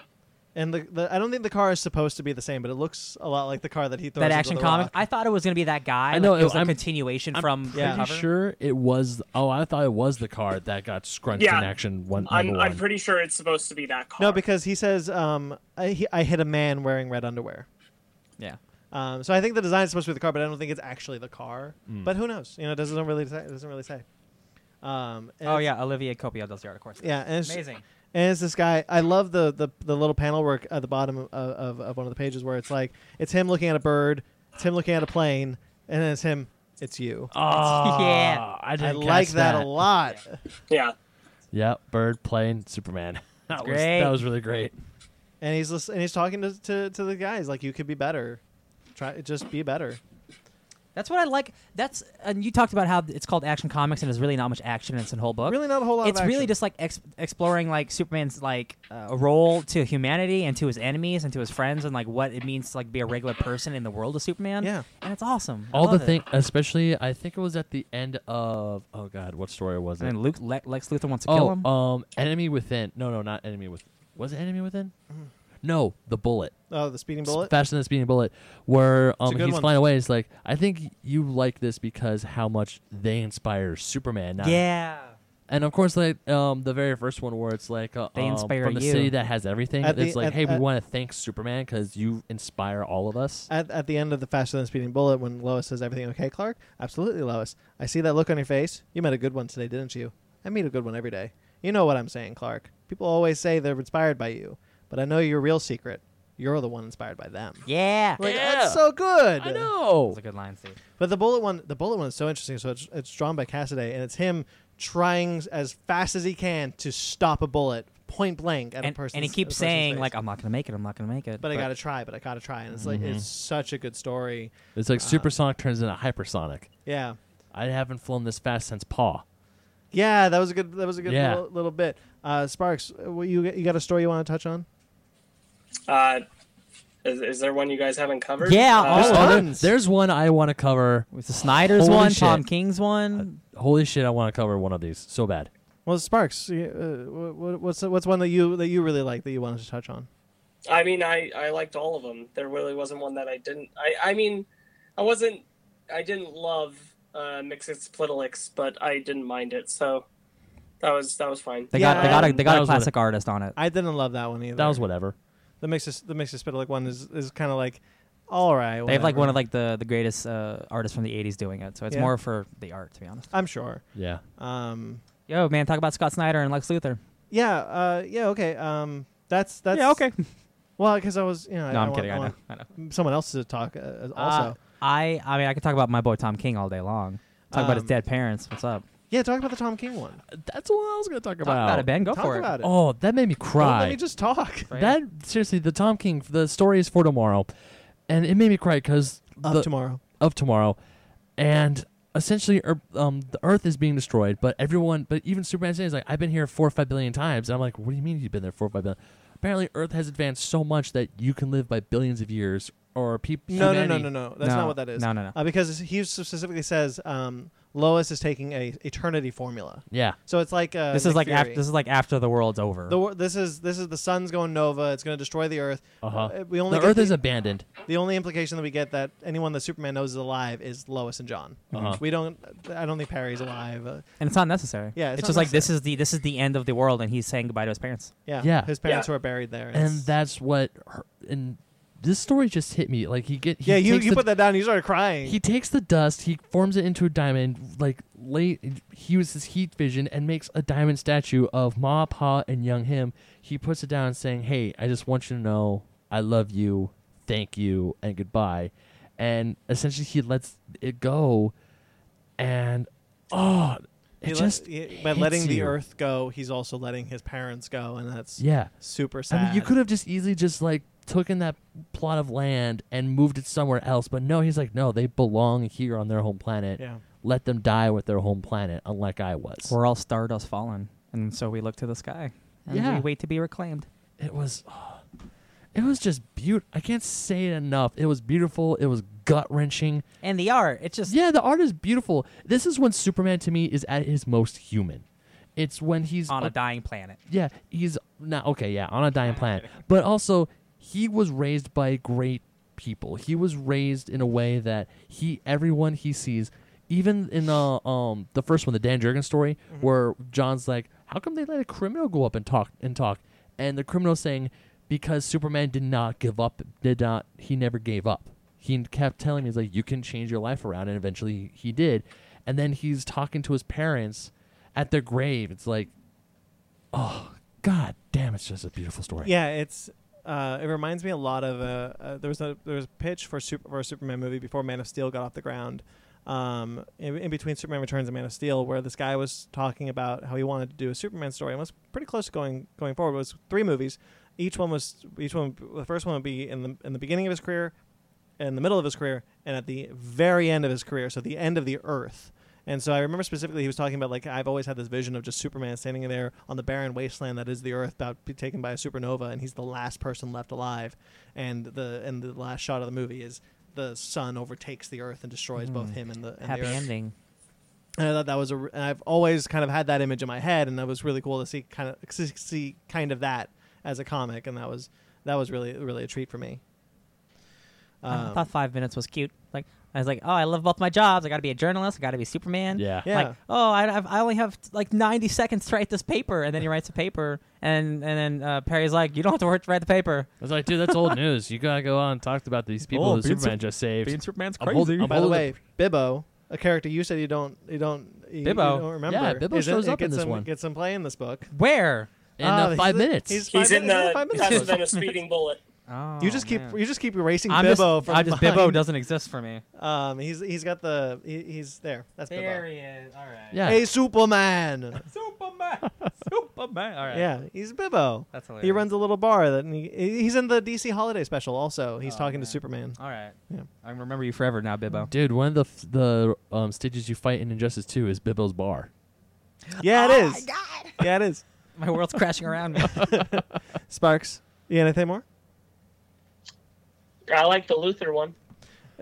Speaker 1: And the, the I don't think the car is supposed to be the same, but it looks a lot like the car that he throws.
Speaker 2: that
Speaker 1: into
Speaker 2: action
Speaker 1: the
Speaker 2: comic.
Speaker 1: rock.
Speaker 2: I thought it was gonna be that guy.
Speaker 3: know,
Speaker 2: like, it
Speaker 3: it-
Speaker 2: was a
Speaker 3: I'm-
Speaker 2: continuation
Speaker 3: I'm
Speaker 2: from
Speaker 1: pretty
Speaker 2: the
Speaker 3: Pretty
Speaker 2: cover.
Speaker 3: sure it was. Oh, I thought it was the car that got scrunched
Speaker 4: Yeah.
Speaker 3: in action. One.
Speaker 4: I'm
Speaker 3: number
Speaker 4: I'm
Speaker 3: one.
Speaker 4: pretty sure it's supposed to be that car.
Speaker 1: no, because he says um, I, he, I hit a man wearing red underwear.
Speaker 2: Yeah.
Speaker 1: Um, so I think the design is supposed to be the car, but I don't think it's actually the car.
Speaker 2: Mm.
Speaker 1: But who knows? You know, it doesn't really say, it doesn't really say. Um, and
Speaker 2: Oh
Speaker 1: it's-
Speaker 2: yeah, Olivier Copiel does the art, of course.
Speaker 1: yeah, and it's,
Speaker 2: Amazing.
Speaker 1: And it's this guy. I love the the, the little panel work at the bottom of, of, of one of the pages where it's like it's him looking at a bird, it's him looking at a plane, and then it's him. It's you.
Speaker 3: Ah,
Speaker 2: Yeah.
Speaker 3: I, didn't
Speaker 1: I
Speaker 3: catch
Speaker 1: like that, a lot.
Speaker 4: Yeah.
Speaker 3: Yeah, bird, plane, Superman. That was,
Speaker 2: great.
Speaker 3: that was really great.
Speaker 1: And he's lis- and he's talking to, to to the guys like you could be better. Try just be better.
Speaker 2: That's what I like. That's and you talked about how it's called action comics and there's really not much action in this whole book.
Speaker 1: Really, not a whole lot.
Speaker 2: it's
Speaker 1: of
Speaker 2: really
Speaker 1: action.
Speaker 2: just like ex- exploring like Superman's like uh, role to humanity and to his enemies and to his friends and like what it means to like be a regular person in the world of Superman.
Speaker 1: Yeah.
Speaker 2: and it's awesome. I
Speaker 3: All the
Speaker 2: love it.
Speaker 3: thing, especially I think it was at the end of oh god, what story was
Speaker 2: And
Speaker 3: it?
Speaker 2: then Luke Le- Lex Luthor wants to kill
Speaker 3: oh,
Speaker 2: him.
Speaker 3: um, enemy within. No, no, not enemy within. Was it enemy within? No, the bullet.
Speaker 1: oh Mm-hmm. the speeding bullet.
Speaker 3: Faster than the speeding bullet, where um,
Speaker 1: good
Speaker 3: he's
Speaker 1: one.
Speaker 3: flying away. It's like I think you like this because how much they inspire Superman. Not
Speaker 2: yeah,
Speaker 3: and of course, like um, the very first one where it's like uh,
Speaker 2: They
Speaker 3: um,
Speaker 2: inspire
Speaker 3: from the
Speaker 2: you.
Speaker 3: city that has everything.
Speaker 1: At
Speaker 3: it's
Speaker 1: the-
Speaker 3: like,
Speaker 1: at-
Speaker 3: hey, we
Speaker 1: at-
Speaker 3: want to thank Superman because you inspire all of us.
Speaker 1: at, at the end of the faster than speeding bullet when lois says everything okay clark absolutely lois i see that look on your face you met a good one today didn't you i meet a good one every day you know what i'm saying clark people always say they're inspired by you but i know your real secret you're the one inspired by them
Speaker 2: yeah.
Speaker 1: like
Speaker 3: Yeah.
Speaker 1: that's so good
Speaker 3: I know.
Speaker 2: That's a good line, Steve.
Speaker 1: but the bullet one the bullet one is so interesting so it's, it's drawn by cassaday and it's him trying s- as fast as he can to stop a bullet point blank at
Speaker 2: And,
Speaker 1: a person
Speaker 2: and he keeps saying like, "I'm not gonna make it. I'm not gonna make it."
Speaker 1: but I gotta try, but I gotta try, and it's like it's such a good story.
Speaker 3: It's like supersonic turns into hypersonic.
Speaker 1: Yeah,
Speaker 3: I haven't flown this fast since Paw.
Speaker 1: Yeah, that was a good. That was a good
Speaker 3: Yeah.
Speaker 1: little, little bit. Uh, Sparks, uh, what you you got a story you want to touch on?
Speaker 4: Uh, is, is there one you guys haven't covered?
Speaker 2: Yeah,
Speaker 4: Uh,
Speaker 2: all-
Speaker 3: Oh, there-
Speaker 1: Tons.
Speaker 3: there's one I want to cover.
Speaker 2: It was the Snyder's
Speaker 3: Holy
Speaker 2: one,
Speaker 3: shit.
Speaker 2: Tom King's one.
Speaker 3: Holy shit, I want to cover one of these so bad.
Speaker 1: Well, Sparks, you- uh, what, what's what's one that you that you really like that you wanted to touch on?
Speaker 4: I mean, I I liked all of them. There really wasn't one that I didn't. I I mean, I wasn't. I didn't love uh, Mixus Plitilix, but I didn't mind it. So that was that was fine.
Speaker 2: They
Speaker 1: Yeah,
Speaker 2: got they got a,
Speaker 1: um,
Speaker 2: they got
Speaker 3: that
Speaker 2: a
Speaker 3: was what-
Speaker 2: classic artist on it.
Speaker 1: I didn't love that one either.
Speaker 3: That was whatever.
Speaker 1: the mixes the mixes spitlick one is is kind of like, all right.
Speaker 2: They have like
Speaker 1: whatever.
Speaker 2: one of like the the greatest uh, artists from the '80s doing it, so it's
Speaker 1: Yeah.
Speaker 2: more for the art, to be honest.
Speaker 1: I'm sure.
Speaker 3: Yeah.
Speaker 1: Um.
Speaker 2: Yo, man, talk about Scott Snyder and Lex Luthor.
Speaker 1: Yeah. Uh. Yeah. Okay. Um. That's that's Well, because I was you know I-
Speaker 2: No,
Speaker 1: I
Speaker 2: I'm
Speaker 1: want-
Speaker 2: kidding. I know.
Speaker 1: want
Speaker 2: I know.
Speaker 1: someone else to talk uh, uh, also.
Speaker 2: Uh, I I mean I could talk about my boy Tom King all day long. Talk about his
Speaker 1: Um,
Speaker 2: dead parents. What's up?
Speaker 1: yeah. Talk about the Tom King one.
Speaker 3: That's what I was going to talk
Speaker 2: Talk about it, Ben. Go
Speaker 1: talk
Speaker 2: for
Speaker 1: about
Speaker 2: it.
Speaker 1: it.
Speaker 3: Oh, that made me
Speaker 1: Don't
Speaker 3: cry.
Speaker 1: Let me just talk.
Speaker 2: Right.
Speaker 3: that seriously, the Tom King, the story is for tomorrow, and it made me cry because
Speaker 1: Up
Speaker 3: the,
Speaker 1: tomorrow.
Speaker 3: of tomorrow, and essentially, er, um, the Earth is being destroyed. But everyone, but even Superman says, like, I've been here four or five billion times. And I'm like, what do you mean you've been there four or five billion? Apparently, Earth has advanced so much that you can live by billions of years or people.
Speaker 1: No, no, no, no, no. That's not what that is.
Speaker 2: No, no, no.
Speaker 1: Uh, because he specifically says um, Lois is taking a eternity formula.
Speaker 3: Yeah.
Speaker 1: So it's like uh,
Speaker 2: this is
Speaker 1: Nick
Speaker 2: like after
Speaker 1: Fury.
Speaker 2: this is like after the world's over.
Speaker 1: The wor- this is this is the sun's going nova. It's going to destroy the Earth.
Speaker 3: Uh-huh.
Speaker 1: Uh, we only
Speaker 3: The
Speaker 1: get
Speaker 3: Earth
Speaker 1: the,
Speaker 3: is abandoned.
Speaker 1: the only implication that we get that anyone that Superman knows is alive is Lois and John.
Speaker 3: Uh-huh.
Speaker 1: We don't. I don't think Perry's alive. Uh,
Speaker 2: and it's not necessary.
Speaker 1: Yeah, it's
Speaker 2: it's,
Speaker 1: not
Speaker 2: just like this is the this is the end of the world, and he's saying goodbye to his parents.
Speaker 1: yeah,
Speaker 3: Yeah.
Speaker 1: His parents
Speaker 4: Yeah.
Speaker 1: were buried there.
Speaker 3: and
Speaker 1: It's-
Speaker 3: that's what her, and this story just hit me like he get he
Speaker 1: yeah, you
Speaker 3: takes
Speaker 1: you
Speaker 3: the,
Speaker 1: put that down. You started crying.
Speaker 3: he takes the dust he forms it into a diamond like late he uses heat vision and makes a diamond statue of ma pa and young him he puts it down saying hey i just want you to know i love you thank you and goodbye and essentially he lets it go and oh it
Speaker 1: He let-
Speaker 3: just
Speaker 1: he- by
Speaker 3: hits
Speaker 1: letting the
Speaker 3: you.
Speaker 1: Earth go, he's also letting his parents go, and that's
Speaker 3: yeah
Speaker 1: super
Speaker 3: I
Speaker 1: sad.
Speaker 3: mean, you could have just easily just like taken that plot of land and moved it somewhere else, but no, he's like, no, they belong here on their home planet.
Speaker 1: Yeah.
Speaker 3: Let them die with their home planet, unlike I was.
Speaker 2: We're all stardust fallen, and so we look to the sky. And
Speaker 3: Yeah.
Speaker 2: we wait to be reclaimed.
Speaker 3: it was, it was just beautiful. I can't say it enough. It was beautiful. It was gut wrenching.
Speaker 2: And the art, it's just
Speaker 3: Yeah, the art is beautiful. This is when Superman to me is at his most human. It's when he's
Speaker 2: on
Speaker 3: a-
Speaker 2: a dying planet.
Speaker 3: Yeah, he's not okay. Yeah, on a dying planet, but also he was raised by great people. He was raised in a way that he everyone he sees, even in the um the first one, the Dan Jurgens story, where John's like, "How come they let a criminal go up and talk and talk?" And the criminal saying, "Because Superman did not give up. Did not. He never gave up. He kept telling me he's like, you can change your life around, and eventually he did." And then he's talking to his parents at their grave. It's like God damn, it's just a beautiful story.
Speaker 1: Yeah, it's. Uh, it reminds me a lot of uh, uh, there was a there was a pitch for super, for a Superman movie before Man of Steel got off the ground. Um, in, in between Superman Returns and Man of Steel, where this guy was talking about how he wanted to do a Superman story and was pretty close to going going forward. It was three movies, each one was each one the first one would be in the in the beginning of his career, in the middle of his career, and at the very end of his career. So the end of the Earth. And so I remember specifically he was talking about like I've always had this vision of just Superman standing there on the barren wasteland that is the Earth, about to be taken by a supernova, and he's the last person left alive. And the and the last shot of the movie is the sun overtakes the Earth and destroys both him and the and the
Speaker 2: Hmm. Happy
Speaker 1: Earth.
Speaker 2: ending.
Speaker 1: And I thought that was a. r- And I've always kind of had that image in my head, and that was really cool to see kind of see- see kind of that as a comic, and that was that was really really a treat for me.
Speaker 2: I
Speaker 1: Um,
Speaker 2: thought five minutes was cute. Like I was like, oh, I love both my jobs. I got to be a journalist. I got to be Superman.
Speaker 3: Yeah.
Speaker 1: Yeah.
Speaker 2: Like, oh, I, I've- I only have like 90 seconds to write this paper, and then he writes a paper, and and then uh, Perry's like, you don't have to write the paper.
Speaker 3: I was like, dude, that's old news. You gotta go on and talk about these people
Speaker 2: Oh,
Speaker 3: that
Speaker 2: being
Speaker 3: Superman just saved.
Speaker 2: Superman's
Speaker 3: I'm hold- crazy. I'm
Speaker 1: By the
Speaker 3: All of
Speaker 1: way, Bibbo, a character you said you don't you don't you, you
Speaker 2: Bibbo.
Speaker 1: don't remember.
Speaker 3: Yeah, Bibbo
Speaker 1: is in-
Speaker 3: shows
Speaker 1: it
Speaker 3: up in
Speaker 1: gets
Speaker 3: this
Speaker 1: some,
Speaker 3: one.
Speaker 1: Gets some play in this book.
Speaker 2: Where?
Speaker 3: in
Speaker 1: Ah,
Speaker 3: uh,
Speaker 1: he's-
Speaker 3: five minutes.
Speaker 1: he's-
Speaker 4: He's
Speaker 1: Five
Speaker 4: in
Speaker 1: minutes,
Speaker 4: the
Speaker 1: five minutes.
Speaker 4: faster than a speeding bullet.
Speaker 2: Oh,
Speaker 1: you just keep
Speaker 2: man.
Speaker 1: you just keep erasing
Speaker 2: I'm just,
Speaker 1: Bibbo from
Speaker 2: I just
Speaker 1: behind.
Speaker 2: Bibbo doesn't exist for me.
Speaker 1: Um, he's he's got the he, he's there. That's Bibbo.
Speaker 2: he is. All right.
Speaker 3: yeah.
Speaker 1: Hey, Superman.
Speaker 2: Superman. Superman. All right.
Speaker 1: yeah, he's Bibbo.
Speaker 2: That's hilarious.
Speaker 1: He runs a little bar that he, he's in the DC holiday special. Also, he's
Speaker 2: Oh,
Speaker 1: talking
Speaker 2: man.
Speaker 1: to Superman.
Speaker 2: All right.
Speaker 1: Yeah.
Speaker 2: I remember you forever now, Bibbo.
Speaker 3: dude, one of the f- the um, stages you fight in Injustice Two is Bibbo's bar.
Speaker 1: Yeah, it
Speaker 4: Oh,
Speaker 1: is. Yeah, it is.
Speaker 2: My world's crashing around me.
Speaker 1: Sparks. You got anything more?
Speaker 4: I like the Luther one.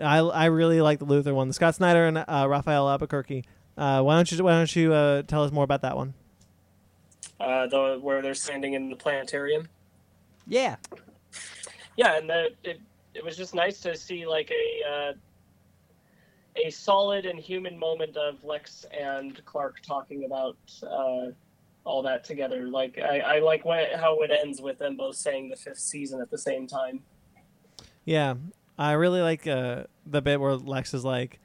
Speaker 1: I, I really like the Luther one, the Scott Snyder and uh, Raphael Albuquerque. Uh, why don't you why don't you uh, tell us more about that one?
Speaker 4: Uh, the where they're standing in the planetarium.
Speaker 2: yeah.
Speaker 4: yeah, and the, it it was just nice to see like a uh, a solid and human moment of Lex and Clark talking about uh, all that together. Like I, I like when, how it ends with them both saying the fifth season at the same time.
Speaker 1: Yeah, I really like uh, the bit where Lex is like,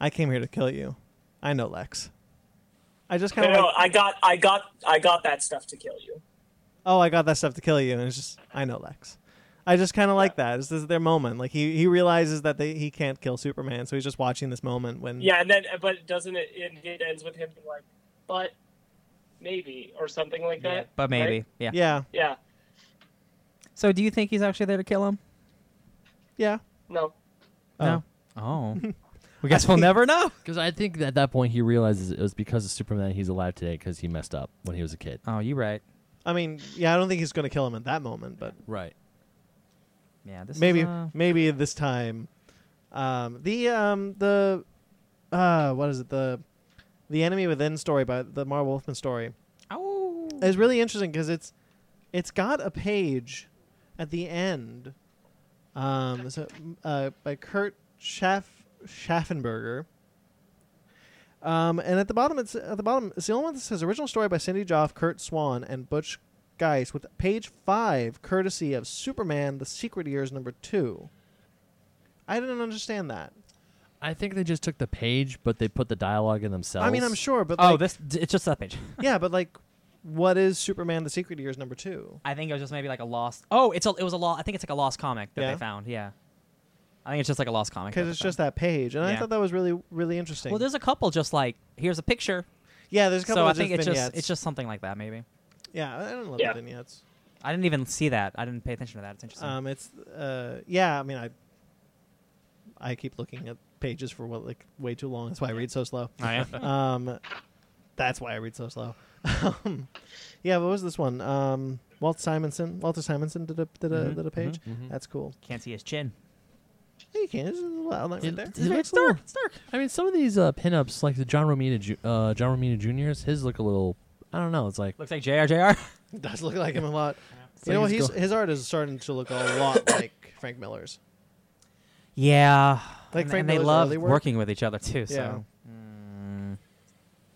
Speaker 1: "I came here to kill you. I know Lex." I just
Speaker 4: No,
Speaker 1: kind of
Speaker 4: no,
Speaker 1: like,
Speaker 4: I got I got I got that stuff to kill you.
Speaker 2: Mm-hmm.
Speaker 1: "Oh, I got that stuff to kill you," and it's just, "I know Lex." I just kind of like that. This is their moment. Like he, he realizes that they, he can't kill Superman, so he's just watching this moment when
Speaker 4: Yeah, and then but doesn't it it, it ends with him being like, but maybe or something like that.
Speaker 2: But maybe.
Speaker 4: right?
Speaker 2: Yeah.
Speaker 1: yeah,
Speaker 4: Yeah.
Speaker 2: So do you think he's actually there to kill him?
Speaker 1: yeah.
Speaker 4: No.
Speaker 1: Oh.
Speaker 2: No. Oh. we guess we'll never know.
Speaker 3: Because I think that at that point he realizes it was because of Superman he's alive today because he messed up when he was a kid.
Speaker 2: Oh, you're right.
Speaker 1: I mean, yeah, I don't think he's going to kill him at that moment, but
Speaker 3: Right.
Speaker 2: Yeah, this
Speaker 1: maybe
Speaker 2: Is, uh,
Speaker 1: maybe this time. Um, the um, the uh, what is it the the enemy within story by the Marv Wolfman story
Speaker 2: ow.
Speaker 1: is really interesting because it's it's got a page at the end um, so, uh, by Kurt Schaff- Schaffenberger. Um, and at the bottom, it's at the bottom. It's the only one that says original story by Cindy Joff, Kurt Swan, and Butch Geist, with page five courtesy of Superman: The Secret Years number two. I didn't understand that.
Speaker 3: I think they just took the page, but they put the dialogue in themselves.
Speaker 1: I mean, I'm sure, but
Speaker 2: oh,
Speaker 1: like,
Speaker 2: this it's just that page.
Speaker 1: yeah, but like, what is Superman: The Secret Years number two?
Speaker 2: I think it was just maybe like a lost. Oh, it's a, it was a lost. I think it's like a lost comic that
Speaker 1: Yeah.
Speaker 2: they found. Yeah, I think it's just like a lost comic.
Speaker 1: Because
Speaker 2: that
Speaker 1: it's
Speaker 2: they found.
Speaker 1: just that page, and I
Speaker 2: Yeah.
Speaker 1: thought that was really, really interesting.
Speaker 2: Well, there's a couple just like here's a picture.
Speaker 1: Yeah, there's a couple
Speaker 2: So I
Speaker 1: of just
Speaker 2: think it's
Speaker 1: vignettes.
Speaker 2: just it's just something like that maybe.
Speaker 1: yeah, I don't love
Speaker 4: Yeah.
Speaker 1: the vignettes.
Speaker 2: I didn't even see that. I didn't pay attention to that. It's interesting.
Speaker 1: Um, it's uh, yeah. I mean, I I keep looking at pages for what like way too long. That's why I read so slow.
Speaker 2: oh, yeah.
Speaker 1: Um, that's why I read so slow. um, yeah, what was this one? Um, Walt Simonson, Walter Simonson did a did a
Speaker 2: Mhm,
Speaker 1: did a page.
Speaker 3: mhm.
Speaker 1: That's cool.
Speaker 2: Can't see his chin.
Speaker 1: Yeah, you can. It's a little outline right
Speaker 3: It-
Speaker 1: there.
Speaker 3: it looks a little-
Speaker 2: It's dark.
Speaker 3: I mean, some of these uh, pinups, like the John Romita, Ju- uh, John Romita Jr.'s, his look a little. I don't know. It's like
Speaker 2: Looks like JRJR.
Speaker 1: It does look like him a lot.
Speaker 3: It's
Speaker 1: You
Speaker 3: like
Speaker 1: know, what?
Speaker 3: he's
Speaker 1: he's,
Speaker 3: go-
Speaker 1: his art is starting to look a lot like Frank Miller's.
Speaker 2: yeah.
Speaker 1: Like
Speaker 2: and,
Speaker 1: Frank
Speaker 2: and they
Speaker 1: Miller's
Speaker 2: love
Speaker 1: early work.
Speaker 2: working with each other too.
Speaker 1: Yeah.
Speaker 2: So. Mm.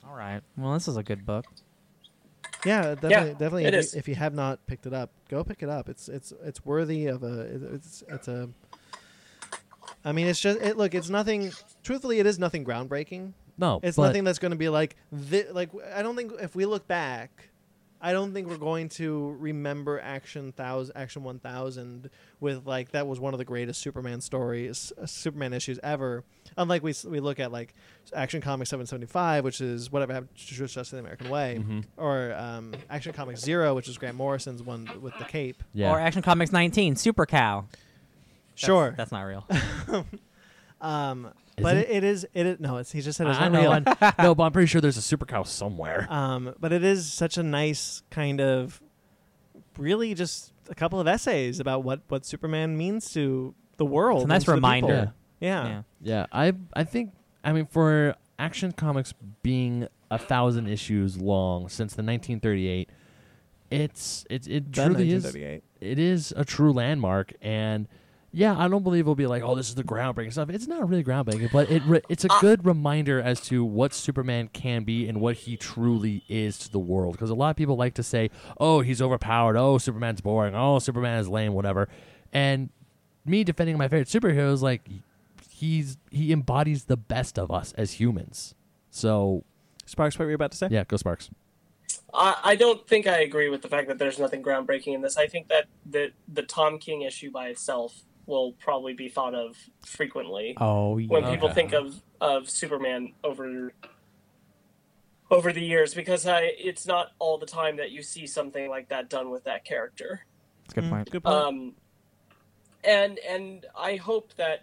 Speaker 2: All right. Well, this is a good book.
Speaker 1: Yeah, definitely. definitely.
Speaker 4: it
Speaker 1: If
Speaker 4: is.
Speaker 1: you, if you have not picked it up, go pick it up. It's it's it's worthy of a. It's it's a. I mean, it's just it. Look, it's nothing. Truthfully, it is nothing groundbreaking.
Speaker 3: no.
Speaker 1: It's
Speaker 3: but
Speaker 1: nothing that's going to be like thi- like I don't think if we look back, I don't think we're going to remember Action Thousand, Action One Thousand with like that was one of the greatest Superman stories, uh, Superman issues ever. Unlike we s- we look at like Action Comics seven seventy five, which is whatever happened to True Justice in the American Way,
Speaker 3: Mm-hmm.
Speaker 1: or um, Action Comics Zero, which is Grant Morrison's one with the cape.
Speaker 3: Yeah.
Speaker 2: Or Action Comics 19, Super Cow. That's-
Speaker 1: sure,
Speaker 2: That's not real.
Speaker 1: um,
Speaker 3: Is
Speaker 1: but
Speaker 3: it?
Speaker 1: it, it is it is no, it's he just said it's
Speaker 3: I
Speaker 1: not
Speaker 3: know.
Speaker 1: real.
Speaker 3: I- no, but I'm pretty sure there's a super cow somewhere.
Speaker 1: Um, but it is such a nice kind of really just a couple of essays about what, what Superman means to the world.
Speaker 2: It's a nice
Speaker 1: and to the
Speaker 2: reminder.
Speaker 1: people. Yeah.
Speaker 2: yeah.
Speaker 3: Yeah, I I think I mean for Action Comics being a thousand issues long since the 1938, it's it it
Speaker 1: The
Speaker 3: truly is
Speaker 1: 1938.
Speaker 3: it is a true landmark and. Yeah, I don't believe it'll be like, oh, this is the groundbreaking stuff. It's not really groundbreaking, but it re- it's a
Speaker 2: Uh,
Speaker 3: good reminder as to what Superman can be and what he truly is to the world. Because a lot of people like to say, oh, he's overpowered. Oh, Superman's boring. Oh, Superman is lame. Whatever. And me defending my favorite superhero is like, he's he embodies the best of us as humans. So
Speaker 1: Sparks, what were you about to say?
Speaker 3: yeah, go Sparks.
Speaker 4: I, I don't think I agree with the fact that there's nothing groundbreaking in this. I think that the the Tom King issue by itself will probably be thought of frequently
Speaker 2: Oh, yeah.
Speaker 4: when people
Speaker 3: Okay.
Speaker 4: think of of Superman over over the years because I, it's not all the time that you see something like that done with that character.
Speaker 2: That's a good
Speaker 1: Mm,
Speaker 2: point.
Speaker 1: Good point.
Speaker 4: Um, and and I hope that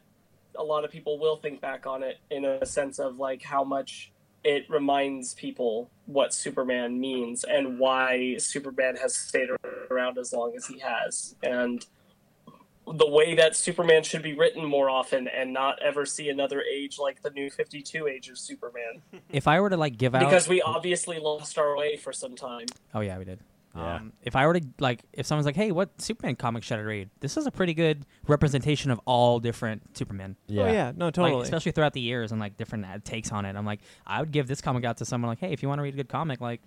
Speaker 4: a lot of people will think back on it in a sense of like how much it reminds people what Superman means and why Superman has stayed around as long as he has and the way that Superman should be written more often and not ever see another age like the new 52 age of Superman
Speaker 2: If I were to like give out
Speaker 4: because we obviously lost our way for some time.
Speaker 2: Oh yeah, we did.
Speaker 3: Yeah.
Speaker 2: Um, if I were to like, if someone's like, "Hey, what Superman comic should I read?" This is a pretty good representation of all different Supermen,
Speaker 1: Oh yeah, no,
Speaker 2: Like,
Speaker 1: totally.
Speaker 2: especially throughout the years and like different uh, takes on it. I'm like, I would give this comic out to someone like, "Hey, if you want to read a good comic, like,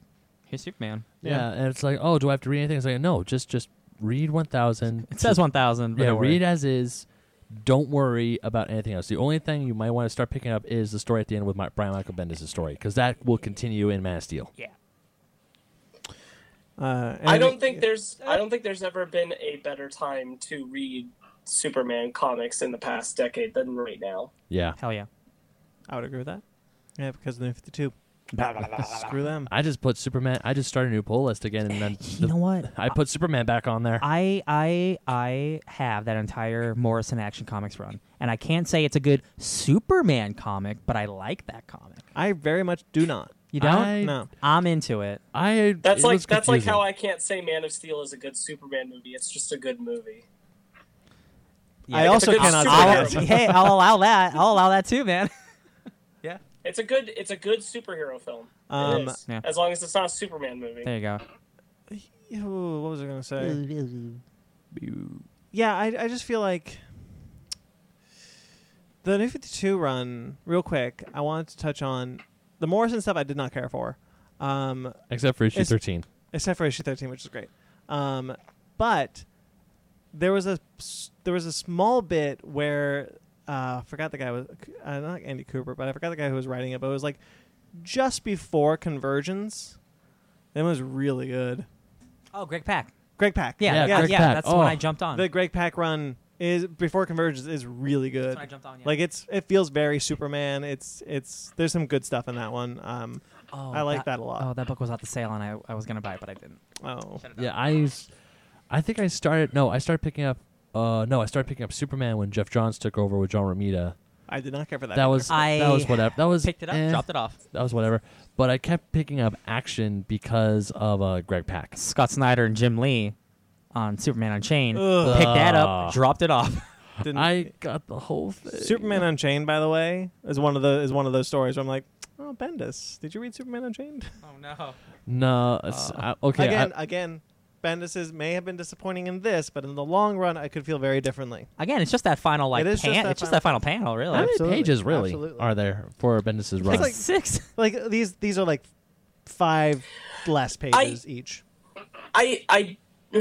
Speaker 2: here's Superman."
Speaker 3: Yeah, and it's like, oh, do I have to read anything? It's like, no, just just read one thousand.
Speaker 2: It says one thousand.
Speaker 3: Yeah, read as is. Don't worry about anything else. The only thing you might want to start picking up is the story at the end with my, Brian Michael Bendis' story because that will continue in Man of Steel.
Speaker 2: Yeah.
Speaker 1: uh, and
Speaker 4: I don't think there's I don't think there's ever been a better time to read Superman comics in the past decade than right now.
Speaker 3: Yeah,
Speaker 2: Hell yeah.
Speaker 1: I would agree with that. Yeah, because of the new 52. Screw them.
Speaker 3: I just put Superman. I just started a new poll list again, and then
Speaker 2: You
Speaker 3: the-
Speaker 2: know what?
Speaker 3: I put Superman back on there.
Speaker 2: I I I have that entire Morrison Action Comics run, and I can't say it's a good Superman comic, but I like that comic.
Speaker 1: I very much do not.
Speaker 2: You don't?
Speaker 3: I-
Speaker 1: No.
Speaker 2: I'm into it.
Speaker 3: I
Speaker 4: That's
Speaker 3: it
Speaker 4: like
Speaker 3: was
Speaker 4: that's like
Speaker 3: confusing.
Speaker 4: how I can't say Man of Steel is a good Superman movie. It's just a good movie.
Speaker 2: Yeah.
Speaker 1: I also
Speaker 4: It's
Speaker 1: cannot
Speaker 4: super
Speaker 1: say
Speaker 2: I'll,
Speaker 1: that.
Speaker 4: terrible.
Speaker 2: hey, I'll allow that. I'll allow that too, man. yeah.
Speaker 4: It's a good it's a good superhero film. It
Speaker 1: Um,
Speaker 4: is.
Speaker 2: Yeah.
Speaker 4: As long as it's not a Superman movie.
Speaker 2: There you go.
Speaker 1: Ooh, what was I going to say? Yeah, I, I just feel like the New 52 run, real quick, I wanted to touch on the Morrison stuff I did not care for, um,
Speaker 3: Except for issue
Speaker 1: It's-
Speaker 3: 13.
Speaker 1: except for issue 13, which is great. Um, but there was a s- there was a small bit where uh, I forgot the guy was uh, not Andy Cooper, but I forgot the guy who was writing it. But it was like just before convergence. That was really good.
Speaker 2: Oh, Greg Pack.
Speaker 1: Greg Pack.
Speaker 2: Yeah,
Speaker 3: Yeah,
Speaker 2: yeah,
Speaker 3: Greg
Speaker 2: yeah,
Speaker 3: Pak.
Speaker 2: That's the one
Speaker 3: Oh.
Speaker 2: I jumped on.
Speaker 1: The Greg Pack run is before Convergence is really good.
Speaker 2: That's when I jumped on, yeah.
Speaker 1: Like it's it feels very Superman. It's it's there's some good stuff in that one. Um
Speaker 2: oh,
Speaker 1: I like that a lot.
Speaker 2: Oh, that book was out the sale, and I, I was gonna buy it, but I didn't.
Speaker 1: oh
Speaker 3: Yeah, I, s- I think I started. No, I started picking up. Uh, no, I started picking up Superman when Jeff Johns took over with John Romita.
Speaker 1: I did not care for that.
Speaker 3: That was
Speaker 2: I
Speaker 3: that was whatever. That was
Speaker 2: Picked it up,
Speaker 3: eh,
Speaker 2: dropped it off.
Speaker 3: That was whatever. But I kept picking up action because of uh, Greg Pack.
Speaker 2: Scott Snyder and Jim Lee on Superman Unchained.
Speaker 1: Ugh.
Speaker 2: Picked that
Speaker 3: Ugh.
Speaker 2: up, dropped it off.
Speaker 1: Didn't,
Speaker 3: I got the whole thing.
Speaker 1: Superman Unchained, by the way, is one of the is one of those stories where I'm like, oh Bendis, did you read Superman Unchained?
Speaker 2: Oh no.
Speaker 3: No. it's- I-
Speaker 1: Uh,
Speaker 3: okay.
Speaker 1: again,
Speaker 3: I,
Speaker 1: again, Bendis's may have been disappointing in this, but in the long run, I could feel very differently.
Speaker 2: Again, it's just that final like
Speaker 1: It is just
Speaker 2: pan-
Speaker 1: that
Speaker 2: it's just that final panel,
Speaker 3: how
Speaker 2: really.
Speaker 3: many
Speaker 1: Absolutely,
Speaker 3: pages really
Speaker 1: absolutely.
Speaker 3: are there for Bendis's run?
Speaker 1: It's like-
Speaker 2: six.
Speaker 1: Like these these are like five less pages each.
Speaker 4: I I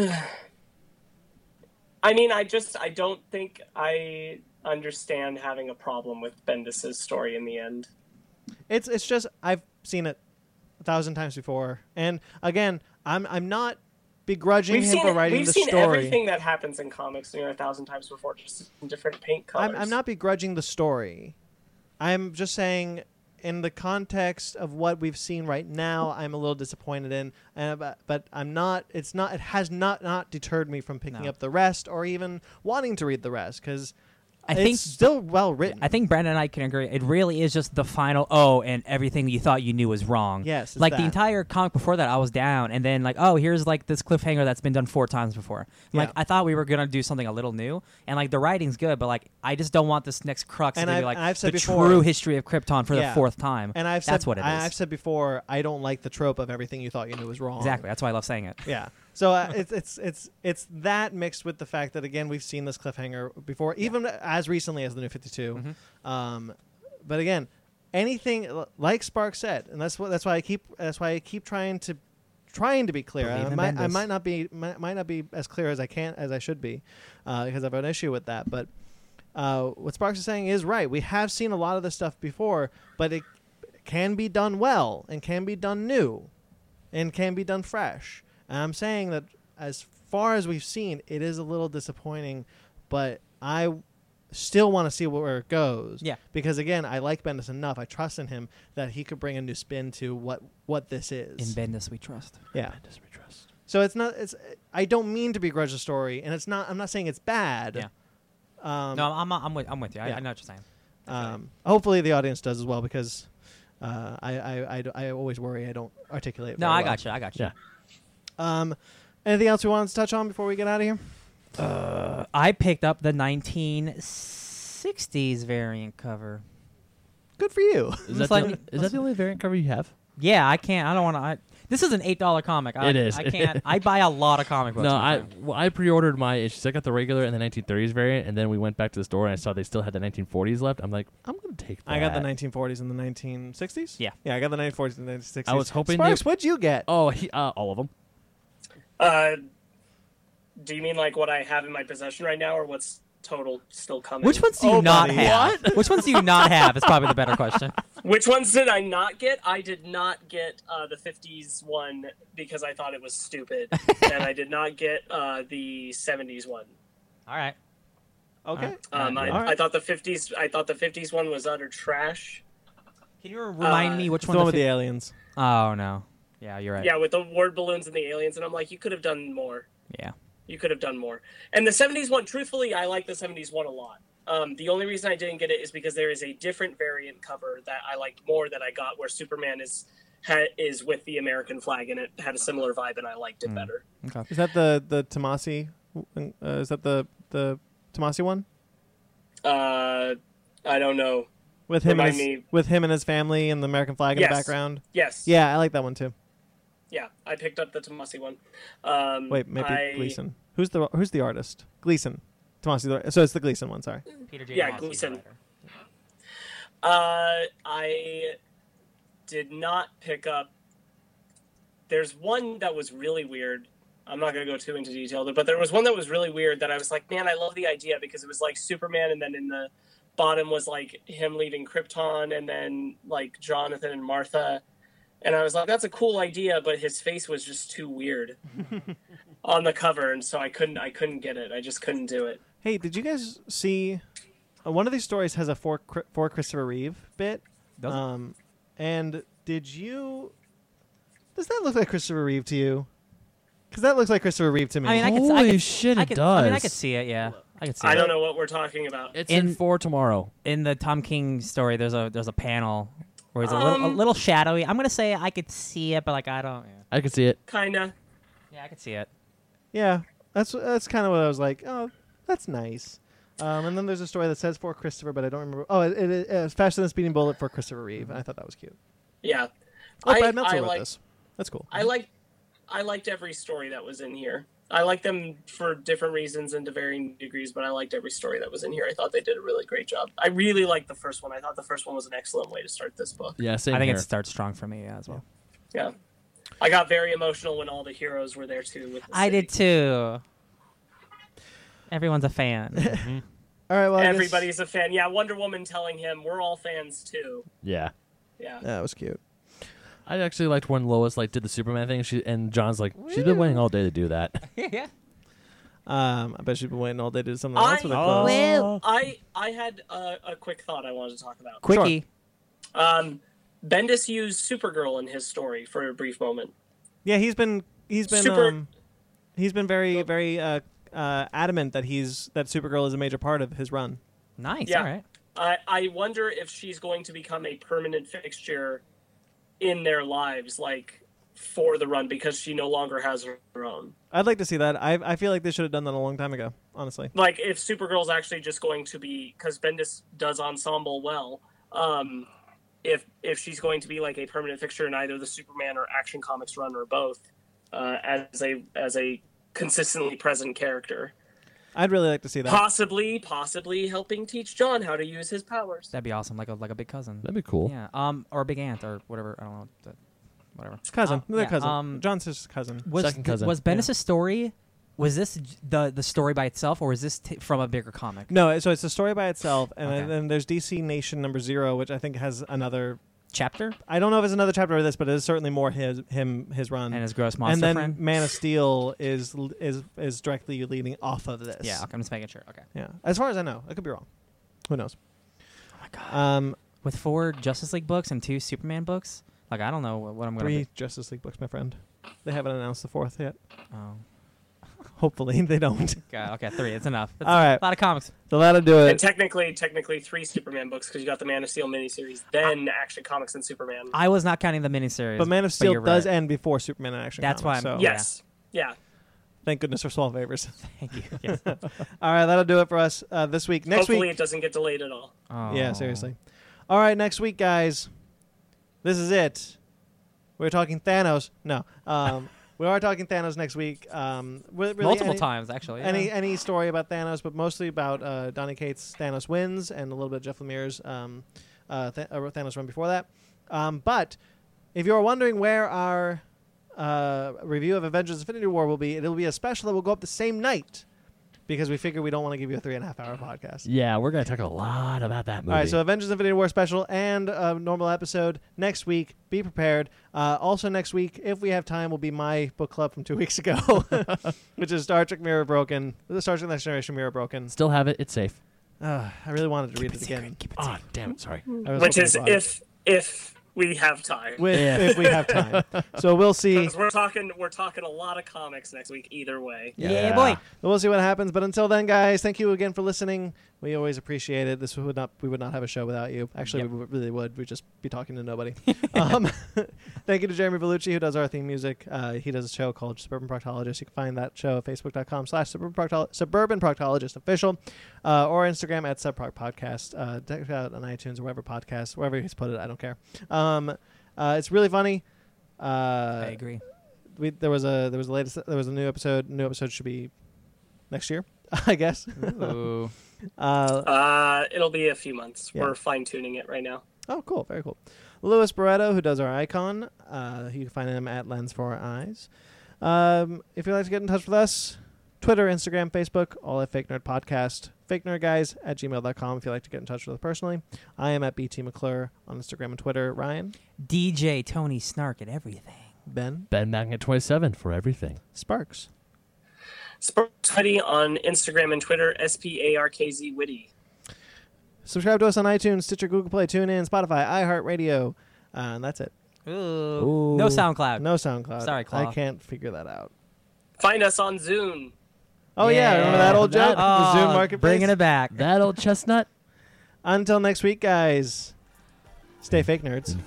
Speaker 4: I mean, I just I don't think I understand having a problem with Bendis's story in the end.
Speaker 1: It's it's just I've seen it a thousand times before, and again, I'm I'm not begrudging
Speaker 4: We've
Speaker 1: him
Speaker 4: seen
Speaker 1: for writing
Speaker 4: we've
Speaker 1: the
Speaker 4: seen
Speaker 1: story.
Speaker 4: everything that happens in comics you know, a thousand times before, just in different paint colors.
Speaker 1: I'm I'm not begrudging the story. I'm just saying, in the context of what we've seen right now, I'm a little disappointed in. Uh, but, but I'm not. It's not. It has not not deterred me from picking
Speaker 2: No.
Speaker 1: up the rest or even wanting to read the rest because
Speaker 2: I
Speaker 1: it's
Speaker 2: think-
Speaker 1: still well written.
Speaker 2: I think Brandon and I can agree. It really is just the final oh, and everything you thought you knew was wrong.
Speaker 1: Yes, it's
Speaker 2: like
Speaker 1: that.
Speaker 2: the entire comic before that, I was down, and then like oh, here's like this cliffhanger that's been done four times before. I'm Like
Speaker 1: Yeah.
Speaker 2: I thought we were gonna do something a little new, and like the writing's good, but like I just don't want this next crux
Speaker 1: And
Speaker 2: to
Speaker 1: I've-
Speaker 2: be like
Speaker 1: and I've said
Speaker 2: the
Speaker 1: before-
Speaker 2: true history of Krypton for
Speaker 1: Yeah.
Speaker 2: the fourth time.
Speaker 1: and I've said,
Speaker 2: that's what it is.
Speaker 1: I, I've said before. I don't like the trope of everything you thought you knew was wrong.
Speaker 2: exactly. That's why I love saying it.
Speaker 1: Yeah. So uh, it's it's it's it's that mixed with the fact that again we've seen this cliffhanger before, even as recently as the New Fifty
Speaker 2: Mm-hmm.
Speaker 1: Um, but again, anything l- like Spark said, and that's what that's why I keep that's why I keep trying to trying to be clear.
Speaker 2: Believe
Speaker 1: I
Speaker 2: in
Speaker 1: might, I
Speaker 2: Bendis.
Speaker 1: might not be might, might not be as clear as I can as I should be uh, because I've had an issue with that. But uh, what Sparks is saying is right. We have seen a lot of this stuff before, but it can be done well and can be done new and can be done fresh. And I'm saying that as far as we've seen, it is a little disappointing, but I still want to see where it goes.
Speaker 2: Yeah.
Speaker 1: Because again, I like Bendis enough. I trust in him that he could bring a new spin to what what this
Speaker 2: In
Speaker 1: is.
Speaker 2: Bendis, we trust.
Speaker 1: yeah.
Speaker 3: Bendis we trust.
Speaker 1: So it's not it's I don't mean to begrudge the story, and it's not I'm not saying it's bad.
Speaker 2: Yeah.
Speaker 1: Um,
Speaker 2: no, I'm, I'm with I'm with you. I,
Speaker 1: yeah.
Speaker 2: I know what you're saying.
Speaker 1: um, hopefully the audience does as well because uh, I, I, I, I always worry I don't articulate.
Speaker 2: No,
Speaker 1: very
Speaker 2: I
Speaker 1: well.
Speaker 2: got you. I got you.
Speaker 3: Yeah.
Speaker 1: Um, anything else we wanted to touch on before we get out of here? Uh,
Speaker 2: I picked up the 1960s variant cover.
Speaker 1: Good for you.
Speaker 3: Is that,
Speaker 2: Just
Speaker 3: the,
Speaker 2: like-
Speaker 3: only- is that the only variant cover you have?
Speaker 2: Yeah, I can't. I don't want to. I This is an eight dollar comic. I,
Speaker 3: It is.
Speaker 2: I can't. I buy a lot of comic books.
Speaker 3: No,
Speaker 2: my
Speaker 3: I
Speaker 2: friend.
Speaker 3: well, I pre-ordered my issues. I got the regular and the 1930s variant, and then we went back to the store and I saw they still had the 1940s left. I'm like, I'm gonna take that.
Speaker 1: I got the 1940s and the 1960s.
Speaker 2: Yeah.
Speaker 1: yeah, I got the 1940s and the 1960s.
Speaker 3: I was hoping
Speaker 1: Sparks,
Speaker 3: they-
Speaker 1: what'd you get?
Speaker 3: Oh, he, uh, all of them.
Speaker 4: Uh, do you mean like what I have in my possession right now, or what's total still coming?
Speaker 2: Which ones do you
Speaker 1: Oh,
Speaker 2: not
Speaker 1: buddy.
Speaker 2: have? Which ones do you not have? Is probably the better question.
Speaker 4: Which ones did I not get? I did not get uh, the '50s one because I thought it was stupid, and I did not get uh, the '70s one.
Speaker 2: All right.
Speaker 3: Uh,
Speaker 1: okay,
Speaker 4: Um, I,
Speaker 1: All right.
Speaker 4: I thought the '50s. I thought the '50s one was utter trash.
Speaker 2: Can you remind
Speaker 4: Uh,
Speaker 2: me which
Speaker 1: it's
Speaker 2: one?
Speaker 1: the one with the
Speaker 2: fi-
Speaker 1: aliens.
Speaker 2: Oh no. Yeah, you're right.
Speaker 4: Yeah, with the word balloons and the aliens, and I'm like, you could have done more.
Speaker 2: Yeah.
Speaker 4: You could have done more. And the '70s one, truthfully, I like the '70s one a lot. Um, the only reason I didn't get it is because there is a different variant cover that I liked more that I got, where Superman is ha, is with the American flag, and it had a similar vibe, and I liked
Speaker 1: Hmm.
Speaker 4: it better.
Speaker 2: Okay.
Speaker 1: Is that the the Tomasi? Uh, is that the the Tomasi one?
Speaker 4: Uh, I don't know.
Speaker 1: with him and
Speaker 4: Remind
Speaker 1: his,
Speaker 4: me.
Speaker 1: with him and his family and the American flag in the
Speaker 4: Yes.
Speaker 1: background.
Speaker 4: Yes.
Speaker 1: Yeah, I like that one too.
Speaker 4: Yeah. I picked up the Tomasi one. Um,
Speaker 1: Wait, maybe
Speaker 4: I-
Speaker 1: Gleason. Who's the who's the artist? Gleason. Tomasi. the- So it's the Gleason one. Sorry.
Speaker 2: Peter J.
Speaker 4: Yeah,
Speaker 2: Moss,
Speaker 4: Gleason.
Speaker 2: he's the writer.
Speaker 4: Uh, I did not pick up. There's one that was really weird. I'm not going to go too into detail, but there was one that was really weird that I was like, man, I love the idea because it was like Superman, and then in the bottom was like him leaving Krypton, and then like Jonathan and Martha. And I was like, that's a cool idea, but his face was just too weird on the cover, and so I couldn't, I couldn't get it. I just couldn't do it.
Speaker 1: Hey, did you guys see? Uh, one of these stories has a for Chri- for Christopher Reeve bit.
Speaker 2: Does it?
Speaker 1: Um, and did you? Does that look like Christopher Reeve to you? Because that looks like Christopher Reeve to me.
Speaker 2: I mean, I could, I
Speaker 3: Holy
Speaker 2: could,
Speaker 3: shit,
Speaker 2: I
Speaker 3: it
Speaker 2: could, I mean, I
Speaker 3: does.
Speaker 2: could see it. Yeah, I could see.
Speaker 4: I
Speaker 2: it.
Speaker 4: don't know what we're talking about.
Speaker 3: It's in,
Speaker 2: in-
Speaker 3: for tomorrow.
Speaker 2: In the Tom King story, there's a there's a panel where he's a little a
Speaker 4: Um,
Speaker 2: little shadowy. I'm gonna say I could see it, but like I don't. Yeah,
Speaker 3: I can see it.
Speaker 4: Kinda.
Speaker 2: yeah I could see it.
Speaker 1: yeah, that's that's kind of what I was like. Oh, that's nice. Um, and then there's a story that says for Christopher, but I don't remember. Oh, it, it, it, it's faster than a speeding bullet for Christopher Reeve. And I thought that was cute.
Speaker 4: Yeah.
Speaker 1: Oh,
Speaker 4: I-
Speaker 1: Brad Meltzer
Speaker 4: I
Speaker 1: wrote
Speaker 4: like-
Speaker 1: this. That's cool.
Speaker 4: I like I liked every story that was in here. I liked them for different reasons and to varying degrees, but I liked every story that was in here. I thought they did a really great job. I really liked the first one. I thought the first one was an excellent way to start this book.
Speaker 3: Yeah, same
Speaker 2: I think
Speaker 3: here.
Speaker 2: it starts strong for me yeah, as well.
Speaker 4: Yeah. I got very emotional when all the heroes were there too. With the
Speaker 2: I did
Speaker 4: city.
Speaker 2: too. Everyone's a fan.
Speaker 1: All right. Well, I guess-
Speaker 4: Everybody's a fan. Yeah, Wonder Woman telling him, "We're all fans too."
Speaker 3: yeah.
Speaker 4: Yeah.
Speaker 1: That was cute.
Speaker 3: I actually liked when Lois like did the Superman thing. She and John's like, she's been waiting all day to do that.
Speaker 2: yeah.
Speaker 1: Um, I bet you've been waiting all day to do something
Speaker 4: I-
Speaker 1: else with a
Speaker 4: Oh.
Speaker 1: clothes.
Speaker 2: Well-
Speaker 4: I I had a, a quick thought I wanted to talk about.
Speaker 2: Quickie.
Speaker 4: Um, Bendis used Supergirl in his story for a brief moment.
Speaker 1: Yeah, he's been he's been
Speaker 4: Super-
Speaker 1: um, he's been very very uh, uh, adamant that he's that Supergirl is a major part of his run.
Speaker 2: Nice.
Speaker 4: Yeah.
Speaker 2: All right.
Speaker 4: I, I wonder if she's going to become a permanent fixture in their lives, like for the run, because she no longer has her own.
Speaker 1: I'd like to see that. I I feel like they should have done that a long time ago. Honestly,
Speaker 4: Like if Supergirl's actually just going to be, because Bendis does ensemble well. Um, if if she's going to be like a permanent fixture in either the Superman or Action Comics run or both, uh, as a as a consistently present character,
Speaker 1: I'd really like to see that.
Speaker 4: possibly possibly helping teach John how to use his powers.
Speaker 2: That'd be awesome. Like a like a big cousin.
Speaker 3: That'd be cool.
Speaker 2: Yeah. Um. Or a big aunt or whatever. I don't know. the- Whatever.
Speaker 1: Cousin,
Speaker 2: Um,
Speaker 1: their
Speaker 2: yeah,
Speaker 1: cousin,
Speaker 2: um,
Speaker 1: John's his cousin.
Speaker 2: was
Speaker 3: Second
Speaker 2: th-
Speaker 3: cousin.
Speaker 2: was Bendis' story? Was this j- the the story by itself, or was this t- from a bigger comic?
Speaker 1: No, so it's a story by itself, and
Speaker 2: Okay.
Speaker 1: then there's DC Nation number zero, which I think has another.
Speaker 2: Chapter
Speaker 1: I don't know if it's another chapter of this, but it is certainly more his him his run.
Speaker 2: and his gross monster
Speaker 1: Um, and then
Speaker 2: friend.
Speaker 1: Man of Steel is is is directly leading off of this.
Speaker 2: Yeah, okay, I'm just making sure. Okay.
Speaker 1: Yeah, as far as I know, I could be wrong. Who knows?
Speaker 2: Oh my god.
Speaker 1: Um,
Speaker 2: With four Justice League books and two Superman books, like I don't know what, what I'm gonna.
Speaker 1: three
Speaker 2: Be.
Speaker 1: Justice League books, my friend. They haven't announced the fourth yet.
Speaker 2: Oh
Speaker 1: Hopefully, they don't.
Speaker 2: god. Okay, three. It's enough. It's
Speaker 1: All right.
Speaker 2: A lot of comics.
Speaker 1: So that'll do
Speaker 4: And
Speaker 1: it.
Speaker 4: technically, technically three Superman books because you got the Man of Steel miniseries, then Action Comics and Superman.
Speaker 2: I was not counting the miniseries.
Speaker 1: But Man of Steel
Speaker 2: you're
Speaker 1: does
Speaker 2: right.
Speaker 1: end before Superman and Action.
Speaker 2: That's
Speaker 1: Comics,
Speaker 2: why I'm-
Speaker 1: So
Speaker 2: yeah.
Speaker 4: yes, yeah.
Speaker 1: thank goodness for small favors.
Speaker 2: Thank you. Yes.
Speaker 1: All right, that'll do it for us uh, this week. Next
Speaker 4: Hopefully,
Speaker 1: week,
Speaker 4: it doesn't get delayed at all.
Speaker 1: yeah,
Speaker 2: Oh.
Speaker 1: seriously. All right, next week, guys. This is it. We're talking Thanos. No, um, we are talking Thanos next week. Um, really, really
Speaker 2: Multiple
Speaker 1: any-
Speaker 2: times actually. yeah.
Speaker 1: Any any story about Thanos, but mostly about uh, Donny Cates' Thanos wins and a little bit of Jeff Lemire's um, uh, Th- uh, Thanos run before that. Um, but if you're wondering where our uh, review of Avengers: Infinity War will be, it'll be a special that will go up the same night because we figure we don't want to give you a three and a half hour podcast.
Speaker 3: Yeah, we're gonna talk a lot about that movie.
Speaker 1: All right, so Avengers: Infinity War special and a normal episode next week. Be prepared. Uh, also next week, if we have time, will be my book club from two weeks ago, which is Star Trek Mirror Broken, the Star Trek Next Generation Mirror Broken.
Speaker 3: Still have it. It's safe.
Speaker 1: Uh, I really wanted to read it again,
Speaker 3: Oh, damn it. Sorry.
Speaker 1: I was
Speaker 4: Which
Speaker 1: hoping
Speaker 4: is
Speaker 1: to buy it.
Speaker 4: if if we have time.
Speaker 1: With-
Speaker 3: Yeah.
Speaker 1: if we have time. So we'll see.
Speaker 4: 'Cause we're talking we're talking a lot of comics next week either way.
Speaker 2: Yeah,
Speaker 3: Yeah.
Speaker 2: boy.
Speaker 1: We'll see what happens. But until then, guys, thank you again for listening. We always appreciate it. This would not we would not have a show without you. Actually,
Speaker 2: Yep.
Speaker 1: we w- really would. We'd just be talking to nobody. um, thank you to Jeremy Bellucci who does our theme music. Uh, he does a show called Suburban Proctologist. You can find that show at facebook.com slash suburban proctolo- suburban proctologist official uh, or Instagram at subproc podcast. Uh, check it out on iTunes or wherever podcast wherever he's put it. I don't care. Um, uh, it's really funny. Uh,
Speaker 2: I agree.
Speaker 1: we there was a there was a latest there was a new episode. New episode should be next year, I guess.
Speaker 5: Ooh.
Speaker 1: uh,
Speaker 4: Uh, it'll be a few months.
Speaker 1: Yeah.
Speaker 4: We're fine tuning it right now.
Speaker 1: oh, cool, very cool. Louis Barreto, who does our icon, uh, you can find him at Lens for Our Eyes. Um, if you'd like to get in touch with us, Twitter, Instagram, Facebook, all at Fake Nerd Podcast. Fake Nerd Guys at gmail.com if you'd like to get in touch with us personally. I am at BT McClure on Instagram and Twitter. Ryan,
Speaker 2: DJ Tony Snark at everything.
Speaker 1: Ben,
Speaker 3: Ben back at 27 for everything.
Speaker 1: Sparks.
Speaker 4: Sparks Witty on Instagram and Twitter, S P A R K Z Witty.
Speaker 1: Subscribe to us on iTunes, Stitcher, Google Play, TuneIn, Spotify, iHeartRadio. Uh, and that's it.
Speaker 2: Ooh. No
Speaker 3: Ooh.
Speaker 2: SoundCloud.
Speaker 1: No SoundCloud.
Speaker 2: Sorry, Claw.
Speaker 1: I can't figure that out.
Speaker 4: Find us on Zoom.
Speaker 1: Oh yeah, remember that old
Speaker 3: That-
Speaker 1: joke? the Zoom
Speaker 2: Oh,
Speaker 1: marketplace.
Speaker 2: Bringing it back.
Speaker 3: That old chestnut.
Speaker 1: Until next week, guys. Stay fake nerds.